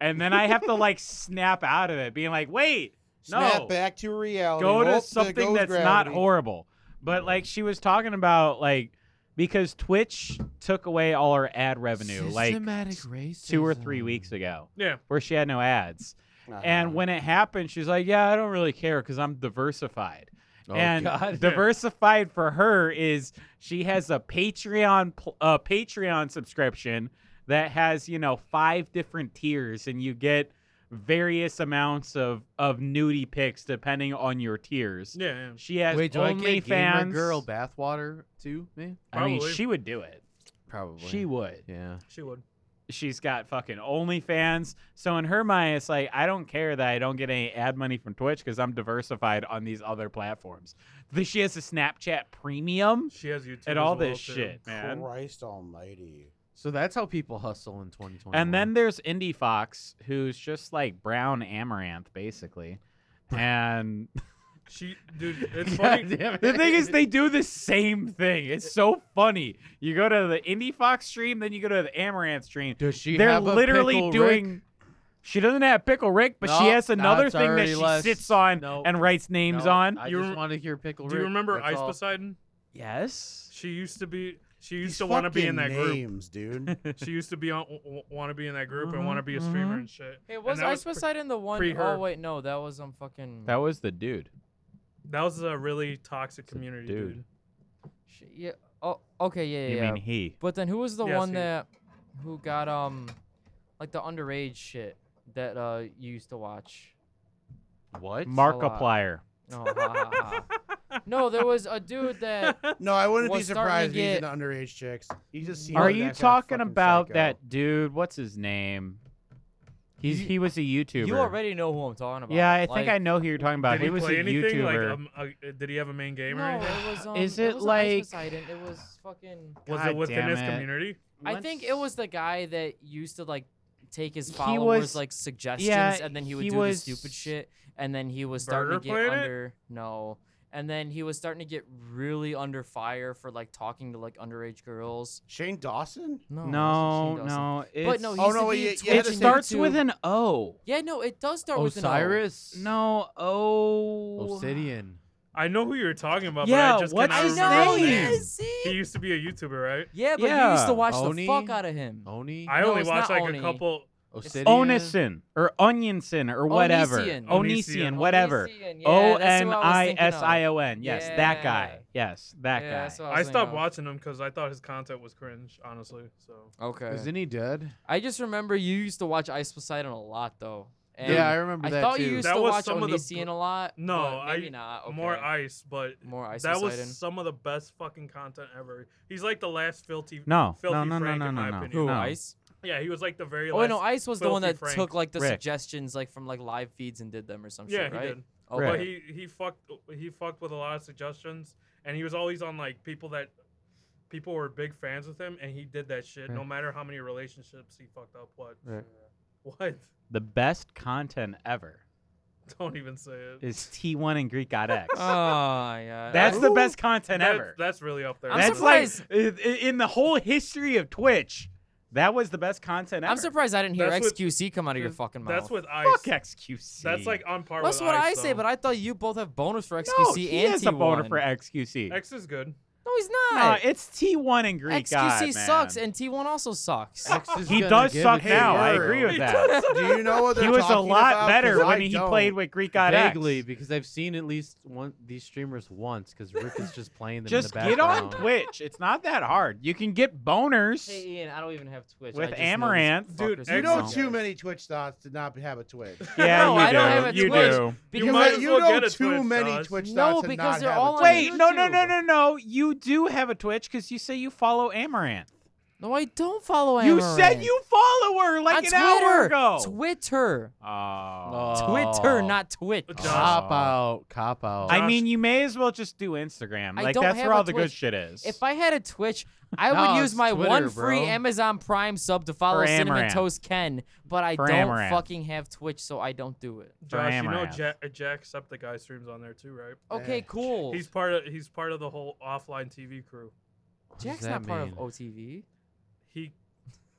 Speaker 2: and then I have to like snap out of it, being like, wait, No.
Speaker 1: Snap back to reality.
Speaker 2: go
Speaker 1: Hope
Speaker 2: to
Speaker 1: that
Speaker 2: something
Speaker 1: Oh, goes
Speaker 2: that's not
Speaker 1: gravity.
Speaker 2: horrible. But like she was talking about like because Twitch took away all her ad revenue like
Speaker 3: Systematic racism. Uh-huh.
Speaker 2: two or three weeks ago
Speaker 4: Yeah.
Speaker 2: where she had no ads. And when it happened, she's like, "Yeah, I don't really care because I'm diversified."
Speaker 3: Oh,
Speaker 2: and uh,
Speaker 3: God.
Speaker 2: diversified for her is she has a Patreon pl- a Patreon subscription that has you know five different tiers, and you get various amounts of of nudie pics depending on your tiers.
Speaker 4: Yeah. yeah.
Speaker 2: She has
Speaker 3: Wait, do I get gamer
Speaker 2: OnlyFans.
Speaker 3: girl bathwater too, man?
Speaker 2: I mean,
Speaker 4: Probably.
Speaker 2: she would do it.
Speaker 3: Probably.
Speaker 2: She would.
Speaker 3: Yeah.
Speaker 4: She would.
Speaker 2: she's got fucking OnlyFans. So in her mind, it's like I don't care that I don't get any ad money from Twitch because I'm diversified on these other platforms. The- She has a Snapchat Premium
Speaker 4: She has YouTube.
Speaker 2: and
Speaker 4: as
Speaker 2: all
Speaker 4: well,
Speaker 2: this
Speaker 4: too.
Speaker 2: shit, man.
Speaker 1: Christ Almighty.
Speaker 3: So that's how people hustle in 2020.
Speaker 2: And then there's Indie Fox, who's just like brown amaranth, basically. And
Speaker 4: She, dude, it's
Speaker 2: God
Speaker 4: funny.
Speaker 2: damn it. the thing is, they do the same thing. It's so funny. You go to the Indie Fox stream, then you go to the Amaranth stream.
Speaker 3: does she
Speaker 2: they're
Speaker 3: have a
Speaker 2: literally
Speaker 3: pickle
Speaker 2: doing.
Speaker 3: Rick?
Speaker 2: She doesn't have pickle Rick, but she
Speaker 3: Nope,
Speaker 2: has another
Speaker 3: that's
Speaker 2: thing that
Speaker 3: already
Speaker 2: she
Speaker 3: less.
Speaker 2: sits on
Speaker 3: Nope.
Speaker 2: and writes names
Speaker 3: No,
Speaker 2: on.
Speaker 3: I
Speaker 4: You
Speaker 3: just
Speaker 4: rem-
Speaker 3: want to hear pickle
Speaker 4: Do you
Speaker 3: Rick,
Speaker 4: remember
Speaker 3: that's
Speaker 4: Ice
Speaker 3: all.
Speaker 4: Poseidon?
Speaker 2: yes.
Speaker 4: She used to be. She used
Speaker 1: These
Speaker 4: to want to be in that
Speaker 1: fucking
Speaker 4: group.
Speaker 1: names, dude.
Speaker 4: She used to be on want to be in that group and
Speaker 2: Mhm,
Speaker 4: want to be a streamer
Speaker 2: mhm.
Speaker 4: and shit.
Speaker 5: It
Speaker 4: And
Speaker 5: was
Speaker 4: that
Speaker 5: Ice
Speaker 4: pre-
Speaker 5: Poseidon the one
Speaker 4: pre
Speaker 5: oh
Speaker 4: her.
Speaker 5: wait, no, that was um fucking.
Speaker 2: That was the dude.
Speaker 4: That was a really toxic community, dude.
Speaker 2: dude.
Speaker 5: sh- yeah. Oh, okay, yeah,
Speaker 2: You
Speaker 5: yeah. yeah.
Speaker 2: mean he?
Speaker 5: But then who was the
Speaker 4: Yes,
Speaker 5: one
Speaker 4: he-
Speaker 5: that who got um like the underage shit that uh you used to watch?
Speaker 3: What?
Speaker 2: Markiplier.
Speaker 5: No, ha, ha, ha. no, there was a dude that
Speaker 1: No, I wouldn't be
Speaker 5: Was starting to
Speaker 1: surprised if he's
Speaker 5: get-
Speaker 1: into underage chicks. He just seems
Speaker 2: Are
Speaker 1: like that
Speaker 2: you
Speaker 1: kind of
Speaker 2: talking
Speaker 1: fucking
Speaker 2: about
Speaker 1: psycho.
Speaker 2: that dude? What's his name? He's
Speaker 5: You-
Speaker 2: he was a YouTuber.
Speaker 5: you already know who I'm talking about.
Speaker 2: yeah, I
Speaker 5: Like,
Speaker 2: think I know who you're talking about.
Speaker 4: Did he,
Speaker 2: was
Speaker 4: play
Speaker 2: a
Speaker 4: anything? Like,
Speaker 2: YouTuber.
Speaker 4: um, uh, did he have a main game or
Speaker 5: No,
Speaker 4: anything?
Speaker 5: it was. Um,
Speaker 2: Is
Speaker 5: it,
Speaker 2: it
Speaker 5: wasn't Ice
Speaker 2: like-
Speaker 5: Poseidon, It was fucking.
Speaker 4: Was
Speaker 2: God
Speaker 4: it within
Speaker 2: damn
Speaker 4: his
Speaker 2: it.
Speaker 4: community?
Speaker 5: I think it was the guy that used to like take his
Speaker 2: He
Speaker 5: followers
Speaker 2: was-
Speaker 5: like suggestions, and then he would
Speaker 2: he
Speaker 5: do
Speaker 2: was-
Speaker 5: the stupid shit, and then he was starting
Speaker 4: Burger
Speaker 5: to get
Speaker 4: Planet?
Speaker 5: under no, and then he was starting to get really under fire for like talking to like underage girls.
Speaker 1: Shane Dawson?
Speaker 5: No, it
Speaker 2: no,
Speaker 5: wasn't Shane Dawson.
Speaker 2: no. It's,
Speaker 5: but no, he
Speaker 1: Oh,
Speaker 5: used to
Speaker 1: no,
Speaker 5: be
Speaker 1: yeah, yeah,
Speaker 5: a
Speaker 2: it
Speaker 1: that's
Speaker 5: Twitch
Speaker 1: the
Speaker 2: starts
Speaker 5: YouTube-
Speaker 2: with an O.
Speaker 5: Yeah, no, it does start with an O.
Speaker 3: Osiris.
Speaker 2: No, O.
Speaker 3: Obsidian.
Speaker 4: I know who you're talking about, but
Speaker 2: Yeah,
Speaker 4: I just
Speaker 2: what's
Speaker 4: cannot
Speaker 5: I
Speaker 2: his
Speaker 5: know.
Speaker 4: remember
Speaker 2: name?
Speaker 4: his name.
Speaker 5: Yes, see?
Speaker 4: He used to be a YouTuber, right?
Speaker 5: Yeah, but you
Speaker 2: Yeah.
Speaker 5: used to watch
Speaker 3: Oni?
Speaker 5: the fuck out of him.
Speaker 3: Oni.
Speaker 4: I
Speaker 5: No,
Speaker 4: only
Speaker 5: it's
Speaker 4: watched
Speaker 5: not
Speaker 4: like
Speaker 5: Oni.
Speaker 4: a couple.
Speaker 3: Obsidian.
Speaker 2: Onison or Onionson or whatever.
Speaker 5: Onision.
Speaker 2: Onision,
Speaker 4: Onision.
Speaker 2: whatever.
Speaker 5: Onision,
Speaker 2: O
Speaker 5: yeah, that's
Speaker 2: N
Speaker 5: who I was
Speaker 2: I
Speaker 5: thinking
Speaker 2: S
Speaker 5: of.
Speaker 2: I O N. Yes, that
Speaker 5: Yeah.
Speaker 2: guy. Yes, that
Speaker 5: Yeah,
Speaker 2: guy.
Speaker 5: that's what
Speaker 4: I
Speaker 5: was thinking
Speaker 4: stopped
Speaker 5: of.
Speaker 4: watching him because I thought his content was cringe, honestly. So
Speaker 5: Okay.
Speaker 3: Isn't he dead?
Speaker 5: I just remember you used to watch Ice Poseidon a lot though. And
Speaker 3: yeah, I remember
Speaker 5: I
Speaker 3: that
Speaker 5: thought
Speaker 3: too.
Speaker 5: you used
Speaker 4: That
Speaker 5: to
Speaker 4: was
Speaker 5: watch
Speaker 4: some of the
Speaker 5: Onision
Speaker 4: br-
Speaker 5: a lot.
Speaker 4: No,
Speaker 5: but
Speaker 4: I-
Speaker 5: maybe not. Okay.
Speaker 4: more ice, but
Speaker 5: More Ice
Speaker 4: that
Speaker 5: Poseidon.
Speaker 4: was some of the best fucking content ever. He's like the last filthy.
Speaker 2: No,
Speaker 4: filthy
Speaker 2: no, no, no,
Speaker 4: Frank,
Speaker 2: no,
Speaker 4: in my
Speaker 2: no, no.
Speaker 4: opinion.
Speaker 5: Who
Speaker 2: no.
Speaker 5: Ice?
Speaker 4: Yeah, he was like the very
Speaker 5: Oh
Speaker 4: last.
Speaker 5: wait, no, Ice was the one
Speaker 4: Filthy
Speaker 5: that
Speaker 4: Frank.
Speaker 5: took like the
Speaker 2: Rick.
Speaker 5: suggestions like from like live feeds and did them or some
Speaker 4: yeah,
Speaker 5: shit,
Speaker 4: he
Speaker 5: right?
Speaker 4: did.
Speaker 5: Oh,
Speaker 2: Right.
Speaker 4: But he he fucked he fucked with a lot of suggestions, and he was always on like people that people were big fans with him, and he did that
Speaker 5: Hmm.
Speaker 4: shit no
Speaker 3: Right.
Speaker 4: matter how many relationships he fucked up. What?
Speaker 3: Right.
Speaker 4: What?
Speaker 2: The best content ever
Speaker 4: Don't even say it.
Speaker 2: is T1 and Greek God X.
Speaker 5: Oh yeah.
Speaker 2: That's
Speaker 5: I-
Speaker 2: the best content
Speaker 4: That's-
Speaker 2: ever.
Speaker 4: That's really up there.
Speaker 5: I'm
Speaker 2: That's like
Speaker 5: surprised-
Speaker 2: i- i- in the whole history of Twitch, that was the best content ever.
Speaker 5: I'm surprised I didn't hear
Speaker 4: That's what-
Speaker 5: XQC come out of your
Speaker 4: that's-
Speaker 5: fucking mouth.
Speaker 4: That's with Ice.
Speaker 2: Fuck XQC.
Speaker 4: That's like on par
Speaker 5: That's
Speaker 4: with
Speaker 5: what I
Speaker 4: Ice,
Speaker 5: say,
Speaker 4: though.
Speaker 5: but I thought you both have bonus for XQC
Speaker 2: no, he
Speaker 5: and
Speaker 2: has
Speaker 5: T1.
Speaker 2: a boner for XQC.
Speaker 4: X is good.
Speaker 5: no, he's
Speaker 2: no,
Speaker 5: not.
Speaker 2: it's T1 and Greek
Speaker 5: XQC
Speaker 2: God. man.
Speaker 5: sucks and T1 also sucks.
Speaker 3: X is
Speaker 2: he
Speaker 3: gonna
Speaker 2: does
Speaker 3: give
Speaker 2: suck
Speaker 3: it to
Speaker 2: now.
Speaker 3: you.
Speaker 2: I
Speaker 1: Merv.
Speaker 2: agree with
Speaker 4: He
Speaker 2: that.
Speaker 1: Do you know what they're
Speaker 2: he was a
Speaker 1: talking
Speaker 2: lot
Speaker 1: about?
Speaker 2: better
Speaker 1: 'Cause
Speaker 2: when
Speaker 1: I
Speaker 2: he
Speaker 1: don't.
Speaker 2: played with Greek God
Speaker 3: Vaguely,
Speaker 2: X.
Speaker 3: because I've seen at least one these streamers once, because Rick is just playing them.
Speaker 2: Just
Speaker 3: in the
Speaker 2: get on
Speaker 3: background.
Speaker 2: Twitch. It's not that hard. You can get boners.
Speaker 8: Hey Ian, I don't even have Twitch.
Speaker 2: With
Speaker 8: I just know these
Speaker 2: Amaranth.
Speaker 8: fuckers
Speaker 1: You
Speaker 8: are
Speaker 1: know
Speaker 8: dumb.
Speaker 1: too many Twitch thoughts to not have a Twitch.
Speaker 2: Yeah,
Speaker 5: No,
Speaker 2: you
Speaker 5: I
Speaker 2: do.
Speaker 5: don't have a
Speaker 2: you
Speaker 5: Twitch.
Speaker 2: do.
Speaker 1: You,
Speaker 5: Because
Speaker 1: might,
Speaker 4: as
Speaker 1: you
Speaker 4: well
Speaker 1: know
Speaker 4: get a
Speaker 1: too
Speaker 4: Twitch,
Speaker 1: many
Speaker 4: Josh.
Speaker 1: Twitch
Speaker 5: No,
Speaker 1: thoughts to
Speaker 5: because
Speaker 1: not
Speaker 5: they're
Speaker 1: have a
Speaker 5: all on
Speaker 1: Twitch.
Speaker 2: Wait, no, no, no, no, no. You do have a Twitch because you say you follow Amaranth.
Speaker 5: No, I don't follow
Speaker 2: You
Speaker 5: Amaranth.
Speaker 2: said you follow her like
Speaker 5: On
Speaker 2: an
Speaker 5: Twitter.
Speaker 2: hour ago.
Speaker 5: Twitter.
Speaker 2: oh.
Speaker 5: Twitter, not Twitch.
Speaker 4: Josh.
Speaker 3: Cop out, cop out.
Speaker 2: I mean, you may as well just do Instagram.
Speaker 5: I
Speaker 2: Like
Speaker 5: don't
Speaker 2: that's
Speaker 5: have
Speaker 2: where
Speaker 5: a
Speaker 2: all the good
Speaker 5: Twitch.
Speaker 2: shit is.
Speaker 5: Uh, If I had a Twitch, I
Speaker 3: No,
Speaker 5: would
Speaker 3: it's
Speaker 5: use my
Speaker 3: Twitter,
Speaker 5: one free
Speaker 3: bro.
Speaker 5: Amazon Prime sub to follow
Speaker 2: For
Speaker 5: Cinnamon
Speaker 2: Amaranth.
Speaker 5: Toast Ken, but I
Speaker 2: For
Speaker 5: don't
Speaker 2: Amaranth.
Speaker 5: fucking have Twitch, so I don't do it.
Speaker 4: Josh, you know
Speaker 2: Amaranth.
Speaker 4: Jack, Jack Septicai streams on there too, right?
Speaker 5: Okay,
Speaker 2: Eh,
Speaker 1: Yeah.
Speaker 5: cool.
Speaker 4: He's part of he's part of the whole offline TV crew.
Speaker 3: What does
Speaker 5: Jack's
Speaker 3: that
Speaker 5: not part of
Speaker 3: mean?
Speaker 5: OTV.
Speaker 4: He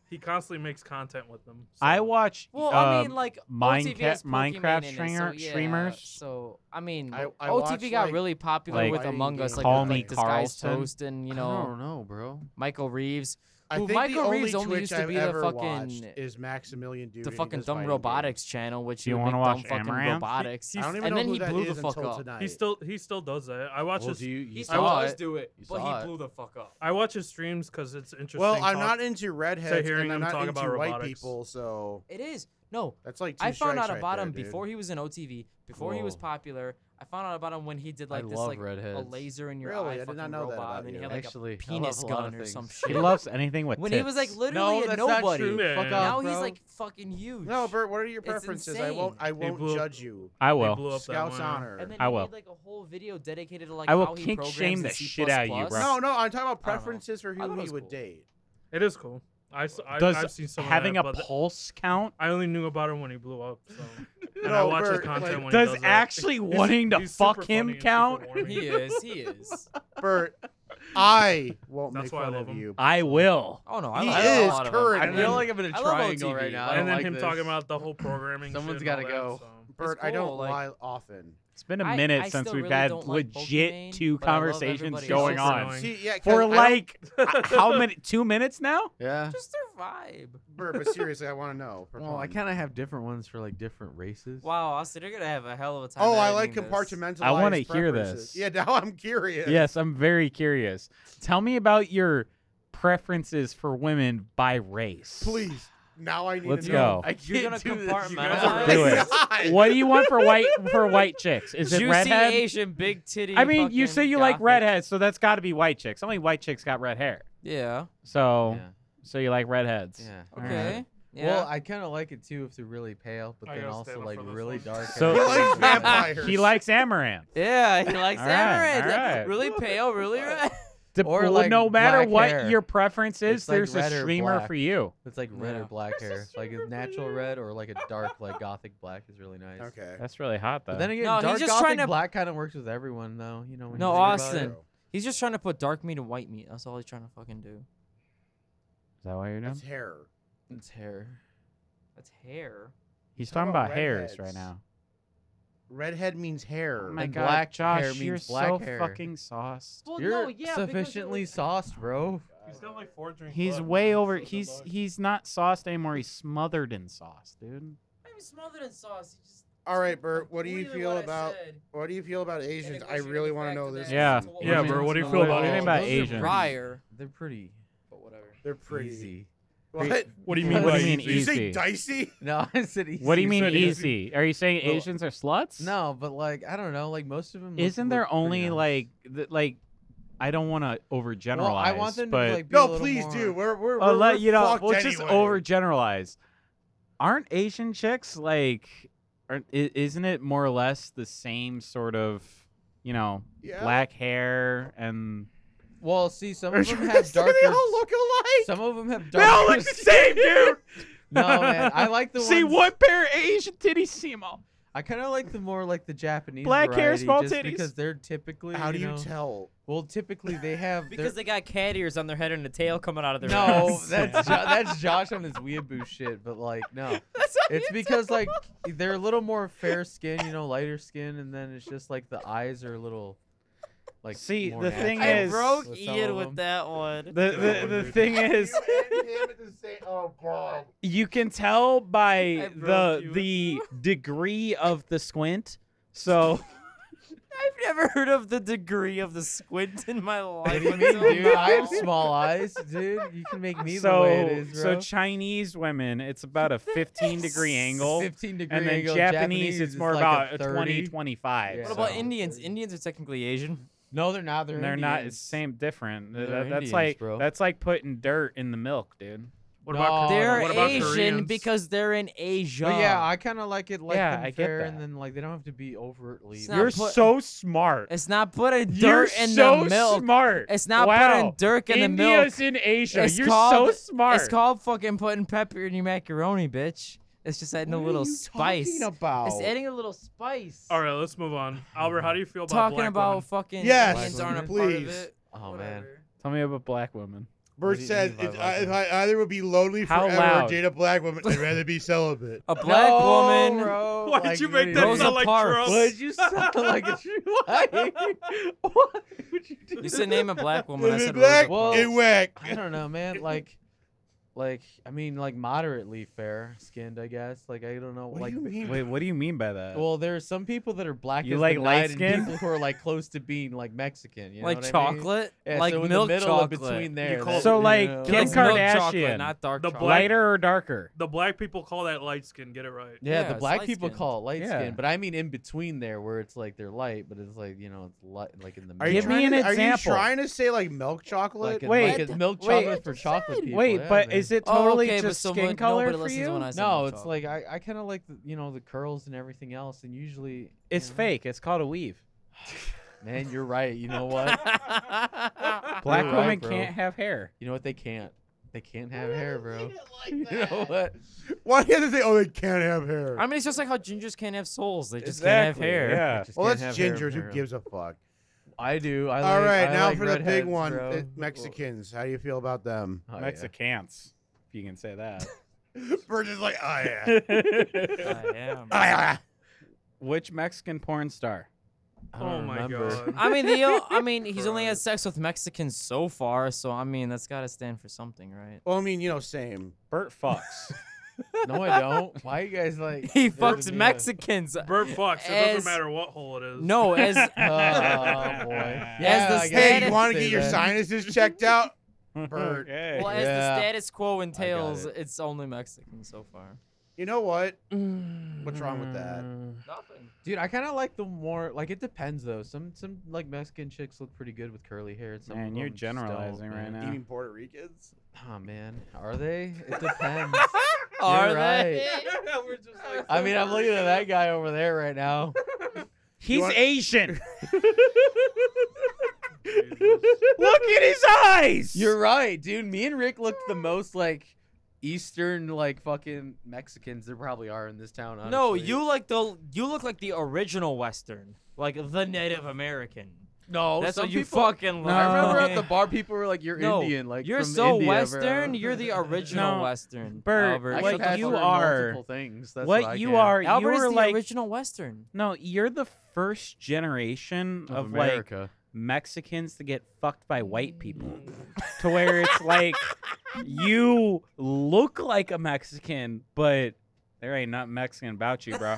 Speaker 4: he constantly makes content with them. so-
Speaker 2: I watch.
Speaker 5: Well, I
Speaker 2: um,
Speaker 5: mean, like
Speaker 2: Minecraft-
Speaker 5: OTV has Pokemon
Speaker 2: Minecraft
Speaker 5: in it, so
Speaker 2: streamer-
Speaker 5: yeah,
Speaker 2: streamers.
Speaker 5: So I mean,
Speaker 1: I- I
Speaker 5: OTV
Speaker 1: watch,
Speaker 5: got
Speaker 1: like,
Speaker 5: really popular
Speaker 2: like
Speaker 5: with Among Us, like
Speaker 2: Call
Speaker 5: with,
Speaker 2: Me
Speaker 5: like disguised
Speaker 2: Carlson.
Speaker 5: toast and you
Speaker 3: I
Speaker 5: know
Speaker 3: don't know, bro.
Speaker 5: Michael Reeves,
Speaker 1: I
Speaker 5: Who
Speaker 1: think
Speaker 5: Michael
Speaker 1: the only
Speaker 5: Reeves
Speaker 1: Twitch
Speaker 5: only used to
Speaker 1: I've
Speaker 5: be the
Speaker 1: ever
Speaker 5: fucking-
Speaker 1: watched is Maximilian Dude.
Speaker 5: the
Speaker 1: and he
Speaker 5: fucking
Speaker 1: does
Speaker 5: dumb
Speaker 1: fighting
Speaker 5: robotics channel, which
Speaker 2: Do you
Speaker 5: would
Speaker 2: wanna
Speaker 5: make
Speaker 2: watch
Speaker 5: dumb fucking
Speaker 2: Amaranth?
Speaker 5: robotics,
Speaker 1: games. I don't even
Speaker 5: and
Speaker 1: know
Speaker 5: then
Speaker 1: who
Speaker 5: he
Speaker 1: that
Speaker 5: blew the
Speaker 1: is
Speaker 5: fuck
Speaker 1: until
Speaker 5: up.
Speaker 1: tonight.
Speaker 4: he still he still does that. I watch
Speaker 3: Well,
Speaker 4: his
Speaker 3: do you, you
Speaker 5: He
Speaker 3: saw
Speaker 5: still does
Speaker 3: it.
Speaker 5: do it,
Speaker 3: You
Speaker 5: but
Speaker 3: saw
Speaker 5: he
Speaker 3: it.
Speaker 5: blew the fuck up.
Speaker 4: I watch his streams because it's interesting.
Speaker 1: Well, I'm
Speaker 4: talk-
Speaker 1: not into redheads
Speaker 4: hearing
Speaker 1: and I'm
Speaker 4: him
Speaker 1: not
Speaker 4: talk
Speaker 1: into
Speaker 4: about
Speaker 1: white
Speaker 4: robotics.
Speaker 1: people, so
Speaker 5: It is no.
Speaker 1: that's like two
Speaker 5: I found
Speaker 1: strikes
Speaker 5: out
Speaker 1: right
Speaker 5: about
Speaker 1: there,
Speaker 5: him
Speaker 1: dude.
Speaker 5: before he was in OTV, before he was
Speaker 3: Cool.
Speaker 5: popular. I found out about him when he did like
Speaker 3: I
Speaker 5: this
Speaker 3: love
Speaker 5: like a
Speaker 3: redheads.
Speaker 5: laser in your
Speaker 1: Really?
Speaker 5: eye
Speaker 1: I did not
Speaker 5: fucking
Speaker 1: know that
Speaker 5: robot,
Speaker 1: about
Speaker 5: and then he
Speaker 1: you.
Speaker 5: had like
Speaker 3: Actually,
Speaker 5: a
Speaker 3: I love
Speaker 5: penis
Speaker 3: a lot
Speaker 5: gun
Speaker 3: of
Speaker 5: or some
Speaker 3: things.
Speaker 5: shit.
Speaker 2: he loves anything with
Speaker 5: when he was
Speaker 2: tits.
Speaker 5: like literally
Speaker 3: no,
Speaker 5: a
Speaker 3: that's not
Speaker 5: nobody.
Speaker 3: true.
Speaker 4: Yeah.
Speaker 3: Fuck
Speaker 5: Now
Speaker 3: off,
Speaker 5: he's
Speaker 3: bro.
Speaker 5: like fucking huge.
Speaker 1: No, Bert, what are your
Speaker 5: It's
Speaker 1: preferences? I won't I
Speaker 4: insane.
Speaker 1: won't
Speaker 4: blew-
Speaker 1: judge you.
Speaker 2: I
Speaker 4: He
Speaker 2: will.
Speaker 4: blew up that
Speaker 1: Scouts
Speaker 4: one.
Speaker 1: honor.
Speaker 5: And then
Speaker 2: I
Speaker 5: he
Speaker 2: will.
Speaker 5: made like a whole video dedicated to like
Speaker 2: I will
Speaker 5: how he
Speaker 2: kink
Speaker 5: programs
Speaker 2: shame
Speaker 5: the
Speaker 2: the
Speaker 5: C++.
Speaker 2: shit out of you, bro.
Speaker 1: No, no, I'm talking about
Speaker 5: I don't know.
Speaker 1: preferences for
Speaker 5: I
Speaker 1: who
Speaker 5: thought it
Speaker 1: he
Speaker 5: was
Speaker 1: would
Speaker 5: cool.
Speaker 1: date.
Speaker 4: It is cool. I, s- I
Speaker 2: Does
Speaker 4: have seen some
Speaker 2: having
Speaker 4: of that,
Speaker 2: a
Speaker 4: but th-
Speaker 2: pulse count.
Speaker 4: I only knew about him when he blew up. So. And I
Speaker 1: No,
Speaker 4: watch his
Speaker 1: Bert,
Speaker 4: content
Speaker 1: like-
Speaker 4: when
Speaker 2: Does
Speaker 4: he does
Speaker 2: actually
Speaker 4: it.
Speaker 2: wanting to
Speaker 4: he's
Speaker 2: fuck
Speaker 4: super
Speaker 2: him
Speaker 4: funny and super
Speaker 2: count?
Speaker 4: warming.
Speaker 5: He is. He is.
Speaker 1: Bert, I won't
Speaker 4: That's
Speaker 1: make
Speaker 4: why I
Speaker 1: fun
Speaker 4: love
Speaker 1: of
Speaker 4: him.
Speaker 1: you.
Speaker 2: I will.
Speaker 5: Oh no, I
Speaker 1: He
Speaker 5: like a
Speaker 1: is
Speaker 5: lot of him.
Speaker 1: current.
Speaker 5: I
Speaker 1: I
Speaker 3: I feel
Speaker 5: mean,
Speaker 3: like I'm in a
Speaker 5: I love
Speaker 3: triangle
Speaker 5: OTV,
Speaker 3: right now.
Speaker 5: but-
Speaker 3: I
Speaker 4: and
Speaker 3: don't
Speaker 4: then
Speaker 3: like
Speaker 4: him
Speaker 3: this.
Speaker 4: talking about the whole programming.
Speaker 3: Someone's
Speaker 4: got to
Speaker 3: gotta go.
Speaker 1: Bert, I
Speaker 5: cool,
Speaker 1: don't
Speaker 5: like-
Speaker 1: lie often.
Speaker 2: It's been a
Speaker 5: I-
Speaker 2: minute
Speaker 5: I
Speaker 2: since
Speaker 5: still
Speaker 2: we've
Speaker 5: really
Speaker 2: had
Speaker 5: don't like
Speaker 2: legit
Speaker 5: Pokemon,
Speaker 2: two
Speaker 5: but I love
Speaker 2: conversations
Speaker 5: everybody
Speaker 2: going
Speaker 4: else.
Speaker 2: on
Speaker 4: Annoying.
Speaker 1: See, yeah, 'cause I
Speaker 2: for
Speaker 1: don't-
Speaker 2: like h- how many? Two minutes now?
Speaker 3: Yeah.
Speaker 5: Just their vibe.
Speaker 1: Bert, but seriously, I want to know. for
Speaker 3: Well, I
Speaker 1: fun.
Speaker 3: kind of have different ones for like different races.
Speaker 5: Wow, Austin, you're gonna have a hell of a time.
Speaker 1: Oh, I like
Speaker 5: compartmental.
Speaker 1: compartmentalized.
Speaker 2: I wanna hear
Speaker 1: preferences.
Speaker 2: this.
Speaker 1: Yeah, now I'm curious.
Speaker 2: Yes, I'm very curious. Tell me about your preferences for women by race.
Speaker 1: Please. Now I need
Speaker 2: Let's
Speaker 1: to know.
Speaker 2: go.
Speaker 1: I
Speaker 5: You're
Speaker 1: can't
Speaker 5: gonna
Speaker 1: do this. You
Speaker 4: guys
Speaker 5: compartmentalize.
Speaker 4: are
Speaker 2: Do it.
Speaker 1: God.
Speaker 2: What do you want for white for white chicks? Is it
Speaker 5: Juicy
Speaker 2: redhead?
Speaker 5: Asian big titty.
Speaker 2: I mean, you
Speaker 5: fucking
Speaker 2: say you like
Speaker 5: gothic.
Speaker 2: redheads, so that's got to be white chicks. Only white chicks got red hair.
Speaker 5: Yeah.
Speaker 2: So,
Speaker 3: Yeah.
Speaker 2: so you like redheads.
Speaker 3: Yeah.
Speaker 2: All right.
Speaker 5: Okay. Yeah.
Speaker 3: Well, I kind of like it too if they're really pale, but
Speaker 4: I
Speaker 3: then
Speaker 4: gotta
Speaker 3: also
Speaker 4: stand up
Speaker 3: like
Speaker 4: for this
Speaker 3: really
Speaker 4: one.
Speaker 3: dark.
Speaker 2: So-
Speaker 1: He
Speaker 3: hair.
Speaker 2: He
Speaker 1: likes vampires.
Speaker 2: He likes amaranth.
Speaker 5: yeah, he likes
Speaker 2: All right,
Speaker 5: amaranth.
Speaker 2: all right.
Speaker 5: Really pale, really red.
Speaker 2: Dep-
Speaker 3: Or
Speaker 2: well,
Speaker 3: like
Speaker 2: no matter
Speaker 3: black
Speaker 2: what
Speaker 3: hair.
Speaker 2: your preference is,
Speaker 3: It's like
Speaker 2: there's
Speaker 3: red
Speaker 2: a
Speaker 3: or
Speaker 2: streamer
Speaker 3: black.
Speaker 2: for you.
Speaker 3: It's like red
Speaker 5: Yeah.
Speaker 3: or black hair. Like a natural red or like a dark, like gothic black is really nice.
Speaker 1: Okay.
Speaker 2: That's really hot though.
Speaker 3: But then again,
Speaker 5: No, he's
Speaker 3: dark
Speaker 5: just
Speaker 3: gothic
Speaker 5: trying to-
Speaker 3: black kind of works with everyone though. You know. When
Speaker 5: No,
Speaker 3: you think about
Speaker 5: Austin.
Speaker 3: it.
Speaker 5: He's just trying to put dark meat and white meat. That's all he's trying to fucking do.
Speaker 2: is that why you're doing?
Speaker 1: That's hair.
Speaker 3: It's hair.
Speaker 5: That's hair.
Speaker 2: He's
Speaker 1: How
Speaker 2: talking
Speaker 1: about
Speaker 2: about hairs right
Speaker 1: redheads?
Speaker 2: now. Oh
Speaker 1: Redhead means hair.
Speaker 2: My
Speaker 3: And
Speaker 2: God,
Speaker 3: black
Speaker 2: Josh,
Speaker 3: hair
Speaker 2: you're
Speaker 3: means black
Speaker 2: so
Speaker 3: hair.
Speaker 2: fucking sauced.
Speaker 8: Well,
Speaker 3: You're
Speaker 8: no, yeah, because it
Speaker 3: sufficiently
Speaker 8: was-
Speaker 3: sauced, bro.
Speaker 4: He's got like four drinks.
Speaker 2: He's
Speaker 4: left,
Speaker 2: way
Speaker 4: man,
Speaker 2: over.
Speaker 4: so good
Speaker 2: He's
Speaker 4: luck.
Speaker 2: he's not sauced anymore. He's smothered in sauce, dude.
Speaker 5: I'm smothered in sauce. You just
Speaker 1: All right, Bert, what do you feel about what do you feel about Asians?
Speaker 5: it
Speaker 1: I
Speaker 5: goes right
Speaker 1: really
Speaker 5: back
Speaker 1: want to
Speaker 5: to
Speaker 1: know
Speaker 5: that.
Speaker 1: this.
Speaker 2: Yeah.
Speaker 5: What
Speaker 4: Yeah,
Speaker 2: I mean,
Speaker 4: bro. What do you
Speaker 3: no,
Speaker 4: feel
Speaker 2: what
Speaker 4: about
Speaker 2: do you
Speaker 4: it?
Speaker 2: think about
Speaker 3: Those are
Speaker 2: Asian?
Speaker 5: Briar?
Speaker 3: They're pretty.
Speaker 5: But whatever.
Speaker 1: They're pretty.
Speaker 3: Easy.
Speaker 1: What?
Speaker 4: What do you
Speaker 2: What
Speaker 4: mean
Speaker 2: do
Speaker 4: by
Speaker 2: you mean
Speaker 1: Did you
Speaker 4: easy?
Speaker 1: say
Speaker 2: easy?
Speaker 1: dicey?
Speaker 3: No, I said easy.
Speaker 2: What do you mean
Speaker 4: said
Speaker 2: easy?
Speaker 4: easy.
Speaker 2: Are you saying
Speaker 3: Well,
Speaker 2: Asians are sluts?
Speaker 3: No, but like I don't know, like most of them.
Speaker 2: Isn't there only like th- like I don't want to overgeneralize.
Speaker 5: Well, I want them to
Speaker 2: but
Speaker 5: be, like, be a
Speaker 1: No,
Speaker 5: little
Speaker 1: please
Speaker 5: more-
Speaker 1: do. We're we're,
Speaker 2: I'll
Speaker 1: we're,
Speaker 2: let
Speaker 1: we're
Speaker 2: you know.
Speaker 1: fucked
Speaker 2: We'll just
Speaker 1: anyway.
Speaker 2: overgeneralize. Aren't Asian chicks like? Aren't, i- isn't it more or less the same sort of, you know,
Speaker 1: Yeah.
Speaker 2: black hair and?
Speaker 3: Well, see, some
Speaker 1: Are
Speaker 3: of
Speaker 1: you
Speaker 3: them
Speaker 1: gonna
Speaker 3: have
Speaker 1: say
Speaker 3: darker.
Speaker 1: They all look alike.
Speaker 3: Some of them have darker.
Speaker 2: They all look the same, dude.
Speaker 3: No, man, I like the
Speaker 2: See
Speaker 3: ones-
Speaker 2: one pair of Asian titties, see 'em all.
Speaker 3: I kind of like the more like the Japanese
Speaker 2: Black hair,
Speaker 3: variety,
Speaker 2: small
Speaker 3: just
Speaker 2: titties.
Speaker 3: because they're typically.
Speaker 1: How do you
Speaker 3: know-
Speaker 1: tell?
Speaker 3: Well, typically they have they're-
Speaker 5: Because they got cat ears on their head and a tail coming out of their
Speaker 3: no,
Speaker 5: ass.
Speaker 3: that's jo- that's Josh on his weeaboo shit, but like no,
Speaker 5: That's how
Speaker 3: it's
Speaker 5: you
Speaker 3: because like they're a little more fair skin, you know, lighter skin, and then it's just like the eyes are a little like.
Speaker 2: See,
Speaker 3: more
Speaker 2: the thing
Speaker 3: natural
Speaker 5: I
Speaker 2: is-
Speaker 5: broke
Speaker 3: with some
Speaker 5: Ian
Speaker 3: of
Speaker 5: with
Speaker 3: them.
Speaker 5: that one.
Speaker 2: The the, the thing is,
Speaker 1: Oh god.
Speaker 2: you can tell
Speaker 5: I
Speaker 2: by the
Speaker 5: broke you.
Speaker 2: the degree of the squint. So
Speaker 5: I've never heard of the degree of the squint in my
Speaker 3: What
Speaker 5: life.
Speaker 3: do you
Speaker 5: until
Speaker 3: mean, dude? I have
Speaker 5: now.
Speaker 3: small eyes, dude. You can make me
Speaker 2: so
Speaker 3: the way it is,
Speaker 2: so
Speaker 3: bro.
Speaker 2: Chinese women, it's about a 15 degree angle.
Speaker 3: 15 degree
Speaker 2: and then
Speaker 3: angle.
Speaker 2: Japanese, it's
Speaker 3: is
Speaker 2: more
Speaker 3: like
Speaker 2: about
Speaker 3: a
Speaker 2: a
Speaker 3: 30.
Speaker 2: 20, 25.
Speaker 3: Yeah.
Speaker 5: What about
Speaker 3: So-
Speaker 5: Indians? Indians are technically Asian.
Speaker 3: No, they're not. They're,
Speaker 2: They're not it's
Speaker 3: Indians.
Speaker 2: same different. Th-
Speaker 3: They're
Speaker 2: that- that's
Speaker 3: Indians,
Speaker 2: like
Speaker 3: bro.
Speaker 2: that's like putting dirt in the milk, dude.
Speaker 4: What about
Speaker 3: No,
Speaker 4: Korea-
Speaker 5: they're
Speaker 4: Oh, what about
Speaker 5: Asian
Speaker 4: Koreans?
Speaker 5: because they're in Asia.
Speaker 3: But yeah, I kind of like it like
Speaker 2: Yeah,
Speaker 3: them
Speaker 2: I get
Speaker 3: fair,
Speaker 2: that.
Speaker 3: and then like they don't have to be overtly.
Speaker 5: It's
Speaker 3: like-
Speaker 5: not You're put- so
Speaker 2: smart.
Speaker 5: it's not putting
Speaker 2: You're
Speaker 5: dirt in
Speaker 2: so
Speaker 5: the milk.
Speaker 2: smart.
Speaker 5: It's not putting dirt in the milk.
Speaker 2: India's in Asia.
Speaker 5: It's
Speaker 2: You're
Speaker 5: called-
Speaker 2: so smart.
Speaker 5: It's called fucking putting pepper in your macaroni, bitch. It's just adding a
Speaker 1: What are
Speaker 5: little
Speaker 1: you
Speaker 5: spice.
Speaker 1: talking about?
Speaker 5: It's adding a little spice.
Speaker 4: All right, let's move on. Albert, how do you feel about
Speaker 5: Talking
Speaker 4: black
Speaker 5: about
Speaker 4: women?
Speaker 5: fucking
Speaker 1: Yes,
Speaker 5: Indians aren't a
Speaker 1: please.
Speaker 3: oh man,
Speaker 2: Tell me about black women.
Speaker 3: What
Speaker 1: Bert
Speaker 3: do you
Speaker 1: says,
Speaker 3: mean by
Speaker 1: if
Speaker 3: like
Speaker 1: I, if
Speaker 3: that?
Speaker 1: I either would be lonely
Speaker 2: How
Speaker 1: forever or
Speaker 2: loud?
Speaker 1: date a black woman, I'd rather be celibate.
Speaker 5: A black
Speaker 3: No,
Speaker 5: woman.
Speaker 3: Bro,
Speaker 4: Why'd
Speaker 3: like,
Speaker 4: you make
Speaker 3: dude,
Speaker 4: that
Speaker 5: Rosa
Speaker 4: sound like
Speaker 5: Parks.
Speaker 4: Trump?
Speaker 3: Why'd you sound like a true? Why? Why would you do
Speaker 5: You
Speaker 3: that?
Speaker 5: said name a black woman. I
Speaker 1: If
Speaker 5: said
Speaker 1: it black,
Speaker 5: Rosa
Speaker 3: Well-
Speaker 5: Parks.
Speaker 1: it whack.
Speaker 3: I don't know, man. Like, like I mean, like moderately fair skinned, I guess. Like I don't know.
Speaker 1: What
Speaker 3: like,
Speaker 1: do you mean?
Speaker 2: Wait, what do you mean by that?
Speaker 3: Well, there are some people that are black.
Speaker 2: You
Speaker 3: as
Speaker 2: like
Speaker 3: the
Speaker 2: light
Speaker 3: night and
Speaker 2: skin?
Speaker 3: People who are like close to being like Mexican. You know
Speaker 5: like
Speaker 3: what I mean?
Speaker 5: chocolate,
Speaker 3: Yeah,
Speaker 5: like
Speaker 3: so in
Speaker 5: milk
Speaker 3: the middle
Speaker 5: chocolate.
Speaker 3: between
Speaker 4: You
Speaker 3: there.
Speaker 4: call-
Speaker 3: that-
Speaker 2: So,
Speaker 3: you
Speaker 2: like,
Speaker 3: know,
Speaker 5: She
Speaker 2: Kim
Speaker 5: likes
Speaker 2: Kardashian.
Speaker 5: milk chocolate, not dark
Speaker 4: The
Speaker 5: chocolate.
Speaker 4: black-
Speaker 2: lighter or darker?
Speaker 4: The black people call that light skin. Get it right.
Speaker 3: Yeah,
Speaker 5: Yeah,
Speaker 3: the
Speaker 5: it's
Speaker 3: black
Speaker 5: light
Speaker 3: people
Speaker 5: skinned.
Speaker 3: call it light
Speaker 2: Yeah.
Speaker 3: skin, but I mean in between there where it's like they're light, but it's like you know it's light, like in the
Speaker 1: Are
Speaker 3: middle.
Speaker 1: you
Speaker 2: Give me
Speaker 1: trying
Speaker 2: an
Speaker 1: to, Are you
Speaker 2: example.
Speaker 1: trying to say like milk
Speaker 3: like
Speaker 1: chocolate?
Speaker 3: a-
Speaker 2: Wait.
Speaker 3: like a milk
Speaker 5: Wait.
Speaker 3: chocolate for chocolate people.
Speaker 2: Wait,
Speaker 3: yeah,
Speaker 2: but
Speaker 3: man.
Speaker 2: is it
Speaker 5: Oh,
Speaker 2: totally
Speaker 5: okay, but
Speaker 2: just
Speaker 5: so
Speaker 2: skin
Speaker 5: like,
Speaker 2: color
Speaker 5: nobody
Speaker 2: for
Speaker 5: listens
Speaker 2: you?
Speaker 5: when I say
Speaker 3: no?
Speaker 5: milk
Speaker 3: It's
Speaker 5: chocolate.
Speaker 3: like I, I kind of like the, you know the curls and everything else, and usually
Speaker 2: It's
Speaker 3: you know.
Speaker 2: fake. It's called a weave.
Speaker 3: Man, you're right. You know what?
Speaker 2: Black
Speaker 3: You're right,
Speaker 2: women
Speaker 3: bro.
Speaker 2: can't have hair.
Speaker 3: You know what? They can't. They can't have hair, bro. you know what?
Speaker 1: Why do you have to say, oh, they can't have hair?
Speaker 5: I mean, it's just like how gingers can't have souls; they just
Speaker 2: Exactly,
Speaker 5: can't have hair.
Speaker 2: yeah.
Speaker 3: I just
Speaker 1: well,
Speaker 3: can't
Speaker 1: that's
Speaker 3: have hair,
Speaker 1: gingers. Who
Speaker 3: bro.
Speaker 1: gives a fuck?
Speaker 3: I do. I
Speaker 1: All
Speaker 3: like,
Speaker 1: right,
Speaker 3: I
Speaker 1: now
Speaker 3: like
Speaker 1: for the big
Speaker 3: redheads,
Speaker 1: one.
Speaker 3: bro.
Speaker 1: uh, Mexicans. How do you feel about them?
Speaker 3: Oh, yeah.
Speaker 2: Mexicans, if you can say that.
Speaker 1: Bert is like, oh, yeah.
Speaker 5: I am.
Speaker 1: Ah, yeah.
Speaker 2: Which Mexican porn star?
Speaker 3: I don't
Speaker 4: Oh my
Speaker 3: remember.
Speaker 4: god.
Speaker 5: I mean, the o- I mean, he's only had
Speaker 4: Christ.
Speaker 5: sex with Mexicans so far, so I mean, that's got to stand for something, right?
Speaker 1: Well, I mean, you know, same.
Speaker 2: Bert fucks.
Speaker 3: No, I don't. Why you guys like?
Speaker 5: He
Speaker 3: ripping
Speaker 5: fucks
Speaker 3: me off?
Speaker 5: Mexicans.
Speaker 4: Bert fucks. It
Speaker 5: As-
Speaker 4: doesn't matter what hole it is.
Speaker 5: No, as
Speaker 3: Oh boy.
Speaker 2: As
Speaker 5: Yeah, the I guess
Speaker 1: Hey,
Speaker 5: you
Speaker 1: you
Speaker 5: could
Speaker 1: want to
Speaker 3: say
Speaker 1: get your
Speaker 3: that.
Speaker 1: sinuses checked out? Bert.
Speaker 2: Okay.
Speaker 5: well as
Speaker 3: Yeah.
Speaker 5: the status quo entails,
Speaker 3: it.
Speaker 5: it's only Mexicans so far.
Speaker 1: You know what?
Speaker 3: Mm.
Speaker 1: What's wrong with that?
Speaker 2: Mm.
Speaker 5: Nothing.
Speaker 3: Dude, I kind of like the more like it depends though. Some some like Mexican chicks look pretty good with curly hair. And some
Speaker 2: Man,
Speaker 3: of
Speaker 2: you're
Speaker 3: them just don't,
Speaker 2: generalizing right
Speaker 3: man.
Speaker 1: You
Speaker 2: now.
Speaker 1: mean Puerto Ricans?
Speaker 3: Oh man, are they? It depends.
Speaker 5: Are
Speaker 3: You're
Speaker 5: they?
Speaker 4: We're just like,
Speaker 3: I mean, I'm looking at that guy over there right now.
Speaker 2: He's
Speaker 1: want-
Speaker 2: Asian.
Speaker 4: Jesus.
Speaker 2: Look at his eyes.
Speaker 3: You're right, dude. Me and Rick looked the most like Eastern, like fucking Mexicans there probably are in this town. Honestly.
Speaker 5: No, you like the you look like the original Western, like the Native American.
Speaker 3: No,
Speaker 5: That's
Speaker 3: Oh, some
Speaker 5: what you
Speaker 3: people-
Speaker 5: fucking look.
Speaker 3: I remember
Speaker 5: like.
Speaker 3: at the bar, people were like, "You're
Speaker 5: No,
Speaker 3: Indian, like
Speaker 5: you're
Speaker 3: from
Speaker 5: so
Speaker 3: India, bro."
Speaker 5: Western. You're the original
Speaker 2: No,
Speaker 5: Western,
Speaker 2: Bert,
Speaker 5: Albert.
Speaker 3: I
Speaker 2: what
Speaker 5: Shut the
Speaker 3: surpassed
Speaker 2: you
Speaker 3: her
Speaker 5: fuck
Speaker 3: in
Speaker 5: up.
Speaker 2: are-
Speaker 3: multiple Things. That's
Speaker 2: what
Speaker 3: I
Speaker 2: you
Speaker 3: can.
Speaker 2: are, you
Speaker 5: Albert is
Speaker 2: were
Speaker 5: the
Speaker 2: like
Speaker 5: original Western.
Speaker 2: no, you're the first generation
Speaker 3: of
Speaker 2: of like
Speaker 3: America.
Speaker 2: Mexicans to get fucked by white people to where it's like you look like a Mexican, but there ain't nothing Mexican about you, bro.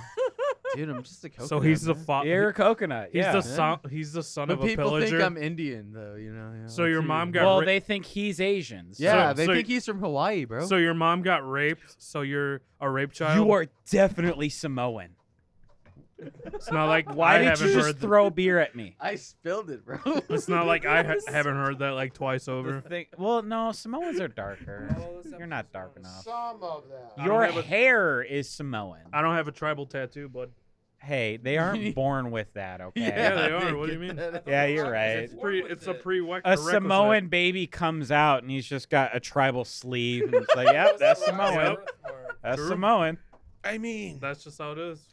Speaker 3: dude, I'm just a coconut.
Speaker 4: So he's the
Speaker 3: man.
Speaker 4: fa-
Speaker 2: You're a coconut.
Speaker 4: He's
Speaker 2: yeah.
Speaker 4: the son. He's the son
Speaker 3: But
Speaker 4: of a
Speaker 3: people
Speaker 4: pillager.
Speaker 3: think I'm Indian, though. You know. yeah,
Speaker 4: So
Speaker 3: that's
Speaker 4: your
Speaker 3: who-
Speaker 4: mom got-
Speaker 2: well,
Speaker 4: ri-
Speaker 2: they think he's Asian. so-
Speaker 3: Yeah,
Speaker 4: So-
Speaker 3: they
Speaker 4: so-
Speaker 3: think he's from Hawaii, bro.
Speaker 4: so your mom got raped. So you're a rape child.
Speaker 2: You are definitely Samoan.
Speaker 4: It's not like
Speaker 2: Why
Speaker 4: I
Speaker 2: did
Speaker 4: haven't
Speaker 2: you
Speaker 4: heard
Speaker 2: just
Speaker 4: th-
Speaker 2: throw beer at me?
Speaker 3: I spilled it, bro.
Speaker 4: It's not like I ha- haven't heard that like twice
Speaker 8: The
Speaker 4: over.
Speaker 8: thing- well, no, Samoans are darker.
Speaker 5: Oh, this
Speaker 8: You're not
Speaker 5: episode's
Speaker 8: dark
Speaker 5: long.
Speaker 8: enough.
Speaker 1: Some of them.
Speaker 4: don't
Speaker 8: Your
Speaker 4: have a-
Speaker 8: hair is Samoan.
Speaker 4: I don't have a tribal tattoo, but
Speaker 8: Hey, they aren't born with that, okay?
Speaker 4: Yeah, they are. What do you mean?
Speaker 8: Yeah, you're right.
Speaker 4: it's pre it's a prerequisite.
Speaker 8: a Samoan baby comes out and he's just got a tribal sleeve and it's like, yep, that's Samoan. That's
Speaker 4: True.
Speaker 8: Samoan.
Speaker 1: I mean,
Speaker 4: That's just how it is.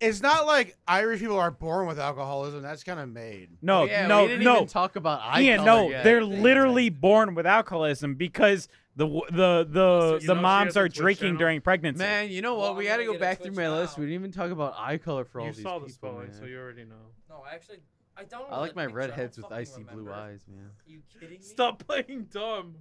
Speaker 1: it's not like Irish people are born with alcoholism. That's kind of made.
Speaker 2: No,
Speaker 3: Oh, yeah,
Speaker 2: no,
Speaker 3: we didn't
Speaker 2: no.
Speaker 3: Even talk about eye
Speaker 2: Ian,
Speaker 3: color
Speaker 2: no,
Speaker 3: yet.
Speaker 2: they're
Speaker 3: Damn.
Speaker 2: literally born with alcoholism because the w- the the
Speaker 4: You know
Speaker 2: the
Speaker 4: she
Speaker 2: moms
Speaker 4: has a
Speaker 2: are
Speaker 4: Twitch
Speaker 2: drinking
Speaker 4: channel?
Speaker 2: during pregnancy.
Speaker 3: Man, you know what?
Speaker 5: Well, I'm
Speaker 3: we had to go
Speaker 5: gonna get a
Speaker 3: back through
Speaker 5: Twitch
Speaker 3: my list.
Speaker 5: now.
Speaker 3: We didn't even talk about eye color for all
Speaker 4: You
Speaker 3: these
Speaker 4: saw the
Speaker 3: people.
Speaker 4: spelling,
Speaker 3: man.
Speaker 4: so you already know.
Speaker 5: No, actually, I don't.
Speaker 3: I like my redheads with icy blue eyes, man.
Speaker 5: you kidding me?
Speaker 4: Stop playing dumb.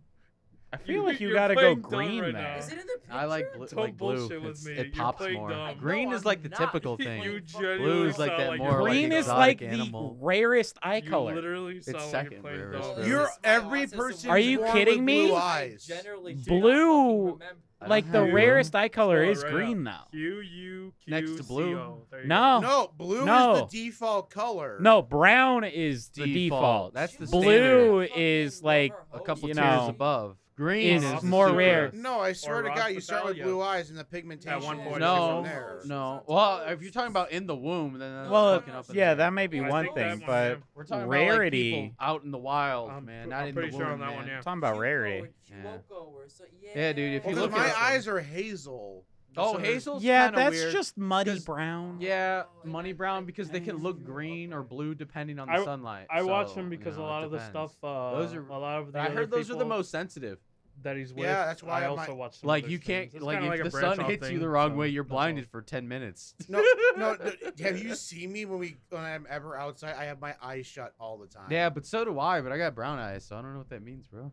Speaker 2: I feel
Speaker 4: You-
Speaker 2: like you
Speaker 4: you're
Speaker 2: gotta go
Speaker 4: playing dumb
Speaker 2: green
Speaker 4: right
Speaker 2: there.
Speaker 4: now.
Speaker 5: Is it in the picture?
Speaker 3: I like bl-
Speaker 4: Don't
Speaker 3: like blue.
Speaker 4: bullshit with
Speaker 3: It's-
Speaker 4: me. You're
Speaker 3: It pops
Speaker 4: playing
Speaker 3: more.
Speaker 4: dumb.
Speaker 3: Green
Speaker 5: No,
Speaker 3: is
Speaker 5: I'm
Speaker 3: like the
Speaker 5: not.
Speaker 3: typical
Speaker 5: You
Speaker 3: thing.
Speaker 4: you
Speaker 5: Fuck.
Speaker 4: genuinely
Speaker 3: Blue is like
Speaker 4: sound
Speaker 3: that
Speaker 4: like
Speaker 3: more
Speaker 4: you're
Speaker 3: like
Speaker 4: playing
Speaker 2: Green is
Speaker 4: dumb.
Speaker 2: like
Speaker 3: exotic animal.
Speaker 2: the rarest eye
Speaker 4: you
Speaker 2: color.
Speaker 4: Literally sound like
Speaker 3: second
Speaker 4: you're playing
Speaker 3: rarest,
Speaker 4: dumb.
Speaker 3: bro.
Speaker 1: You're
Speaker 5: That's why I
Speaker 1: every
Speaker 5: want this
Speaker 1: person.
Speaker 5: award.
Speaker 2: Are you
Speaker 1: born
Speaker 2: kidding
Speaker 1: with
Speaker 2: me?
Speaker 1: Blue
Speaker 5: I
Speaker 1: eyes.
Speaker 5: generally do
Speaker 2: Blue,
Speaker 5: Not fucking remember.
Speaker 3: I don't
Speaker 2: Like the
Speaker 3: have it.
Speaker 2: rarest eye color
Speaker 4: Spell it
Speaker 2: is
Speaker 4: right
Speaker 2: green though.
Speaker 4: Q U Q
Speaker 3: Next to blue.
Speaker 4: C O. There you
Speaker 2: No.
Speaker 4: go.
Speaker 1: No, blue is
Speaker 2: No.
Speaker 1: the default color.
Speaker 2: No, brown is the default.
Speaker 3: That's the
Speaker 5: She's
Speaker 3: standard.
Speaker 2: blue
Speaker 5: fucking
Speaker 2: is
Speaker 5: love
Speaker 2: like
Speaker 5: her
Speaker 3: A
Speaker 5: hoe,
Speaker 3: couple
Speaker 2: you
Speaker 3: tiers
Speaker 2: know,
Speaker 3: above. Green
Speaker 2: is
Speaker 3: is the
Speaker 2: more
Speaker 3: super.
Speaker 2: rare.
Speaker 1: No, I swear to
Speaker 4: Ross
Speaker 1: God, you start with
Speaker 4: Battaglia.
Speaker 1: blue eyes and the pigmentation.
Speaker 4: one
Speaker 1: is different
Speaker 4: point,
Speaker 3: No,
Speaker 1: from theirs.
Speaker 3: no. Well, if you're talking about in the womb, then that's
Speaker 2: Well,
Speaker 3: fucking up in
Speaker 2: yeah,
Speaker 3: there.
Speaker 2: that may be
Speaker 4: I
Speaker 2: one
Speaker 4: think that
Speaker 2: thing,
Speaker 4: one,
Speaker 2: but
Speaker 4: yeah.
Speaker 3: We're talking about like
Speaker 2: rarity.
Speaker 3: people out in the wild,
Speaker 4: I'm
Speaker 3: man.
Speaker 4: pr-
Speaker 3: Not
Speaker 4: I'm
Speaker 3: in
Speaker 4: pretty
Speaker 3: the
Speaker 4: sure
Speaker 3: womb,
Speaker 4: on that one,
Speaker 3: man.
Speaker 4: yeah.
Speaker 8: talking about
Speaker 5: Chico
Speaker 8: rarity.
Speaker 5: or
Speaker 3: Yeah.
Speaker 5: Chiloco or so-
Speaker 3: Yeah, dude, if you
Speaker 1: Well, 'cause
Speaker 3: look
Speaker 1: my
Speaker 3: at
Speaker 1: eyes are hazel.
Speaker 3: Oh,
Speaker 1: So they're-
Speaker 3: hazel's
Speaker 2: Yeah,
Speaker 3: kinda
Speaker 2: that's
Speaker 3: weird.
Speaker 2: just muddy
Speaker 3: 'cause-
Speaker 2: brown.
Speaker 3: Yeah,
Speaker 5: Oh,
Speaker 3: money
Speaker 5: yeah,
Speaker 3: brown
Speaker 5: I-
Speaker 3: because they can look green or blue depending on the
Speaker 4: I-
Speaker 3: sunlight.
Speaker 4: I watch
Speaker 3: so,
Speaker 4: him
Speaker 3: you
Speaker 4: because
Speaker 3: know,
Speaker 4: a
Speaker 3: it
Speaker 4: lot of the
Speaker 3: depends.
Speaker 4: stuff. Uh,
Speaker 3: Those are-
Speaker 4: a lot of the.
Speaker 3: I
Speaker 4: other
Speaker 3: heard those are the
Speaker 4: people
Speaker 3: most sensitive.
Speaker 4: that he's with.
Speaker 1: Yeah, that's why
Speaker 4: I
Speaker 1: I
Speaker 4: also
Speaker 1: might-
Speaker 4: watch. some of
Speaker 3: Like
Speaker 4: those
Speaker 3: you can't
Speaker 4: things. It's
Speaker 3: like
Speaker 4: kinda
Speaker 3: if
Speaker 4: a
Speaker 3: the
Speaker 4: branch
Speaker 3: sun
Speaker 4: off
Speaker 3: hits you
Speaker 4: thing,
Speaker 3: the wrong
Speaker 4: so
Speaker 3: way, you're
Speaker 4: that's all.
Speaker 3: blinded for ten minutes.
Speaker 1: No, no, no. Have you seen me when we when I'm ever outside? I have my eyes shut all the time.
Speaker 3: Yeah, but so do I. But I got brown eyes, so I don't know what that means, bro.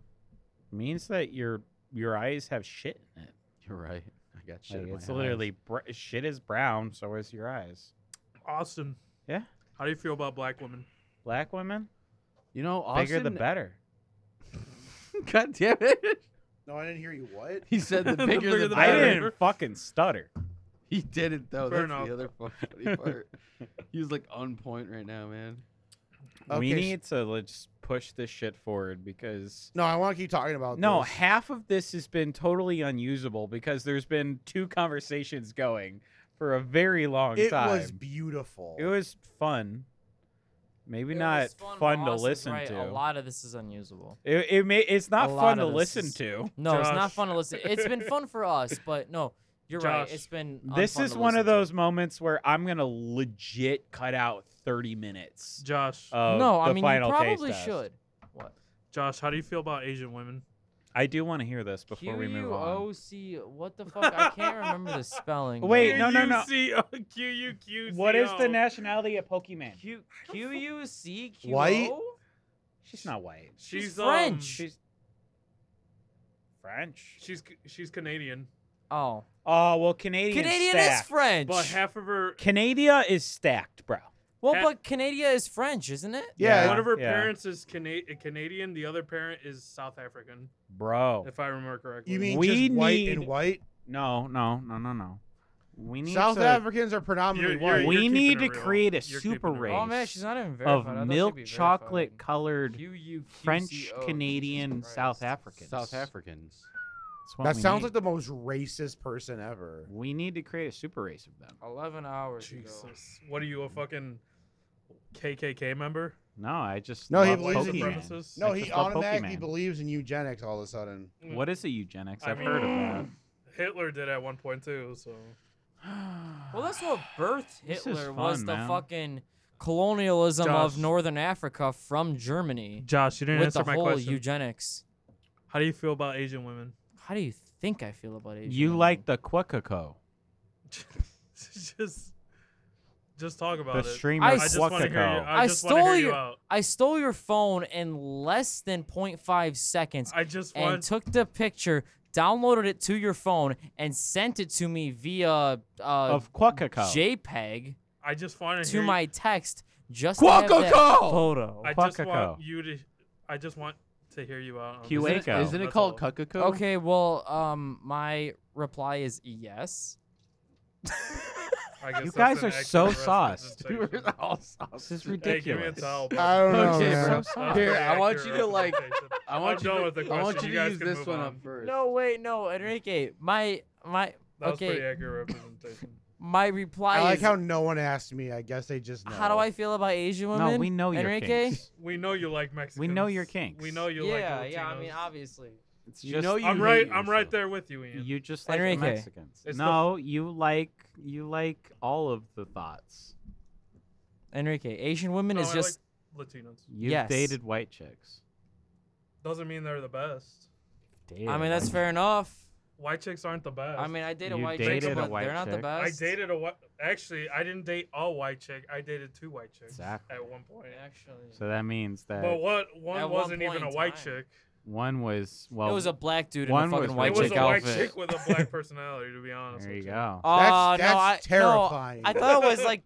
Speaker 2: means that your your eyes have shit in it.
Speaker 3: You're right. I got shit.
Speaker 2: Like,
Speaker 3: in my
Speaker 2: it's
Speaker 3: eyes.
Speaker 2: literally br- shit is brown, so is your eyes.
Speaker 4: Austin.
Speaker 2: Yeah.
Speaker 4: How do you feel about black women?
Speaker 2: Black women,
Speaker 3: you know Austin.
Speaker 2: bigger the better.
Speaker 3: God damn it!
Speaker 1: No, I didn't hear you. What?
Speaker 3: He said the
Speaker 4: The
Speaker 3: bigger the,
Speaker 4: bigger the
Speaker 2: I
Speaker 3: better.
Speaker 2: didn't fucking stutter.
Speaker 3: He didn't though.
Speaker 4: Fair
Speaker 3: That's
Speaker 4: enough.
Speaker 3: the other funny part. he was like on point right now, man.
Speaker 1: Okay,
Speaker 2: we
Speaker 1: s-
Speaker 2: need to let's push this shit forward because
Speaker 1: No, I want to keep talking about.
Speaker 2: no,
Speaker 1: this.
Speaker 2: half of this has been totally unusable because there's been two conversations going for a very long
Speaker 1: it
Speaker 2: time.
Speaker 1: was beautiful.
Speaker 2: it was fun. Maybe
Speaker 5: It
Speaker 2: not
Speaker 5: was fun,
Speaker 2: fun to
Speaker 5: Ross is
Speaker 2: listen
Speaker 5: right.
Speaker 2: to.
Speaker 5: A lot of this is unusable.
Speaker 2: It, it may it's not
Speaker 5: A
Speaker 2: fun
Speaker 5: lot
Speaker 2: to
Speaker 5: of this
Speaker 2: listen
Speaker 5: is-
Speaker 2: to.
Speaker 5: No, it's not
Speaker 4: Josh.
Speaker 5: fun to listen. It's been fun for us, but no, you're right.
Speaker 4: Josh.
Speaker 5: It's been.
Speaker 2: This
Speaker 5: unfun
Speaker 2: is
Speaker 5: to
Speaker 2: one of
Speaker 5: listen to.
Speaker 2: those moments where I'm gonna legit cut out 30 minutes.
Speaker 4: Josh.
Speaker 2: Of
Speaker 5: no, I
Speaker 2: uh, the
Speaker 5: mean you
Speaker 2: final taste
Speaker 5: probably
Speaker 2: test.
Speaker 5: should. What?
Speaker 4: Josh, how do you feel about Asian women?
Speaker 2: I do want to hear this before we move on.
Speaker 5: Q-U-O-C, What the fuck? I can't remember the spelling.
Speaker 2: Wait,
Speaker 5: dude.
Speaker 2: no, no, no.
Speaker 4: QUCO, QUQCO.
Speaker 2: What is the nationality of Pokemon?
Speaker 5: Q Q U C Q O.
Speaker 1: White?
Speaker 2: She's not white.
Speaker 5: She's
Speaker 4: um,
Speaker 5: French.
Speaker 2: She's French.
Speaker 4: She's she's Canadian,
Speaker 5: Oh,
Speaker 2: Oh well, Canadian.
Speaker 5: Canadian is
Speaker 2: stacked.
Speaker 5: French.
Speaker 4: but half of her
Speaker 2: Canada is stacked, bro.
Speaker 5: well,
Speaker 4: ha-
Speaker 5: but Canada is French, isn't it?
Speaker 1: Yeah,
Speaker 4: one of her
Speaker 2: yeah.
Speaker 4: parents is Cana- Canadian, the other parent is South African,
Speaker 2: Bro,
Speaker 4: if I remember correctly.
Speaker 1: You mean
Speaker 2: We
Speaker 1: just white and
Speaker 2: need-
Speaker 1: white?
Speaker 2: no, no, no, no, no. We need
Speaker 1: South
Speaker 2: to,
Speaker 1: Africans are predominantly
Speaker 4: You're- you're-
Speaker 1: white.
Speaker 2: we
Speaker 4: keeping
Speaker 2: need
Speaker 4: it
Speaker 2: to
Speaker 4: real.
Speaker 2: create a
Speaker 4: You're
Speaker 2: super
Speaker 4: keeping it real.
Speaker 2: race
Speaker 5: Oh man, she's not even verified. I
Speaker 2: of
Speaker 5: thought
Speaker 2: milk
Speaker 5: she'd be verified.
Speaker 2: chocolate colored
Speaker 5: QUQCO, Jesus
Speaker 2: French Canadian
Speaker 5: Christ.
Speaker 2: South Africans.
Speaker 3: South Africans.
Speaker 2: That's what
Speaker 1: That
Speaker 2: we
Speaker 1: sounds
Speaker 2: need.
Speaker 1: like the most racist person ever.
Speaker 2: We need to create a super race of them.
Speaker 5: Eleven hours ago.
Speaker 4: Jesus, what are you a fucking KKK member?
Speaker 2: No, I just
Speaker 1: No, he
Speaker 2: love
Speaker 1: believes in
Speaker 2: Pokemon.
Speaker 4: supremacists?
Speaker 1: No,
Speaker 2: I
Speaker 1: he
Speaker 2: just love
Speaker 1: automatically
Speaker 2: Pokemon.
Speaker 1: believes in eugenics all of a sudden.
Speaker 2: Mm. What is a eugenics?
Speaker 4: I
Speaker 2: I've heard
Speaker 4: mean-
Speaker 2: of
Speaker 4: Hitler did at one point too. So
Speaker 2: that.
Speaker 5: Well, that's what birthed
Speaker 2: This is
Speaker 5: Hitler was
Speaker 2: fun,
Speaker 5: the
Speaker 2: man.
Speaker 5: fucking colonialism
Speaker 4: Josh.
Speaker 5: of Northern Africa from Germany
Speaker 4: Josh, you didn't
Speaker 5: with
Speaker 4: answer
Speaker 5: the
Speaker 4: my
Speaker 5: whole
Speaker 4: question.
Speaker 5: eugenics.
Speaker 4: How do you feel about Asian women?
Speaker 5: How do you think I feel about Asian?
Speaker 2: you
Speaker 5: women?
Speaker 2: like the Quacoco,
Speaker 4: just just talk
Speaker 2: the
Speaker 4: about it.
Speaker 2: streamer
Speaker 5: I
Speaker 4: I just want to hear you.
Speaker 2: Quacoco.
Speaker 4: I,
Speaker 5: I
Speaker 4: just want to
Speaker 5: stole
Speaker 4: hear you
Speaker 5: your-
Speaker 4: out.
Speaker 5: I stole your phone in less than 0.5 seconds
Speaker 4: I just
Speaker 5: and
Speaker 4: want.
Speaker 5: took the picture, downloaded it to your phone, and sent it to me via uh,
Speaker 2: Of Quacoco.
Speaker 5: JPEG
Speaker 4: I just want to
Speaker 5: to
Speaker 4: hear.
Speaker 5: my text just to have that
Speaker 2: Quacko!
Speaker 5: photo.
Speaker 4: I just
Speaker 2: Quacoco.
Speaker 4: want you to. I just want to hear you out. on this.
Speaker 2: Isn't it- Waco.
Speaker 3: Isn't it
Speaker 4: That's
Speaker 3: called
Speaker 4: all.
Speaker 3: Cuckoo?
Speaker 5: Okay, well, um, my reply is yes.
Speaker 4: I guess
Speaker 2: You
Speaker 4: that's
Speaker 2: guys
Speaker 4: an
Speaker 2: are
Speaker 4: accurate
Speaker 2: so
Speaker 4: rest of
Speaker 2: sauce.
Speaker 4: the
Speaker 8: We're
Speaker 4: station.
Speaker 8: all sauce.
Speaker 2: This is
Speaker 4: Hey, give me a
Speaker 2: ridiculous.
Speaker 4: towel, bro.
Speaker 1: I don't
Speaker 5: Oh,
Speaker 1: know.
Speaker 8: Okay,
Speaker 1: man.
Speaker 8: bro.
Speaker 4: That's not
Speaker 8: Here,
Speaker 4: very
Speaker 8: I want
Speaker 4: accurate
Speaker 8: you to, like-
Speaker 4: representation.
Speaker 8: I want
Speaker 4: I'm
Speaker 8: you.
Speaker 4: done
Speaker 8: to-
Speaker 4: with the
Speaker 8: I want
Speaker 4: question.
Speaker 8: you
Speaker 4: You
Speaker 8: to
Speaker 4: guys
Speaker 8: use
Speaker 4: can
Speaker 8: this
Speaker 4: move
Speaker 8: one
Speaker 4: on.
Speaker 8: up first.
Speaker 5: No, wait, no, Enrique. My my
Speaker 4: That was
Speaker 5: Okay.
Speaker 4: pretty accurate representation.
Speaker 5: my reply
Speaker 1: I like
Speaker 5: is
Speaker 1: how no one asked me. I guess they just know.
Speaker 5: how do I feel about Asian women?
Speaker 2: No, we know your
Speaker 5: Enrique?
Speaker 2: kinks.
Speaker 4: We know you like Mexicans.
Speaker 2: know your
Speaker 4: We
Speaker 2: kinks.
Speaker 4: know you like
Speaker 5: yeah,
Speaker 4: Latinos.
Speaker 5: yeah, I mean obviously.
Speaker 2: It's
Speaker 8: You
Speaker 2: just-
Speaker 8: know you
Speaker 4: I'm
Speaker 8: hate
Speaker 4: right. I'm right
Speaker 8: yourself.
Speaker 4: there with you, Ian.
Speaker 2: You just like the
Speaker 5: Enrique.
Speaker 2: Mexicans.
Speaker 4: It's the-
Speaker 2: no, you like you like all of the thoughts.
Speaker 5: Enrique, Asian women
Speaker 4: No,
Speaker 5: is
Speaker 4: I
Speaker 5: just
Speaker 4: like Latinos.
Speaker 2: You've
Speaker 5: Yes.
Speaker 2: dated white chicks.
Speaker 4: Doesn't mean they're the best.
Speaker 5: I mean that's fair enough.
Speaker 4: White chicks aren't the best.
Speaker 5: I mean I date a
Speaker 2: You
Speaker 5: white
Speaker 2: dated
Speaker 5: chick,
Speaker 4: a
Speaker 5: but
Speaker 2: white
Speaker 5: they're not the
Speaker 2: chick?
Speaker 4: I
Speaker 5: best.
Speaker 4: dated a white. Actually, I didn't date all white chick. I dated two white chicks
Speaker 2: Exactly.
Speaker 4: at one point.
Speaker 5: actually.
Speaker 2: So that means that
Speaker 4: But what one
Speaker 5: At one
Speaker 4: wasn't even
Speaker 5: point
Speaker 4: a
Speaker 5: in
Speaker 4: white
Speaker 5: time.
Speaker 4: chick.
Speaker 2: one was well.
Speaker 5: it was a black dude in a
Speaker 2: one
Speaker 5: fucking
Speaker 2: was
Speaker 5: white
Speaker 4: it was
Speaker 5: chick
Speaker 4: a white
Speaker 5: outfit.
Speaker 4: chick with a black personality, to be honest.
Speaker 2: there you
Speaker 4: with
Speaker 2: go.
Speaker 5: Oh
Speaker 1: That's,
Speaker 5: no,
Speaker 1: that's
Speaker 5: I, no,
Speaker 1: terrifying.
Speaker 5: I thought it was like,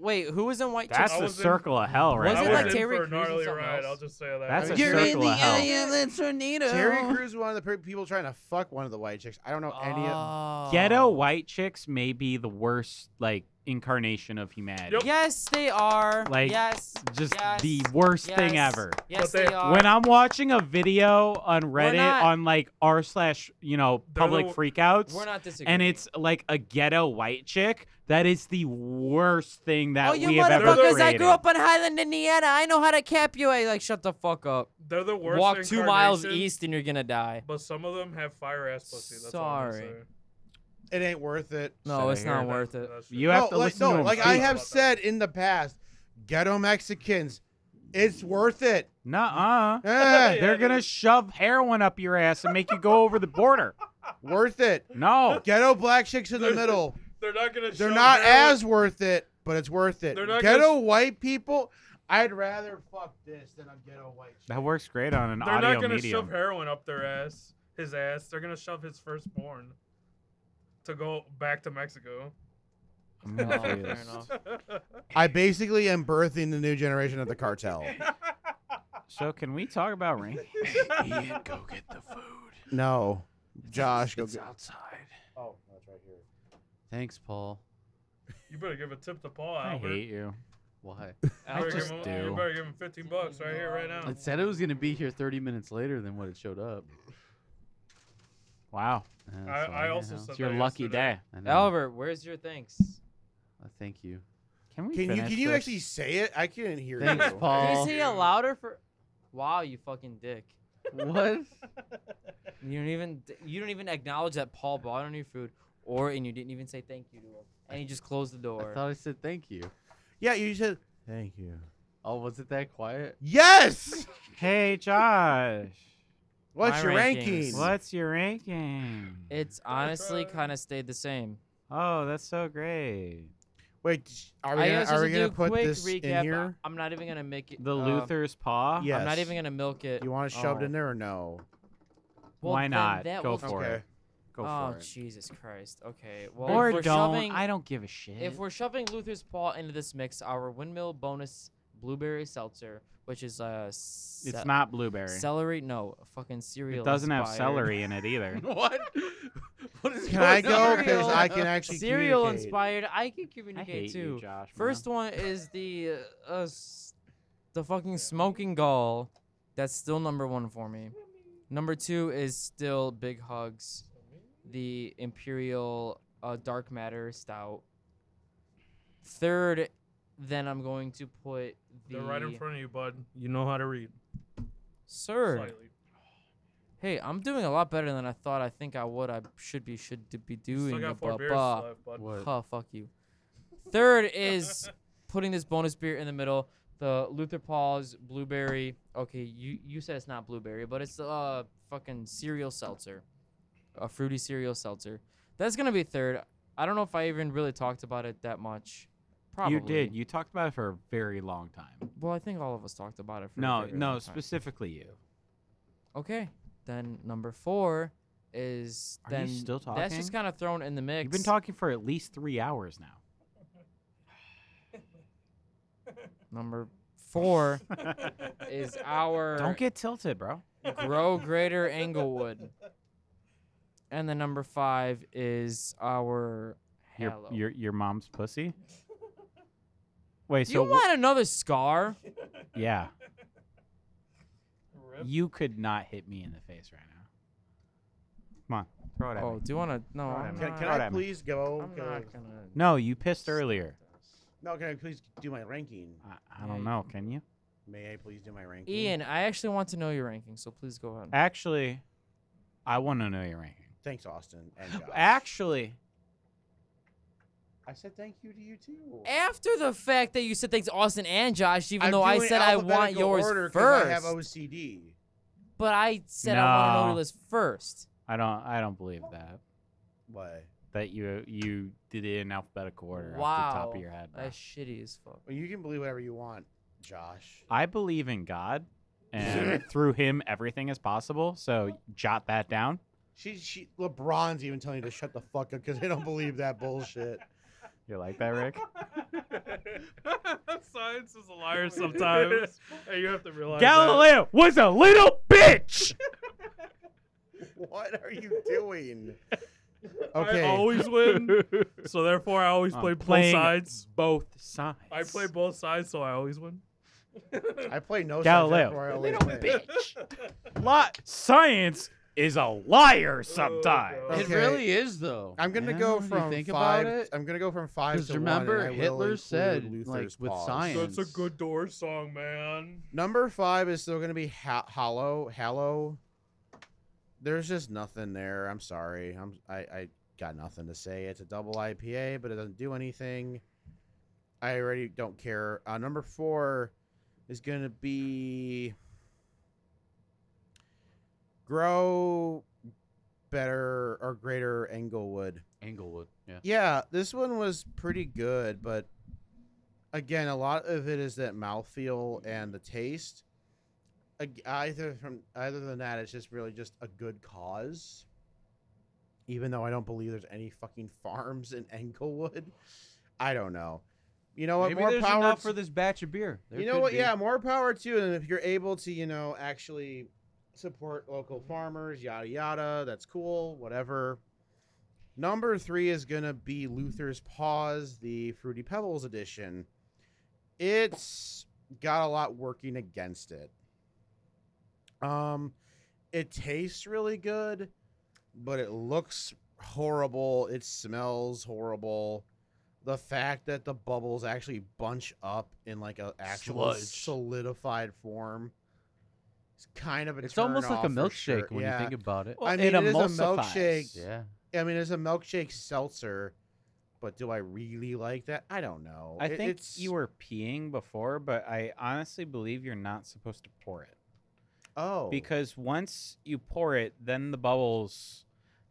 Speaker 5: wait, who was in white
Speaker 2: That's
Speaker 4: I
Speaker 5: chicks?
Speaker 2: a
Speaker 4: was in-
Speaker 2: circle of hell, right?
Speaker 5: Was
Speaker 4: I
Speaker 5: it
Speaker 2: there.
Speaker 5: like
Speaker 4: was in
Speaker 5: Terry
Speaker 4: for a
Speaker 5: Crews or
Speaker 4: gnarly
Speaker 5: something
Speaker 4: ride.
Speaker 5: else?
Speaker 4: I'll just say that.
Speaker 2: That's
Speaker 4: I
Speaker 2: a
Speaker 1: mean, you're
Speaker 2: circle of hell.
Speaker 8: tornado.
Speaker 1: Terry Crews was one of the per- people trying to fuck one of the white chicks. I don't know Oh, any of.
Speaker 5: Oh.
Speaker 2: Ghetto white chicks may be the worst like incarnation of humanity.
Speaker 4: Yep.
Speaker 5: Yes, they are.
Speaker 2: Like,
Speaker 5: yes.
Speaker 2: Just
Speaker 5: Yes.
Speaker 2: the worst thing
Speaker 5: Yes.
Speaker 2: ever.
Speaker 5: Yes,
Speaker 4: they-
Speaker 5: they, are.
Speaker 2: When I'm watching a video on Reddit
Speaker 5: not-
Speaker 2: on like r slash you know
Speaker 4: They're the
Speaker 2: public
Speaker 4: wo-
Speaker 2: freakouts,
Speaker 5: We're not disagreeing.
Speaker 2: and it's like a ghetto white chick. That is the worst thing that
Speaker 5: oh, you
Speaker 2: we have ever
Speaker 5: motherfuckers!
Speaker 2: created.
Speaker 5: I grew up in Highland, Indiana. I know how to cap you. I like shut the fuck up.
Speaker 4: They're the worst.
Speaker 5: Walk two miles
Speaker 4: incarnation,
Speaker 5: east and you're gonna die.
Speaker 4: But some of them have fire ass pussy. That's all I'm
Speaker 5: Sorry.
Speaker 4: saying.
Speaker 1: It ain't worth it.
Speaker 5: No,
Speaker 2: So
Speaker 5: it's
Speaker 2: here-
Speaker 5: not
Speaker 4: That-
Speaker 5: worth it.
Speaker 4: that's true.
Speaker 2: You have
Speaker 1: no,
Speaker 2: to
Speaker 1: like,
Speaker 2: listen to
Speaker 1: no,
Speaker 2: him
Speaker 1: like I
Speaker 2: speak.
Speaker 1: have said in the past, ghetto Mexicans, it's worth it.
Speaker 2: Nuh-uh.
Speaker 1: Eh,
Speaker 2: They're gonna shove heroin up your ass and make you go over the border.
Speaker 1: worth it.
Speaker 2: No.
Speaker 1: Ghetto black chicks in the
Speaker 4: They're-
Speaker 1: middle.
Speaker 4: They're not gonna.
Speaker 1: They're
Speaker 4: shove
Speaker 1: not
Speaker 4: heroin-
Speaker 1: as worth it, but it's worth it.
Speaker 4: They're not
Speaker 1: Ghetto
Speaker 4: gonna-
Speaker 1: white people, I'd rather fuck this than a ghetto white. chick.
Speaker 2: That works great on an
Speaker 4: They're not
Speaker 2: audio
Speaker 4: gonna
Speaker 2: medium.
Speaker 4: shove heroin up their ass, his ass. They're gonna shove his firstborn to go back to Mexico.
Speaker 2: I'm
Speaker 5: No, fair
Speaker 2: confused.
Speaker 5: enough.
Speaker 1: I basically am birthing the new generation of the cartel.
Speaker 2: So can we talk about rain?
Speaker 8: Ian, go get the food.
Speaker 1: No, Josh, go
Speaker 8: it's
Speaker 1: get.
Speaker 8: outside.
Speaker 1: Oh, that's right here.
Speaker 8: Thanks, Paul.
Speaker 4: you better give a tip to Paul.
Speaker 2: I
Speaker 4: Albert.
Speaker 2: hate you.
Speaker 8: Why?
Speaker 4: You
Speaker 8: I
Speaker 4: better
Speaker 8: just
Speaker 4: give him, You
Speaker 8: do.
Speaker 4: better give him 15 bucks right here, right now.
Speaker 8: It said it was gonna be here 30 minutes later than what it showed up.
Speaker 2: Wow.
Speaker 8: Yeah,
Speaker 4: I-
Speaker 8: so
Speaker 4: I
Speaker 8: know.
Speaker 4: also said
Speaker 8: it's your
Speaker 4: that
Speaker 8: lucky
Speaker 4: yesterday.
Speaker 8: day. I know.
Speaker 5: Albert, where's your thanks?
Speaker 8: Uh, Thank you.
Speaker 2: Can we?
Speaker 1: Can you
Speaker 2: finish
Speaker 1: can you
Speaker 2: this?
Speaker 1: actually say it? I couldn't hear
Speaker 8: Thanks,
Speaker 1: you.
Speaker 5: Can you
Speaker 8: Paul.
Speaker 5: say it louder for? Wow, you fucking dick.
Speaker 8: what?
Speaker 5: You don't even you don't even acknowledge that Paul bought on your food, or and you didn't even say thank you to him, and you just closed the
Speaker 8: I
Speaker 5: door.
Speaker 8: thought I said thank you.
Speaker 1: Yeah, you said thank you.
Speaker 8: Oh, was it that quiet?
Speaker 1: Yes.
Speaker 2: Hey Josh,
Speaker 1: What's
Speaker 5: My
Speaker 1: your ranking?
Speaker 5: rankings.
Speaker 2: what's your ranking?
Speaker 5: It's honestly kind of stayed the same.
Speaker 2: Oh, that's so great.
Speaker 1: Wait, sh- are we
Speaker 5: I
Speaker 1: gonna,
Speaker 5: guess we
Speaker 1: are we
Speaker 5: should
Speaker 1: gonna
Speaker 5: do
Speaker 1: put
Speaker 5: quick
Speaker 1: this
Speaker 5: recap.
Speaker 1: in
Speaker 5: I-
Speaker 1: here?
Speaker 5: I'm not even gonna make it.
Speaker 2: The
Speaker 5: uh,
Speaker 2: Luther's paw.
Speaker 1: Yeah.
Speaker 5: I'm not
Speaker 1: Yes.
Speaker 5: even gonna milk it.
Speaker 1: Do you want to shove it
Speaker 5: Oh.
Speaker 1: in there or no?
Speaker 5: Well,
Speaker 2: Why
Speaker 5: then
Speaker 2: not?
Speaker 5: that
Speaker 2: Go
Speaker 5: will-
Speaker 2: for
Speaker 1: Okay.
Speaker 2: it. Go
Speaker 5: oh
Speaker 2: for it.
Speaker 5: Jesus Christ. Okay. Well,
Speaker 2: Or
Speaker 5: if we're
Speaker 2: don't.
Speaker 5: Shoving,
Speaker 2: I don't give a shit.
Speaker 5: If we're shoving Luther's paw into this mix, our windmill bonus blueberry seltzer, which is uh,
Speaker 2: it's not blueberry.
Speaker 5: celery. No, fucking cereal.
Speaker 2: It doesn't have
Speaker 5: inspired-
Speaker 2: celery in it either.
Speaker 8: what? what is
Speaker 1: Can I go? Because
Speaker 5: Cereal.
Speaker 1: I can actually
Speaker 5: Cereal
Speaker 1: communicate.
Speaker 5: inspired. I can
Speaker 2: I
Speaker 5: communicate
Speaker 2: hate
Speaker 5: too.
Speaker 2: you, Josh.
Speaker 5: First one is the uh, uh s- the fucking smoking gall. That's still number one for me. Number two is still Big Hugs, the Imperial uh, Dark Matter Stout. Third, then I'm going to put the
Speaker 4: They're right in front of you, bud. You know how to read.
Speaker 5: Sir,
Speaker 4: Slightly.
Speaker 5: hey, I'm doing a lot better than I thought. I think I would. I should be should d- be doing.
Speaker 4: Still got four
Speaker 5: ba-
Speaker 4: beers
Speaker 5: ba-
Speaker 4: left, bud.
Speaker 8: What?
Speaker 5: Huh, fuck you. Third is putting this bonus beer in the middle. The Luther Paul's blueberry. Okay, you you said it's not blueberry, but it's uh fucking cereal seltzer, a fruity cereal seltzer. That's gonna be third. I don't know if I even really talked about it that much. Probably.
Speaker 2: You did. You talked about it for a very long time.
Speaker 5: well, I think all of us talked about it. For a
Speaker 2: No,
Speaker 5: very
Speaker 2: no,
Speaker 5: long time.
Speaker 2: specifically you.
Speaker 5: Okay, then number four is
Speaker 2: Are you
Speaker 5: then
Speaker 2: still
Speaker 5: that's just kind of thrown in the mix.
Speaker 2: You've been talking for at least three hours now.
Speaker 5: Number four is our
Speaker 2: Don't get tilted, bro.
Speaker 5: Grow Greater Englewood. And the number five is our
Speaker 2: Your
Speaker 5: Hello.
Speaker 2: your your mom's pussy. Wait,
Speaker 5: Do
Speaker 2: so
Speaker 5: you
Speaker 2: wh-
Speaker 5: want another scar?
Speaker 2: yeah,
Speaker 4: Rip.
Speaker 2: you could not hit me in the face right now. Come on, throw it at
Speaker 5: Oh,
Speaker 2: me.
Speaker 5: do you want to? No,
Speaker 2: Throw it
Speaker 5: I'm
Speaker 2: at me.
Speaker 1: Can,
Speaker 5: not,
Speaker 1: can
Speaker 2: Throw it
Speaker 1: I
Speaker 2: at me.
Speaker 1: please go?
Speaker 5: I'm
Speaker 1: Can-
Speaker 5: not gonna.
Speaker 2: No, you pissed earlier.
Speaker 1: No, can I please do my ranking?
Speaker 2: I, I
Speaker 5: Yeah,
Speaker 2: don't
Speaker 5: you
Speaker 2: know. Can you?
Speaker 1: May I please do my ranking?
Speaker 5: Ian, I actually want to know your ranking, so please go ahead.
Speaker 2: Actually, I want to know your ranking.
Speaker 1: Thanks, Austin. And Josh.
Speaker 2: Actually,
Speaker 1: I said thank you to you too.
Speaker 5: After the fact that you said thanks, to Austin and Josh, even
Speaker 1: I'm
Speaker 5: though I
Speaker 1: doing
Speaker 5: said I want
Speaker 1: alphabetical
Speaker 5: yours
Speaker 1: order 'cause
Speaker 5: first,
Speaker 1: I have OCD.
Speaker 5: but I said I want to know your
Speaker 2: No.
Speaker 5: list first.
Speaker 2: I don't. I don't believe that.
Speaker 1: Why?
Speaker 2: That you you did it in alphabetical order off the top
Speaker 5: Wow.
Speaker 2: of your head. bro.
Speaker 5: That's shitty as fuck.
Speaker 1: Well, you can believe whatever you want, Josh.
Speaker 2: I believe in God, and through Him everything is possible. So jot that down.
Speaker 1: She, she, LeBron's even telling you to shut the fuck up because they don't believe that bullshit.
Speaker 2: You like that, Rick?
Speaker 4: Science is a liar sometimes, and you have to realize.
Speaker 2: Galileo was a little bitch.
Speaker 1: What are you doing?
Speaker 4: that.
Speaker 1: Okay.
Speaker 4: I always win, so therefore I always
Speaker 2: I'm
Speaker 4: play both
Speaker 2: playing
Speaker 4: sides.
Speaker 2: Both sides.
Speaker 4: I play both sides, so I always win.
Speaker 1: I play no Galileo.
Speaker 2: Galileo.
Speaker 1: I always win.
Speaker 2: Lot science is a liar sometimes.
Speaker 4: Oh, God.
Speaker 8: It
Speaker 1: Okay.
Speaker 8: really is though.
Speaker 1: I'm gonna
Speaker 8: man,
Speaker 1: go
Speaker 8: when you
Speaker 1: from
Speaker 8: think
Speaker 1: five.
Speaker 8: about it.
Speaker 1: I'm gonna go from five
Speaker 8: 'Cause
Speaker 1: to
Speaker 8: remember,
Speaker 1: one. and I will
Speaker 8: Hitler
Speaker 1: include
Speaker 8: said, like,
Speaker 1: Luther's
Speaker 8: with
Speaker 1: pause.
Speaker 8: science-
Speaker 4: That's a good door song, man.
Speaker 1: Number five is still gonna be ha- Hollow. Hallow. There's just nothing there. I'm sorry. I'm I, I got nothing to say. It's a double IPA, but it doesn't do anything. I already don't care. Uh, number four is gonna be grow better or greater Englewood.
Speaker 8: Englewood. Yeah.
Speaker 1: Yeah, this one was pretty good, but again, a lot of it is that mouthfeel and the taste. Ag- Either from either than that, it's just really just a good cause. Even though I don't believe there's any fucking farms in Englewood, I don't know. You know what?
Speaker 8: Maybe
Speaker 1: more
Speaker 8: there's
Speaker 1: power
Speaker 8: enough
Speaker 1: to-
Speaker 8: for this batch of beer. There
Speaker 1: you know
Speaker 8: could
Speaker 1: what?
Speaker 8: be.
Speaker 1: Yeah, more power to you. And if you're able to, you know, actually support local farmers, yada yada, that's cool. Whatever. Number three is gonna be Luther's Paws, the Fruity Pebbles edition. It's got a lot working against it. Um, it tastes really good, but it looks horrible. It smells horrible the fact that the bubbles actually bunch up in like a actual
Speaker 8: Sludge.
Speaker 1: solidified form it's kind of a
Speaker 8: It's
Speaker 1: turn
Speaker 8: almost like
Speaker 1: off
Speaker 8: a
Speaker 1: for
Speaker 8: milkshake
Speaker 1: sure.
Speaker 8: when
Speaker 1: yeah.
Speaker 8: you think about it.
Speaker 1: I mean, it is a milkshake.
Speaker 8: Yeah.
Speaker 1: i mean it's a milkshake seltzer but do i really like that i don't know
Speaker 2: I
Speaker 1: It-
Speaker 2: think
Speaker 1: it's,
Speaker 2: you were peeing before, but I honestly believe you're not supposed to pour it
Speaker 1: oh
Speaker 2: because once you pour it, then the bubbles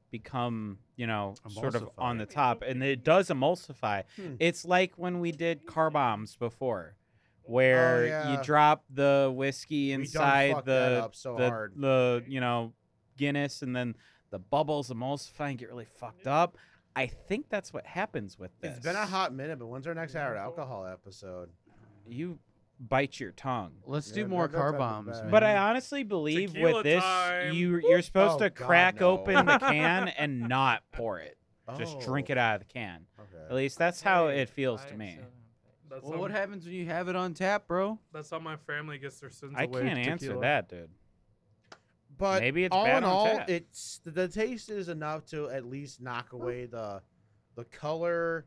Speaker 2: become, you know, sort of on the
Speaker 4: Emulsify.
Speaker 2: top, and it does emulsify.
Speaker 1: Hmm.
Speaker 2: It's like when we did car bombs before, where
Speaker 1: Oh, yeah.
Speaker 2: you drop the whiskey
Speaker 1: we done
Speaker 2: inside
Speaker 1: fucked that
Speaker 2: the
Speaker 1: up so
Speaker 2: the,
Speaker 1: hard
Speaker 2: the you know Guinness, and then the bubbles emulsify and get really fucked up. I think that's what happens with this.
Speaker 1: it's been a hot minute but when's our next hour alcohol episode
Speaker 2: You bite your tongue.
Speaker 8: Let's
Speaker 1: Yeah,
Speaker 8: do more
Speaker 1: that- that's
Speaker 8: car
Speaker 1: not
Speaker 8: bombs.
Speaker 1: bad.
Speaker 2: But I
Speaker 8: man.
Speaker 2: honestly believe
Speaker 4: Tequila
Speaker 2: with this,
Speaker 4: time.
Speaker 2: you you're supposed
Speaker 1: Oh,
Speaker 2: to
Speaker 1: God,
Speaker 2: crack
Speaker 1: no.
Speaker 2: open the can and not pour it. Just drink
Speaker 1: Oh,
Speaker 2: it out of the can. At
Speaker 1: okay.
Speaker 2: least that's how
Speaker 5: Hey,
Speaker 2: it feels
Speaker 5: I
Speaker 2: to me.
Speaker 5: accept-
Speaker 4: That's,
Speaker 8: Well,
Speaker 4: how,
Speaker 8: what happens when you have it on tap, bro?
Speaker 4: that's how my family gets their sins
Speaker 2: I
Speaker 4: away.
Speaker 2: can't
Speaker 4: with
Speaker 2: answer
Speaker 4: tequila.
Speaker 2: that, dude.
Speaker 1: but
Speaker 2: Maybe it's
Speaker 1: all
Speaker 2: bad
Speaker 1: in
Speaker 2: on
Speaker 1: all,
Speaker 2: tap.
Speaker 1: it's the, the taste is enough to at least knock away the the color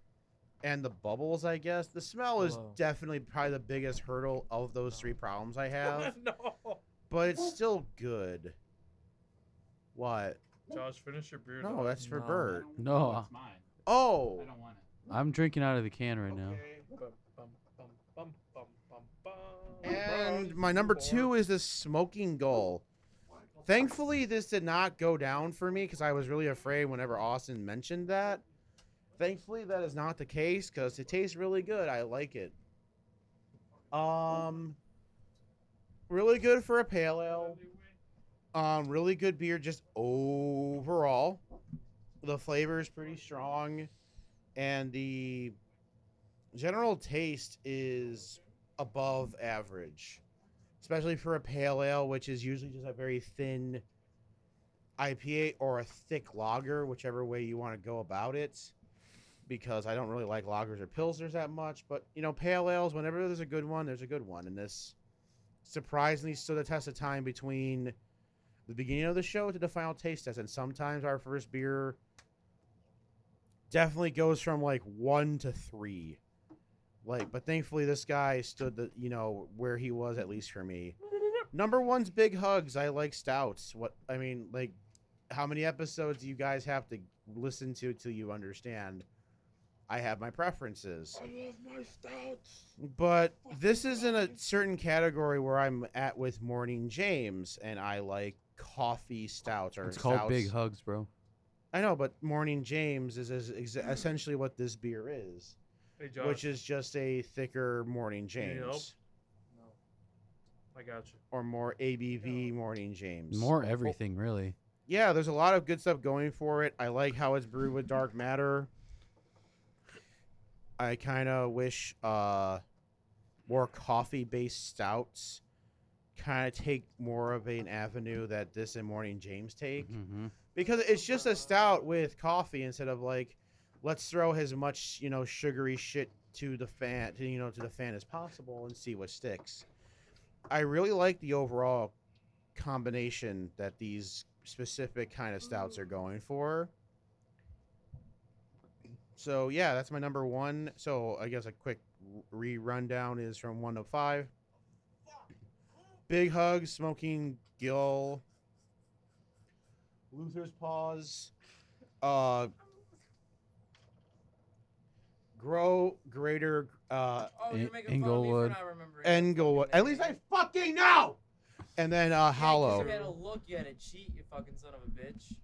Speaker 1: and the bubbles. I guess the smell is
Speaker 5: Whoa.
Speaker 1: definitely probably the biggest hurdle of those three problems I have,
Speaker 4: no.
Speaker 1: but it's still good. What?
Speaker 4: Josh, finish your beer.
Speaker 1: No,
Speaker 4: dog.
Speaker 1: that's for
Speaker 5: No.
Speaker 1: Bert.
Speaker 9: uh,
Speaker 8: No,
Speaker 2: mine.
Speaker 1: Oh,
Speaker 2: want it.
Speaker 8: I'm drinking out of the can right now.
Speaker 4: Okay. Bum, bum, bum, bum, bum, bum, bum.
Speaker 1: and my number two is this smoking goal. Thankfully, this did not go down for me because I was really afraid whenever Austin mentioned that. Thankfully, that is not the case because it tastes really good. I like it. Um, really good for a pale ale. Um, really good beer just overall. The flavor is pretty strong, and the general taste is above average, especially for a pale ale, which is usually just a very thin IPA or a thick lager, whichever way you want to go about it. because I don't really like lagers or pilsners that much. But you know, pale ales. Whenever there's a good one, there's a good one. And this surprisingly stood the test of time between the beginning of the show to the final taste test. And sometimes our first beer definitely goes from like one to three. Like, but thankfully this guy stood the you know where he was at least for me. Number one's big hugs. I like stouts. What I mean, like, how many episodes do you guys have to listen to till you understand? I have my preferences. I love my stouts. But this is in a certain category where I'm at with Morning James, and I like coffee stouts or
Speaker 9: It's called
Speaker 1: stouts.
Speaker 9: Big Hugs, bro.
Speaker 1: I know, but Morning James is, is ex- essentially what this beer is,
Speaker 4: Hey, Josh.
Speaker 1: which is just a thicker Morning James
Speaker 4: I got you.
Speaker 1: or more ABV Morning James.
Speaker 3: oh.
Speaker 9: More everything, really.
Speaker 1: yeah, there's a lot of good stuff going for it. I like how it's brewed with dark matter. I kind of wish uh, more coffee-based stouts kind of take more of an avenue that this and Morning James take.
Speaker 3: Mm-hmm.
Speaker 1: because it's just a stout with coffee instead of like let's throw as much you know sugary shit to the fan to, you know to the fan as possible and see what sticks i really like the overall combination that these specific kind of stouts are going for so yeah that's my number one so i guess a quick re rundown is from one to five big hug smoking gill Luther's Paws, uh, Grow Greater uh,
Speaker 5: Oh,
Speaker 9: you're En- making fun of me for Englewood. not
Speaker 5: remembering.
Speaker 1: Englewood. At least I fucking know. And then uh, Hollow.
Speaker 5: You had a look. You had a cheat. You fucking son of a bitch.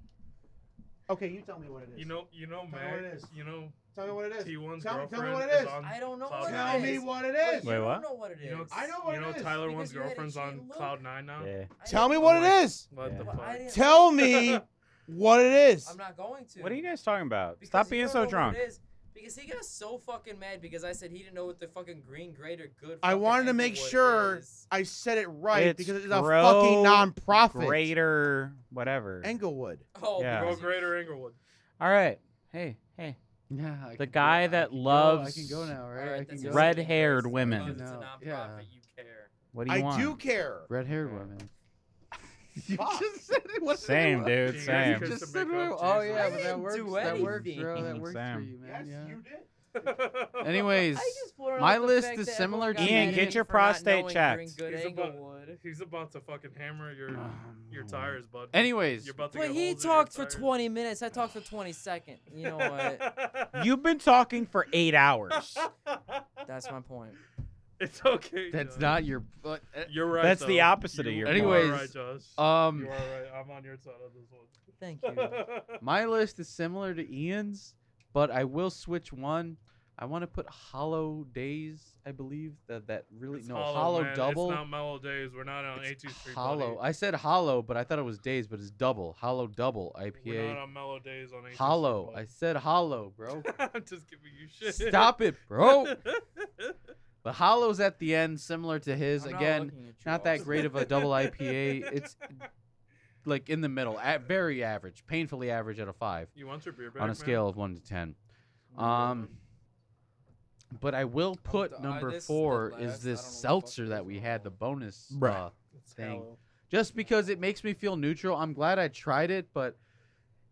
Speaker 1: Okay, you tell me what it is.
Speaker 4: You know, you know,
Speaker 1: Tell me what it
Speaker 4: Mac.
Speaker 1: is.
Speaker 4: You know,
Speaker 1: tell me what it is.
Speaker 4: T1's
Speaker 1: Tell me-
Speaker 4: girlfriend
Speaker 1: tell me what it is.
Speaker 4: on.
Speaker 5: I don't know
Speaker 4: Cloud
Speaker 5: what
Speaker 1: Tell
Speaker 5: it
Speaker 1: me
Speaker 5: is.
Speaker 1: what it
Speaker 5: But
Speaker 1: is.
Speaker 5: you
Speaker 2: Wait,
Speaker 5: don't
Speaker 2: what?
Speaker 5: know what it
Speaker 4: You
Speaker 5: is.
Speaker 4: know,
Speaker 1: I know what
Speaker 4: you know
Speaker 1: it is,
Speaker 4: Tyler
Speaker 5: because
Speaker 4: One's
Speaker 5: you had a
Speaker 4: girlfriend's
Speaker 5: cheat
Speaker 4: on
Speaker 5: look.
Speaker 4: Cloud Nine now.
Speaker 2: Yeah.
Speaker 5: I
Speaker 1: Tell
Speaker 5: know-
Speaker 1: me what it
Speaker 4: Like-
Speaker 1: is.
Speaker 4: What the
Speaker 2: Yeah.
Speaker 5: Well, I
Speaker 4: fuck?
Speaker 5: didn't-
Speaker 1: Tell me what it is.
Speaker 5: I'm not going to.
Speaker 2: What are you guys talking about?
Speaker 5: Because
Speaker 2: Stop
Speaker 5: you
Speaker 2: being
Speaker 5: don't
Speaker 2: so
Speaker 5: know what
Speaker 2: drunk.
Speaker 5: it is. Because he got so fucking mad because I said he didn't know what the fucking green grader good.
Speaker 1: I
Speaker 5: fucking
Speaker 1: wanted to make
Speaker 5: Englewood
Speaker 1: sure
Speaker 5: is.
Speaker 1: I said it right
Speaker 2: It's
Speaker 1: because it's a
Speaker 2: Grow
Speaker 1: fucking nonprofit.
Speaker 2: Greater whatever.
Speaker 1: Englewood.
Speaker 5: Oh,
Speaker 2: Yeah.
Speaker 4: Go
Speaker 5: because you-
Speaker 4: Greater Englewood.
Speaker 2: All right. Hey, hey.
Speaker 3: Yeah. I
Speaker 2: The
Speaker 3: can go-
Speaker 2: guy
Speaker 3: I
Speaker 2: that
Speaker 3: can go-
Speaker 2: loves
Speaker 3: I can go now, right? I
Speaker 5: Alright,
Speaker 3: can
Speaker 5: that's
Speaker 3: go.
Speaker 5: your
Speaker 2: red-
Speaker 5: second
Speaker 2: Red-haired
Speaker 5: choice,
Speaker 2: women.
Speaker 5: because It's a
Speaker 3: No,
Speaker 5: nonprofit.
Speaker 3: yeah.
Speaker 5: You care.
Speaker 2: What do you
Speaker 1: I
Speaker 2: want?
Speaker 1: do care.
Speaker 3: Red-haired
Speaker 2: Yeah.
Speaker 3: woman.
Speaker 1: You Fuck.
Speaker 3: just said it. What
Speaker 2: Same, dude.
Speaker 4: You
Speaker 2: Same.
Speaker 4: guys
Speaker 3: Just
Speaker 4: Just
Speaker 3: said
Speaker 4: make
Speaker 3: what-
Speaker 4: up
Speaker 3: oh
Speaker 4: Jesus.
Speaker 3: yeah,
Speaker 5: I
Speaker 3: but that
Speaker 5: didn't
Speaker 3: works.
Speaker 5: do
Speaker 3: That works, bro. That
Speaker 2: anything.
Speaker 3: works for
Speaker 2: Sam.
Speaker 3: you, man. yeah.
Speaker 1: did.
Speaker 3: Anyways, my list is similar to
Speaker 2: Ian, get your prostate checked.
Speaker 5: Good
Speaker 4: He's a bu-
Speaker 5: Englewood.
Speaker 4: He's about to fucking hammer your your
Speaker 3: Um,
Speaker 4: tires, bud.
Speaker 3: Anyways,
Speaker 4: You're about to
Speaker 5: But
Speaker 4: get
Speaker 5: he
Speaker 4: holes in your
Speaker 5: talked for
Speaker 4: tires.
Speaker 5: 20 minutes. I talked for 20 seconds. You know what?
Speaker 2: You've been talking for eight hours.
Speaker 5: That's my point.
Speaker 4: It's okay.
Speaker 3: that's
Speaker 4: Josh.
Speaker 3: not your. But, uh,
Speaker 4: You're right.
Speaker 2: That's the
Speaker 4: though.
Speaker 2: opposite of
Speaker 4: You-
Speaker 2: your
Speaker 4: you
Speaker 3: Anyways,
Speaker 4: are right, Josh.
Speaker 3: um,
Speaker 4: you are right. I'm on your side on this one.
Speaker 5: Thank you.
Speaker 3: my list is similar to Ian's, but I will switch one. I want to put Hollow Days. I believe that that really
Speaker 4: It's
Speaker 3: no
Speaker 4: hollow,
Speaker 3: Hollow,
Speaker 4: man.
Speaker 3: Double.
Speaker 4: It's not mellow days. We're not on
Speaker 3: It's
Speaker 4: A2 Street.
Speaker 3: hollow.
Speaker 4: buddy.
Speaker 3: I said hollow, but I thought it was days, but it's double. Hollow double
Speaker 4: We're not
Speaker 3: IPA.
Speaker 4: on mellow days on 18th
Speaker 3: Hollow. I said hollow, bro.
Speaker 4: I'm just giving you shit.
Speaker 3: Stop it, bro. But hollow's at the end, similar to his.
Speaker 5: I'm not
Speaker 3: Again,
Speaker 5: looking at you,
Speaker 3: not that
Speaker 5: Austin.
Speaker 3: great of a double IPA. It's like in the middle, at very average, painfully average at a five
Speaker 4: You want your beer back,
Speaker 3: on a
Speaker 4: man?
Speaker 3: scale of one to ten. Um, but I will put
Speaker 5: d- I-
Speaker 3: number
Speaker 5: this is the
Speaker 3: four
Speaker 5: last. I
Speaker 3: is
Speaker 5: don't know what
Speaker 3: this
Speaker 5: the fuck
Speaker 3: seltzer
Speaker 5: it
Speaker 3: that
Speaker 5: is
Speaker 3: we
Speaker 5: on
Speaker 3: had, the
Speaker 5: hold.
Speaker 3: bonus
Speaker 2: Bruh.
Speaker 3: uh,
Speaker 4: It's
Speaker 3: thing.
Speaker 4: hollow.
Speaker 3: just because it makes me feel neutral. I'm glad I tried it, but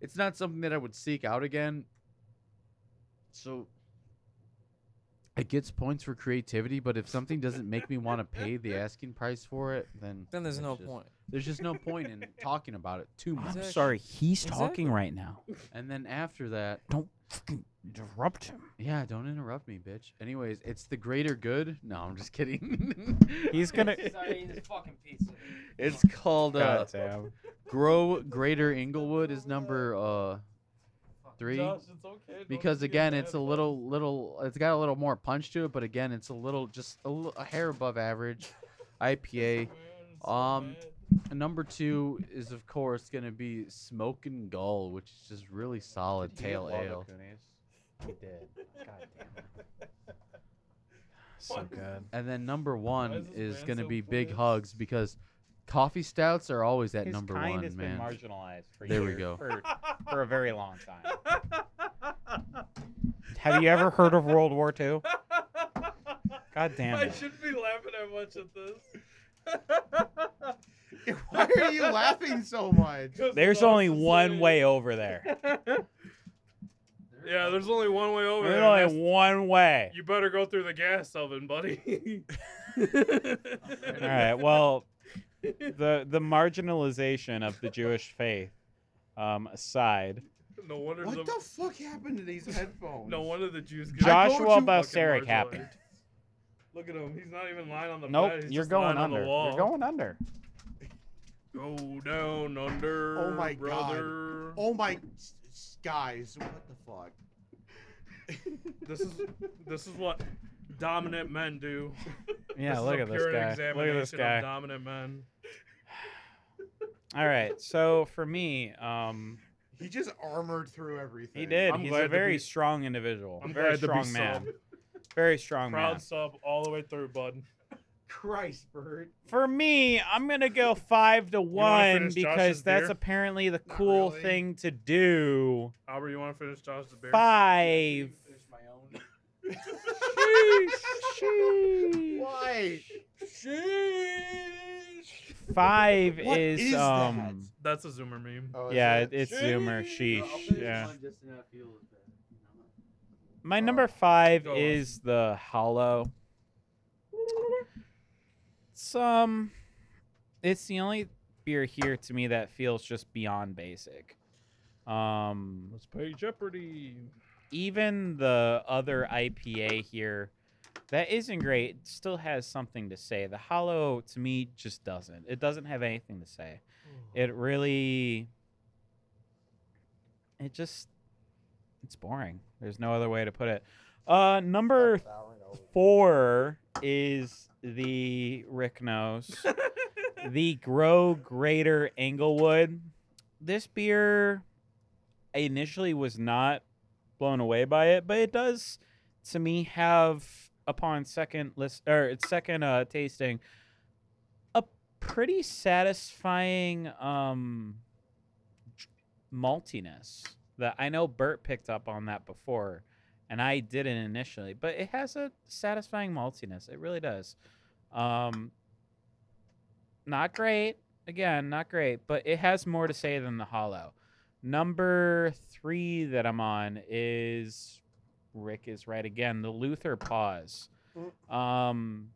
Speaker 3: it's not something that I would seek out again. So it gets points for creativity, but if something doesn't make me want to pay the asking price for it, then
Speaker 5: Then there's
Speaker 3: it's
Speaker 5: no
Speaker 3: just-
Speaker 5: point.
Speaker 3: There's just no point in talking about it too much.
Speaker 5: Exactly.
Speaker 2: I'm sorry. He's
Speaker 5: Exactly.
Speaker 2: talking right now.
Speaker 3: And then after that,
Speaker 2: Don't fucking interrupt him.
Speaker 3: yeah, don't interrupt me, bitch. Anyways, it's the greater good. No, I'm just kidding.
Speaker 2: He's gonna.
Speaker 5: Sorry, this fucking pizza.
Speaker 3: It's called uh,
Speaker 2: God damn.
Speaker 3: Grow Greater Inglewood is number uh three.
Speaker 4: Josh, it's okay. Don't
Speaker 3: because
Speaker 4: be
Speaker 3: again
Speaker 4: bad
Speaker 3: it's a
Speaker 4: boy.
Speaker 3: little little it's got a little more punch to it but again it's a little just a, li- a hair above average ipa
Speaker 4: Man, so
Speaker 3: um,
Speaker 4: bad.
Speaker 3: And number two is of course going to be smoking gull which is just really solid pale ale
Speaker 2: He did. God So good.
Speaker 3: and then number
Speaker 4: Why
Speaker 3: one
Speaker 4: is
Speaker 3: is
Speaker 4: this man
Speaker 3: going to
Speaker 4: so
Speaker 3: be big
Speaker 4: pissed?
Speaker 3: hugs because coffee stouts are always at
Speaker 2: His
Speaker 3: number
Speaker 2: kind
Speaker 3: one
Speaker 2: has
Speaker 3: man
Speaker 2: been marginalized for
Speaker 3: There we
Speaker 2: years-
Speaker 3: go.
Speaker 2: For, for a very long time. Have you ever heard of World War II? God damn
Speaker 4: I
Speaker 2: it.
Speaker 4: shouldn't be laughing at much at this.
Speaker 1: Why are you laughing so much?
Speaker 4: 'Cause
Speaker 2: There's
Speaker 4: Lost
Speaker 2: only
Speaker 4: is
Speaker 2: one
Speaker 4: serious.
Speaker 2: way over there.
Speaker 4: yeah, there's only one way over
Speaker 2: There's
Speaker 4: there.
Speaker 2: only
Speaker 4: and that's-
Speaker 2: one way.
Speaker 4: You better go through the gas oven, buddy.
Speaker 2: All right. Well, the the marginalization of the Jewish faith um, aside,
Speaker 4: No wonder
Speaker 1: What
Speaker 4: the,
Speaker 1: the fuck happened to these headphones?
Speaker 4: no wonder the Jews. get
Speaker 2: Joshua
Speaker 4: fucking
Speaker 2: Balseric
Speaker 4: marginalized.
Speaker 2: happened.
Speaker 4: Look at him. He's not even lying on the bed.
Speaker 2: Nope,
Speaker 4: He's
Speaker 2: you're
Speaker 4: just
Speaker 2: going
Speaker 4: lying on
Speaker 2: under.
Speaker 4: the wall.
Speaker 2: You're going under.
Speaker 4: Go down under.
Speaker 1: Oh my God.
Speaker 4: brother.
Speaker 1: Oh my s- s- guys, what the fuck?
Speaker 4: This is this is what dominant men do.
Speaker 2: Yeah,
Speaker 4: This is
Speaker 2: look
Speaker 4: a
Speaker 2: at this
Speaker 4: pure
Speaker 2: guy. Look at this
Speaker 4: examination of
Speaker 2: guy.
Speaker 4: Dominant men.
Speaker 2: All right. So for me, um,
Speaker 1: He just armored through everything.
Speaker 2: he did.
Speaker 4: I'm
Speaker 2: He's
Speaker 4: glad
Speaker 2: a
Speaker 4: to
Speaker 2: very
Speaker 4: be-
Speaker 2: strong individual.
Speaker 4: I'm
Speaker 2: very
Speaker 4: glad to be
Speaker 2: strong man. Very strong
Speaker 4: Proud
Speaker 2: man.
Speaker 4: sub all the way through, bud.
Speaker 1: Christ, Bird.
Speaker 2: For me, I'm gonna go five to
Speaker 4: wanna
Speaker 2: one
Speaker 4: finish Josh's
Speaker 2: because that's
Speaker 4: beer?
Speaker 2: apparently the
Speaker 1: Not
Speaker 2: cool
Speaker 1: really.
Speaker 2: thing to do.
Speaker 4: Albert, you want to finish Josh's beer?
Speaker 2: Five.
Speaker 1: Why?
Speaker 2: Five
Speaker 1: What
Speaker 2: is,
Speaker 1: is that?
Speaker 2: um.
Speaker 4: That's a Zoomer meme.
Speaker 1: Oh, is
Speaker 2: Yeah,
Speaker 1: it?
Speaker 2: it- it's Zoomer. Sheesh. Yeah. My
Speaker 1: Oh.
Speaker 2: number five
Speaker 4: Go on.
Speaker 2: is the Hollow. It's um, it's the only beer here to me that feels just beyond basic. Um,
Speaker 4: Let's play Jeopardy.
Speaker 2: even the other IPA here that isn't great it still has something to say. The hollow to me just doesn't. It doesn't have anything to say. It really it just it's boring. There's no other way to put it. Uh number 4 is the Rick Nose. the Grow Greater Englewood. This beer I initially was not blown away by it, but it does to me have upon second list or its second uh, tasting a pretty satisfying um dr- maltiness that I know Bert picked up on that before and I didn't initially, but it has a satisfying maltiness. It really does. Um not great. Again, not great, but it has more to say than the hollow. Number three that I'm on is Rick is right again. The Luther pause. Um,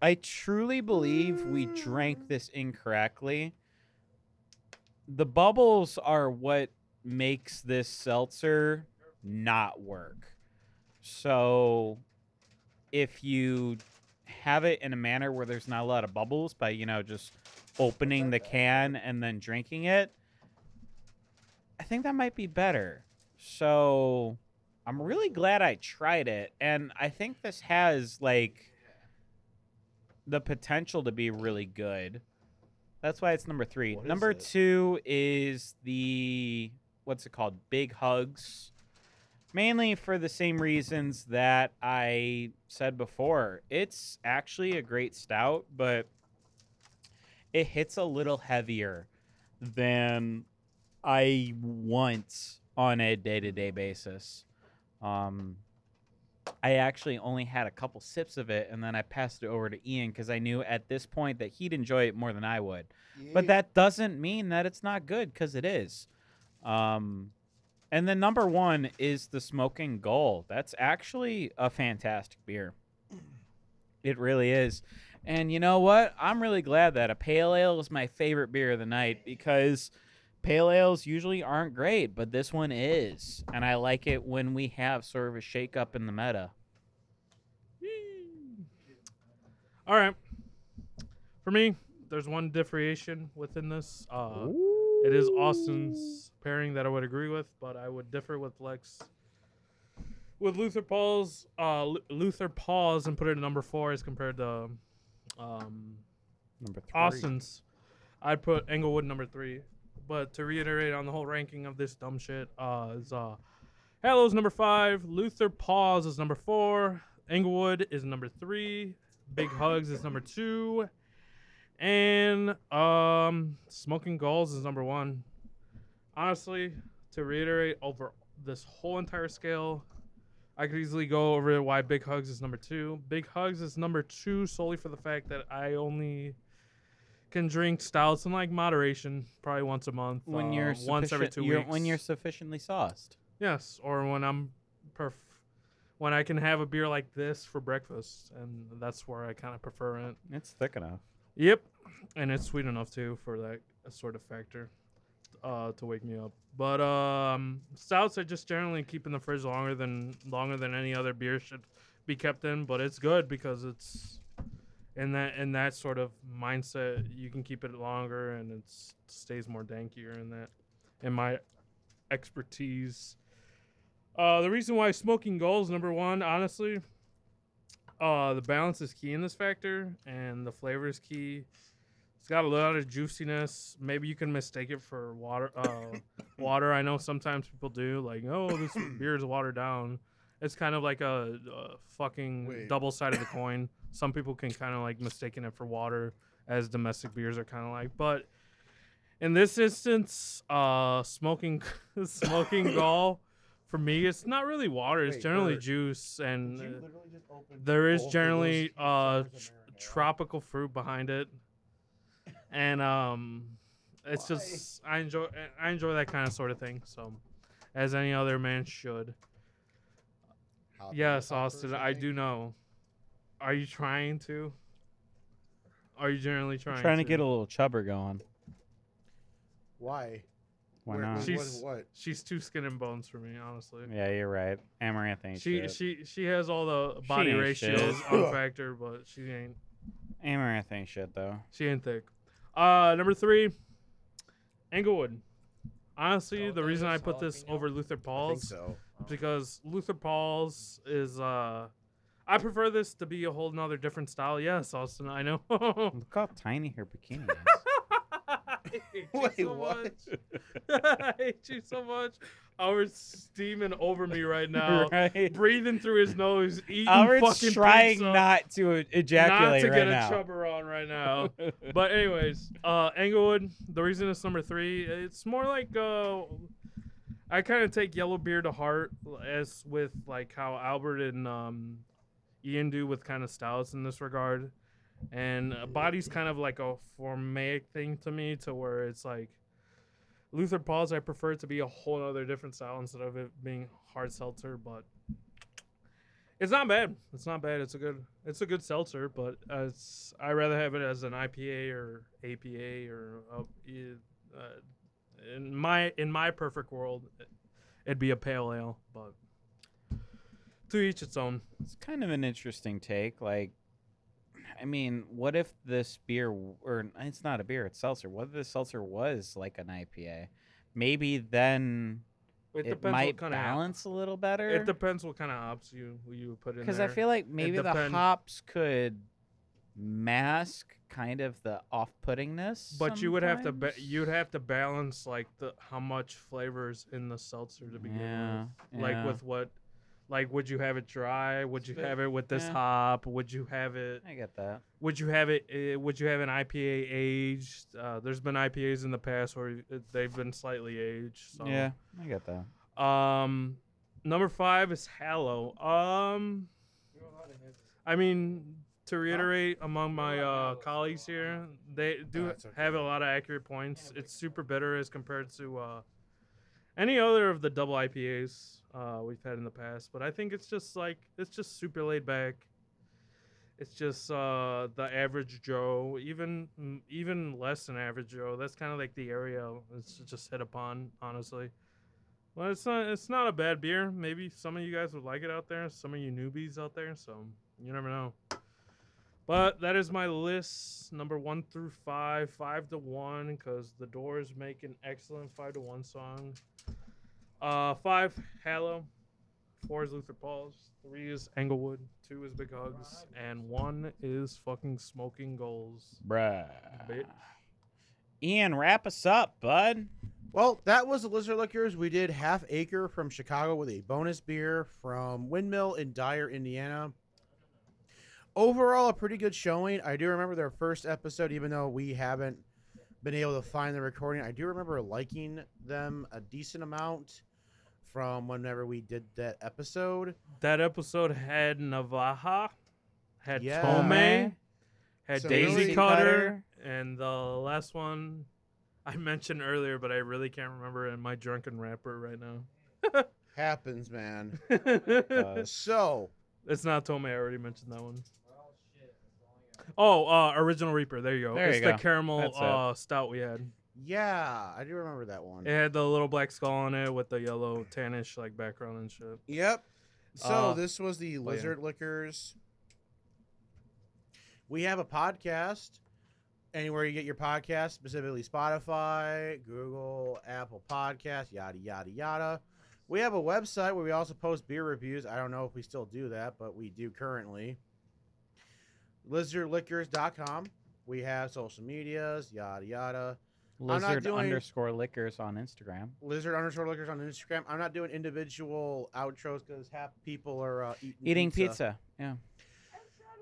Speaker 2: I truly believe we drank this incorrectly. The bubbles are what makes this seltzer not work. So if you have it in a manner where there's not a lot of bubbles by, you know, just opening the can and then drinking it, I think that might be better. So I'm really glad I tried it. And I think this has like the potential to be really good. That's why it's number three.
Speaker 1: What is
Speaker 2: number
Speaker 1: it?
Speaker 2: two is the what's it called? Big hugs. Mainly for the same reasons that I said before. It's actually a great stout, but it hits a little heavier than I want on a day to day basis. Um, I actually only had a couple sips of it and then I passed it over to Ian because I knew at this point that he'd enjoy it more than I would. But that doesn't mean that it's not good because it is. Um, and then number one is the Smoking Gull. That's actually a fantastic beer. It really is. And you know what? I'm really glad that a pale ale is my favorite beer of the night because pale ales usually aren't great, but this one is. And I like it when we have sort of a shake up in the meta.
Speaker 4: All right. For me, there's one differentiation within this. Uh, it is Austin's pairing that I would agree with, but I would differ with Lex. With Luther Paul's uh, Lu- Luther Paul's and put it at number four as compared to um,
Speaker 2: Number three.
Speaker 4: Austin's. I'd put Englewood number three. But to reiterate on the whole ranking of this dumb shit, uh, is uh, Halo's number five, Luther Paws is number four, Englewood is number three, Big Hugs is number two, and um, Smoking Galls is number one. Honestly, to reiterate over this whole entire scale, I could easily go over why Big Hugs is number two. Big Hugs is number two solely for the fact that I only can drink stouts in like moderation, probably once a month.
Speaker 2: when you're
Speaker 4: uh, once every
Speaker 2: sufficient-
Speaker 4: 2
Speaker 2: you're-
Speaker 4: weeks.
Speaker 2: when you're sufficiently sauced.
Speaker 4: Yes, or when I'm perf- when I can have a beer like this for breakfast, and that's where I kind of prefer it.
Speaker 2: It's thick enough.
Speaker 4: Yep, and it's sweet enough too for that sort of factor uh, to wake me up. But um, stouts I just generally keep in the fridge longer than longer than any other beer should be kept in. But it's good because it's in that in that sort of mindset you can keep it longer and it stays more dankier in that. In my expertise, uh, the reason why smoking goals number one, honestly, uh, the balance is key in this factor, and the flavor is key. It's got a lot of juiciness. Maybe you can mistake it for water. Uh, water. I know sometimes people do, like, oh, this beer is watered down. It's kind of like a, a fucking
Speaker 1: Wait.
Speaker 4: double side of the coin. Some people can kind of like mistaken it for water, as domestic beers are kind of like. But in this instance, uh, smoking smoking gall for me, it's not really water. It's
Speaker 1: Wait,
Speaker 4: generally
Speaker 1: Bert,
Speaker 4: juice and.
Speaker 1: Did you
Speaker 4: uh,
Speaker 1: literally just open
Speaker 4: there is
Speaker 1: both of those
Speaker 4: generally
Speaker 1: cans
Speaker 4: uh
Speaker 1: of
Speaker 4: tr-
Speaker 1: marinara?
Speaker 4: tropical fruit behind it, and um, it's
Speaker 1: Why?
Speaker 4: just I enjoy I enjoy that kind of sort of thing. So, as any other man should.
Speaker 1: Hot
Speaker 4: Yes,
Speaker 1: pepper or
Speaker 4: Austin, I
Speaker 1: something?
Speaker 4: do know. Are you trying to? Are you generally
Speaker 2: I'm
Speaker 4: trying?
Speaker 2: trying to get a little chubber going.
Speaker 1: Why?
Speaker 2: Why
Speaker 1: Where-
Speaker 2: not?
Speaker 1: what-
Speaker 4: She's-
Speaker 1: what?
Speaker 4: She's too skin and bones for me, honestly.
Speaker 2: Yeah, you're right. Amaranth ain't
Speaker 4: She
Speaker 2: shit.
Speaker 4: she she has all the
Speaker 2: She
Speaker 4: body
Speaker 2: ain't
Speaker 4: ratios
Speaker 2: shit.
Speaker 4: on factor, but she ain't.
Speaker 2: Amaranth ain't shit though.
Speaker 4: She ain't thick. Uh, number three, Englewood. Honestly, the reason I put this
Speaker 5: Jalapeno?
Speaker 4: over Luther
Speaker 1: I think
Speaker 4: Paul's
Speaker 1: so.
Speaker 4: because Luther Paul's is uh, I prefer this to be a whole nother different style. Yes, Austin, I know.
Speaker 2: Look how tiny her bikini is.
Speaker 4: I hate you
Speaker 1: Wait,
Speaker 4: so
Speaker 1: what?
Speaker 4: much. I hate you so much. Howard's steaming over me right now,
Speaker 2: right?
Speaker 4: breathing through his nose, eating
Speaker 2: Howard's
Speaker 4: fucking
Speaker 2: trying
Speaker 4: pizza
Speaker 2: not to e- ejaculate
Speaker 4: not to
Speaker 2: right
Speaker 4: get
Speaker 2: now.
Speaker 4: a chubber on right now. but anyways, uh, Englewood. The reason it's number three, it's more like uh, I kind of take yellow beer to heart, as with like how Albert and um, Ian do with kind of styles in this regard, and uh, body's kind of like a formaic thing to me, to where it's like. Luther Paul's, I prefer it to be a whole other different style instead of it being hard seltzer, but it's not bad. It's not bad. It's a good. It's a good seltzer, but uh, it's. I rather have it as an IPA or APA or. Uh, e- uh, in my in my perfect world, it'd be a pale ale, but to each its own.
Speaker 2: It's kind of an interesting take. Like, I mean, what if this beer, w- or it's not a beer, it's seltzer. What if this seltzer was like an IPA? Maybe then
Speaker 4: It,
Speaker 2: it,
Speaker 4: depends
Speaker 2: might
Speaker 4: what kind
Speaker 2: balance a little
Speaker 4: of.
Speaker 2: better.
Speaker 4: It depends what kind of hops you you put in.
Speaker 2: Because I
Speaker 4: there.
Speaker 2: feel like maybe the
Speaker 4: depend-
Speaker 2: hops could mask kind of the off-puttingness.
Speaker 4: But you would have to ba-
Speaker 2: sometimes.
Speaker 4: you'd have to balance like the how much flavors in the seltzer to begin with.
Speaker 2: yeah,
Speaker 4: like
Speaker 2: yeah.
Speaker 4: with what like would you have it dry would
Speaker 2: It's
Speaker 4: you
Speaker 2: a bit-
Speaker 4: have it with this
Speaker 2: yeah.
Speaker 4: hop would you have it
Speaker 2: I get that.
Speaker 4: would you have it uh, would you have an ipa aged uh, there's been ipas in the past where it- they've been slightly aged so
Speaker 2: Yeah, I get that.
Speaker 4: um number five is hallow um i mean to reiterate among my uh, colleagues here they do
Speaker 1: that's okay.
Speaker 4: have a lot of accurate points it's super bitter as compared to uh, any other of the double ipas uh, we've had in the past but i think it's just like it's just super laid back it's just uh, the average Joe, even mm, even less than average Joe. That's kind of like the area it's just hit upon, honestly. Well, it's not it's not a bad beer. Maybe some of you guys would like it out there. Some of you newbies out there. So you never know. But that is my list, number one through five, five to one, because the Doors make an excellent five to one song. Uh, five Hallow, four is Luther Paul's, three is Englewood, two is Big Hugs, and one is fucking Smoking Goals.
Speaker 2: Bruh.
Speaker 4: Bitch.
Speaker 2: Ian, wrap us up, bud.
Speaker 1: Well, that was the Lizard Liquors. We did Half Acre from Chicago with a bonus beer from Windmill in Dyer, Indiana. Overall, a pretty good showing. I do remember their first episode, even though we haven't been able to find the recording. I do remember liking them a decent amount from whenever we did that episode.
Speaker 4: That episode had Navaja, had
Speaker 1: Yeah.
Speaker 4: Tome, had
Speaker 1: So
Speaker 4: Daisy
Speaker 1: really-
Speaker 4: Cutter, and the last one I mentioned earlier, but I really can't remember in my drunken rapper right now.
Speaker 1: Happens, man. Uh, so
Speaker 4: it's not Tome. I already mentioned that one. Oh, uh, Original Reaper. There you go.
Speaker 2: There
Speaker 4: it's
Speaker 2: you
Speaker 4: the
Speaker 2: go.
Speaker 4: caramel
Speaker 2: That's it.
Speaker 4: uh, stout we had.
Speaker 1: yeah, I do remember that one.
Speaker 4: It had the little black skull on it with the yellow tannish like background and shit.
Speaker 1: Yep. So
Speaker 4: Uh,
Speaker 1: this was the
Speaker 4: yeah.
Speaker 1: Lizard Liquors. We have a podcast. Anywhere you get your podcast, specifically Spotify, Google, Apple Podcasts, yada yada yada. We have a website where we also post beer reviews. I don't know if we still do that, but we do currently. Lizardliquors.com. We have social medias, yada yada. not
Speaker 2: Lizard
Speaker 1: doing- Mm-hmm.
Speaker 2: underscore liquors on Instagram.
Speaker 1: Lizard underscore liquors on Instagram. I'm not doing individual outros because half people are uh, eating,
Speaker 2: Eating pizza. Yeah.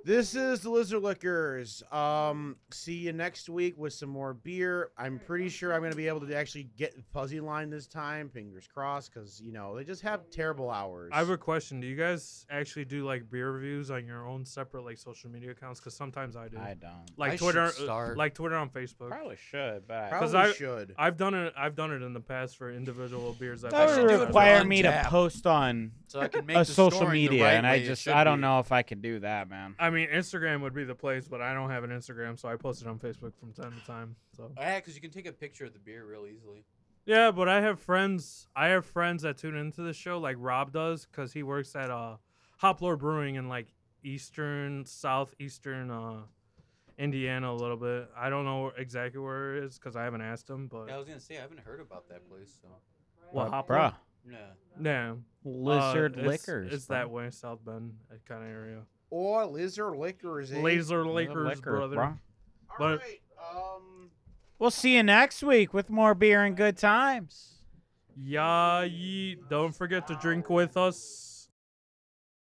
Speaker 1: This is the Lizard Liquors. Um, see you next week with some more beer. I'm pretty sure I'm going to be able to actually get Fuzzy Line this time. Fingers crossed, because you know they just have terrible hours.
Speaker 4: I have a question. Do you guys actually do like beer reviews on your own separate like social media accounts? Because sometimes I do.
Speaker 2: I don't.
Speaker 4: like
Speaker 3: I should
Speaker 4: Twitter,
Speaker 3: start.
Speaker 4: like Twitter on Facebook.
Speaker 2: Probably should, but I-
Speaker 1: probably
Speaker 4: 'cause I-
Speaker 1: should.
Speaker 4: I've done it. I've done it in the past for individual beers. I've
Speaker 2: that
Speaker 4: had.
Speaker 2: would
Speaker 3: should do it for
Speaker 2: require
Speaker 3: on
Speaker 2: me
Speaker 3: tap.
Speaker 2: to post on
Speaker 3: So I can make
Speaker 2: a
Speaker 3: the
Speaker 2: social
Speaker 3: scoring the
Speaker 2: media,
Speaker 3: right
Speaker 2: and I
Speaker 3: way it
Speaker 2: just
Speaker 3: should
Speaker 2: I don't
Speaker 3: be.
Speaker 2: know if I could do that, man.
Speaker 4: I mean, Instagram would be the place, but I don't have an Instagram, so I post it on Facebook from time to time. So
Speaker 3: Yeah, because you can take a picture of the beer real easily.
Speaker 4: yeah, but I have friends. I have friends that tune into the show, like Rob does, because he works at uh, Hop Lord Brewing in like eastern, southeastern uh, Indiana a little bit. I don't know exactly where it is because I haven't asked him, but
Speaker 3: Yeah, I was gonna say I haven't heard about that place. So
Speaker 4: well,
Speaker 2: But,
Speaker 4: Hop Lord-
Speaker 2: bruh,
Speaker 3: yeah,
Speaker 4: Yeah. Uh,
Speaker 2: lizard
Speaker 4: it's-
Speaker 2: liquors.
Speaker 4: It's, that
Speaker 2: bruh.
Speaker 4: way, South Bend kind of area.
Speaker 1: or Lizard Liquors. eh?
Speaker 4: Laser
Speaker 2: Lizard
Speaker 4: Lakers,
Speaker 2: liquor,
Speaker 4: brother.
Speaker 2: bruh.
Speaker 1: All
Speaker 4: but-
Speaker 1: right, um,
Speaker 2: We'll see you next week with more beer and good times.
Speaker 4: Yeah, ye, don't forget to drink with us.